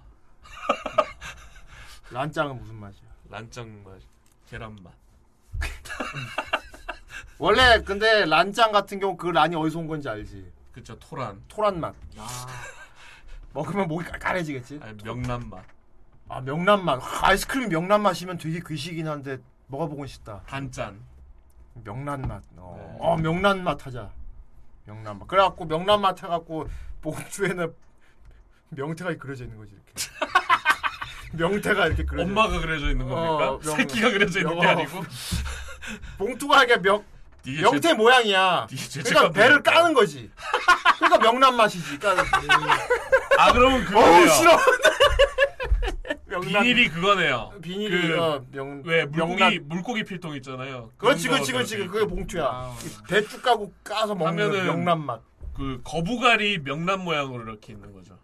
Speaker 4: 란짱은 무슨 맛이야?
Speaker 6: 란짱 맛. 계란 맛.
Speaker 4: 원래 근데 란짱 같은 경우 그 란이 어디서 온 건지 알지?
Speaker 6: 그쵸 토란. 아.
Speaker 4: 토란 맛. 먹으면 목이 깔깔해지겠지?
Speaker 6: 명란 맛.
Speaker 4: 아 명란 맛. 아, 아이스크림 명란 맛이면 되게 귀식이긴 한데 먹어보고 싶다.
Speaker 6: 단짠.
Speaker 4: 명란 맛.
Speaker 6: 네.
Speaker 4: 어, 어, 명란 맛 하자. 명란 맛. 그래갖고 명란 맛 해갖고 봉주에는 명태가 그려져 있는 거지 이렇게. 명태가 이렇게 그려져. 어,
Speaker 6: 엄마가 그려져 있는 겁니까? 새끼가 그려져 있는 게
Speaker 4: 명-
Speaker 6: 아니고?
Speaker 4: 봉투가 이게 명
Speaker 6: 이게
Speaker 4: 명태
Speaker 6: 죄-
Speaker 4: 모양이야.
Speaker 6: 이게 죄책감
Speaker 4: 그러니까 배를 까는 거지. 그러니까 명란 맛이지.
Speaker 6: 아 그러면
Speaker 4: 어우
Speaker 6: 그거예요.
Speaker 4: 싫어.
Speaker 6: 비닐이 그거네요.
Speaker 4: 비닐이 그거 명-
Speaker 6: 왜 물고기
Speaker 4: 명란-
Speaker 6: 물고기 필통 있잖아요.
Speaker 4: 그렇지
Speaker 6: 뭐 그런
Speaker 4: 그렇지
Speaker 6: 거
Speaker 4: 그렇지
Speaker 6: 이렇게
Speaker 4: 그게 봉투야. 배추 까고 까서 먹는
Speaker 6: 아. 하면은
Speaker 4: 명란 맛.
Speaker 6: 그 거북알이 명란 모양으로 이렇게 있는 거죠.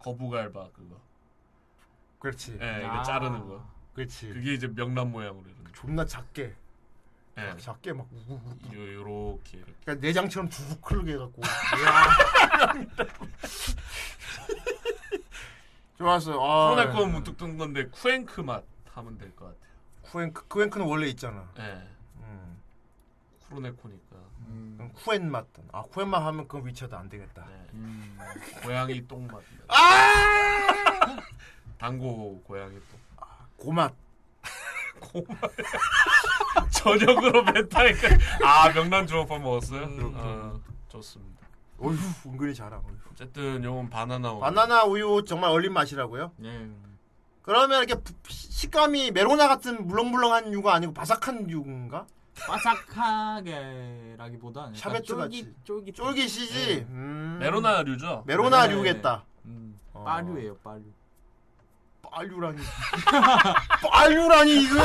Speaker 6: 거북알바 그거.
Speaker 4: 그렇지.
Speaker 6: 예, 이거
Speaker 4: 아.
Speaker 6: 자르는 거.
Speaker 4: 그렇지.
Speaker 6: 그게 이제 명란 모양으로.
Speaker 4: 존나 작게.
Speaker 6: 예.
Speaker 4: 작게 막
Speaker 6: 요 요렇게 이렇게.
Speaker 4: 그러니까 내장처럼 두둑 흐르게 해갖고. 좋았어요. 아,
Speaker 6: 코로나
Speaker 4: 예.
Speaker 6: 건 문득 뜬 건데 쿠앤크 맛 하면 될 것 같아요.
Speaker 4: 쿠엔크 쿠엔크는 원래 있잖아. 음.
Speaker 6: 예. 쿠로네코니까
Speaker 4: 그럼 쿠엔 맛. 아 쿠엔 맛 하면 그건 위쳐도 안 되겠다.
Speaker 6: 네. 고양이 똥맛
Speaker 4: 아!
Speaker 6: 당고 고양이 똥
Speaker 4: 고맛
Speaker 6: 고맛 저녁으로 멘탈까 아 명란 주먹밥 먹었어요? 아, 좋습니다
Speaker 4: 음, 어휴 은근히 잘하.
Speaker 6: 어쨌든 요건 바나나 우유.
Speaker 4: 바나나 우유 정말 얼린 맛이라고요?
Speaker 6: 네.
Speaker 4: 그러면 이렇게 부- 시- 식감이 메로나 같은 물렁물렁한 유가 아니고 바삭한 유인가?
Speaker 7: 바삭하게라기보다는 약간
Speaker 4: 샤베트 같이
Speaker 7: 쫄깃, 쫄깃
Speaker 4: 쫄깃이지.
Speaker 7: 네. 음.
Speaker 4: 음.
Speaker 6: 메로나류죠?
Speaker 4: 메로나류겠다. 어.
Speaker 7: 빠류예요 빠류
Speaker 4: 빠류라니 빠류라니 이거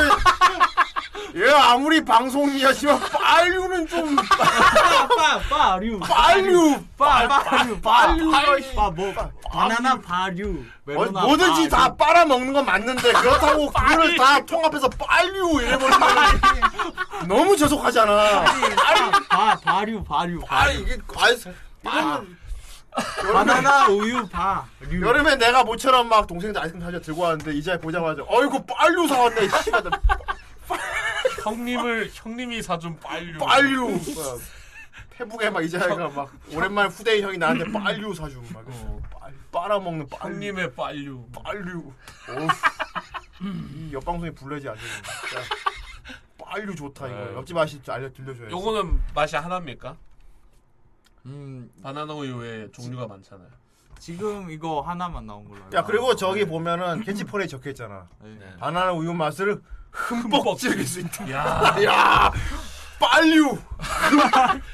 Speaker 4: 얘 아무리 방송이야지만 빠류는 좀
Speaker 7: 빠류
Speaker 4: 빠류
Speaker 7: 빠류
Speaker 4: 빠류
Speaker 7: 빠뭐 바나나 빠류
Speaker 4: 어, 뭐든지 다 빨아먹는 건 맞는데 그렇다고 그걸 다 통합해서 빨류 이래버리면 너무 저속하잖아.
Speaker 7: 바 바류 바류
Speaker 4: 아 이게 과연 이거는
Speaker 7: 바나나 우유 바
Speaker 4: 여름에 내가 모처럼 막 동생들 아이스크림 사자 들고 왔는데 이제 보자마자 어이구 빨류 사왔네 씨발 나
Speaker 6: 형님을 형님이 사준 빨류
Speaker 4: 빨류 뭐야. 페북에 막 이자야가 막 오랜만에 후대인 형이 나한테 빨류 사줌 막 빨- 빨아먹는 빨류
Speaker 6: 형님의 빨류
Speaker 4: 빨류 이 옆방송에 불러야지 안 되는 빨류 좋다 이거
Speaker 6: 네.
Speaker 4: 옆집 아저씨 알려 들려줘야
Speaker 6: 요거는 맛이 하나입니까?
Speaker 7: 음
Speaker 6: 바나나 우유의 종류가 많잖아요
Speaker 7: 지금 이거 하나만 나온 걸로 알고
Speaker 4: 야 그리고 저기 보면은 캐치폰에 적혀 있잖아
Speaker 7: 네.
Speaker 4: 바나나 우유 맛을 흠뻑, 즐길 수 있다
Speaker 6: 야.
Speaker 4: 야 빨류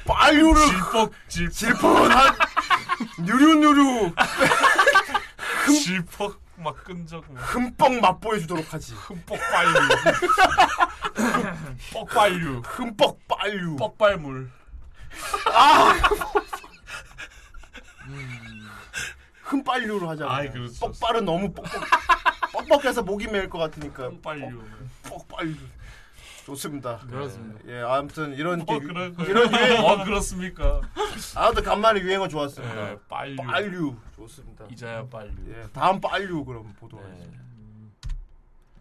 Speaker 4: 빨류를
Speaker 6: 질퍽 질퍽
Speaker 4: 질퍽한 뉴류뉴류
Speaker 6: 질퍽 막 끈적 막
Speaker 4: 흠뻑 맛보여주도록 하지
Speaker 6: 흠뻑 빨류 뻑 빨류
Speaker 4: 흠뻑
Speaker 6: 빨류. 뻑발물.
Speaker 4: 아! 흠빨류로 하자.
Speaker 6: 아이, 그렇죠.
Speaker 4: 뻑발은 너무 뻑뻑. 뻑뻑해서 목이 메일 것 같으니까. 흠빨류. 뻑빨류. 좋습니다.
Speaker 6: 그렇습니다.
Speaker 4: 예, 아무튼 이런
Speaker 6: 뭐
Speaker 4: 게-
Speaker 6: 그럴 거예요.
Speaker 4: 이런 유행.
Speaker 6: 뭐 그렇습니까?
Speaker 4: 아무튼 간만에 유행어 좋았습니다.
Speaker 6: 예, 빨류.
Speaker 4: 빨류. 좋습니다.
Speaker 6: 이자야 빨류.
Speaker 4: 예, 다음 빨류 그럼 보도록
Speaker 6: 예.
Speaker 4: 하겠습니다.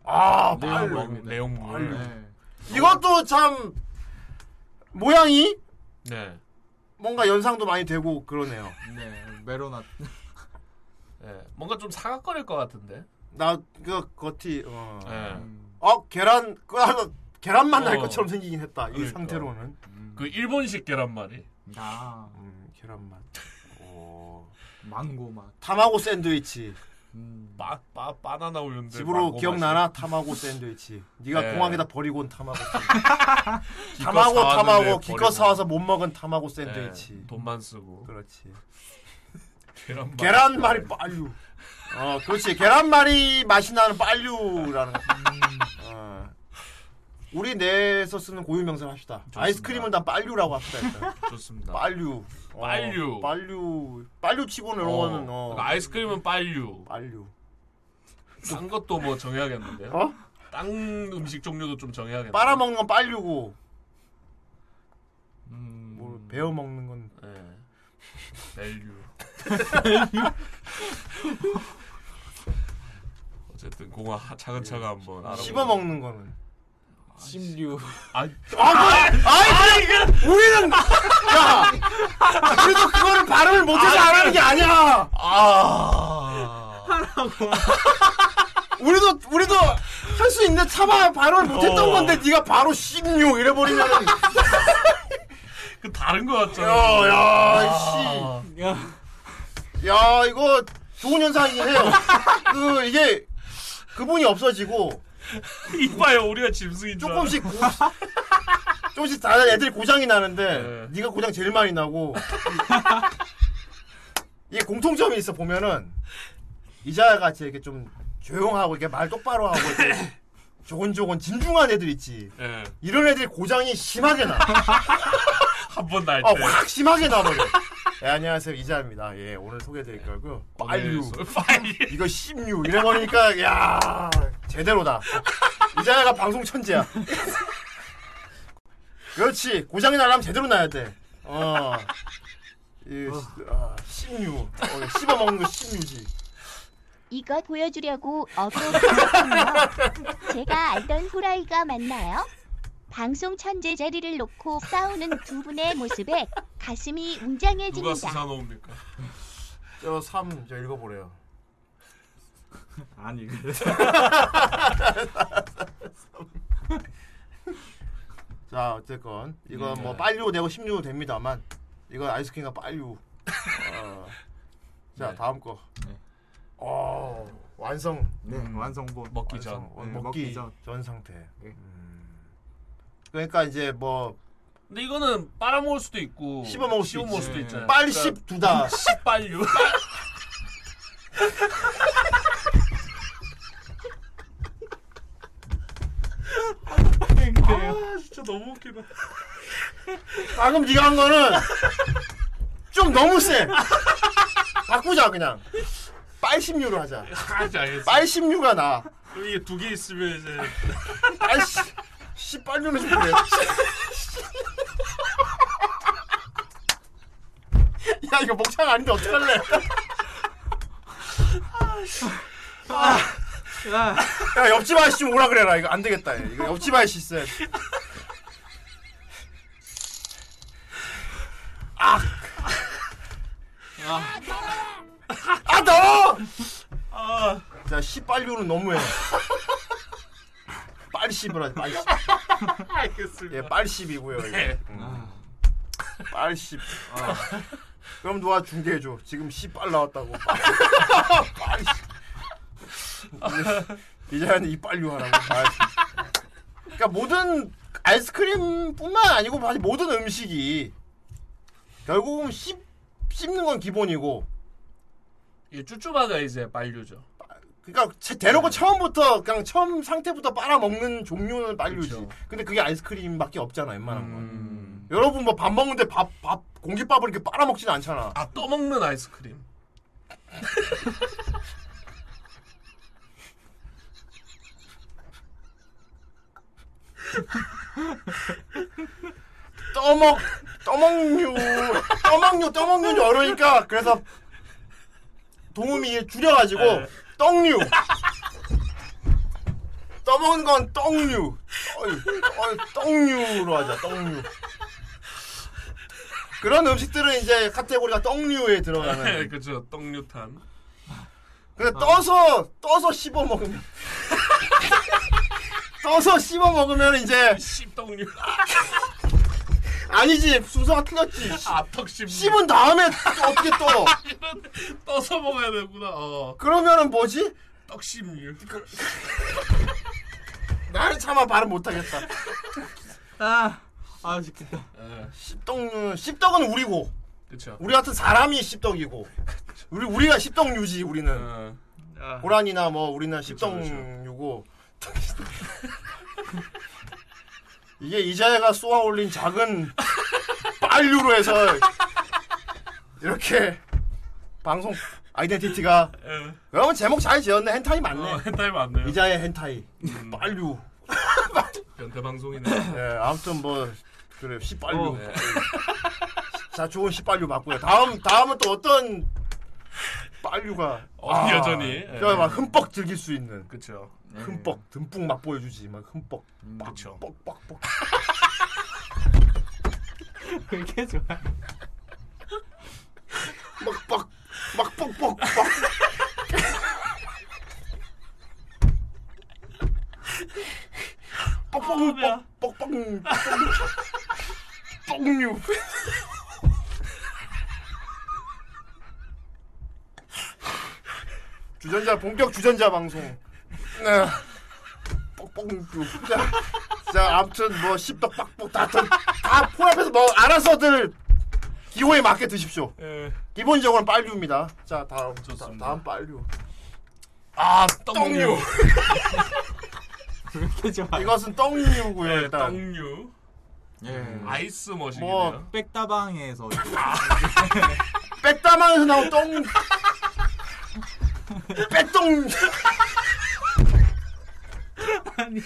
Speaker 4: 아,
Speaker 6: 내용물,
Speaker 4: 빨류.
Speaker 6: 내용물.
Speaker 4: 빨류.
Speaker 6: 네.
Speaker 4: 이것도 참 모양이
Speaker 6: 네.
Speaker 4: 뭔가 연상도 많이 되고 그러네요.
Speaker 7: 네, 메로나.
Speaker 6: 예, 뭔가 좀 사각거릴 것 같은데.
Speaker 4: 나그 겉이 어.
Speaker 6: 예.
Speaker 7: 음.
Speaker 4: 어 계란 그 계란만 날
Speaker 6: 어.
Speaker 4: 것처럼 생기긴 했다. 이
Speaker 6: 그러니까.
Speaker 4: 상태로는.
Speaker 6: 그 일본식 계란말이. 예,
Speaker 7: 아.
Speaker 4: 음, 계란 맛. 오.
Speaker 7: 망고 맛. 음.
Speaker 4: 타마고 샌드위치.
Speaker 6: 바, 바, 바나나 우유인데.
Speaker 4: 집으로
Speaker 6: 망고
Speaker 4: 기억나나
Speaker 6: 맛이.
Speaker 4: 타마고 샌드위치. 네가
Speaker 6: 네.
Speaker 4: 공항에다 버리고 온 타마고. 샌드위치.
Speaker 6: 기껏
Speaker 4: 타마고
Speaker 6: 사왔는데
Speaker 4: 타마고
Speaker 6: 버리고.
Speaker 4: 기껏 사와서 못 먹은 타마고 샌드위치.
Speaker 6: 예, 돈만 쓰고.
Speaker 4: 그렇지.
Speaker 6: 계란말.
Speaker 4: 계란말이 빨류. 어, 그렇지. 계란말이 맛이 나는 빨류라는. 거.
Speaker 6: 음.
Speaker 4: 어. 우리 내에서 쓰는 고유 명사를 합시다. 아이스크림은 난 빨류라고 합시다. 일단.
Speaker 6: 좋습니다.
Speaker 4: 빨류. 어,
Speaker 6: 빨류.
Speaker 4: 빨류. 빨류 치고는 이런 거는 어.
Speaker 6: 그러니까 아이스크림은 빨류.
Speaker 4: 빨류.
Speaker 6: 딴 것도 뭐 정해야겠는데요.
Speaker 4: 어?
Speaker 6: 딴 음식 종류도 좀 정해야겠네.
Speaker 4: 빨아먹는 건 빨류고.
Speaker 7: 음.
Speaker 4: 뭘 뭐, 베어 먹는 건
Speaker 6: 예. 밸류. 어쨌든 공화 하- 차근차근 한번 알아.
Speaker 4: 예. 씹어 먹는 거는
Speaker 7: 심류.
Speaker 6: 아,
Speaker 4: 아, 그, 아이, 그, 우리는 야, 우리도 그거를 발음을 못해서 안 하는 게 아니야.
Speaker 6: 아,
Speaker 4: 우리도 우리도 할 수 있는데 차마 발음을 못했던
Speaker 6: 어.
Speaker 4: 건데 네가 바로 씹류 이래버리면
Speaker 6: 그 다른 거 같잖아.
Speaker 4: 야, 야,
Speaker 6: 아.
Speaker 4: 씨, 야 이거 좋은 현상이긴 해요. 그 이게 그분이 없어지고
Speaker 6: 이봐요, 우리가 짐승인 줄.
Speaker 4: 조금씩 고, 조금씩 다른 애들이 고장이 나는데 네. 가 고장 제일 많이 나고 이게 공통점이 있어 보면은 이자야 같이 이렇게 좀 조용하고 이렇게 말 똑바로 하고 이렇게 조곤조곤 진중한 애들 있지
Speaker 6: 예.
Speaker 4: 이런 애들이 고장이 심하게 나.
Speaker 6: 한번 날 때.
Speaker 4: 아, 확 심하게 나버려. 예, 안녕하세요. 이자입니다. 예, 오늘 소개해드릴 거고요. 빨류. 이거 16. 이래버리니까, 야 제대로다. 이자야가 방송 천재야. 그렇지. 고장이 나려면 제대로 나야 돼. 어. 이,
Speaker 6: 어.
Speaker 4: 아, 16. 어, 씹어먹는 거 16이지.
Speaker 5: 이것 보여주려고 업로드 했군요. 제가 알던 후라이가 맞나요? 방송 천재 자리를 놓고 싸우는 두 분의 모습에 가슴이
Speaker 6: 누가
Speaker 5: 웅장해집니다.
Speaker 6: 수사 놓습니까?
Speaker 4: 저 3, 저 읽어보래요.
Speaker 7: 아니
Speaker 4: 자 어쨌건 이건
Speaker 7: 네.
Speaker 4: 뭐 빨류 되고 16도 됩니다만 이건 아이스크림과 빨류 어.
Speaker 6: 네.
Speaker 4: 자 다음 거 어, 완성
Speaker 7: 네, 완성본.
Speaker 6: 먹기 전.
Speaker 4: 완성, 어,
Speaker 7: 네,
Speaker 4: 먹기
Speaker 7: 먹기
Speaker 4: 전.
Speaker 7: 전. 네.
Speaker 4: 상태 음. 그러니까 이제 뭐
Speaker 6: 근데 이거는 빨아먹을 수도 있고
Speaker 4: 씹어 먹을 수도 있지.
Speaker 6: 씹어 먹을 수도 있잖아요.
Speaker 4: 빨리
Speaker 6: 그러니까
Speaker 4: 씹두다.
Speaker 6: 씹빨류.
Speaker 4: 아
Speaker 6: 진짜 너무 웃기다.
Speaker 4: 방금 네가 한 거는 좀 너무 세 바꾸자 그냥 빨십류로 하자
Speaker 6: 알겠어, 알겠어.
Speaker 4: 빨십류가 나
Speaker 6: 그럼 이게 두 개 있으면 이제
Speaker 4: 아이씨 씨 빨류는 좀 그래 야 이거 목창 아닌데 어떡할래 아, 야 옆집 아저씨 좀 오라 그래라 이거 안 되겠다 이거 옆집 아저씨 있어야 돼. 아. 아 더워! 자, 씨 빨류는 너무해. 빨리 씹으라, 빨리 씹.
Speaker 6: 알겠습니다.
Speaker 4: 예, 빨리 씹이고요. 이거.
Speaker 6: 네.
Speaker 4: 음. 빨리 씹. 아. 그럼 누가 중계해줘. 지금 씨빨 나왔다고. 빨리 씹. 이제- 이제는 이 빨류 하라고. 아, 그러니까 모든 아이스크림뿐만 아니고 사실 모든 음식이 결국은 씹 씹는 건 기본이고
Speaker 6: 이 쭈쭈바가 이제 빨류죠.
Speaker 4: 그러니까 채- 대놓고 처음부터 그냥 처음 상태부터 빨아먹는 종류는 빨류지. 근데 그게 아이스크림밖에 없잖아, 웬만한 건. 여러분 뭐 밥 먹는데 밥, 밥 공깃밥을 이렇게 빨아먹진 않잖아. 아 떠먹는 아이스크림. 떠먹 떠먹류 떠먹류 떠먹류는 어려니까 그래서 도움이 줄여가지고 떡류 떠먹는 건 떡류 어이, 어이, 떡류로 하자 떡류 그런 음식들은 이제 카테고리가 떡류에 들어가는
Speaker 6: 그죠 떡류탄.
Speaker 4: 근데
Speaker 7: 아.
Speaker 4: 떠서 떠서 씹어 먹으면 떠서 씹어 먹으면 이제
Speaker 6: 씹떡류
Speaker 4: 아니지 순서가 틀렸지
Speaker 6: 아턱 씹
Speaker 4: 씹은 다음에 어떻게 떠
Speaker 6: 떠서 먹어야 되구나. 어.
Speaker 4: 그러면은 뭐지
Speaker 6: 떡심류.
Speaker 4: 나를 참아 발음 못하겠다
Speaker 7: 아, 아 죽겠다.
Speaker 4: 씹떡 씹떡은 우리고
Speaker 6: 그렇죠.
Speaker 4: 우리 같은 사람이 씹떡이고 우리 우리가 씹떡류지
Speaker 7: 어.
Speaker 4: 우리는
Speaker 7: 아.
Speaker 4: 호란이나 뭐 우리는 씹떡류고 이게 이자야가 쏘아올린 작은 빨류로 해서 이렇게 방송 아이덴티티가 여러분 제목 잘 지었네 헨타이 맞네
Speaker 6: 어, 헨타이 맞네요 음.
Speaker 4: 이자야 헨타이 빨류
Speaker 6: 변태 방송이네.
Speaker 4: 예, 아무튼 뭐 그래 시빨류. 예.
Speaker 6: 어.
Speaker 4: 자 좋은 시빨류 맞고요. 다음 다음은 또 어떤 빨류가
Speaker 6: 어, 여전히. 예.
Speaker 4: 그냥 막 흠뻑 즐길 수 있는.
Speaker 6: 그렇죠.
Speaker 4: 흠뻑 듬뿍 맛보여 주지. 막 흠뻑.
Speaker 6: 음,
Speaker 4: 그렇죠. 뻑뻑뻑.
Speaker 7: 그렇게 좋아.
Speaker 4: 막막 막 뻑뻑.
Speaker 6: 아,
Speaker 4: 뻑뻑 뻑뻑 뻑뻑. 뻑류. 주전자 본격 주전자 방송. 네. 뻑뻑류. 자, 자 아무튼 뭐 십덕 빡뻑 다다 포함해서 뭐 알아서들 기호에 맞게 드십시오.
Speaker 6: 예.
Speaker 4: 기본적으로는 빨류입니다. 자 다음 다, 다음 빨류. 아 떡류. 이것은 떡류고요
Speaker 6: 예,
Speaker 4: 일단.
Speaker 6: 떡류.
Speaker 7: 예.
Speaker 6: 아이스 머신이네요.
Speaker 7: 뭐 백다방에서
Speaker 4: 아. 백다방에서 나온 똥 백똥
Speaker 7: 아니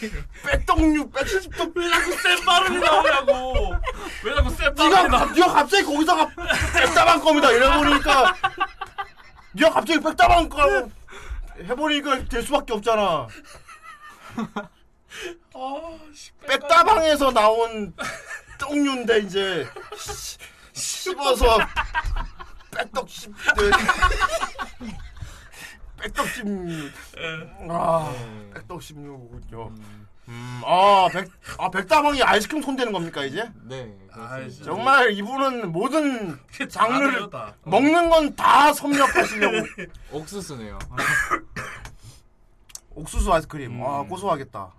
Speaker 4: 백똥류 백똥
Speaker 6: 왜 자꾸 센 발음이 나오냐고 왜 자꾸 센
Speaker 4: 네가
Speaker 6: 발음이 나
Speaker 4: 갑- 네가 갑자기 거기서 백다방 겁니다 이래 보니까 네가 갑자기 백다방 거라고 해보니까 될 수밖에 없잖아.
Speaker 6: 아,
Speaker 4: 백다방에서 나온 똥류인데 이제 씹- 씹어서 백떡 씹 네. 백떡 씹류 아 백떡 씹류군요. 음아 백, 아, 백다방이 아이스크림 손대는 겁니까 이제?
Speaker 7: 네.
Speaker 4: 그렇습니다. 정말 이분은 모든 장르를
Speaker 7: 다.
Speaker 4: 먹는 건 다 섭렵하시려고
Speaker 7: 옥수수네요.
Speaker 4: 옥수수 아이스크림 와 고소하겠다.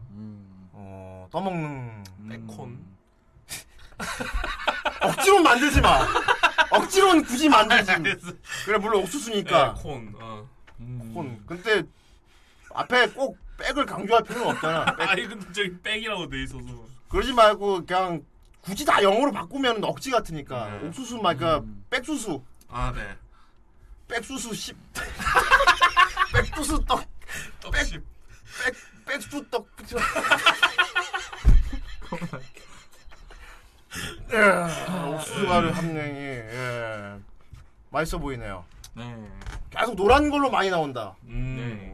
Speaker 4: 어 떠먹는
Speaker 6: 백콘
Speaker 4: 억지로 만들지 마. 억지로는 굳이 만들지. 그래 물론 옥수수니까.
Speaker 6: 예, 콘. 어.
Speaker 4: 콘. 음. 근데 앞에 꼭 백을 강조할 필요는 없잖아. 백.
Speaker 6: 아니 근데 저기 백이라고 돼 있어서.
Speaker 4: 그러지 말고 그냥 굳이 다 영어로 바꾸면 억지 같으니까
Speaker 7: 네.
Speaker 4: 옥수수 말 그러니까 백수수.
Speaker 6: 아 네.
Speaker 4: 백수수 씹. 백수수 떡. 백. 백 백수 떡. 예, 옥수수 가루 함량이 예. 맛있어 보이네요.
Speaker 7: 네.
Speaker 4: 계속 노란 걸로 많이 나온다. 어.
Speaker 7: 네.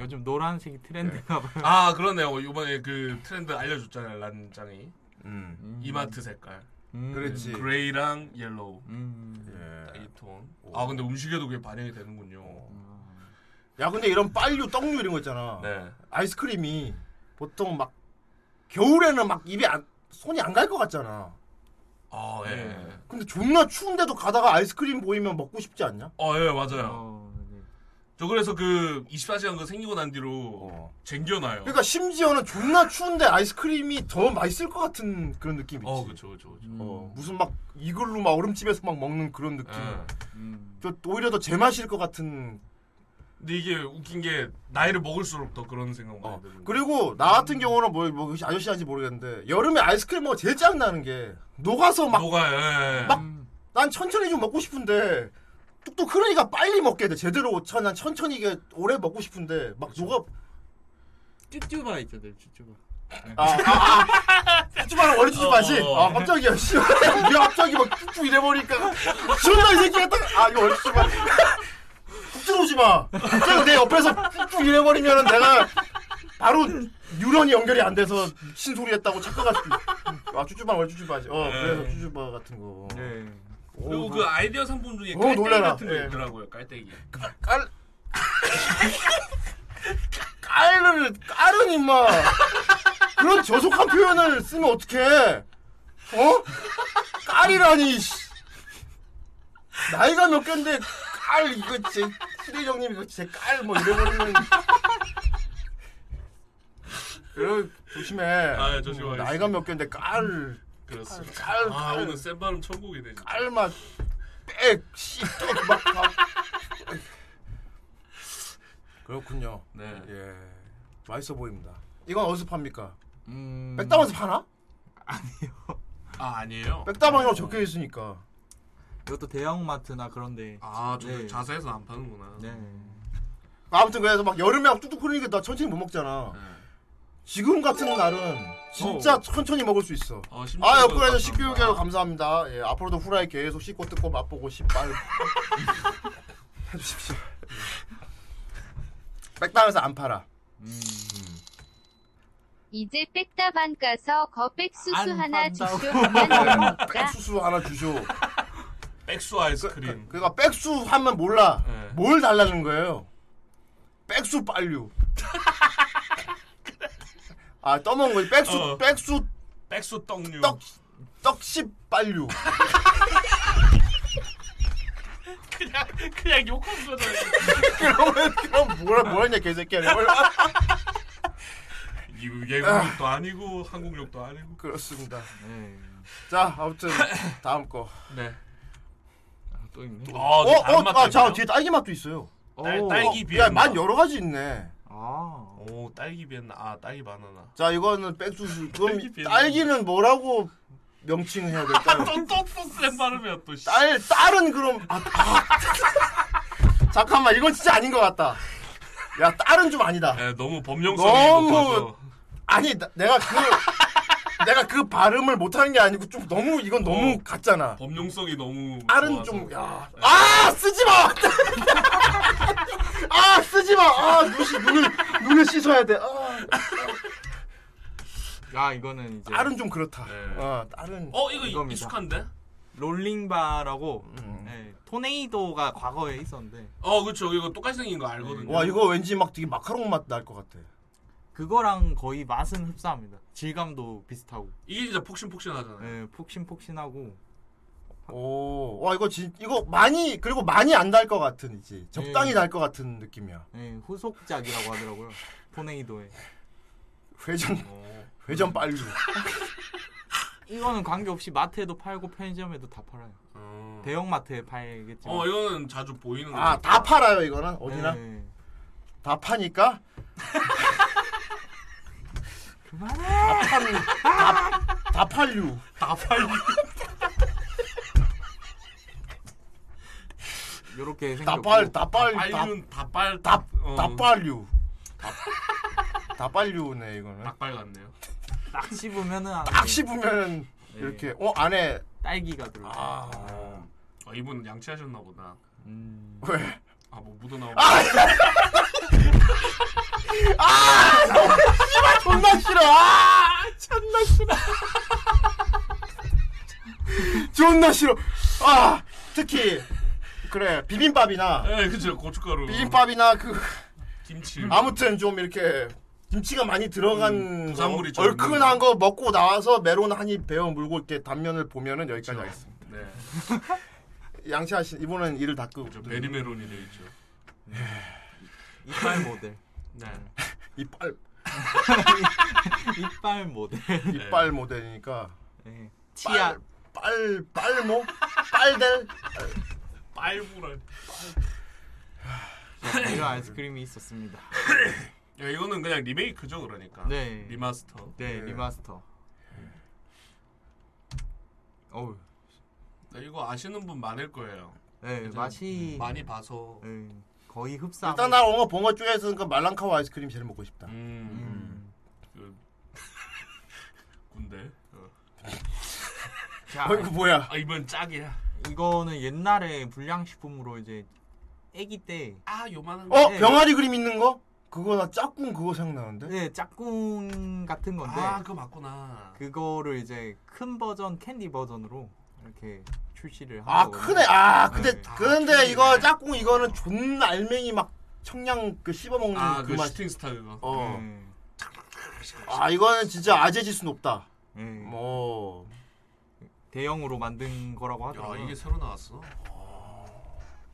Speaker 7: 요즘 노란색이 트렌드가
Speaker 4: 예.
Speaker 7: 봐요.
Speaker 6: 아 그러네요. 이번에 그 트렌드 알려줬잖아요 란장이.
Speaker 4: 음.
Speaker 6: 이마트 색깔.
Speaker 4: 음. 그렇지.
Speaker 6: 그레이랑 옐로우.
Speaker 4: 예.
Speaker 6: 딱이 톤. 아 근데 음식에도 그게 반영이 되는군요.
Speaker 4: 음. 야 근데 이런 빨류 떡류 이런 거 있잖아.
Speaker 6: 네.
Speaker 4: 아이스크림이 보통 막 겨울에는 막 입에 안- 손이 안 갈 것 같잖아.
Speaker 6: 아 예.
Speaker 4: 근데 존나 추운데도 가다가 아이스크림 보이면 먹고 싶지 않냐?
Speaker 6: 어, 예, 맞아요. 저 그래서 그 24시간 그 생기고 난 뒤로 쟁겨놔요.
Speaker 4: 그러니까 심지어는 존나 추운데 아이스크림이 더 맛있을 것 같은 그런 느낌이지.
Speaker 6: 어, 그쵸, 그쵸, 그쵸.
Speaker 4: 어, 무슨 막 이글루
Speaker 6: 예. 네.
Speaker 4: 어. 막 얼음집에서 막 먹는 그런 느낌. 저 오히려 더 제맛일 것 같은
Speaker 6: 근데 이게 웃긴 게 나이를 먹을수록 더 그런 생각
Speaker 4: 어.
Speaker 6: 많이 들고.
Speaker 4: 그리고 나 같은 경우는 뭐, 뭐 아저씨인지 모르겠는데 여름에 아이스크림 먹어 제일 짜증 나는 게 녹아서 예, 막
Speaker 6: 녹아
Speaker 4: 막난 천천히 좀 먹고 싶은데 뚝뚝 그러니까 빨리 먹게 돼 제대로 천- 난 천천히 이게 오래 먹고 싶은데 막 녹아
Speaker 7: 쭈쭈바 있잖아요 쭈쭈바 네.
Speaker 4: 아, 쭈쭈바는 원래 쭈쭈바지?
Speaker 7: 어, 어.
Speaker 4: 아 깜짝이야 씨 이거 갑자기 막 쭈쭈 이래버리니까 존나 이 새끼가 딱아 이거 원래 쭈쭈바 쭉 오지 마 갑자기 내 옆에서 쭉 이래버리면 내가 바로 뉴런이 연결이 안 돼서 미친 소리 했다고 착각할 수도 있- 아 쭈쭈바 원래 쭈쭈바지 어
Speaker 7: 네.
Speaker 4: 그래서 쭈쭈바 같은 거
Speaker 6: 예. 그리고
Speaker 4: 오,
Speaker 6: 그 아이디어 상품 중에
Speaker 4: 오,
Speaker 6: 깔때기
Speaker 4: 놀래라.
Speaker 6: 같은 거
Speaker 4: 예.
Speaker 6: 있더라고요. 깔때기.
Speaker 4: 깔을 깔은 임마 그런 저속한 표현을 쓰면 어떡해 어? 깔이라니 씨. 나이가 몇 갠데 깔 이거 제 수대정님 이거 제 깔 뭐 이래버리면 그럼 조심해
Speaker 6: 아, 조심하겠습니다.
Speaker 4: 나이가 몇 갠데 깔
Speaker 6: 그렇습니다.
Speaker 4: 깔, 깔,
Speaker 6: 아
Speaker 4: 깔.
Speaker 6: 오늘 센바람 천국이 되죠.
Speaker 4: 깔맛 백씨떡막 그렇군요.
Speaker 6: 네.
Speaker 4: 예. 맛있어 보입니다. 이건 어디서 팝니까?
Speaker 7: 음.
Speaker 4: 백다방에서 파나?
Speaker 6: 아 아니에요.
Speaker 4: 백다방이라고 적혀 있으니까.
Speaker 7: 이것도 대형마트나 그런데 네.
Speaker 6: 아, 저 자사에서 안 파는구나.
Speaker 4: 아무튼 그래서 막 여름에 막 뚝뚝 흐르니까 나 천천히 못 먹잖아.
Speaker 7: 네.
Speaker 4: 지금 같은 날은 진짜
Speaker 7: 어.
Speaker 4: 천천히 먹을 수 있어.
Speaker 6: 심지어
Speaker 4: 아,
Speaker 6: 감사합니다.
Speaker 4: 옆구리에서 식교육에도 감사합니다. 예, 앞으로도 후라이 계속 씹고 뜯고 맛보고 씨발 해주십시오. 예. 백다방에서 안 팔아.
Speaker 1: 이제 백다방 가서 거백수수
Speaker 4: 안
Speaker 1: 하나
Speaker 4: 판다고.
Speaker 1: 주쇼 하면 됩니까?
Speaker 4: 예, 백수수 하나 주쇼.
Speaker 6: 백수 아이스크림. 예.
Speaker 4: 그, 러니까 백수 하면 몰라. 뭘 달라는 거예요? 백수 빨류. 아 떠먹은 거지. 백수
Speaker 6: 어.
Speaker 4: 백수
Speaker 6: 백수 떡류.
Speaker 4: 떡 떡십 빨류.
Speaker 6: 그냥 그냥 욕한 거잖아요.
Speaker 4: 그러면 그럼 뭐라 뭐랬냐 개새끼야. 뭐라-
Speaker 6: 이거 예국도 아니고 한국력도 아니고
Speaker 4: 그렇습니다. 자 아무튼 다음 거.
Speaker 6: 네.
Speaker 7: 또 있네.
Speaker 4: 어, 어, 아, 자 뒤에 딸기 맛도 있어요.
Speaker 6: 딸- 딸기
Speaker 4: 어, 야,
Speaker 6: 비엔나.
Speaker 4: 맛 여러 가지 있네.
Speaker 7: 아.
Speaker 6: 오 딸기 비엔나. 아 딸기 바나나.
Speaker 4: 자 이거는 백수수. 그럼
Speaker 6: 딸기 비엔나.
Speaker 4: 딸기는 뭐라고 명칭해야 될까요?
Speaker 6: 아, 또또또센 발음이야 또. 씨.
Speaker 4: 딸 딸은 그럼 아, 아. 잠깐만 이건 진짜 아닌 것 같다. 야 딸은 좀 아니다.
Speaker 6: 네, 너무 범용성이
Speaker 4: 너무
Speaker 6: 높아서.
Speaker 4: 아니 나- 내가 그 내가 그 발음을 못하는 게 아니고 좀 너무 이건 너무 같잖아.
Speaker 6: 어, 범용성이 너무 네.
Speaker 4: 딸은 좀야아 쓰지 마. 아 쓰지 마. 아 눈, 눈을 눈을 씻어야 돼. 아,
Speaker 7: 아 이거는 이제
Speaker 4: 딸은 좀 그렇다. 어 딸은
Speaker 6: 어 이거 이- 익숙한데?
Speaker 7: 롤링바라고
Speaker 4: 음.
Speaker 7: 예, 토네이도가 과거에 있었는데
Speaker 6: 어 그렇죠. 이거 똑같이 생긴 거 알거든요.
Speaker 4: 와 이거 왠지 막 되게 마카롱 맛 날 것 같아.
Speaker 7: 그거랑 거의 맛은 흡사합니다. 질감도 비슷하고.
Speaker 6: 이게 진짜 폭신폭신하잖아요.
Speaker 7: 예, 폭신폭신하고
Speaker 4: 오, 와 이거 진 이거 많이 그리고 많이 안 달 것 같은 이제 적당히
Speaker 7: 예.
Speaker 4: 달 것 같은 느낌이야.
Speaker 7: 예, 후속작이라고 하더라고요. 토네이도에.
Speaker 4: 회전
Speaker 6: 어,
Speaker 4: 회전 빨리.
Speaker 7: 이거는 관계없이 마트에도 팔고 편의점에도 다 팔아요. 대형 마트에 팔겠지만.
Speaker 6: 음. 어 이거는 자주 보이는 거.
Speaker 4: 아 다 팔아요 이거는 어디나
Speaker 7: 네.
Speaker 4: 다 파니까. 그만해. 다 팔류.
Speaker 6: 다 팔류.
Speaker 7: 요렇게 생겼고.
Speaker 4: 다팔 다팔
Speaker 6: 다팔류는 다팔
Speaker 4: 다
Speaker 6: 어.
Speaker 4: 다팔류. 다- 다팔류네 이거는.
Speaker 6: 닭발 같네요. 예.
Speaker 7: 딱 씹으면은
Speaker 4: 딱 씹으면은 이렇게 어 안에
Speaker 7: 딸기가 들어.
Speaker 4: 아.
Speaker 6: 어, 이분 양치하셨나 보다.
Speaker 4: 왜?
Speaker 6: 아뭐 묻어나오고.
Speaker 4: 아! 너무 씨발 존나 싫어. 아! 존나 싫어. 존나 싫어. 아, 특히 그래. 비빔밥이나
Speaker 6: 예, 그죠 고춧가루.
Speaker 4: 비빔밥이나 그
Speaker 6: 김치.
Speaker 4: 아무튼 좀 이렇게 김치가 많이 들어간
Speaker 6: 음, 부산물이
Speaker 4: 거,
Speaker 6: 좀
Speaker 4: 얼큰한 거 먹고 나와서 메론 한입 베어 물고 이렇게 단면을 보면은 여기까지 하겠습니다.
Speaker 6: 네.
Speaker 4: 양치하신 이분은 이를 닦고
Speaker 6: 그렇죠. 베리메론이 돼 있죠.
Speaker 7: 네. 이빨 모델.
Speaker 6: 네.
Speaker 4: 이빨
Speaker 7: 이빨 모델.
Speaker 6: 네.
Speaker 4: 이빨 모델이니까
Speaker 7: 네.
Speaker 4: 치아 빨 뭐? 빨모 빨델
Speaker 6: 빨부랄.
Speaker 7: 자, 네, 이런 아이스크림이 있었습니다.
Speaker 4: 그러니까
Speaker 6: 야, 이거는 그냥 리메이크죠 그러니까.
Speaker 7: 네.
Speaker 6: 리마스터.
Speaker 7: 네, 리마스터. 어우.
Speaker 6: 네, 이거 아시는 분 많을 거예요.
Speaker 7: 네,
Speaker 6: 이제
Speaker 7: 맛이
Speaker 6: 많이 봐서.
Speaker 7: 거의 흡사.
Speaker 4: 일단 나 엉어 봉어 쪽에서는 그 말랑카우 아이스크림 제일 먹고 싶다.
Speaker 6: 음.
Speaker 7: 음.
Speaker 6: 그- 군대. 어.
Speaker 7: 자,
Speaker 4: 어,
Speaker 6: 아, 이번 짝이야.
Speaker 7: 이거는 옛날에 불량식품으로 이제 아기 때.
Speaker 6: 아, 요만한.
Speaker 4: 어
Speaker 7: 네.
Speaker 4: 병아리 그림 있는 거? 그거 나 짝꿍 그거 생각나는데.
Speaker 7: 네 짝꿍 같은 건데.
Speaker 6: 아, 그거 맞구나.
Speaker 7: 그거를 이제 큰 버전 캔디 버전으로 이렇게 출시를 한
Speaker 4: 아
Speaker 7: 거거든요.
Speaker 4: 크네. 아 근데
Speaker 7: 네.
Speaker 4: 근데 이거 짝꿍 이거는 존나 알맹이 막 청량 그 씹어 먹는
Speaker 6: 아, 그
Speaker 4: 맛.
Speaker 6: 슈팅 스타 그거.
Speaker 4: 어.
Speaker 6: 네.
Speaker 4: 아 이거는 진짜 아재 지수 높다. 어.
Speaker 7: 뭐 예. 대형으로 만든 거라고 하더라고요.
Speaker 6: 야, 이게 새로 나왔어.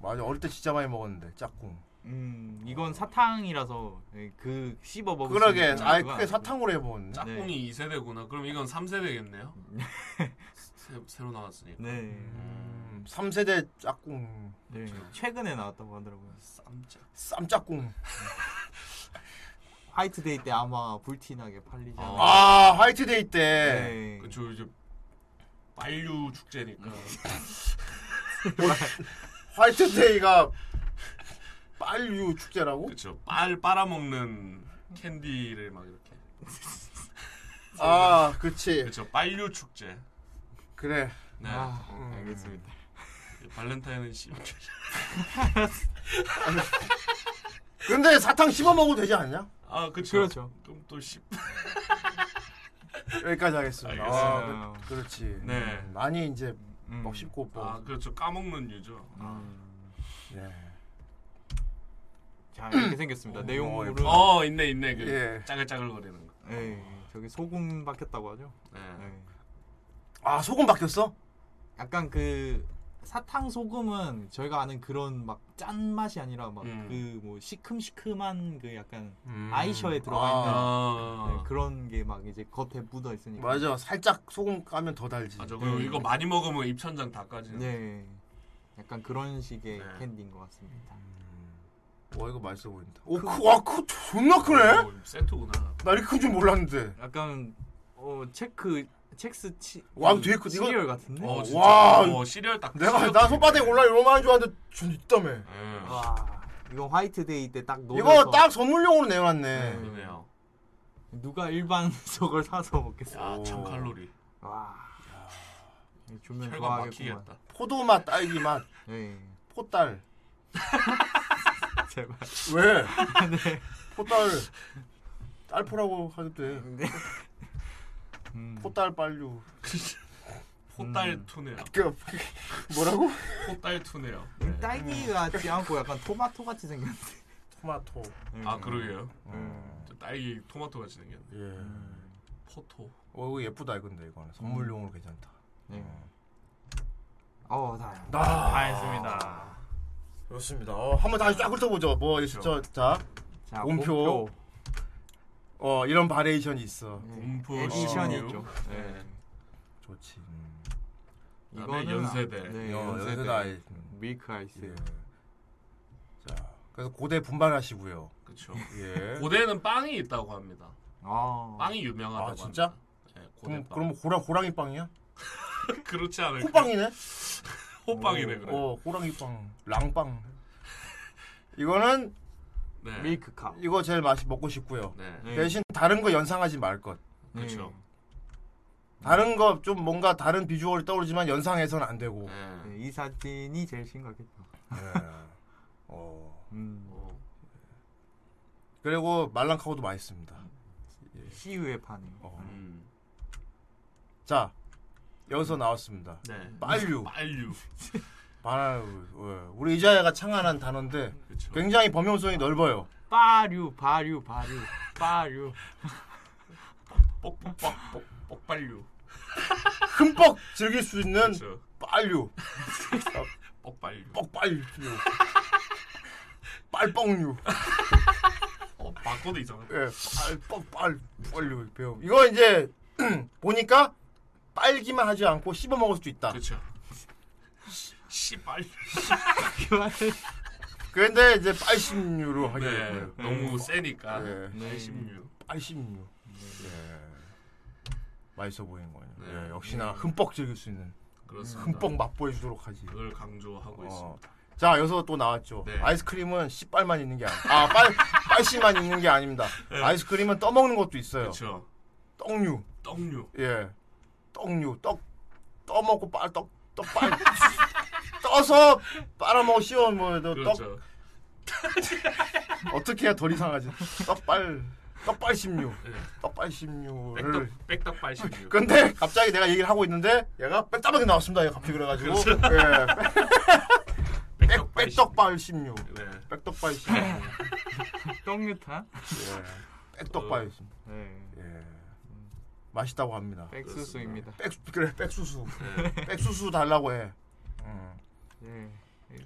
Speaker 4: 맞아 어릴 때 진짜 많이 먹었는데 짝꿍.
Speaker 7: 음, 이건 사탕이라서 예, 그 씹어 먹을
Speaker 4: 그러게, 아예 크게 사탕으로
Speaker 7: 네.
Speaker 4: 해본.
Speaker 6: 짝꿍이 2세대구나. 그럼 이건 3세대겠네요. 새, 새로 나왔으니까. 음.
Speaker 7: 네.
Speaker 4: 3세대 짝꿍.
Speaker 7: 네. 최근에 나왔다고 하더라고요.
Speaker 6: 쌈짝.
Speaker 4: 쌈짝꿍.
Speaker 7: 화이트데이 때 아마 불티나게 팔리지 않을까.
Speaker 4: 아, 화이트데이 때.
Speaker 7: 네.
Speaker 6: 그쵸 이제 만류 축제니까.
Speaker 4: 화이트데이가 빨류 축제라고?
Speaker 6: 그쵸. 빨 빨아먹는 캔디를 막 이렇게.
Speaker 4: 아, 그치.
Speaker 6: 그쵸. 빨류 축제.
Speaker 4: 그래.
Speaker 6: 네.
Speaker 4: 아,
Speaker 7: 음. 알겠습니다.
Speaker 6: 발렌타인은 씨.
Speaker 4: 근데 사탕 씹어 먹어도 되지 않냐?
Speaker 6: 아, 그쵸.
Speaker 4: 그렇죠.
Speaker 6: 그럼 또 씹.
Speaker 4: 여기까지 하겠습니다.
Speaker 6: 알겠습니다.
Speaker 4: 아, 그, 그렇지.
Speaker 6: 네.
Speaker 4: 음, 많이 이제 먹 씹고 뭐.
Speaker 6: 아, 그렇죠. 까먹는 유죠.
Speaker 4: 네.
Speaker 7: 자 이렇게 생겼습니다. 내용물은
Speaker 6: 어, 있네, 있네. 그
Speaker 7: 예.
Speaker 6: 짜글짜글 거리는 거.
Speaker 7: 네, 저기 소금 박혔다고 하죠. 네.
Speaker 4: 아 소금 박혔어?
Speaker 7: 약간 그 사탕 소금은 저희가 아는 그런 막 짠 맛이 아니라 막 그
Speaker 6: 음.
Speaker 7: 뭐 시큼시큼한 그 약간
Speaker 4: 음.
Speaker 7: 아이셔에 들어가 있는
Speaker 6: 아.
Speaker 7: 네, 그런 게 막 이제 겉에 묻어 있으니까.
Speaker 4: 맞아. 살짝 소금 까면 더 달지.
Speaker 6: 맞아. 그리고 이거 많이 먹으면 입천장 다 까지는.
Speaker 7: 음. 네. 약간 그런 식의 캔디인 것 같습니다.
Speaker 4: 네. 음.
Speaker 7: 그
Speaker 4: 와 이거 맛있어 보인다. 오, 크, 와, 크, 존나
Speaker 6: 어,
Speaker 4: 크네.
Speaker 6: 세트구나.
Speaker 4: 나 이렇게 큰줄 몰랐는데.
Speaker 7: 약간 어 체크 첵스 치. 그
Speaker 4: 와, 이거 되게 크. 이거-
Speaker 7: 시리얼 같은데.
Speaker 4: 어, 와, 이- 내가
Speaker 7: 시리얼
Speaker 4: 나 손바닥에 올라 요만한 줄 알았는데 좀 있다며.
Speaker 6: 예.
Speaker 7: 와, 이건 화이트데이 때 딱 넣어.
Speaker 4: 이거 딱 선물용으로 내놨네.
Speaker 6: 그러네요.
Speaker 7: 누가 일반 저걸 사서 먹겠어?
Speaker 6: 아, 1000칼로리.
Speaker 7: 와. 이 주면
Speaker 6: 혈관
Speaker 7: 네, 좋아하겠구만.
Speaker 6: 막히겠다.
Speaker 4: 포도 맛, 딸기 맛.
Speaker 7: 네.
Speaker 4: 포딸.
Speaker 7: 제발.
Speaker 4: 왜?
Speaker 7: 네.
Speaker 4: 포딸. 딸포라고 하던데.
Speaker 7: 네. 음.
Speaker 4: 포딸 빨류.
Speaker 6: 포딸 투네요.
Speaker 4: 그, 뭐라고?
Speaker 6: 포딸 투네요.
Speaker 7: 음, 딸기 같지 않고 약간 토마토 같이 생겼는데.
Speaker 4: 토마토.
Speaker 7: 네.
Speaker 6: 아 그러게요.
Speaker 4: 음.
Speaker 6: 음. 저 딸기 토마토 같이 생겼네. 포토.
Speaker 4: 예.
Speaker 6: 음.
Speaker 4: 어, 이거 예쁘다 이건데 이거는 선물용으로 괜찮다.
Speaker 6: 네.
Speaker 7: 어, 다.
Speaker 4: 나
Speaker 7: 다 했습니다.
Speaker 4: 그렇습니다. 어, 한번 다시 쫙 훑어보죠. 뭐
Speaker 6: 그렇죠.
Speaker 4: 진짜 자,
Speaker 7: 자,
Speaker 4: 본표.
Speaker 7: 본표.
Speaker 4: 어 이런 바레이션이 있어.
Speaker 6: 네. 본표
Speaker 7: 에디션이
Speaker 4: 어.
Speaker 7: 있죠. 네.
Speaker 4: 좋지. 음.
Speaker 7: 이거는
Speaker 4: 그다음에
Speaker 7: 연세대.
Speaker 4: 네,
Speaker 7: 어,
Speaker 4: 연세대.
Speaker 7: 연세대
Speaker 4: 아이. 예.
Speaker 7: 밀크 아이스.
Speaker 4: 자, 그래서 고대 분발하시고요.
Speaker 6: 그렇죠.
Speaker 4: 예.
Speaker 6: 고대는 빵이 있다고 합니다.
Speaker 7: 아.
Speaker 6: 빵이 유명하다고
Speaker 4: 아 진짜?
Speaker 6: 합니다. 예, 고대
Speaker 4: 그럼
Speaker 6: 빵.
Speaker 4: 그럼 호랑 호랑이 빵이야?
Speaker 6: 그렇지 않을까?
Speaker 4: 호빵이네.
Speaker 6: 호빵이네 그래.
Speaker 4: 어, 호랑이 빵, 랑빵. 이거는
Speaker 6: 네.
Speaker 7: 밀크카.
Speaker 4: 이거 제일 맛이 먹고 싶고요.
Speaker 6: 네.
Speaker 4: 대신 다른 거 연상하지 말 것.
Speaker 6: 그렇죠.
Speaker 4: 다른 거 좀 뭔가 다른 비주얼이 떠오르지만 연상해서는 안 되고. 네.
Speaker 7: 네, 이 사진이 제일 심각했다.
Speaker 4: 어.
Speaker 7: 음.
Speaker 4: 그리고 말랑카우도 맛있습니다.
Speaker 7: 예.
Speaker 4: 어.
Speaker 7: 시유의 판이요.
Speaker 4: 자, 여기서 나왔습니다.
Speaker 6: 네.
Speaker 4: 빨류.
Speaker 6: 빨류.
Speaker 4: 바나나 예. 우유. 우리 이자야가 창안한 단어인데 굉장히 범용성이 넓어요.
Speaker 7: 빠류, 바류, 바류, 빠류.
Speaker 6: 뻑뻑뻑뻑뻑빨류.
Speaker 4: 흠뻑 즐길 수 있는 빨류.
Speaker 6: 뻑빨류.
Speaker 4: 뻑빨류. 빨뻑류.
Speaker 6: 어, 바꿔도 이상해.
Speaker 4: 예, 빨뻑빨 빨류 배움. 이거 이제 보니까 빨기만 하지 않고 씹어 먹을 수도 있다.
Speaker 6: 그렇죠. 씨빨.
Speaker 4: 근데 이제 86유로 하게
Speaker 6: 네,
Speaker 4: 됐고요.
Speaker 6: 너무 세니까.
Speaker 4: 86. 86.
Speaker 6: 네.
Speaker 4: 예. 맛있어 보이는 거예요. 예, 역시나 흠뻑 즐길 수 있는.
Speaker 6: 네. 그렇습니다.
Speaker 4: 흠뻑 맛보여 주도록 하지. 어.
Speaker 6: 그걸 강조하고 있습니다. 네.
Speaker 4: 자 여기서 또 나왔죠. 아이스크림은 씨빨만 있는 게 아니, 아 빨, 빨씨만 있는 게 아닙니다. 아이스크림은 떠먹는 것도 있어요.
Speaker 6: 네. 그쵸.
Speaker 4: 떡류.
Speaker 6: 떡류.
Speaker 4: 예. 떡류. 떡 떠먹고 빨떡떡 빨. 떠서 빨아먹어 씌워 뭐 해도 떡. 어떻게 해야 덜 이상하지? 떡빨 떡빨 16. 떡빨 16을
Speaker 6: 백덕 86.
Speaker 4: 음. 근데 갑자기 내가 얘기를 하고 있는데 얘가 빼따박이 나왔습니다. 얘가 갑자기 그래가지고
Speaker 6: 그렇죠.
Speaker 4: 예. 백- 백떡발 16. 백떡발 16.
Speaker 7: 떡류탕?
Speaker 4: 예. 백떡발 16. 예. 맛있다고 합니다.
Speaker 7: 백수수입니다.
Speaker 4: 백수 그래 백수수. 백수수 달라고 해. 음.
Speaker 6: 음.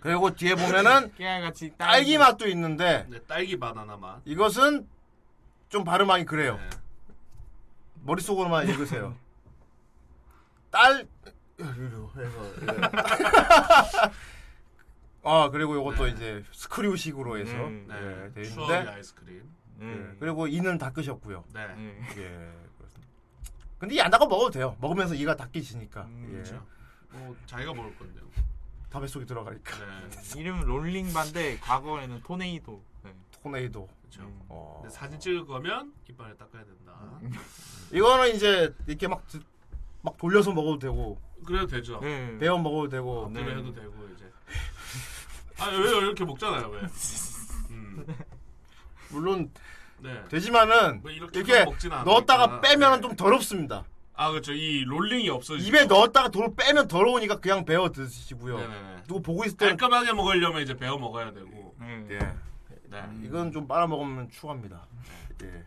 Speaker 4: 그리고 뒤에 보면은
Speaker 6: 깨알같이
Speaker 4: 딸기 맛도 있는데
Speaker 6: 네, 딸기 바나나 맛.
Speaker 4: 이것은 좀 발음하기 그래요.
Speaker 6: 네.
Speaker 4: 머릿속으로만 읽으세요. 딸 유료 해서 예. 아 그리고 이것도 이제 스크류식으로 해서
Speaker 6: 네. 음,
Speaker 4: 예,
Speaker 6: 네.
Speaker 4: 돼
Speaker 6: 추억의
Speaker 4: 있는데
Speaker 6: 아이스크림.
Speaker 4: 예,
Speaker 6: 음.
Speaker 4: 그리고 이는 닦으셨고요.
Speaker 6: 네.
Speaker 4: 예 그렇습니다. 근데 이 안 닦아 먹어도 돼요. 먹으면서 이가 닦이시니까. 예.
Speaker 6: 그렇죠. 뭐 자기가 먹을 건데요.
Speaker 4: 담배 속에 들어가니까.
Speaker 7: 네. 이름은 롤링반데 과거에는 토네이도.
Speaker 4: 토네이도. 음. 어.
Speaker 6: 그렇죠. 근데 사진 찍을 거면 이빨을 닦아야 된다.
Speaker 4: 이거는 이제 이렇게 막, 드- 막 돌려서 먹어도 되고
Speaker 6: 그래도 되죠. 네.
Speaker 4: 데워 먹어도 되고
Speaker 6: 네. 해도 되고 이제. 아왜 이렇게 먹잖아요 왜? 음.
Speaker 4: 물론
Speaker 6: 네.
Speaker 4: 되지만은
Speaker 6: 뭐 이렇게
Speaker 4: 이렇게,
Speaker 6: 먹진 않으니까. 네.
Speaker 4: 넣었다가 빼면 은좀 더럽습니다.
Speaker 6: 아 그렇죠. 이 롤링이 없어지죠.
Speaker 4: 입에 넣었다가 돌 빼면 더러우니까 그냥 베어 드시고요.
Speaker 6: 네네네.
Speaker 4: 누구 보고 있을 때는
Speaker 6: 깔끔하게 먹으려면 이제 배워 먹어야 되고. 네.
Speaker 4: 예. 음, 이건 좀 빨아 먹으면 추가입니다.
Speaker 6: 네.
Speaker 4: 예.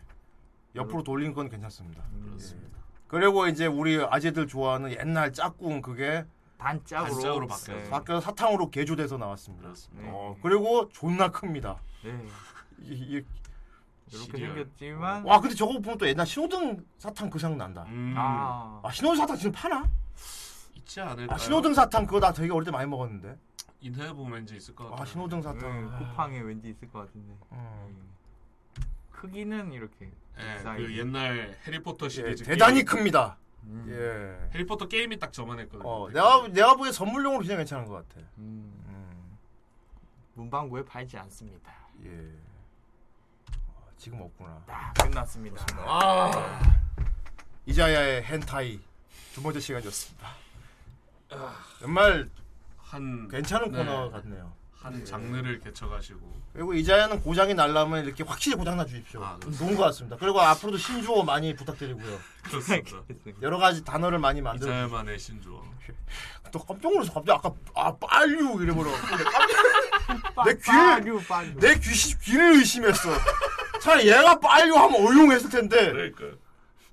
Speaker 4: 옆으로 돌리는 건 괜찮습니다.
Speaker 6: 그렇습니다.
Speaker 4: 그리고 이제 우리 아재들 좋아하는 옛날 짝꿍 그게
Speaker 7: 반짝으로, 네.
Speaker 6: 반짝으로 네. 바뀌어서.
Speaker 4: 바뀌어서 사탕으로 개조돼서 나왔습니다. 어, 그리고 존나 큽니다.
Speaker 7: 네.
Speaker 4: 이- 이-
Speaker 7: 이렇게 생겼지만
Speaker 4: 와 근데 저거 보면 또 옛날 신호등 사탕 그 생각 난다.
Speaker 6: 음.
Speaker 7: 아.
Speaker 4: 아. 신호등 사탕 지금 파나?
Speaker 6: 있지 않을까요?
Speaker 4: 아 신호등 사탕 그거 나 되게 어릴 때 많이 먹었는데.
Speaker 6: 인터넷 보면 왠지 있을 것 같아요. 네.
Speaker 4: 아 신호등 사탕. 어.
Speaker 7: 음, 쿠팡에 왠지 있을 것 같은데. 음. 크기는 이렇게.
Speaker 6: 예,
Speaker 7: 사이즈.
Speaker 6: 그 옛날 해리포터 시리즈
Speaker 4: 예, 대단히
Speaker 6: 게임. 음.
Speaker 4: 큽니다. 예.
Speaker 6: 해리포터 게임이 딱 저만 했거든요.
Speaker 4: 어 내가 내가 보기에 선물용으로 그냥 괜찮은 것 같아. 음.
Speaker 7: 문방구에 팔지 않습니다.
Speaker 4: 예. 아, 지금 없구나.
Speaker 7: 끝났습니다.
Speaker 4: 아. 이자야의 헨타이 두 번째 시간이었습니다.
Speaker 6: 아.
Speaker 4: 정말
Speaker 6: 한
Speaker 4: 괜찮은
Speaker 6: 네.
Speaker 4: 코너 같네요.
Speaker 6: 한
Speaker 4: 예.
Speaker 6: 장르를 개척하시고
Speaker 4: 그리고 이자야는 고장이 날라면 이렇게 확실히 고장나 주십시오. 좋은 것 같습니다. 그리고 앞으로도 신조어 많이 부탁드리고요.
Speaker 6: 그렇습니다.
Speaker 4: 여러 가지 단어를 많이 만들어.
Speaker 6: 이자야만의 신조어.
Speaker 4: 또 깜짝 놀라서 갑자기 아까 아 빨류 이래버려. 내 귀를 내 귀, 귀를 의심했어. 차라리 얘가 빨류 하면 어용했을 텐데.
Speaker 6: 그러니까.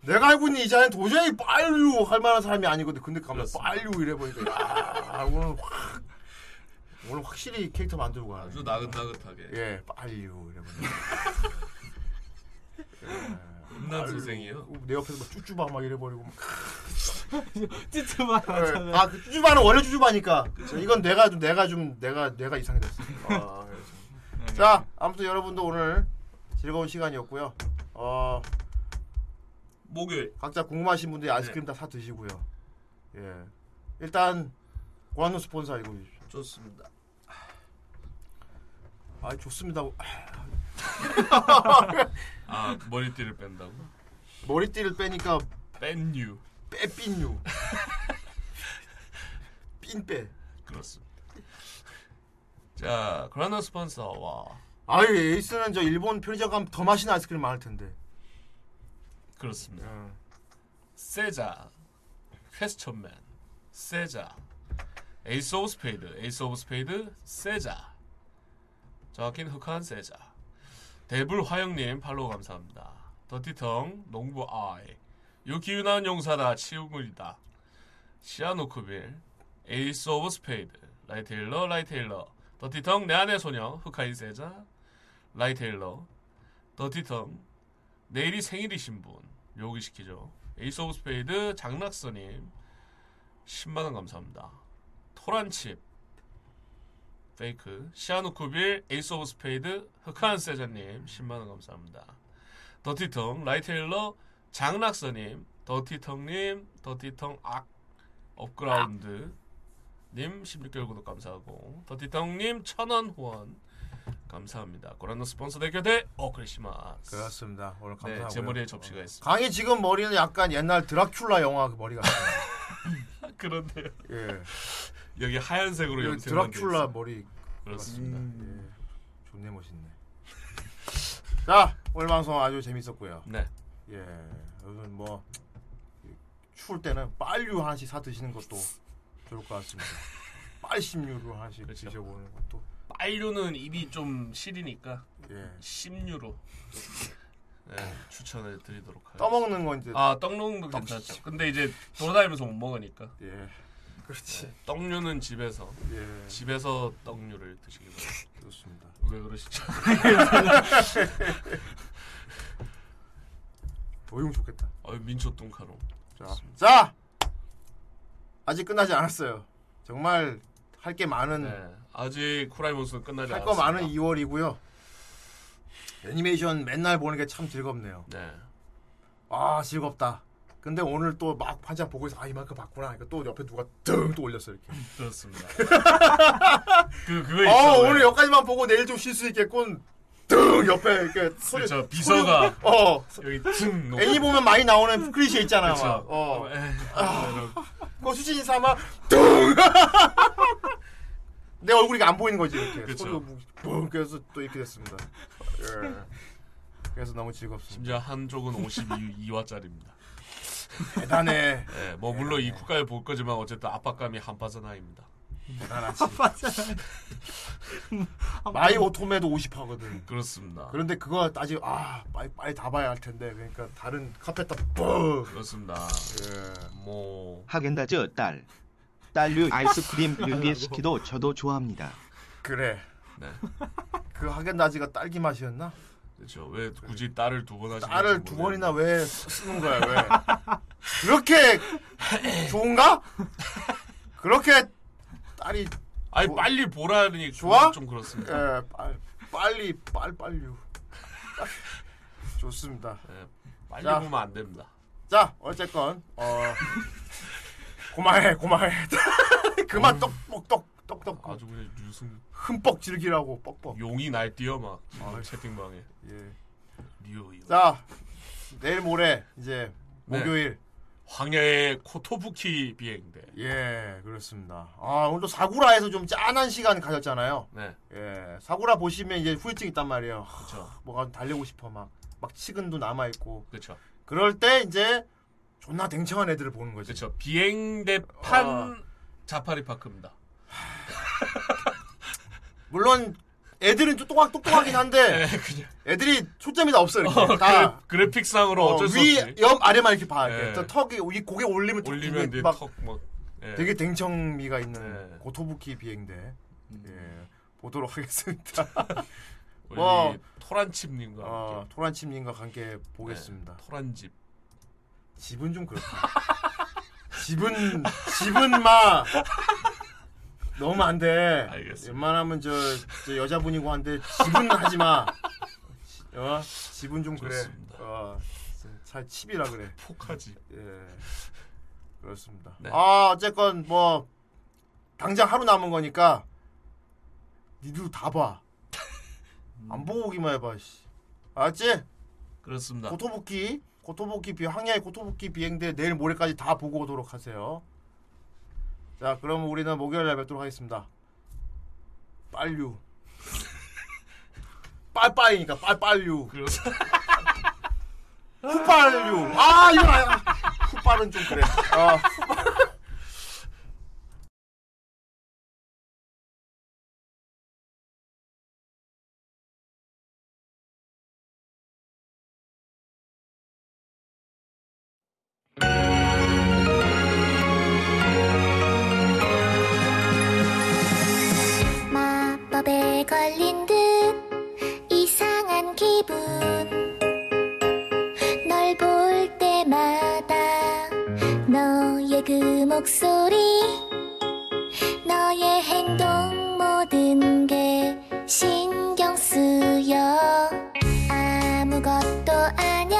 Speaker 4: 내가 알고 있는 이자는 도저히 빨류 할 만한 사람이 아니거든. 근데 갑자기 빨류 이래 보니까 아, 오늘 확 오늘 확실히 캐릭터 만들고 가네.
Speaker 6: 아주 나긋나긋하게.
Speaker 4: 예, 빨류 이래 보니까.
Speaker 6: 예. 음란 선생이요.
Speaker 4: 내 옆에서 막 쭈쭈바 막 이래 버리고 막
Speaker 7: 쭈쭈바
Speaker 4: 예. 아, 그 쭈쭈바는 원래 쭈쭈바니까. 이건 내가 좀 내가 좀 내가 내가 이상해졌어. 아,
Speaker 6: 네.
Speaker 4: 그래서. 자, 아무튼 여러분도 오늘 즐거운 시간이었고요. 어,
Speaker 6: 목요일 네.
Speaker 4: 각자 궁금하신 분들이 아이스크림 다 사 드시고요. 예. 일단 고한노 스폰서 알고 계십시오.
Speaker 6: 좋습니다.
Speaker 4: 아, 좋습니다.
Speaker 6: 아 머리띠를 뺀다고?
Speaker 4: 머리띠를 빼니까
Speaker 6: 뺀유.
Speaker 4: 빼삔유. 삔빼.
Speaker 6: 그렇습니다. 자 그라노 스폰서와
Speaker 4: 아유, 에이스는 저 일본 편의점 가면 더 맛있는 아이스크림 많을 텐데.
Speaker 6: 그렇습니다. 세자 퀘스천맨 세자 에이스 오브 스페이드 에이스 오브 스페이드 세자 정확히는 흑한 세자 데블 화영님 팔로우 감사합니다. 더티텅 농부 아이 유기유난 용사다 치우물이다 시아노크빌 에이스 오브 스페이드 라이테일러 라이테일러 더티텅 내 안의 소녀 흑하인 세자 라이테일러 더티텅 내일이 생일이신 분 여기 시키죠. 에이스 오브 스페이드 장락서님 10만 원 감사합니다. 토란칩 페이크 시아누쿠빌 에이스 오브 스페이드 흑한 세자님 10만원 감사합니다 더티텅 라이테일러 장락서님 더티텅님 더티텅 악 업그라운드 님 16개월 구독 감사하고 더티텅님 천원 후원 감사합니다 고란노 스폰서 대교대 오크리시마스
Speaker 4: 그렇습니다. 오늘
Speaker 6: 네,
Speaker 4: 감사하고요.
Speaker 6: 제 머리에 접시가 있습니다
Speaker 4: 강의 지금 머리는 약간 옛날 드라큘라 영화 그 머리 같아요.
Speaker 6: 그런데요.
Speaker 4: 예.
Speaker 6: 여기 하얀색으로
Speaker 4: 여기
Speaker 6: 염색한 게 있어요.
Speaker 4: 드라큘라 머리
Speaker 6: 그렇습니다.
Speaker 4: 예. 존내 멋있네. 자 오늘 방송 아주 재밌었고요.
Speaker 6: 네.
Speaker 4: 예. 여러분 뭐 추울 때는 빨류 하나씩 사 드시는 것도 좋을 것 같습니다. 빨심류로 하나씩 드셔보는 것도.
Speaker 6: 그렇죠. 빨류는 입이 좀 시리니까
Speaker 4: 예.
Speaker 6: 심류로 네, 추천을 드리도록 하겠습니다.
Speaker 4: 떠먹는 건 이제
Speaker 6: 아 떡농도
Speaker 4: 떡
Speaker 6: 괜찮죠.
Speaker 4: 시죠.
Speaker 6: 근데 이제 돌아다니면서 못 먹으니까.
Speaker 4: 예. 그렇지.
Speaker 6: 떡류는 집에서 집에서 떡류를 드시기 바랍니다.
Speaker 4: 그렇습니다.
Speaker 6: 왜 그러시죠?
Speaker 4: 어용 좋겠다.
Speaker 6: 어 민초 뚱카로.
Speaker 4: 자, 자 아직 끝나지 않았어요. 정말 할 게 많은
Speaker 6: 네. 아직 쿠라이몬스는 끝나지
Speaker 4: 할 거
Speaker 6: 않았습니다.
Speaker 4: 많은 2월이고요. 애니메이션 맨날 보는 게 참 즐겁네요.
Speaker 6: 네.
Speaker 4: 아 즐겁다. 근데 오늘 또 막 한참 보고 있어. 아 이만큼 봤구나. 그러니까 또 옆에 누가 등 또 올렸어 이렇게.
Speaker 6: 그렇습니다.
Speaker 4: 그
Speaker 6: 그거
Speaker 4: 아
Speaker 6: 있잖아요.
Speaker 4: 오늘 여기까지만 보고 내일 좀 쉴 수 있겠군. 등 옆에 이렇게 소리.
Speaker 6: 그쵸, 비서가
Speaker 4: 소리- 어
Speaker 6: 여기 등 놓고.
Speaker 4: 애니 보면 많이 나오는 클리셰 있잖아.
Speaker 6: 그쵸. 예.
Speaker 4: 막. 어.
Speaker 6: 아,
Speaker 4: 그거 수진이 삼아 내 얼굴이 안 보이는 거지 이렇게
Speaker 6: 그쵸.
Speaker 4: 소리가 뭐- 뿡 그래서 또 이렇게 됐습니다. 예. 그래서 너무 즐겁습니다.
Speaker 6: 심지어 한쪽은 52화짜리입니다.
Speaker 4: 대단해.
Speaker 6: 네, 뭐 물론 이 국가에 볼 거지만 어쨌든 압박감이 한파선하입니다. 아,
Speaker 4: 대단하지. 마이 오토메도 50하거든.
Speaker 6: 그렇습니다.
Speaker 4: 그런데 그거 아직 아 빨리 빨리 다 봐야 할 텐데 그러니까 다른 카페다 예. 뿡.
Speaker 6: 그렇습니다. 뭐
Speaker 7: 하겐다즈 딸. 딸류 아이스크림 류비의 스키도 저도 좋아합니다.
Speaker 4: 그래.
Speaker 6: 네.
Speaker 4: 그 하겐다지가 딸기 맛이었나?
Speaker 6: 그렇죠. 왜 굳이 딸을 두 번 하시는
Speaker 4: 딸을 두 번이나 왜 쓰는 거야 왜? 그렇게 좋은가? 그렇게 딸이
Speaker 6: 아니
Speaker 4: 조-
Speaker 6: 빨리 보라니
Speaker 4: 좋아?
Speaker 6: 좀 그렇습니다.
Speaker 4: 예, 빨, 빨리 빨 빨류. 좋습니다.
Speaker 6: 예, 빨리 보면 안 됩니다.
Speaker 4: 자 어쨌건 어 고마해 고마해 그만 똑똑똑똑똑
Speaker 6: 아주 그냥 유승
Speaker 4: 흠뻑 즐기라고 뻑뻑.
Speaker 6: 용이 날뛰어 막 채팅방에.
Speaker 4: 아, 예.
Speaker 6: 뉴 이거.
Speaker 4: 자 내일 모레 이제
Speaker 6: 네.
Speaker 4: 목요일
Speaker 6: 황야의 코토부키 비행대.
Speaker 4: 예 그렇습니다. 아 오늘도 사구라에서 좀 짠한 시간 가졌잖아요.
Speaker 6: 네.
Speaker 4: 예 사구라 보시면 이제 후유증 있단 말이에요.
Speaker 6: 그렇죠.
Speaker 4: 뭐가 달리고 싶어 막 막 식은도 남아 있고.
Speaker 6: 그렇죠.
Speaker 4: 그럴 때 이제 존나 댕청한 애들을 보는 거지. 아.
Speaker 6: 그렇죠. 비행대판 자파리 파크입니다.
Speaker 4: 물론 애들은 좀 똑똑 똑똑하긴 한데 애들이 초점이 다 없어 이렇게
Speaker 6: 네, 어,
Speaker 4: 다
Speaker 6: 그래, 픽상으로 어쩔 수
Speaker 4: 위,
Speaker 6: 없이.
Speaker 4: 옆, 아래만 이렇게 봐.
Speaker 6: 예.
Speaker 4: 이렇게 또 턱이 이 고개 올리면 턱
Speaker 6: 올리면
Speaker 4: 이게
Speaker 6: 이제
Speaker 4: 막
Speaker 6: 턱 막, 예.
Speaker 4: 되게 댕청미가
Speaker 6: 네.
Speaker 4: 있는 고토부키 비행대
Speaker 6: 음.
Speaker 4: 예, 보도록 하겠습니다. 뭐,
Speaker 6: 우리 토란칩님과 네,
Speaker 4: 어, 토란칩님과 함께 보겠습니다.
Speaker 6: 토란집
Speaker 4: 집은 좀 그렇다. 집은 집은 마 너무 안 돼. 웬만하면 저, 저 여자분이고 한데 집은 하지 마. 어? 집은 좀 그래. 어, 잘 칩이라 그래.
Speaker 6: 폭하지.
Speaker 4: 예. 그렇습니다.
Speaker 6: 네.
Speaker 4: 아 어쨌건 뭐 당장 하루 남은 거니까 니들 다 봐. 안 보고 오기만 해봐. 씨. 알았지?
Speaker 6: 그렇습니다.
Speaker 4: 고토부키 고토부키 비 항야의 고토부키 비행대 내일 모레까지 다 보고 오도록 하세요. 자, 그럼 우리는 목요일 날 뵙도록 하겠습니다. 빨류. 빨빨이니까 빨빨류. 후빨류. 아, 이거 아니야. 후빨은 좀 그래. 어, 후빨.
Speaker 5: 마법에 걸린 듯 이상한 기분 널 볼 때마다 너의 그 목소리 너의 행동 모든 모든 게 신경 쓰여 아무것도
Speaker 1: 그네
Speaker 5: 아냐 그네네그